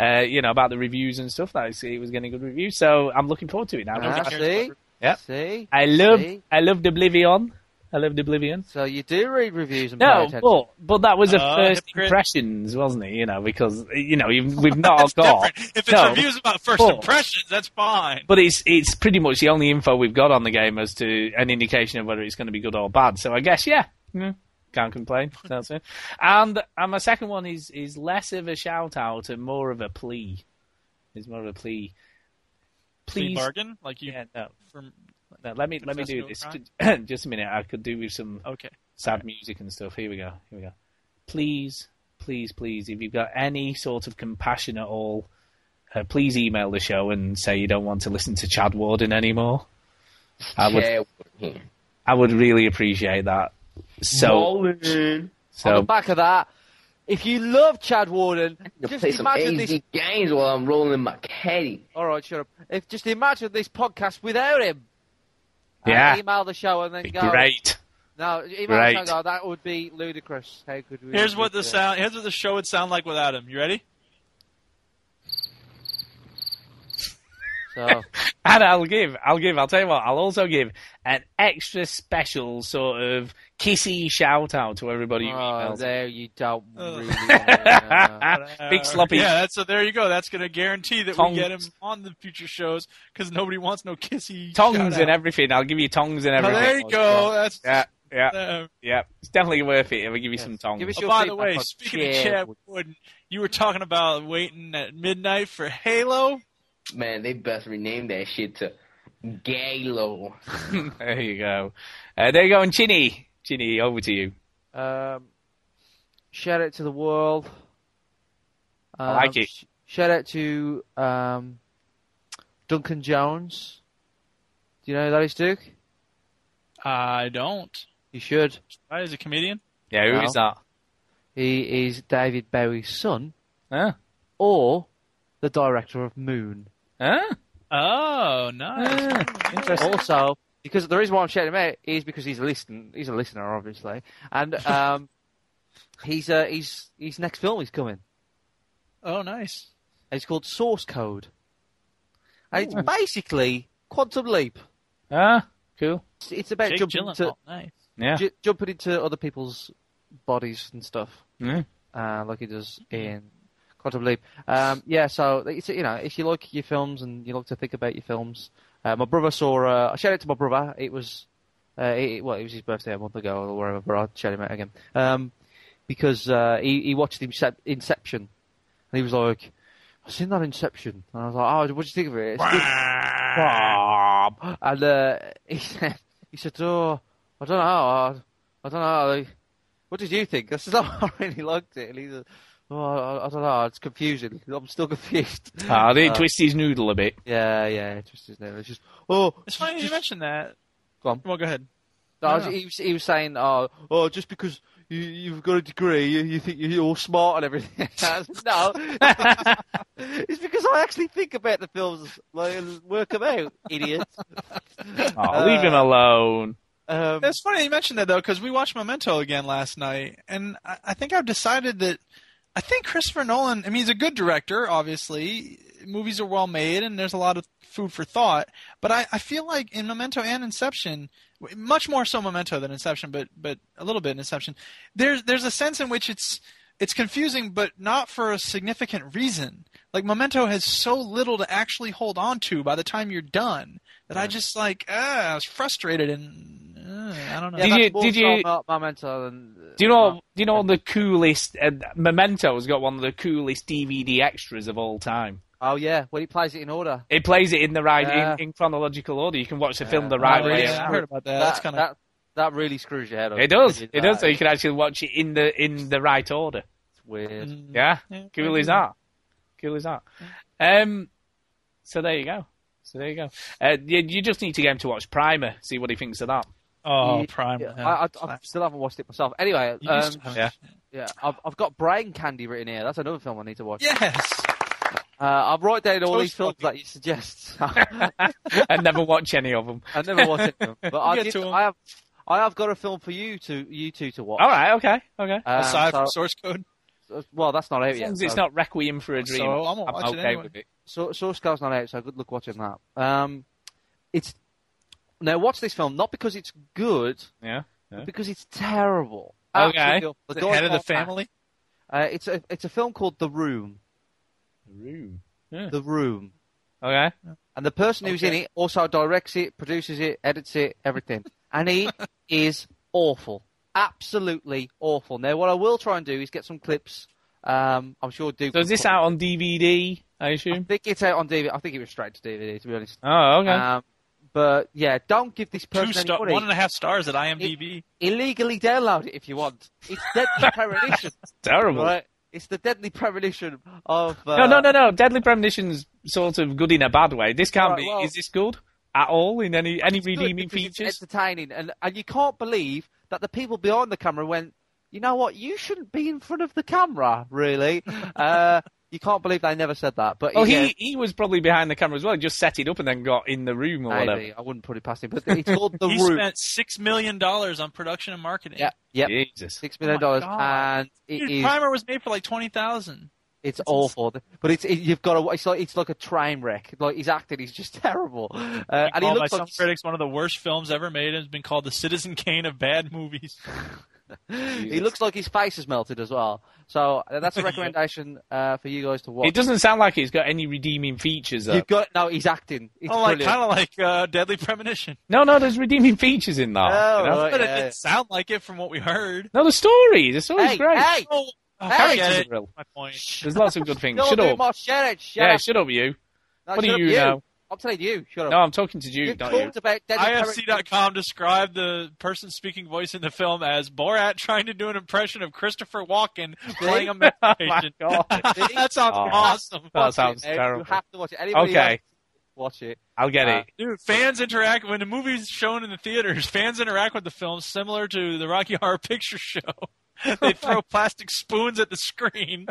[SPEAKER 2] uh, you know about the reviews and stuff that it was getting good reviews. So I'm looking forward to it now.
[SPEAKER 4] Ah, see,
[SPEAKER 2] Yep.
[SPEAKER 4] see.
[SPEAKER 2] I love
[SPEAKER 4] See?
[SPEAKER 2] I loved Oblivion. I loved Oblivion.
[SPEAKER 4] So you do read reviews and pay
[SPEAKER 2] No,
[SPEAKER 4] attention.
[SPEAKER 2] but but that was a
[SPEAKER 4] Oh,
[SPEAKER 5] Uh,
[SPEAKER 2] first
[SPEAKER 5] hypocrite.
[SPEAKER 2] impressions, wasn't it? You know because you know you've- we've
[SPEAKER 4] [LAUGHS]
[SPEAKER 2] not all got
[SPEAKER 5] Different. If it's
[SPEAKER 2] Oh, no,
[SPEAKER 5] reviews about first
[SPEAKER 2] Four.
[SPEAKER 5] impressions, that's fine.
[SPEAKER 2] but it's it's pretty much the only info we've got on the game as to an indication of whether it's going to be good or bad. So I guess yeah, yeah, can't complain. [LAUGHS] That's it. And and my second one is is less of a shout out and more of a plea. Is more of a plea.
[SPEAKER 5] Plea
[SPEAKER 2] Please,
[SPEAKER 5] bargain, like you.
[SPEAKER 2] yeah, no,
[SPEAKER 5] From,
[SPEAKER 2] no, let me let me
[SPEAKER 5] Confess
[SPEAKER 2] do
[SPEAKER 5] to a
[SPEAKER 2] this. [CLEARS THROAT]
[SPEAKER 5] crime?
[SPEAKER 2] Just a minute. I could do with some
[SPEAKER 5] okay.
[SPEAKER 2] sad music and stuff. Here we go. Here we go. Please, please, please, if you've got any sort of compassion at all, uh, please email the show and say you don't want to listen to Chad Warden anymore. I would,
[SPEAKER 3] Chad Wood here.
[SPEAKER 2] I would really appreciate that. So,
[SPEAKER 4] On the
[SPEAKER 2] so
[SPEAKER 4] back of that, if you love Chad Warden,
[SPEAKER 3] to
[SPEAKER 4] just
[SPEAKER 3] play some
[SPEAKER 4] imagine
[SPEAKER 3] AZ
[SPEAKER 4] this.
[SPEAKER 3] games while I'm rolling my caddy.
[SPEAKER 4] All right, shut up. If just imagine this podcast without him. And
[SPEAKER 2] Yeah.
[SPEAKER 4] email the show and then
[SPEAKER 2] be
[SPEAKER 4] go.
[SPEAKER 2] great.
[SPEAKER 4] No, email the
[SPEAKER 2] Great.
[SPEAKER 4] show. and Go, that would be ludicrous. How could we?
[SPEAKER 5] Here's what
[SPEAKER 4] do
[SPEAKER 5] the
[SPEAKER 4] that?
[SPEAKER 5] sound. Here's what the show would sound like without him. You ready?
[SPEAKER 4] So,
[SPEAKER 2] And I'll give, I'll give, I'll tell you what, I'll also give an extra special sort of kissy shout out to everybody who
[SPEAKER 4] oh,
[SPEAKER 2] emails.
[SPEAKER 4] there you don't
[SPEAKER 5] Ugh.
[SPEAKER 4] really. wanna-
[SPEAKER 2] [LAUGHS] Big sloppy.
[SPEAKER 5] uh, Yeah, that's, so there you go. That's going to guarantee that
[SPEAKER 2] Tongs.
[SPEAKER 5] we get him on the future shows because nobody wants no kissy
[SPEAKER 2] Tongs and
[SPEAKER 5] shout-out.
[SPEAKER 2] everything. I'll give you tongs and
[SPEAKER 5] Now,
[SPEAKER 2] everything.
[SPEAKER 5] there you go. That's
[SPEAKER 2] Yeah, yeah,
[SPEAKER 5] uh,
[SPEAKER 2] yeah. It's definitely worth it if I give you
[SPEAKER 4] Yes.
[SPEAKER 2] some tongs. [LAUGHS]
[SPEAKER 4] Give us
[SPEAKER 5] Oh,
[SPEAKER 4] your
[SPEAKER 5] by the
[SPEAKER 4] feedback
[SPEAKER 5] way,
[SPEAKER 4] on
[SPEAKER 5] speaking
[SPEAKER 4] Chad
[SPEAKER 5] of Chad
[SPEAKER 4] Wood.
[SPEAKER 5] Wooden, you were talking about waiting at midnight for Halo.
[SPEAKER 3] Man, they best rename that shit to Galo.
[SPEAKER 2] there you go. Uh, there you go. And Chinny, Chinny, over to you. [LAUGHS]
[SPEAKER 4] Um, shout out to the world. Um,
[SPEAKER 2] I like it.
[SPEAKER 4] sh- shout out to um, Duncan Jones. Do you know who that is, Duke?
[SPEAKER 5] I don't.
[SPEAKER 4] You should.
[SPEAKER 5] I Uh, is a comedian.
[SPEAKER 2] Yeah, who
[SPEAKER 4] Well.
[SPEAKER 2] is that?
[SPEAKER 4] He is David Bowie's son,
[SPEAKER 2] Huh?
[SPEAKER 4] or the director of Moon.
[SPEAKER 2] Huh?
[SPEAKER 5] Oh, nice.
[SPEAKER 4] Also, because the reason why I'm shouting him out is because he's a listen, he's a listener, obviously, and um, [LAUGHS] he's uh, he's he's next film he's coming.
[SPEAKER 5] Oh, nice.
[SPEAKER 4] And it's called Source Code. And it's basically Quantum Leap.
[SPEAKER 2] Huh? Cool.
[SPEAKER 4] It's, it's about
[SPEAKER 5] Jake
[SPEAKER 4] jumping into
[SPEAKER 5] Gyllenhaal, nice.
[SPEAKER 2] Yeah.
[SPEAKER 4] ju- jumping into other people's bodies and stuff,
[SPEAKER 2] Yeah.
[SPEAKER 4] uh, like he does in Quantum Leap. Um, yeah, so it's, you know, if you like your films and you like to think about your films, uh, my brother saw. Uh, I showed it to my brother. It was, uh, it, well, it was his birthday a month ago or whatever. But I showed him out again um, because uh, he he watched Incep- Inception, and he was like, "I've seen that Inception," and I was like, "Oh, what do you think of it?" It's good." And uh, he [LAUGHS] said, he said, "Oh, I don't know, I, I don't know. Like, what did you think?" I said, [LAUGHS] "Oh, I really liked it." And he said, "Oh, I, I don't know. It's confusing. I'm still [LAUGHS] confused."
[SPEAKER 2] Ah, they
[SPEAKER 4] Uh,
[SPEAKER 2] twist his noodle a bit.
[SPEAKER 4] Yeah, yeah. It's just his name. It's just oh,
[SPEAKER 5] It's funny you mentioned that.
[SPEAKER 4] Go on.
[SPEAKER 5] Well, go ahead.
[SPEAKER 4] no, I was- he, was, he was saying, "Oh, oh, just because." You, you've got a degree. You, you think you're all smart and everything. [LAUGHS] I said,
[SPEAKER 2] [LAUGHS]
[SPEAKER 4] no, it's because I actually think about the films, like and work them out, idiot.
[SPEAKER 2] Oh, leave
[SPEAKER 4] Uh,
[SPEAKER 2] him alone.
[SPEAKER 4] Um,
[SPEAKER 5] It's funny you mentioned that though, because we watched Memento again last night, and I, I think I've decided that I think Christopher Nolan. I mean, he's a good director, obviously. Movies are well made, and there's a lot of food for thought. But I, I feel like in Memento and Inception, w- much more so Memento than Inception, but but a little bit in Inception. There's there's a sense in which it's it's confusing, but not for a significant reason. Like Memento has so little to actually hold on to by the time you're done that I just like ah, I was frustrated and uh, I don't know.
[SPEAKER 4] Yeah,
[SPEAKER 2] Did
[SPEAKER 4] that's
[SPEAKER 2] you-
[SPEAKER 4] more
[SPEAKER 2] did
[SPEAKER 4] so
[SPEAKER 2] you-
[SPEAKER 4] about Memento than- uh,
[SPEAKER 2] Do you know? Do you know the coolest? Uh, Memento's got one of the coolest DVD extras of all time.
[SPEAKER 4] Oh yeah, when he plays it in order.
[SPEAKER 2] It plays it in the right
[SPEAKER 4] Yeah.
[SPEAKER 2] in, in chronological order. You can watch the
[SPEAKER 4] Yeah.
[SPEAKER 2] film the right
[SPEAKER 5] Oh,
[SPEAKER 2] way.
[SPEAKER 5] yeah, I
[SPEAKER 2] around.
[SPEAKER 5] heard about that.
[SPEAKER 4] that,
[SPEAKER 5] That's kind of
[SPEAKER 4] that, that really screws your head up.
[SPEAKER 2] It does.
[SPEAKER 4] When
[SPEAKER 2] It
[SPEAKER 4] you do
[SPEAKER 2] does.
[SPEAKER 4] that.
[SPEAKER 2] So you can actually watch it in the in the right order.
[SPEAKER 4] It's weird.
[SPEAKER 2] Yeah.
[SPEAKER 5] Mm. Yeah, Mm.
[SPEAKER 2] cool
[SPEAKER 5] I
[SPEAKER 2] as
[SPEAKER 5] do.
[SPEAKER 2] that. Cool as that. Um. So there you go. So there you go. Uh, you, you just need to get him to watch Primer. See what he thinks of that.
[SPEAKER 5] oh,
[SPEAKER 4] Yeah,
[SPEAKER 5] prime.
[SPEAKER 4] Yeah, I, I, I still haven't watched it myself. Anyway,
[SPEAKER 5] You
[SPEAKER 4] um,
[SPEAKER 5] used to have-
[SPEAKER 2] yeah. [LAUGHS]
[SPEAKER 4] yeah, I've, I've got Brain Candy written here. That's another film I need to watch.
[SPEAKER 5] Yes.
[SPEAKER 4] Uh, I'll write down all
[SPEAKER 5] Toy
[SPEAKER 4] these films that you
[SPEAKER 2] [LAUGHS]
[SPEAKER 4] suggest. [LAUGHS]
[SPEAKER 2] and never watch any of
[SPEAKER 5] [LAUGHS]
[SPEAKER 2] them.
[SPEAKER 4] I never watched them, but I,
[SPEAKER 5] get
[SPEAKER 4] did,
[SPEAKER 5] to 'em.
[SPEAKER 4] I have, I have got a film for you to you two to watch.
[SPEAKER 2] All right. Okay. Okay.
[SPEAKER 4] Um,
[SPEAKER 5] Aside from
[SPEAKER 4] so- uh,
[SPEAKER 5] source code,
[SPEAKER 4] well, that's not out
[SPEAKER 2] As
[SPEAKER 4] yet.
[SPEAKER 2] long as
[SPEAKER 4] so-
[SPEAKER 2] it's not Requiem for a Dream,
[SPEAKER 5] Oh. so I'm gonna
[SPEAKER 2] I'm
[SPEAKER 5] watch it
[SPEAKER 2] okay
[SPEAKER 5] anyway.
[SPEAKER 2] with it.
[SPEAKER 4] So, Source Code's not out, so good luck watching that. Um, it's now watch this film not because it's good,
[SPEAKER 2] Yeah.
[SPEAKER 4] but
[SPEAKER 2] Yeah.
[SPEAKER 4] because it's terrible.
[SPEAKER 2] Okay.
[SPEAKER 4] Absolutely awful.
[SPEAKER 5] the
[SPEAKER 4] guy
[SPEAKER 5] head of the
[SPEAKER 4] can't act.
[SPEAKER 5] family.
[SPEAKER 4] Uh, it's a it's a film called The Room.
[SPEAKER 2] Room.
[SPEAKER 4] The Room,
[SPEAKER 2] Okay.
[SPEAKER 4] and the person who's in it also directs it, produces it, edits it, everything,
[SPEAKER 2] [LAUGHS]
[SPEAKER 4] and he is awful, absolutely awful. Now, what I will try and do is get some clips. Um, I'm sure Duke.
[SPEAKER 2] So is this out on DVD? I
[SPEAKER 4] I
[SPEAKER 2] assume.
[SPEAKER 4] think it's out on DVD. I think it was straight to DVD, to be honest.
[SPEAKER 2] Oh, okay.
[SPEAKER 4] Um, but yeah, don't give this
[SPEAKER 5] Two
[SPEAKER 4] person
[SPEAKER 5] star,
[SPEAKER 4] any
[SPEAKER 5] one
[SPEAKER 4] money.
[SPEAKER 5] and a half stars at IMDb.
[SPEAKER 4] Illegally download it if you want. It's
[SPEAKER 2] [LAUGHS]
[SPEAKER 4] deadly premonition,
[SPEAKER 2] Terrible.
[SPEAKER 4] right? It's the deadly premonition of. Uh,
[SPEAKER 2] No, no, no, no. Deadly Premonition's sort of good in a bad way. This can't
[SPEAKER 4] Right,
[SPEAKER 2] be.
[SPEAKER 4] well-
[SPEAKER 2] is this good? at all in any any
[SPEAKER 4] It's good
[SPEAKER 2] redeeming
[SPEAKER 4] because it's
[SPEAKER 2] features.
[SPEAKER 4] entertaining, and and you can't believe that the people behind the camera went. You know what? You shouldn't be in front of the camera,
[SPEAKER 5] [LAUGHS]
[SPEAKER 4] really. uh, you can't believe they never said that. But
[SPEAKER 2] Oh,
[SPEAKER 4] yeah,
[SPEAKER 2] he he was probably behind the camera as well. He just set it up and then got in the room or whatever.
[SPEAKER 4] maybe I wouldn't put it past him. But it's called the
[SPEAKER 5] [LAUGHS] he
[SPEAKER 4] room.
[SPEAKER 5] spent six million dollars on production and marketing.
[SPEAKER 4] Yeah, yeah,
[SPEAKER 2] Jesus.
[SPEAKER 4] six million
[SPEAKER 5] Oh my
[SPEAKER 4] dollars,
[SPEAKER 5] God.
[SPEAKER 4] and it
[SPEAKER 5] Dude,
[SPEAKER 4] is-
[SPEAKER 5] Primer was made for like twenty thousand.
[SPEAKER 4] It's awful, but it's it, you've got to. It's like it's like a train wreck. Like he's acting, he's just [LAUGHS] terrible, uh, and he
[SPEAKER 5] Called
[SPEAKER 4] looks
[SPEAKER 5] by
[SPEAKER 4] like
[SPEAKER 5] some critics one of the worst films ever made, and has been called the Citizen Kane of bad movies.
[SPEAKER 4] he looks like his face is melted as well. So uh,
[SPEAKER 5] [LAUGHS]
[SPEAKER 4] that's a
[SPEAKER 5] Yeah.
[SPEAKER 4] recommendation uh, for you guys to watch.
[SPEAKER 2] It doesn't sound like it's got any redeeming features. Though.
[SPEAKER 4] You've got no, he's acting. It's
[SPEAKER 5] Oh, like
[SPEAKER 4] brilliant.
[SPEAKER 5] kind of like uh, Deadly Premonition.
[SPEAKER 2] No, no, there's redeeming features in that.
[SPEAKER 4] Oh,
[SPEAKER 2] you know?
[SPEAKER 4] right.
[SPEAKER 5] But it
[SPEAKER 4] yeah.
[SPEAKER 5] didn't sound like it from what we heard.
[SPEAKER 2] No, the story, the story's
[SPEAKER 4] hey,
[SPEAKER 2] great.
[SPEAKER 4] hey,
[SPEAKER 5] Oh, I
[SPEAKER 4] Hey,
[SPEAKER 5] get
[SPEAKER 2] Characters
[SPEAKER 5] it.
[SPEAKER 2] are real.
[SPEAKER 5] My point.
[SPEAKER 2] There's lots of good things.
[SPEAKER 4] You're
[SPEAKER 2] Shut
[SPEAKER 4] doing
[SPEAKER 2] up.
[SPEAKER 4] my shit, shut
[SPEAKER 2] yeah,
[SPEAKER 4] up.
[SPEAKER 2] shut up, you.
[SPEAKER 4] No,
[SPEAKER 2] what do
[SPEAKER 4] shut up,
[SPEAKER 2] you know?
[SPEAKER 4] I'm telling you, shut up.
[SPEAKER 2] No, I'm talking to you,
[SPEAKER 4] You've
[SPEAKER 2] not
[SPEAKER 4] talked
[SPEAKER 2] you.
[SPEAKER 4] about Dennis [LAUGHS] Perry-
[SPEAKER 5] IFC.com described the person speaking voice in the film as Borat trying to do an impression of Christopher Walken playing a
[SPEAKER 2] Oh,
[SPEAKER 5] medical
[SPEAKER 2] my
[SPEAKER 5] patient. [LAUGHS]
[SPEAKER 2] God. [LAUGHS]
[SPEAKER 5] that sounds
[SPEAKER 2] Oh.
[SPEAKER 5] awesome.
[SPEAKER 2] That
[SPEAKER 4] Watch it,
[SPEAKER 2] sounds
[SPEAKER 4] Ed. You
[SPEAKER 2] terrible.
[SPEAKER 4] have to watch it. Anybody
[SPEAKER 2] Okay.
[SPEAKER 4] else, watch it.
[SPEAKER 2] I'll get
[SPEAKER 4] Uh,
[SPEAKER 2] it.
[SPEAKER 5] Dude, fans interact when the movie's shown in the theaters. Fans interact with the film similar to the Rocky Horror [LAUGHS] Picture Show. they throw plastic spoons at the screen,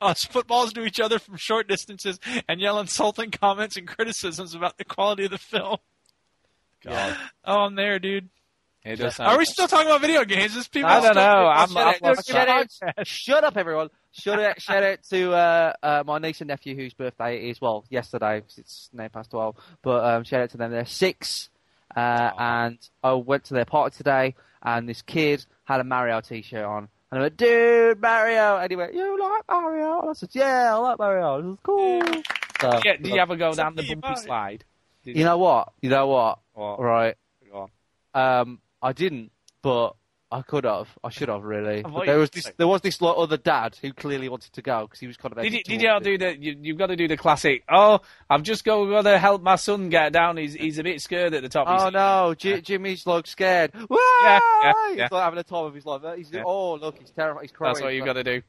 [SPEAKER 5] toss footballs to each other from short distances, and yell insulting comments and criticisms about the quality of the film.
[SPEAKER 2] God,
[SPEAKER 5] Oh, I'm there, dude.
[SPEAKER 2] it does sound.
[SPEAKER 5] Are we still talking about video games? This people
[SPEAKER 2] I don't
[SPEAKER 5] still-
[SPEAKER 2] know. I'm,
[SPEAKER 4] Shut
[SPEAKER 2] I'm
[SPEAKER 4] it,
[SPEAKER 2] lost
[SPEAKER 4] shut
[SPEAKER 2] track.
[SPEAKER 4] it, shut up, everyone. Shout out, shout out to uh, uh, my niece and nephew whose birthday it is, well, yesterday, 'cause it's now past 12. But um, shout out to them. They're six. Uh, And I went to their party today, and this kid had a Mario t shirt on. And I went, dude, Mario. And he went, you like Mario? And I said, yeah, I like Mario. This is cool. So,
[SPEAKER 2] Yeah, did you ever go down the
[SPEAKER 5] Something
[SPEAKER 2] bumpy
[SPEAKER 5] about it.
[SPEAKER 2] slide? Did
[SPEAKER 4] you know what? You know what?
[SPEAKER 2] What?
[SPEAKER 4] Right.
[SPEAKER 2] Go on.
[SPEAKER 4] Um, I didn't, but I could have. I should have really. But
[SPEAKER 2] thought
[SPEAKER 4] there
[SPEAKER 2] you-
[SPEAKER 4] was this. There was this like, other dad who clearly wanted to go because he was kind of.
[SPEAKER 2] Did you,
[SPEAKER 4] edgy
[SPEAKER 2] did
[SPEAKER 4] towards
[SPEAKER 2] you all do
[SPEAKER 4] it.
[SPEAKER 2] the? You, you've got to do the classic. Oh, I've just got to help my son get down. He's he's a bit scared at the top.
[SPEAKER 4] Oh
[SPEAKER 2] He's-
[SPEAKER 4] no, Ji Jimmy's like scared. Why?
[SPEAKER 2] yeah,
[SPEAKER 4] he's
[SPEAKER 2] yeah.
[SPEAKER 4] like having a time of his life. He's
[SPEAKER 2] Yeah.
[SPEAKER 4] oh look, he's terrified. He's crying.
[SPEAKER 2] That's what
[SPEAKER 4] He's
[SPEAKER 2] you've got
[SPEAKER 4] like,
[SPEAKER 2] to do.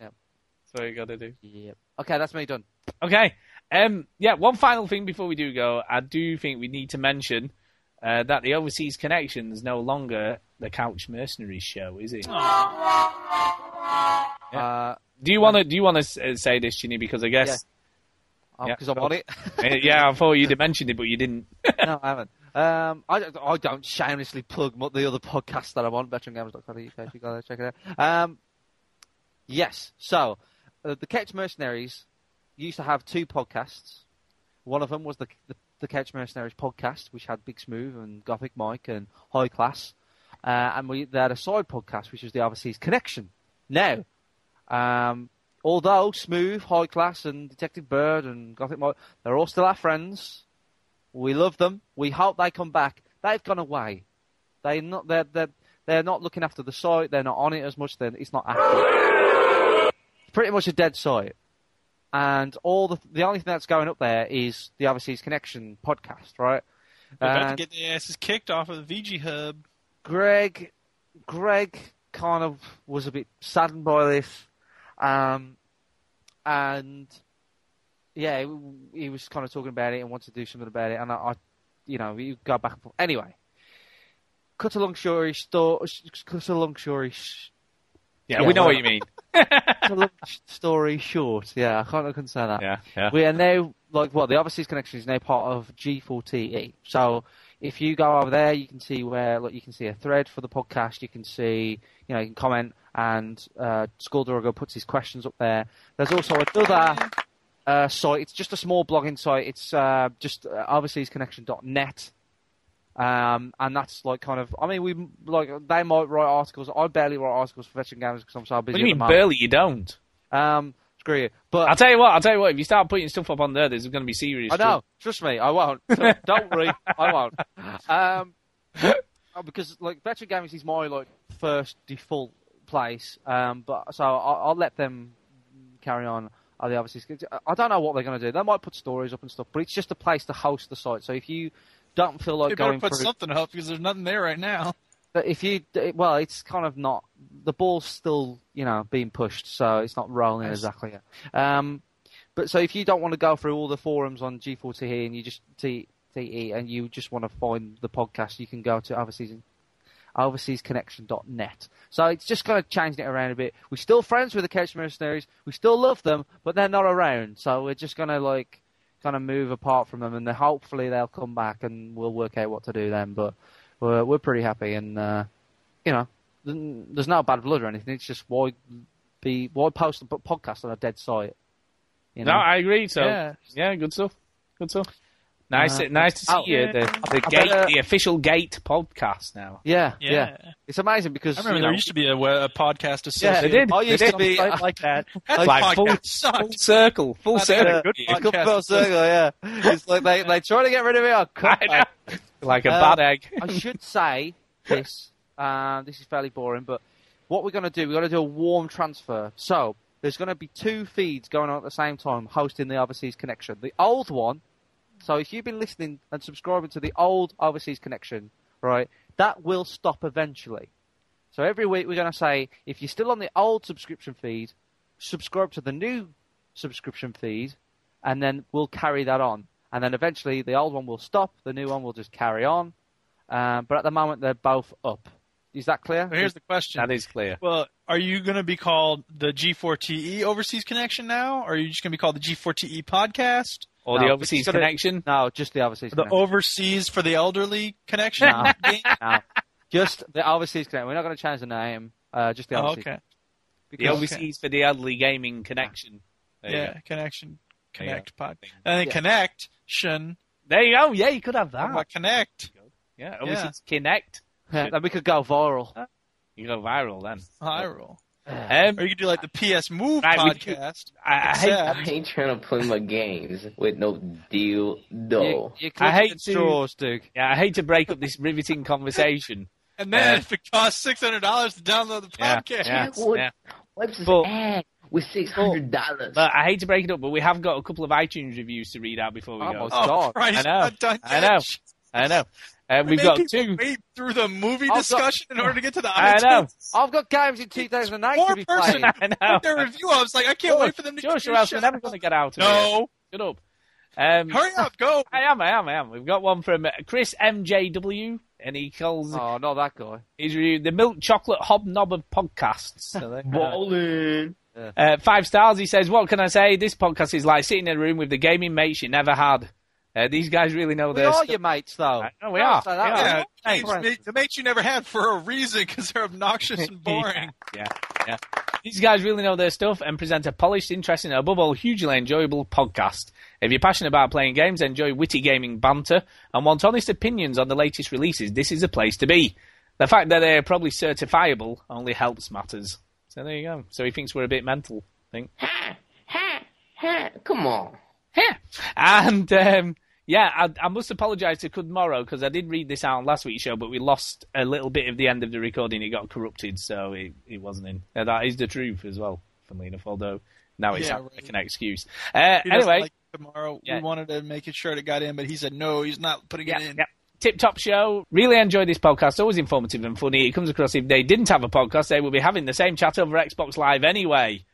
[SPEAKER 4] Yeah.
[SPEAKER 2] That's what you got to do.
[SPEAKER 4] Yep. Okay, that's me done.
[SPEAKER 2] Okay. Um. Yeah. One final thing before we do go, I do think we need to mention uh, that the overseas connection is no longer the Couch Mercenaries show, is it?
[SPEAKER 4] Uh,
[SPEAKER 2] Do you want to? Do you want to say this, Ginny? Because I guess. Yeah.
[SPEAKER 4] because um, I'm on it. [LAUGHS]
[SPEAKER 2] [LAUGHS] Uh, Yeah. I thought you'd have mentioned it, but you didn't.
[SPEAKER 4] no, I haven't. Um, I, don't- I don't shamelessly plug mo- the other podcasts that I'm on, veterangames.co.uk, if you go there, check it out. Um, yes, so uh, the Catch Mercenaries used to have two podcasts. One of them was the, the the Couch Mercenaries podcast, which had Big Smooth and Gothic Mike and High Class, uh, and we they had a side podcast, which was the Overseas Connection. Now, um, although Smooth, High Class, and Detective Bird and Gothic Mike, they're all still our friends. We love them. We hope they come back. They've gone away. They not they're, they're they're not looking after the site. They're not on it as much. Then it's not active. It's pretty much a dead site. And all the the only thing that's going up there is the Overseas Connection podcast, right?
[SPEAKER 5] They're about to
[SPEAKER 4] And
[SPEAKER 5] get their asses kicked off of the VG Hub.
[SPEAKER 4] Greg, Greg kind of was a bit saddened by this, um, and yeah, he- he was kind of talking about it and wanted to do something about it, and I, I you know, you go back and forth. Anyway, cut a long story, sto- cut a long story, sh-
[SPEAKER 2] Yeah.
[SPEAKER 4] Yeah,
[SPEAKER 2] we know
[SPEAKER 4] well-
[SPEAKER 2] what you mean.
[SPEAKER 4] cut a long [LAUGHS] story short. Yeah, I can't, I couldn't say that.
[SPEAKER 2] Yeah. Yeah.
[SPEAKER 4] We are now like what the overseas connection is now part of G4TE. E. So if you go over there, you can see where like you can see a thread for the podcast. You can see you know you can comment and uh, Skulldurago puts his questions up there. There's also another uh, site. It's just a small blogging site. It's uh, just uh, overseasconnection.net. Um, and that's like kind of. I mean, we like they might write articles. I barely write articles for veteran gamers because I'm so busy.
[SPEAKER 2] What do you mean,
[SPEAKER 4] at the moment.
[SPEAKER 2] barely? You don't.
[SPEAKER 4] Um, screw you. But
[SPEAKER 2] I'll tell you what. I'll tell you what. If you start putting stuff up on there, there's going to be serious.
[SPEAKER 4] I know. Trust me, I
[SPEAKER 5] [LAUGHS]
[SPEAKER 4] won't. Don't worry, I won't. Um, [LAUGHS] oh, because like Veteran Games is my like first default place. Um, but so I'll, I'll let them carry on. Are they obviously? I don't know what they're going to do. They might put stories up and stuff, but it's just a place to host the site. So if you don't feel like
[SPEAKER 5] They better
[SPEAKER 4] going
[SPEAKER 5] put
[SPEAKER 4] through,
[SPEAKER 5] something up because there's nothing there right now.
[SPEAKER 4] but if you, well, it's kind of not. The ball's still, you know, being pushed, so it's not rolling exactly yet. Um, but so if you don't want to go through all the forums on G4T here and you just see DE and you just want to find the podcast, you can go to overseas overseasconnection.net. So it's just kind of changing it around a bit. We're still friends with the Couch Mercenaries. We still love them, but they're not around. So we're just going to like kind of move apart from them, and then hopefully they'll come back and we'll work out what to do then. But we're we're pretty happy, and uh, you know, th- there's no bad blood or anything. It's just why be why post a po- podcast on a dead site. You know?
[SPEAKER 2] No, I agree. So yeah.
[SPEAKER 4] Yeah.
[SPEAKER 2] good stuff. Good stuff. Nice,
[SPEAKER 4] Uh,
[SPEAKER 2] nice to see
[SPEAKER 4] oh,
[SPEAKER 2] you.
[SPEAKER 4] yeah.
[SPEAKER 2] The, the
[SPEAKER 4] I
[SPEAKER 2] gate,
[SPEAKER 4] better-
[SPEAKER 2] the official gate podcast now.
[SPEAKER 4] yeah, yeah,
[SPEAKER 5] Yeah.
[SPEAKER 4] It's amazing because
[SPEAKER 5] I remember
[SPEAKER 4] you
[SPEAKER 5] there
[SPEAKER 4] know,
[SPEAKER 5] used to be a, we- a podcast
[SPEAKER 4] yeah,
[SPEAKER 5] associated.
[SPEAKER 2] They did.
[SPEAKER 4] I
[SPEAKER 2] They
[SPEAKER 4] used
[SPEAKER 2] did.
[SPEAKER 4] to
[SPEAKER 2] [LAUGHS]
[SPEAKER 4] be.
[SPEAKER 9] Site like that.
[SPEAKER 5] [LAUGHS] That
[SPEAKER 2] Oh, Like full,
[SPEAKER 5] podcast
[SPEAKER 2] full
[SPEAKER 5] sucked.
[SPEAKER 2] circle, full
[SPEAKER 5] That's a
[SPEAKER 2] circle.
[SPEAKER 5] good
[SPEAKER 4] I come
[SPEAKER 5] podcast.
[SPEAKER 4] full circle, yeah. It's like they, they try to get rid of me.
[SPEAKER 5] [LAUGHS]
[SPEAKER 4] I come
[SPEAKER 2] I know.
[SPEAKER 4] back.
[SPEAKER 2] Like a
[SPEAKER 4] Uh,
[SPEAKER 2] bad egg. [LAUGHS]
[SPEAKER 4] I should say this. Um, this is fairly boring, but what we're going to do, we're going to do a warm transfer. So there's going to be two feeds going on at the same time, hosting the Overseas Connection. The old one. So if you've been listening and subscribing to the old Overseas Connection, right, that will stop eventually. So every week we're going to say, if you're still on the old subscription feed, subscribe to the new subscription feed, and then we'll carry that on. And then eventually the old one will stop, the new one will just carry on. Um, but at the moment they're both up. Is that clear?
[SPEAKER 5] Well, Here's the question.
[SPEAKER 2] That is clear.
[SPEAKER 5] Well, are you going to be called the G4TE E Overseas Connection now? Or are you just going to be called the G4TE E Podcast?
[SPEAKER 2] Or
[SPEAKER 4] No,
[SPEAKER 2] the
[SPEAKER 4] it's
[SPEAKER 2] overseas
[SPEAKER 4] gotta-
[SPEAKER 2] connection.
[SPEAKER 4] no, just the overseas
[SPEAKER 5] The
[SPEAKER 4] connection.
[SPEAKER 5] Overseas for the Elderly
[SPEAKER 2] [LAUGHS]
[SPEAKER 5] Connection?
[SPEAKER 4] No. No. just the overseas connection. We're not going to change the name. Uh, just the
[SPEAKER 5] Oh,
[SPEAKER 4] overseas.
[SPEAKER 5] okay.
[SPEAKER 2] The overseas for the elderly gaming connection. There you
[SPEAKER 5] Yeah,
[SPEAKER 2] go.
[SPEAKER 5] Connection.
[SPEAKER 2] There you go.
[SPEAKER 5] Connect Pod. And then Connection.
[SPEAKER 2] There you go. Yeah, you could have
[SPEAKER 5] What
[SPEAKER 2] that.
[SPEAKER 5] about Connect?
[SPEAKER 2] Yeah, overseas connect.
[SPEAKER 4] Yeah, then [LAUGHS] we could go viral.
[SPEAKER 2] You go viral then.
[SPEAKER 5] Viral.
[SPEAKER 2] Um,
[SPEAKER 5] Or you could do like the PS Move
[SPEAKER 2] Right, we could-
[SPEAKER 5] podcast.
[SPEAKER 2] I,
[SPEAKER 3] [LAUGHS]
[SPEAKER 2] I hate
[SPEAKER 5] except-
[SPEAKER 3] I ain't trying to play my games with no deal,
[SPEAKER 4] You,
[SPEAKER 3] though.
[SPEAKER 4] you
[SPEAKER 2] I hate
[SPEAKER 4] hate
[SPEAKER 2] to-
[SPEAKER 4] straws, Duke.
[SPEAKER 2] Yeah, I hate to break up this riveting
[SPEAKER 5] [LAUGHS]
[SPEAKER 2] conversation.
[SPEAKER 5] And then
[SPEAKER 2] Uh,
[SPEAKER 5] if it costs six hundred dollars to download the
[SPEAKER 2] Yeah,
[SPEAKER 5] podcast,
[SPEAKER 2] yeah,
[SPEAKER 3] What-
[SPEAKER 2] yeah.
[SPEAKER 3] What's this
[SPEAKER 2] But-
[SPEAKER 3] ad with $600?
[SPEAKER 2] But I hate to break it up, but we have got a couple of iTunes reviews to read out before we
[SPEAKER 4] Oh,
[SPEAKER 2] go.
[SPEAKER 4] my-
[SPEAKER 5] oh
[SPEAKER 4] Dog.
[SPEAKER 5] Christ,
[SPEAKER 2] I know.
[SPEAKER 5] I'm not done
[SPEAKER 2] I
[SPEAKER 5] yet.
[SPEAKER 2] know. I know. Uh,
[SPEAKER 5] We
[SPEAKER 2] we've
[SPEAKER 5] made
[SPEAKER 2] got two.
[SPEAKER 5] people Wait through the movie
[SPEAKER 4] I've got-
[SPEAKER 5] discussion in order to get to the
[SPEAKER 2] I know.
[SPEAKER 5] iTunes.
[SPEAKER 4] I've got games in 2008 to
[SPEAKER 5] Four
[SPEAKER 4] be
[SPEAKER 5] person.
[SPEAKER 4] playing.
[SPEAKER 2] [LAUGHS] I know.
[SPEAKER 5] Their review, I was like, I can't wait for them to
[SPEAKER 2] Josh,
[SPEAKER 5] get
[SPEAKER 2] or else
[SPEAKER 5] shut
[SPEAKER 2] we're never
[SPEAKER 5] up.
[SPEAKER 2] going to get out of here.
[SPEAKER 5] No,
[SPEAKER 2] Shut up. Um,
[SPEAKER 5] hurry
[SPEAKER 2] [LAUGHS]
[SPEAKER 5] up, go.
[SPEAKER 2] I am, I am, I am. We've got one from uh, Chris MJW, and he calls
[SPEAKER 4] Oh, not that guy.
[SPEAKER 2] his review the Milk Chocolate Hobnob of Podcasts. So there you go.
[SPEAKER 3] Ballin'.
[SPEAKER 2] Uh, five stars. He says, "What can I say? This podcast is like sitting in a room with the gaming mates you never had. Uh, these guys really know
[SPEAKER 4] We
[SPEAKER 2] their
[SPEAKER 4] are
[SPEAKER 2] stuff."
[SPEAKER 4] your mates, though.
[SPEAKER 2] I know we
[SPEAKER 4] Don't
[SPEAKER 2] are.
[SPEAKER 4] say that.
[SPEAKER 2] We are.
[SPEAKER 5] Yeah,
[SPEAKER 4] Hey,
[SPEAKER 5] games ma- the mates you never had for a reason because they're obnoxious
[SPEAKER 2] [LAUGHS]
[SPEAKER 5] and boring.
[SPEAKER 2] Yeah, yeah. These guys really know their stuff and present a polished, interesting, and above all, hugely enjoyable podcast. If you're passionate about playing games, enjoy witty gaming banter, and want honest opinions on the latest releases, this is a place to be. The fact that they're probably certifiable only helps matters. So there you go. So he thinks we're a bit mental. I think.
[SPEAKER 3] Ha, ha, ha. Come on.
[SPEAKER 2] Yeah. And um, yeah, I, I must apologise to Cud Morrow because I did read this out on last week's show, but we lost a little bit of the end of the recording. It got corrupted, so it, it wasn't in. Now, that is the truth as well, funnily enough, although now it's
[SPEAKER 5] Yeah,
[SPEAKER 2] sounds
[SPEAKER 5] right.
[SPEAKER 2] like an excuse. Uh,
[SPEAKER 5] He doesn't
[SPEAKER 2] anyway,
[SPEAKER 5] like tomorrow
[SPEAKER 2] Yeah.
[SPEAKER 5] we wanted to make it sure it got in, but he said no, he's not putting
[SPEAKER 2] yeah,
[SPEAKER 5] it in.
[SPEAKER 2] yeah. Tip top show. Really enjoy this podcast. Always informative and funny. It comes across if they didn't have a podcast, they would be having the same chat over Xbox Live anyway.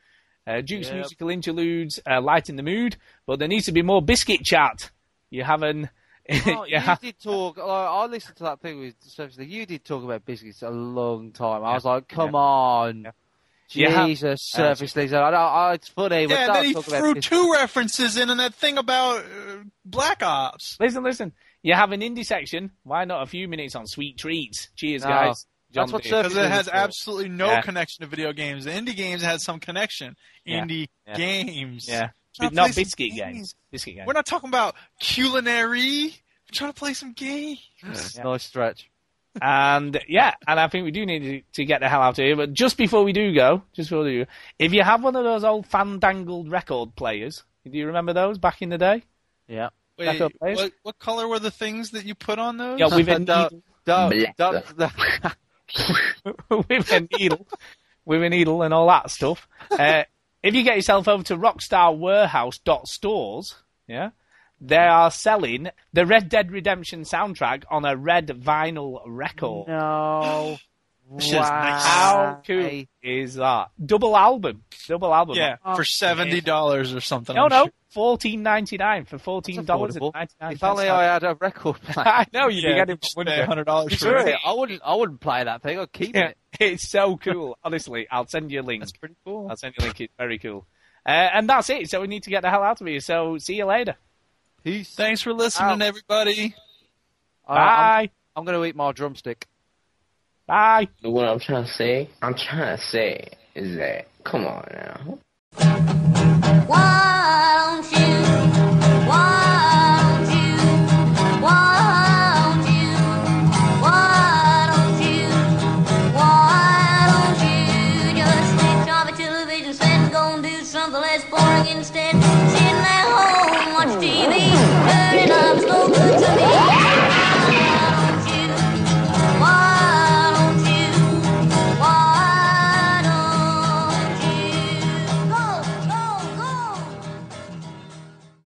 [SPEAKER 2] Uh, Duke's
[SPEAKER 4] Yep.
[SPEAKER 2] musical interludes uh, lighten the mood, but there needs to be more biscuit chat. You [LAUGHS] haven't.
[SPEAKER 4] Oh,
[SPEAKER 2] you
[SPEAKER 4] You did talk. I I listened to that thing with Service. You did talk about biscuits a long time. I was like, come on.
[SPEAKER 2] Yeah.
[SPEAKER 4] Jesus, Surface League. I, I, it's funny, but
[SPEAKER 5] Yeah, and
[SPEAKER 4] don't
[SPEAKER 5] then he
[SPEAKER 4] talk about
[SPEAKER 5] threw
[SPEAKER 4] biscuits.
[SPEAKER 5] two references in and that thing about uh, Black Ops.
[SPEAKER 2] Listen, listen. You have an indie section. Why not a few minutes on sweet treats? Cheers,
[SPEAKER 4] No.
[SPEAKER 2] guys.
[SPEAKER 4] That's what
[SPEAKER 2] D.
[SPEAKER 4] Surf-
[SPEAKER 5] because it has
[SPEAKER 4] Yeah.
[SPEAKER 5] absolutely no
[SPEAKER 2] Yeah.
[SPEAKER 5] connection to video games. The indie games has some connection.
[SPEAKER 2] Yeah.
[SPEAKER 5] Indie
[SPEAKER 2] Yeah.
[SPEAKER 5] games.
[SPEAKER 2] Yeah,
[SPEAKER 5] Trying to
[SPEAKER 2] not
[SPEAKER 5] play some
[SPEAKER 2] biscuit games.
[SPEAKER 5] games.
[SPEAKER 2] Biscuit games.
[SPEAKER 5] We're not talking about culinary. We're trying to play some games.
[SPEAKER 2] Yeah.
[SPEAKER 4] Nice stretch.
[SPEAKER 2] And yeah, and I think we do need to- to get the hell out of here. But just before we do go, just before we do, if you have one of those old fandangled record players, do you remember those back in the day? [LAUGHS]
[SPEAKER 4] Yeah.
[SPEAKER 5] Wait,
[SPEAKER 2] up, guys.
[SPEAKER 5] what, what color were the things that you put on those?
[SPEAKER 2] Yeah, with a
[SPEAKER 4] Don't-
[SPEAKER 2] needle,
[SPEAKER 4] Don't,
[SPEAKER 3] Blech.
[SPEAKER 4] don't, don't-
[SPEAKER 2] with a needle, with a needle, and all that stuff. Uh, if you get yourself over to rockstarwarehouse.stores, yeah, they are selling the Red Dead Redemption soundtrack on a red vinyl record.
[SPEAKER 4] No.
[SPEAKER 5] It's just nice.
[SPEAKER 2] How
[SPEAKER 4] Wow.
[SPEAKER 2] cool is that? Double album, double album.
[SPEAKER 5] Yeah, for seventy dollars or something.
[SPEAKER 2] No,
[SPEAKER 5] I'm
[SPEAKER 2] no,
[SPEAKER 5] sure.
[SPEAKER 2] fourteen ninety nine for fourteen dollars and
[SPEAKER 4] affordable.
[SPEAKER 2] ninety nine.
[SPEAKER 4] If only I had a record
[SPEAKER 2] [LAUGHS]
[SPEAKER 4] player.
[SPEAKER 2] I know you yeah,
[SPEAKER 5] Yeah,
[SPEAKER 2] get it
[SPEAKER 5] just
[SPEAKER 2] for
[SPEAKER 5] there.
[SPEAKER 2] [LAUGHS] hundred dollars
[SPEAKER 5] Just
[SPEAKER 2] for
[SPEAKER 4] Really,
[SPEAKER 2] it.
[SPEAKER 4] I wouldn't. I wouldn't play that thing. I'd keep
[SPEAKER 2] Yeah,
[SPEAKER 4] it.
[SPEAKER 2] it's so cool. Honestly, I'll send you a link.
[SPEAKER 4] pretty cool.
[SPEAKER 2] I'll send you a link. It's very cool. Uh, and that's it. So we need to get the hell out of here. So see you later.
[SPEAKER 4] Peace.
[SPEAKER 5] Thanks for listening,
[SPEAKER 4] Ouch.
[SPEAKER 5] everybody.
[SPEAKER 4] Uh, I'm,
[SPEAKER 2] Bye.
[SPEAKER 4] I'm going to eat my drumstick.
[SPEAKER 2] Bye.
[SPEAKER 3] What I'm trying to say, I'm trying to say is that, come on now.
[SPEAKER 8] Why?